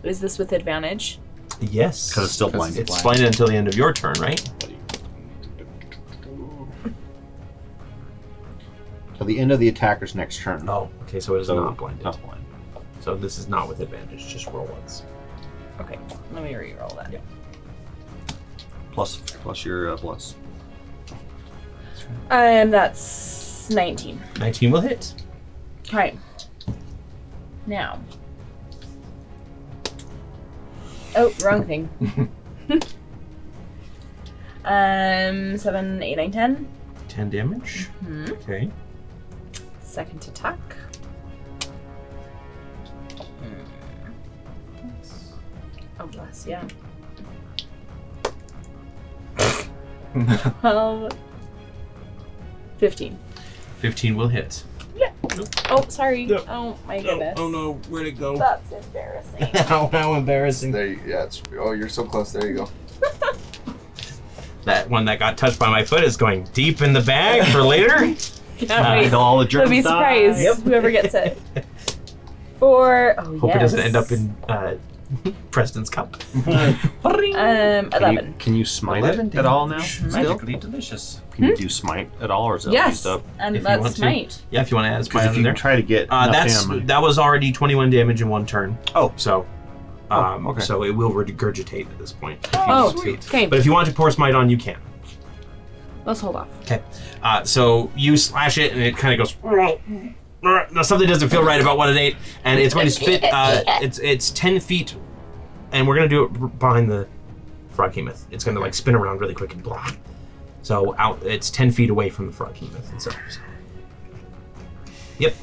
Speaker 10: Is this with advantage?
Speaker 2: Yes.
Speaker 5: Because it's still
Speaker 6: Because
Speaker 5: blinded.
Speaker 2: It's blinded until the end of your turn, right?
Speaker 7: Till the end of the attacker's next turn.
Speaker 2: No. Okay, so it is
Speaker 7: So-
Speaker 2: not blinded.
Speaker 7: Not blinded.
Speaker 2: So this is not with advantage. Just roll once.
Speaker 10: Okay, let me re-roll that.
Speaker 5: Plus, plus your uh, plus.
Speaker 10: Um, that's nineteen.
Speaker 2: Nineteen will hit.
Speaker 10: Right. Now. Oh, wrong thing. um, seven, eight, nine, ten.
Speaker 2: Ten damage.
Speaker 10: Hmm.
Speaker 2: Okay.
Speaker 10: Second attack. Oh, bless, yeah. 12, 15.
Speaker 2: Fifteen will hit.
Speaker 10: Oh, sorry.
Speaker 2: No.
Speaker 10: Oh, my goodness.
Speaker 9: no, where'd it go?
Speaker 10: That's embarrassing.
Speaker 2: how, how embarrassing.
Speaker 6: There you, yeah, it's, oh, you're so close. There you go.
Speaker 2: That one that got touched by my foot is going deep in the bag for later.
Speaker 10: Can't wait.
Speaker 5: all the
Speaker 10: They'll be
Speaker 5: Germans die.
Speaker 10: surprised whoever gets it. Four. Oh,
Speaker 2: Hope it doesn't
Speaker 10: yes.
Speaker 2: end up in uh, Preston's cup.
Speaker 10: Um,
Speaker 5: Can you,
Speaker 10: eleven.
Speaker 5: can you smite
Speaker 2: Eleven
Speaker 5: it at all now?
Speaker 2: damage.
Speaker 5: Still?
Speaker 4: magically delicious.
Speaker 5: Can you do smite at all, or is that
Speaker 10: yes,
Speaker 5: used up?
Speaker 10: and
Speaker 2: if you want
Speaker 10: that's
Speaker 2: to.
Speaker 10: might.
Speaker 2: Yeah, if you want to add a
Speaker 5: Because if
Speaker 2: in
Speaker 5: you
Speaker 2: there.
Speaker 5: try to get
Speaker 2: Uh,
Speaker 5: enough
Speaker 2: that's
Speaker 5: damage-
Speaker 2: that was already 21 damage in one turn.
Speaker 5: Oh.
Speaker 2: so um,
Speaker 5: okay.
Speaker 2: so it will regurgitate at this point. if you
Speaker 10: Oh,
Speaker 2: want to.
Speaker 10: Okay,
Speaker 2: But if you want to pour smite on, you can.
Speaker 10: let's hold off.
Speaker 2: Okay, uh, so you slash it, and it kind of goes. No, something doesn't feel right about what it ate, and it's going to spit. Uh, it's it's 10 feet, and we're gonna do it behind the frog hemoth. It's gonna like spin around really quick and blah. So out, it's 10 feet away from the frog hemoth itself. so. Yep.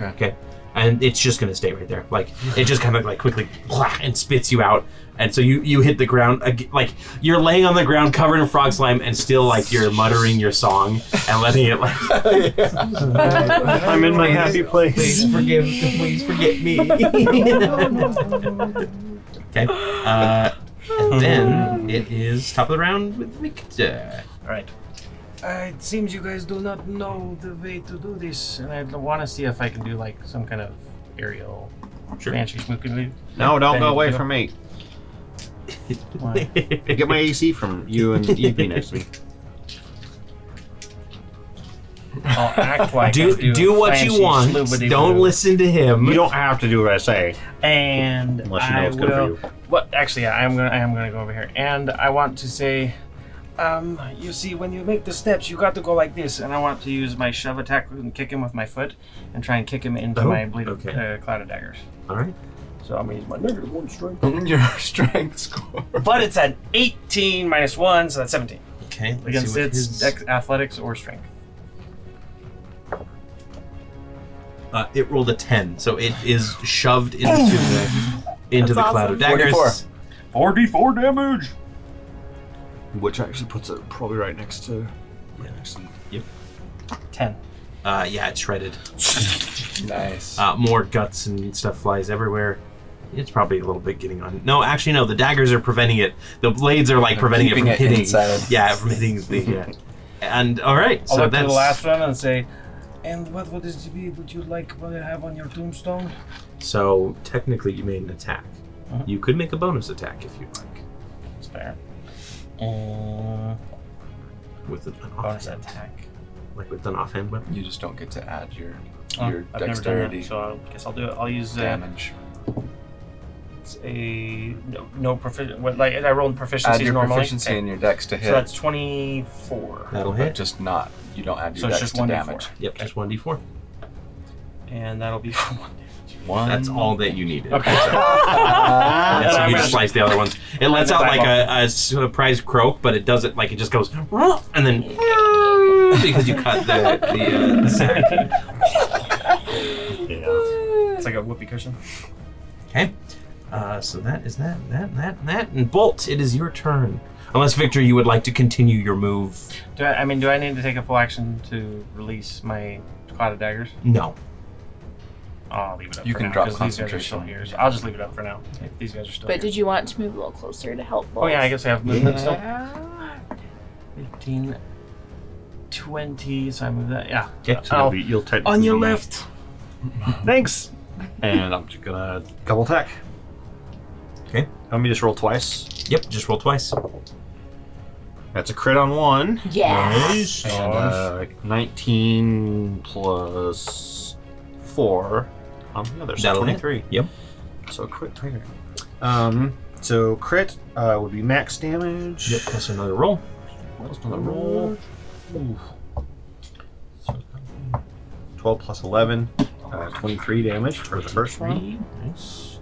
Speaker 6: Okay.
Speaker 2: And it's just gonna stay right there. Like it just kind of like quickly blah, and spits you out. And so you you hit the ground ag- like you're laying on the ground covered in frog slime and still like you're muttering your song and letting it like
Speaker 5: I'm in my happy place.
Speaker 2: please forgive please forget me. okay. Uh, and then it is top of the round with Victor.
Speaker 4: All right,
Speaker 8: Uh, it seems you guys do not know the way to do this.
Speaker 4: and I want to see if I can do like some kind of aerial
Speaker 2: Sure.
Speaker 4: banshee smoking.
Speaker 5: No, don't
Speaker 4: Then
Speaker 5: go
Speaker 4: you
Speaker 5: away
Speaker 4: do.
Speaker 5: from me.
Speaker 4: Why?
Speaker 5: I get my AC from you and Eve being next to me.
Speaker 4: I'll act like I
Speaker 2: do do what you
Speaker 4: banshee
Speaker 2: want.
Speaker 4: sloobity
Speaker 2: Don't
Speaker 4: boo.
Speaker 2: listen to him.
Speaker 5: You don't have to do what I say
Speaker 4: And
Speaker 5: unless you know
Speaker 4: I
Speaker 5: it's good for
Speaker 4: will-
Speaker 5: you.
Speaker 4: Well, actually, yeah, I'm gonna I am gonna go over here, and I want to say,
Speaker 8: Um, you see, when you make the steps, you got to go like this.
Speaker 4: and I want to use my shove attack and kick him with my foot, and try and kick him into
Speaker 2: Oh,
Speaker 4: my bleed
Speaker 2: okay.
Speaker 4: uh, cloud of daggers.
Speaker 2: All right.
Speaker 4: So I'm gonna use my negative one strength.
Speaker 6: Your strength score.
Speaker 4: But it's an 18 minus one, so that's 17
Speaker 2: Okay. let's see
Speaker 4: against
Speaker 2: what
Speaker 4: its
Speaker 2: his-
Speaker 4: dex- athletics or strength.
Speaker 2: uh, it rolled a ten, so it is shoved into the into the cloud of daggers.
Speaker 6: 44.
Speaker 4: 44 damage.
Speaker 5: Which actually puts it probably right next to. Right next to
Speaker 4: 10.
Speaker 2: Uh, yeah, it's shredded.
Speaker 6: Nice.
Speaker 2: Uh, more guts and stuff flies everywhere. It's probably a little bit getting on. No, actually, no. The daggers are preventing it. The blades are like preventing it
Speaker 6: keeping
Speaker 2: from
Speaker 6: it
Speaker 2: hitting.
Speaker 6: inside.
Speaker 2: Yeah, from hitting the. Uh, and all right,
Speaker 4: I'll
Speaker 2: so
Speaker 4: look to
Speaker 2: that's
Speaker 4: the last one and say,
Speaker 8: And what would this be that you'd like to have on your tombstone?
Speaker 2: so technically you made an attack. You could make a bonus attack if you like
Speaker 4: it's fair. Uh,
Speaker 2: with an
Speaker 4: bonus
Speaker 2: offhand.
Speaker 4: attack.
Speaker 2: like with an offhand weapon?
Speaker 6: You just don't get to add your
Speaker 4: Oh,
Speaker 6: your
Speaker 4: I've
Speaker 6: dexterity
Speaker 4: never done that, so I guess I'll do it. I'll use uh,
Speaker 6: damage.
Speaker 4: it's a no, no proficiency. Like I rolled proficiencies
Speaker 6: Add your
Speaker 4: normally.
Speaker 6: proficiency
Speaker 4: Okay.
Speaker 6: and your dex to hit.
Speaker 4: So that's twenty four.
Speaker 2: That'll
Speaker 6: but
Speaker 2: hit.
Speaker 6: just not. You don't add your
Speaker 4: So it's
Speaker 6: dex
Speaker 4: just
Speaker 6: to
Speaker 4: one d4.
Speaker 6: damage.
Speaker 2: Yep, just one d four.
Speaker 4: and that'll be for one damage.
Speaker 6: One.
Speaker 2: That's all that you needed.
Speaker 4: Okay.
Speaker 2: And so
Speaker 4: I'm
Speaker 2: you just
Speaker 4: gonna-
Speaker 2: slice the other ones. It lets
Speaker 4: And
Speaker 2: out
Speaker 4: then
Speaker 2: like
Speaker 4: I
Speaker 2: a, a surprise croak, but it doesn't. Like it just goes and then because you cut the the, uh, the sack.
Speaker 4: It's like a whoopee cushion.
Speaker 2: Okay. Uh, so that is that, that, that, and that, and Bolt. It is your turn. Unless Victor, you would like to continue your move.
Speaker 4: Do I, I mean, do I need to take a full action to release my cloud of daggers?
Speaker 2: No.
Speaker 4: I'll leave it up.
Speaker 6: You
Speaker 4: for
Speaker 6: can
Speaker 4: now,
Speaker 6: drop
Speaker 4: 'cause these guys are still
Speaker 6: concentration.
Speaker 4: here. So I'll just leave it up for now. These guys are still.
Speaker 10: But
Speaker 4: here.
Speaker 10: did you want to move a little closer to help?
Speaker 4: Oh yeah, I
Speaker 10: Bolt?
Speaker 4: guess I have movement still. 15, 20, so I move that. Yeah.
Speaker 2: Okay,
Speaker 5: So you'll,
Speaker 4: I'll,
Speaker 5: be, you'll technically
Speaker 14: On your
Speaker 5: be-
Speaker 14: left.
Speaker 5: Thanks. And I'm just gonna double attack.
Speaker 2: Okay.
Speaker 5: Let me to just roll twice.
Speaker 2: Yep. Just roll twice.
Speaker 5: That's a crit on one.
Speaker 10: Yeah.
Speaker 5: And, uh, 19 plus 4 on the other. So
Speaker 2: That'll hit.
Speaker 5: 23.
Speaker 2: Yep.
Speaker 5: So crit trigger. Um, so crit uh, would be max damage.
Speaker 2: Yep. Plus another roll.
Speaker 5: Plus another roll. Ooh. So, 12 plus 11, uh, 23 damage for the first one.
Speaker 2: Nice.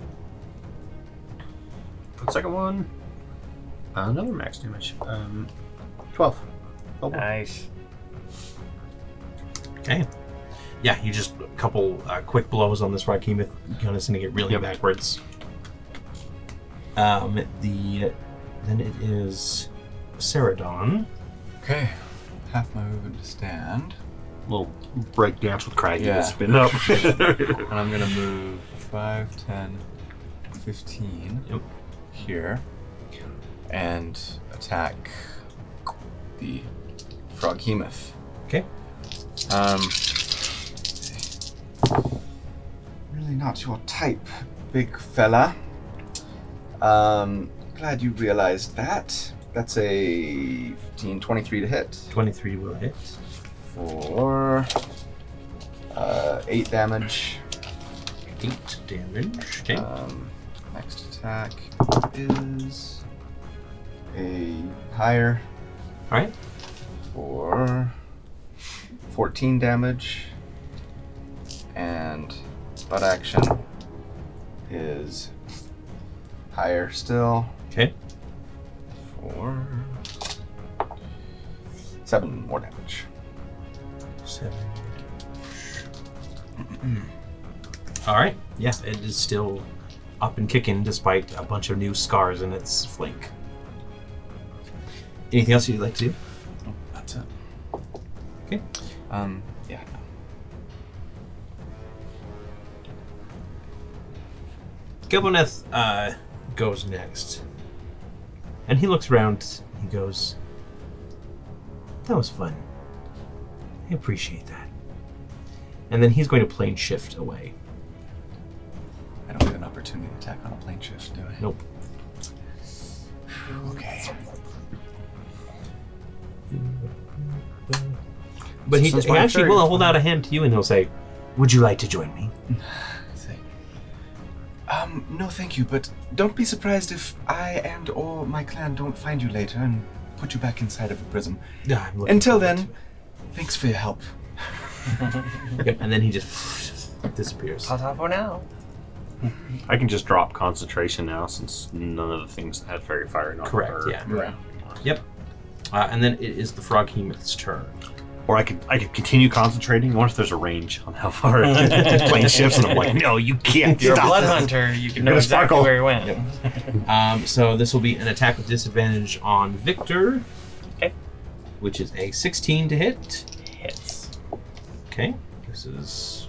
Speaker 5: For the second one, another max damage. Um, 12. Oh, boy.
Speaker 4: nice.
Speaker 2: Okay. Yeah, you just a couple uh, quick blows on this Rakemith, kind of sending it really backwards. Um, the then it is Ceradon.
Speaker 6: Okay. Half my movement to stand.
Speaker 5: little break dance with Craggy
Speaker 6: Yeah.
Speaker 5: and spin up.
Speaker 6: And I'm gonna move 5, 10, 15
Speaker 2: Yep.
Speaker 6: here and attack the frog hemoth.
Speaker 2: Okay.
Speaker 6: Um, really not your type, big fella. Um, glad you realized that. That's a 15, 23 to hit
Speaker 2: Twenty-three will hit.
Speaker 6: for uh, 8 damage.
Speaker 2: Eight damage. Okay.
Speaker 6: Um, next attack is a higher
Speaker 2: All right.
Speaker 6: for 14 damage, and butt action is higher still
Speaker 2: Okay.
Speaker 6: for seven more damage.
Speaker 2: Seven. All right. Yeah, it is still up and kicking despite a bunch of new scars in its flank. Anything else you'd like to do?
Speaker 6: That's it.
Speaker 2: Okay.
Speaker 6: Um, yeah.
Speaker 2: Gilboneth uh, goes next. And he looks around. He goes, That was fun. I appreciate that. And then he's going to plane shift away.
Speaker 6: I don't get an opportunity to attack on a plane shift, do I?
Speaker 2: Nope.
Speaker 6: Okay.
Speaker 2: But he,
Speaker 6: Sounds
Speaker 2: he actually
Speaker 6: very-
Speaker 2: will hold out a hand to you and he'll say, Would you like to join me?
Speaker 6: Say, Um, no, thank you, but don't be surprised if I and or my clan don't find you later and put you back inside of a prison.
Speaker 2: Yeah, I'm looking
Speaker 6: Until
Speaker 2: forward
Speaker 6: then, thanks for your help.
Speaker 2: to it." Yep, and then he just disappears.
Speaker 4: Ta for now.
Speaker 5: I can just drop concentration now since none of the things that had fairy fire not
Speaker 2: Correct, yeah.
Speaker 6: Right.
Speaker 2: Yep. Uh, and then it is the Frog Hemoth's turn.
Speaker 5: Or I could I could continue concentrating. I wonder if there's a range on how far the plane shifts, and I'm like, no, you can't
Speaker 4: You're a
Speaker 5: stop
Speaker 4: blood
Speaker 5: this."
Speaker 4: hunter. You can
Speaker 5: You're
Speaker 4: know
Speaker 5: gonna
Speaker 4: exactly
Speaker 5: sparkle.
Speaker 4: where he went.
Speaker 2: Um, so this will be an attack with disadvantage on Victor.
Speaker 4: Okay.
Speaker 2: Which is a 16 to hit.
Speaker 4: Hits.
Speaker 2: Okay. This is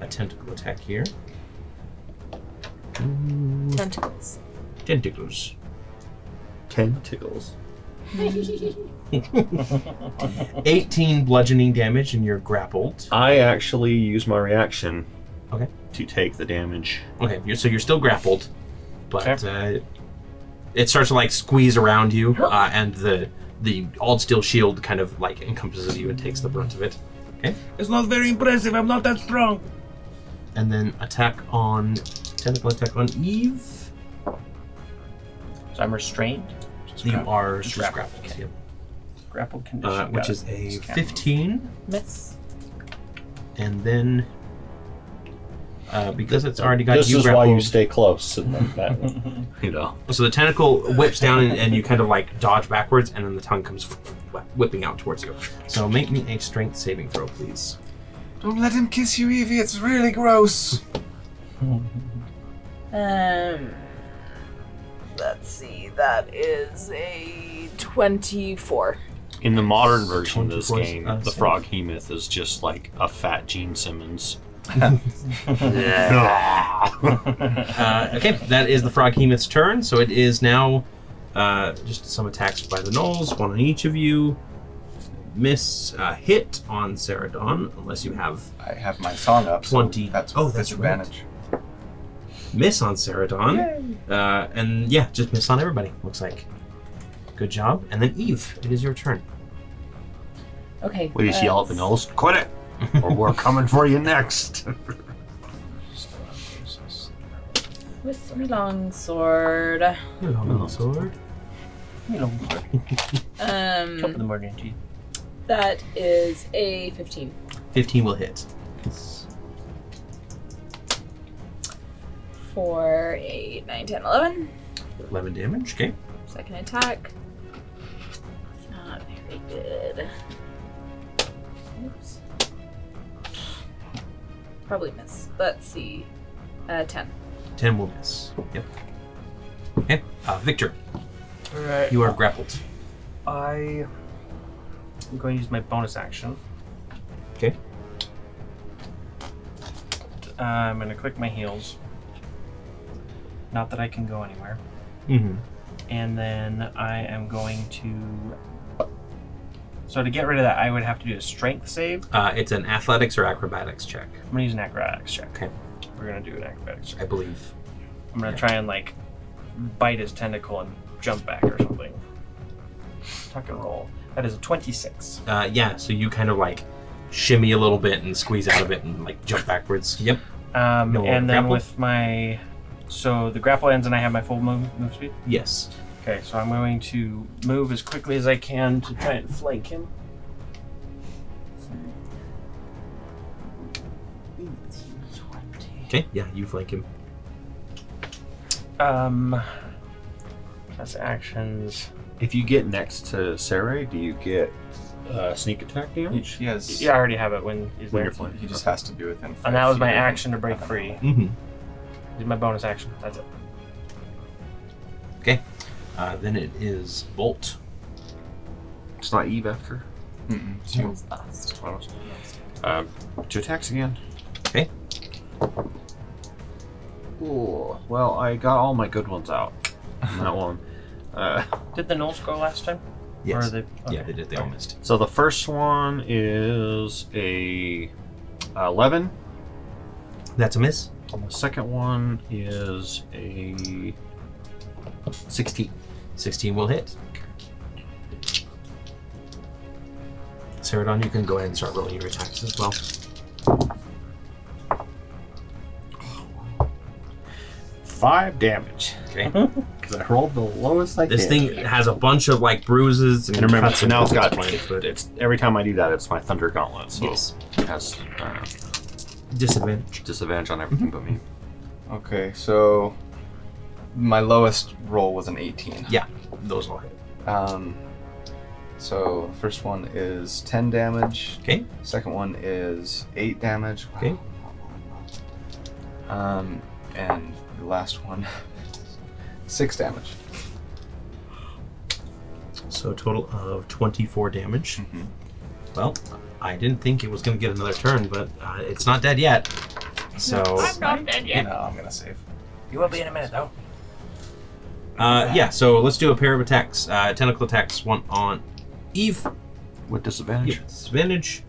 Speaker 2: a tentacle attack here.
Speaker 10: Tentacles.
Speaker 2: Tentacles.
Speaker 5: Ten tickles.
Speaker 2: 18 bludgeoning damage, and you're grappled.
Speaker 4: Uh.
Speaker 5: I actually use my reaction.
Speaker 2: Okay.
Speaker 5: To take the damage.
Speaker 2: Okay, you're, so you're still grappled, but uh, it starts to like squeeze around you, uh, and the the old steel shield kind of like encompasses you and takes the brunt of it. Okay.
Speaker 8: It's not very impressive. I'm not that strong.
Speaker 2: And then attack on tentacle attack on Eve.
Speaker 4: So I'm restrained.
Speaker 2: You are just
Speaker 4: grappled.
Speaker 2: grappled. yep.
Speaker 4: Grappled condition.
Speaker 2: Uh,
Speaker 4: got
Speaker 2: which
Speaker 4: it.
Speaker 2: is a
Speaker 4: Just can't-
Speaker 2: 15,
Speaker 3: Miss.
Speaker 2: and then uh, because it's already got
Speaker 15: This
Speaker 2: you
Speaker 15: is why
Speaker 2: grappled.
Speaker 15: you stay close and like that.
Speaker 5: you know.
Speaker 2: So the tentacle whips down, and, and you kind of like dodge backwards, and then the tongue comes whipping out towards you. So make me a strength saving throw, please.
Speaker 15: Don't let him kiss you, Evie. It's really gross.
Speaker 10: Um, let's see. That is a twenty-four.
Speaker 5: In the modern version of this
Speaker 2: 24 's
Speaker 5: game,
Speaker 2: out of
Speaker 5: the
Speaker 2: save.
Speaker 5: frog he myth is just like a fat Gene Simmons.
Speaker 2: Uh, okay, that is the frog hemoth's turn. So it is now uh, just some attacks by the gnolls, one on each of you. Miss uh, hit on Ceradon, unless you have
Speaker 6: I have my song up. so
Speaker 2: 20.
Speaker 6: that's
Speaker 2: oh, that's right.
Speaker 6: disadvantage.
Speaker 2: miss on Ceradon. Uh, and yeah, just miss on everybody, looks like. Good job. And then Eve, it is your turn.
Speaker 3: Okay.
Speaker 5: We just yell at the nose, quit it, or we're coming for you next.
Speaker 3: With my long sword.
Speaker 2: Long sword.
Speaker 4: You know, top of the
Speaker 10: Um,
Speaker 4: morning, G.
Speaker 10: that is a fifteen.
Speaker 2: 15 will hit.
Speaker 10: Four, eight, nine, ten, eleven.
Speaker 2: 11 damage, okay.
Speaker 10: Second attack. It's not very good. Oops. Probably miss. Let's see. Uh, ten.
Speaker 2: 10 will miss. Yep. Okay, uh, Victor,
Speaker 4: All right.
Speaker 2: you are grappled.
Speaker 4: I am going to use my bonus action.
Speaker 2: Okay.
Speaker 4: Uh, I'm going to click my heels. Not that I can go anywhere.
Speaker 2: Mm-hmm.
Speaker 4: And then I am going to. So to get rid of that, I would have to do a strength save.
Speaker 2: Uh, it's an athletics or acrobatics check,
Speaker 4: I'm going to use an acrobatics check.
Speaker 2: Okay.
Speaker 4: We're going to do an acrobatics check.
Speaker 2: I believe.
Speaker 4: I'm going to try and, like, bite his tentacle and jump back or something. Tuck and roll. That is a 26.
Speaker 2: Uh, yeah, so you kind of like shimmy a little bit and squeeze out of it and like jump backwards. Yep.
Speaker 4: Um,
Speaker 2: No,
Speaker 4: and then
Speaker 2: grapple?
Speaker 4: with my, so the grapple ends and I have my full move, move speed.
Speaker 2: Yes.
Speaker 4: Okay, so I'm going to move as quickly as I can to try and flank him.
Speaker 2: Okay, yeah, you flank him.
Speaker 4: Um, that's actions.
Speaker 7: If you get next to Sarai, do you get uh, sneak attack damage?
Speaker 6: He has.
Speaker 4: Yeah, I already have it when he's
Speaker 7: When
Speaker 4: there.
Speaker 7: you're flanking.
Speaker 6: He just has to do it then.
Speaker 4: And that was my action to break free.
Speaker 2: Mm-hmm.
Speaker 4: Did my bonus action. That's it.
Speaker 2: Okay. Uh, then it is Bolt.
Speaker 7: It's not Eve after.
Speaker 6: Mm-mm.
Speaker 3: She was last.
Speaker 7: Um, two attacks again.
Speaker 2: Okay.
Speaker 7: Ooh, well, I got all my good ones out. on that one. Uh,
Speaker 4: Did the gnolls go last time? Or
Speaker 2: Yes.
Speaker 4: are they,
Speaker 2: Yeah, they did. They all missed.
Speaker 7: so the first one is a 11.
Speaker 2: That's a miss.
Speaker 7: And the second one is a 16.
Speaker 2: 16 will hit. Ceradon, you can go ahead and start rolling your attacks as well.
Speaker 7: Five damage.
Speaker 2: Okay.
Speaker 7: Because I rolled the lowest I
Speaker 2: This
Speaker 7: can.
Speaker 2: thing has a bunch of like bruises and,
Speaker 7: And remember,
Speaker 2: cuts
Speaker 7: so now it's got
Speaker 2: points, but
Speaker 7: it's every time I do that, it's my thunder gauntlet. So
Speaker 2: Yes.
Speaker 7: it has uh,
Speaker 2: disadvantage.
Speaker 7: disadvantage on everything but me.
Speaker 6: Okay, so my lowest roll was an 18.
Speaker 2: Yeah, those all hit.
Speaker 6: Um, so first one is 10 damage.
Speaker 2: Okay.
Speaker 6: Second one is 8 damage.
Speaker 2: Okay.
Speaker 6: Um, and the last one, 6 damage.
Speaker 2: So a total of 24 damage.
Speaker 7: Mm-hmm.
Speaker 2: Well, I didn't think it was going to get another turn, but uh, it's not dead yet. So,
Speaker 6: Yeah. No, I'm gonna save.
Speaker 4: You will be in a minute, though.
Speaker 2: uh, yeah, so let's do a pair of attacks. Uh, tentacle attacks, one on Eve.
Speaker 7: With
Speaker 2: Yep,
Speaker 7: disadvantage?
Speaker 2: disadvantage.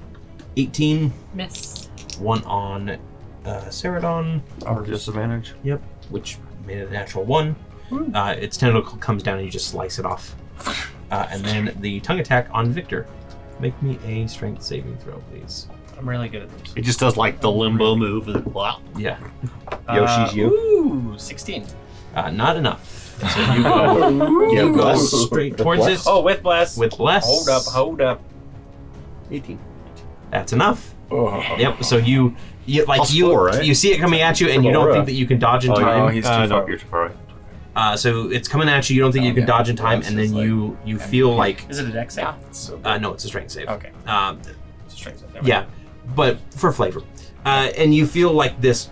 Speaker 2: 18.
Speaker 3: Miss.
Speaker 2: One on uh, Ceradon,
Speaker 7: Or disadvantage?
Speaker 4: Hmm.
Speaker 2: which made it a natural one. Uh, its tentacle comes down and you just slice it off. Uh, and then the tongue attack on Victor. Make me a strength saving throw, please.
Speaker 4: I'm really good at this.
Speaker 7: It just does like the limbo move. and blah.
Speaker 2: Yeah.
Speaker 7: Yoshi's you.
Speaker 4: Uh, Ooh, 16.
Speaker 2: Uh, not enough. So you go, you go straight towards it.
Speaker 4: Oh, with bless.
Speaker 2: With bless.
Speaker 4: Hold up, hold up.
Speaker 7: 18.
Speaker 2: That's enough.
Speaker 4: Oh.
Speaker 2: Yep. So you, you like
Speaker 7: Plus
Speaker 2: you,
Speaker 7: four, right?
Speaker 2: you see it coming at you, and you don't think that you can dodge in
Speaker 7: Oh,
Speaker 2: time.
Speaker 7: no, he's too
Speaker 2: Uh,
Speaker 7: far. You're too far away.
Speaker 2: Uh, so it's coming at you. You don't think you can dodge in time, and then you you feel like
Speaker 4: Is it a deck save?
Speaker 2: uh, no, it's a strength save.
Speaker 4: Okay.
Speaker 2: Um,
Speaker 4: It's a strength save. never
Speaker 2: yeah,
Speaker 4: mind.
Speaker 2: but for flavor, uh, and you feel like this,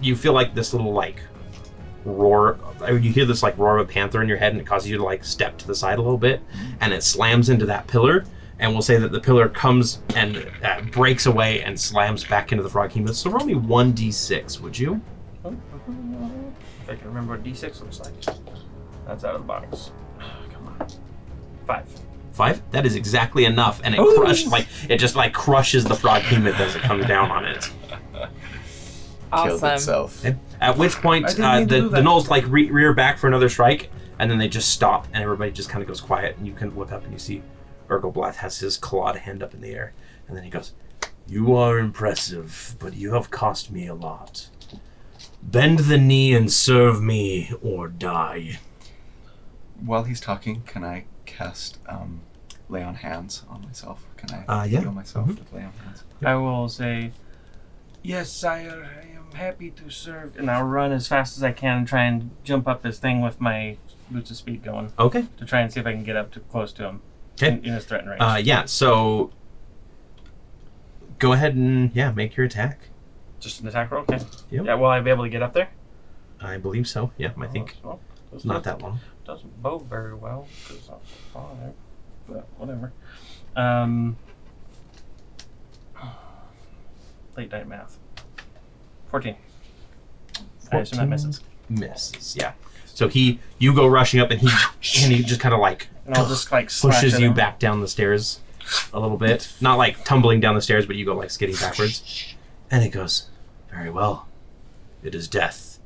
Speaker 2: you feel like this little like roar. I mean, You hear this like roar of a panther in your head, and it causes you to like step to the side a little bit, and it slams into that pillar. And we'll say that the pillar comes and uh, breaks away and slams back into the frog kingdom. So roll me one d6, would you?
Speaker 4: If I can remember what D6 looks like. That's out of the box. Come on. Five.
Speaker 2: Five. That is exactly enough, and it
Speaker 4: Ooh.
Speaker 2: crushed like it just like crushes the frog behemoth as it comes down on it.
Speaker 6: Killed itself.
Speaker 2: Okay. At which point,
Speaker 6: I didn't
Speaker 2: uh,
Speaker 6: mean to
Speaker 2: the
Speaker 6: do
Speaker 2: the
Speaker 6: that.
Speaker 2: gnolls like re- rear back for another strike, and then they just stop, and everybody just kind of goes quiet. And you can look up and you see Ergoblath has his clawed hand up in the air, and then he goes, "You are impressive, but you have cost me a lot. Bend the knee and serve me, or die."
Speaker 6: While he's talking, can I cast um, lay on hands on myself? Can I
Speaker 2: Uh, yeah.
Speaker 6: heal myself
Speaker 2: Mhm.
Speaker 6: with lay on hands?
Speaker 4: I will say,
Speaker 8: Yes, sire, I am happy to serve.
Speaker 4: and I'll run as fast as I can and try and jump up his thing with my boots of speed going.
Speaker 2: Okay.
Speaker 4: To try and see if I can get up to close to him.
Speaker 2: Okay.
Speaker 4: In, in his threatened range.
Speaker 2: Uh, yeah. So go ahead and yeah, make your attack.
Speaker 4: Just an attack roll? Okay.
Speaker 2: Yep.
Speaker 4: Yeah, will I be able to get up there? Oh,
Speaker 2: I believe so. Yeah, I think
Speaker 4: Well,
Speaker 2: it's not that long.
Speaker 4: Doesn't bode very well because I'm falling there, but whatever. Um, late night math. 14. I assume that misses.
Speaker 2: Misses. Yeah. So he, you go rushing up, and he, and he just kind of like,
Speaker 4: And I'll just, like, slash
Speaker 2: pushes
Speaker 4: at
Speaker 2: you
Speaker 4: him.
Speaker 2: back down the stairs, a little bit. Not like tumbling down the stairs, but you go like skidding backwards. And he goes, "Very well, it is death,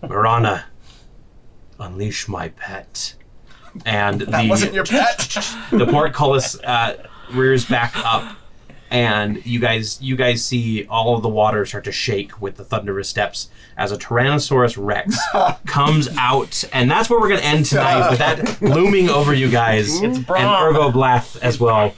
Speaker 2: Marana. Unleash my pet." And
Speaker 6: That
Speaker 2: the
Speaker 6: wasn't your pet.
Speaker 2: the portcullis uh, rears back up, and you guys you guys see all of the water start to shake with the thunderous steps as a Tyrannosaurus Rex comes out, and that's where we're going to end tonight with that looming over you guys
Speaker 4: It's
Speaker 2: and
Speaker 4: Brahm.
Speaker 2: Ergoblath as well.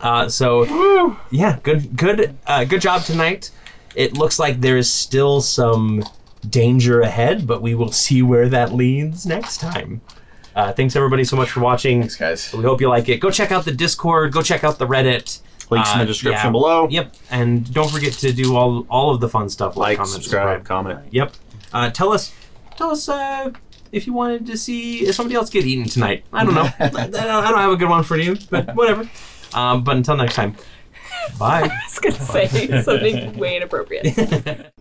Speaker 2: Uh, so yeah, good good uh, good job tonight. It looks like there is still some danger ahead, but we will see where that leads next time. Uh, thanks everybody so much for watching. Thanks
Speaker 6: guys.
Speaker 2: We hope you like it. Go check out the Discord. Go check out the Reddit. Uh,
Speaker 7: Links in the description below.
Speaker 2: Yep, and don't forget to do all all of the fun stuff
Speaker 7: Like,
Speaker 2: like, comment,
Speaker 7: subscribe, comment.
Speaker 2: Yep. Uh, tell us tell us uh, if you wanted to see if somebody else get eaten tonight. I don't know. I, don't, I don't have a good one for you, but whatever. Um, but until next time, bye.
Speaker 10: I was gonna say something way inappropriate.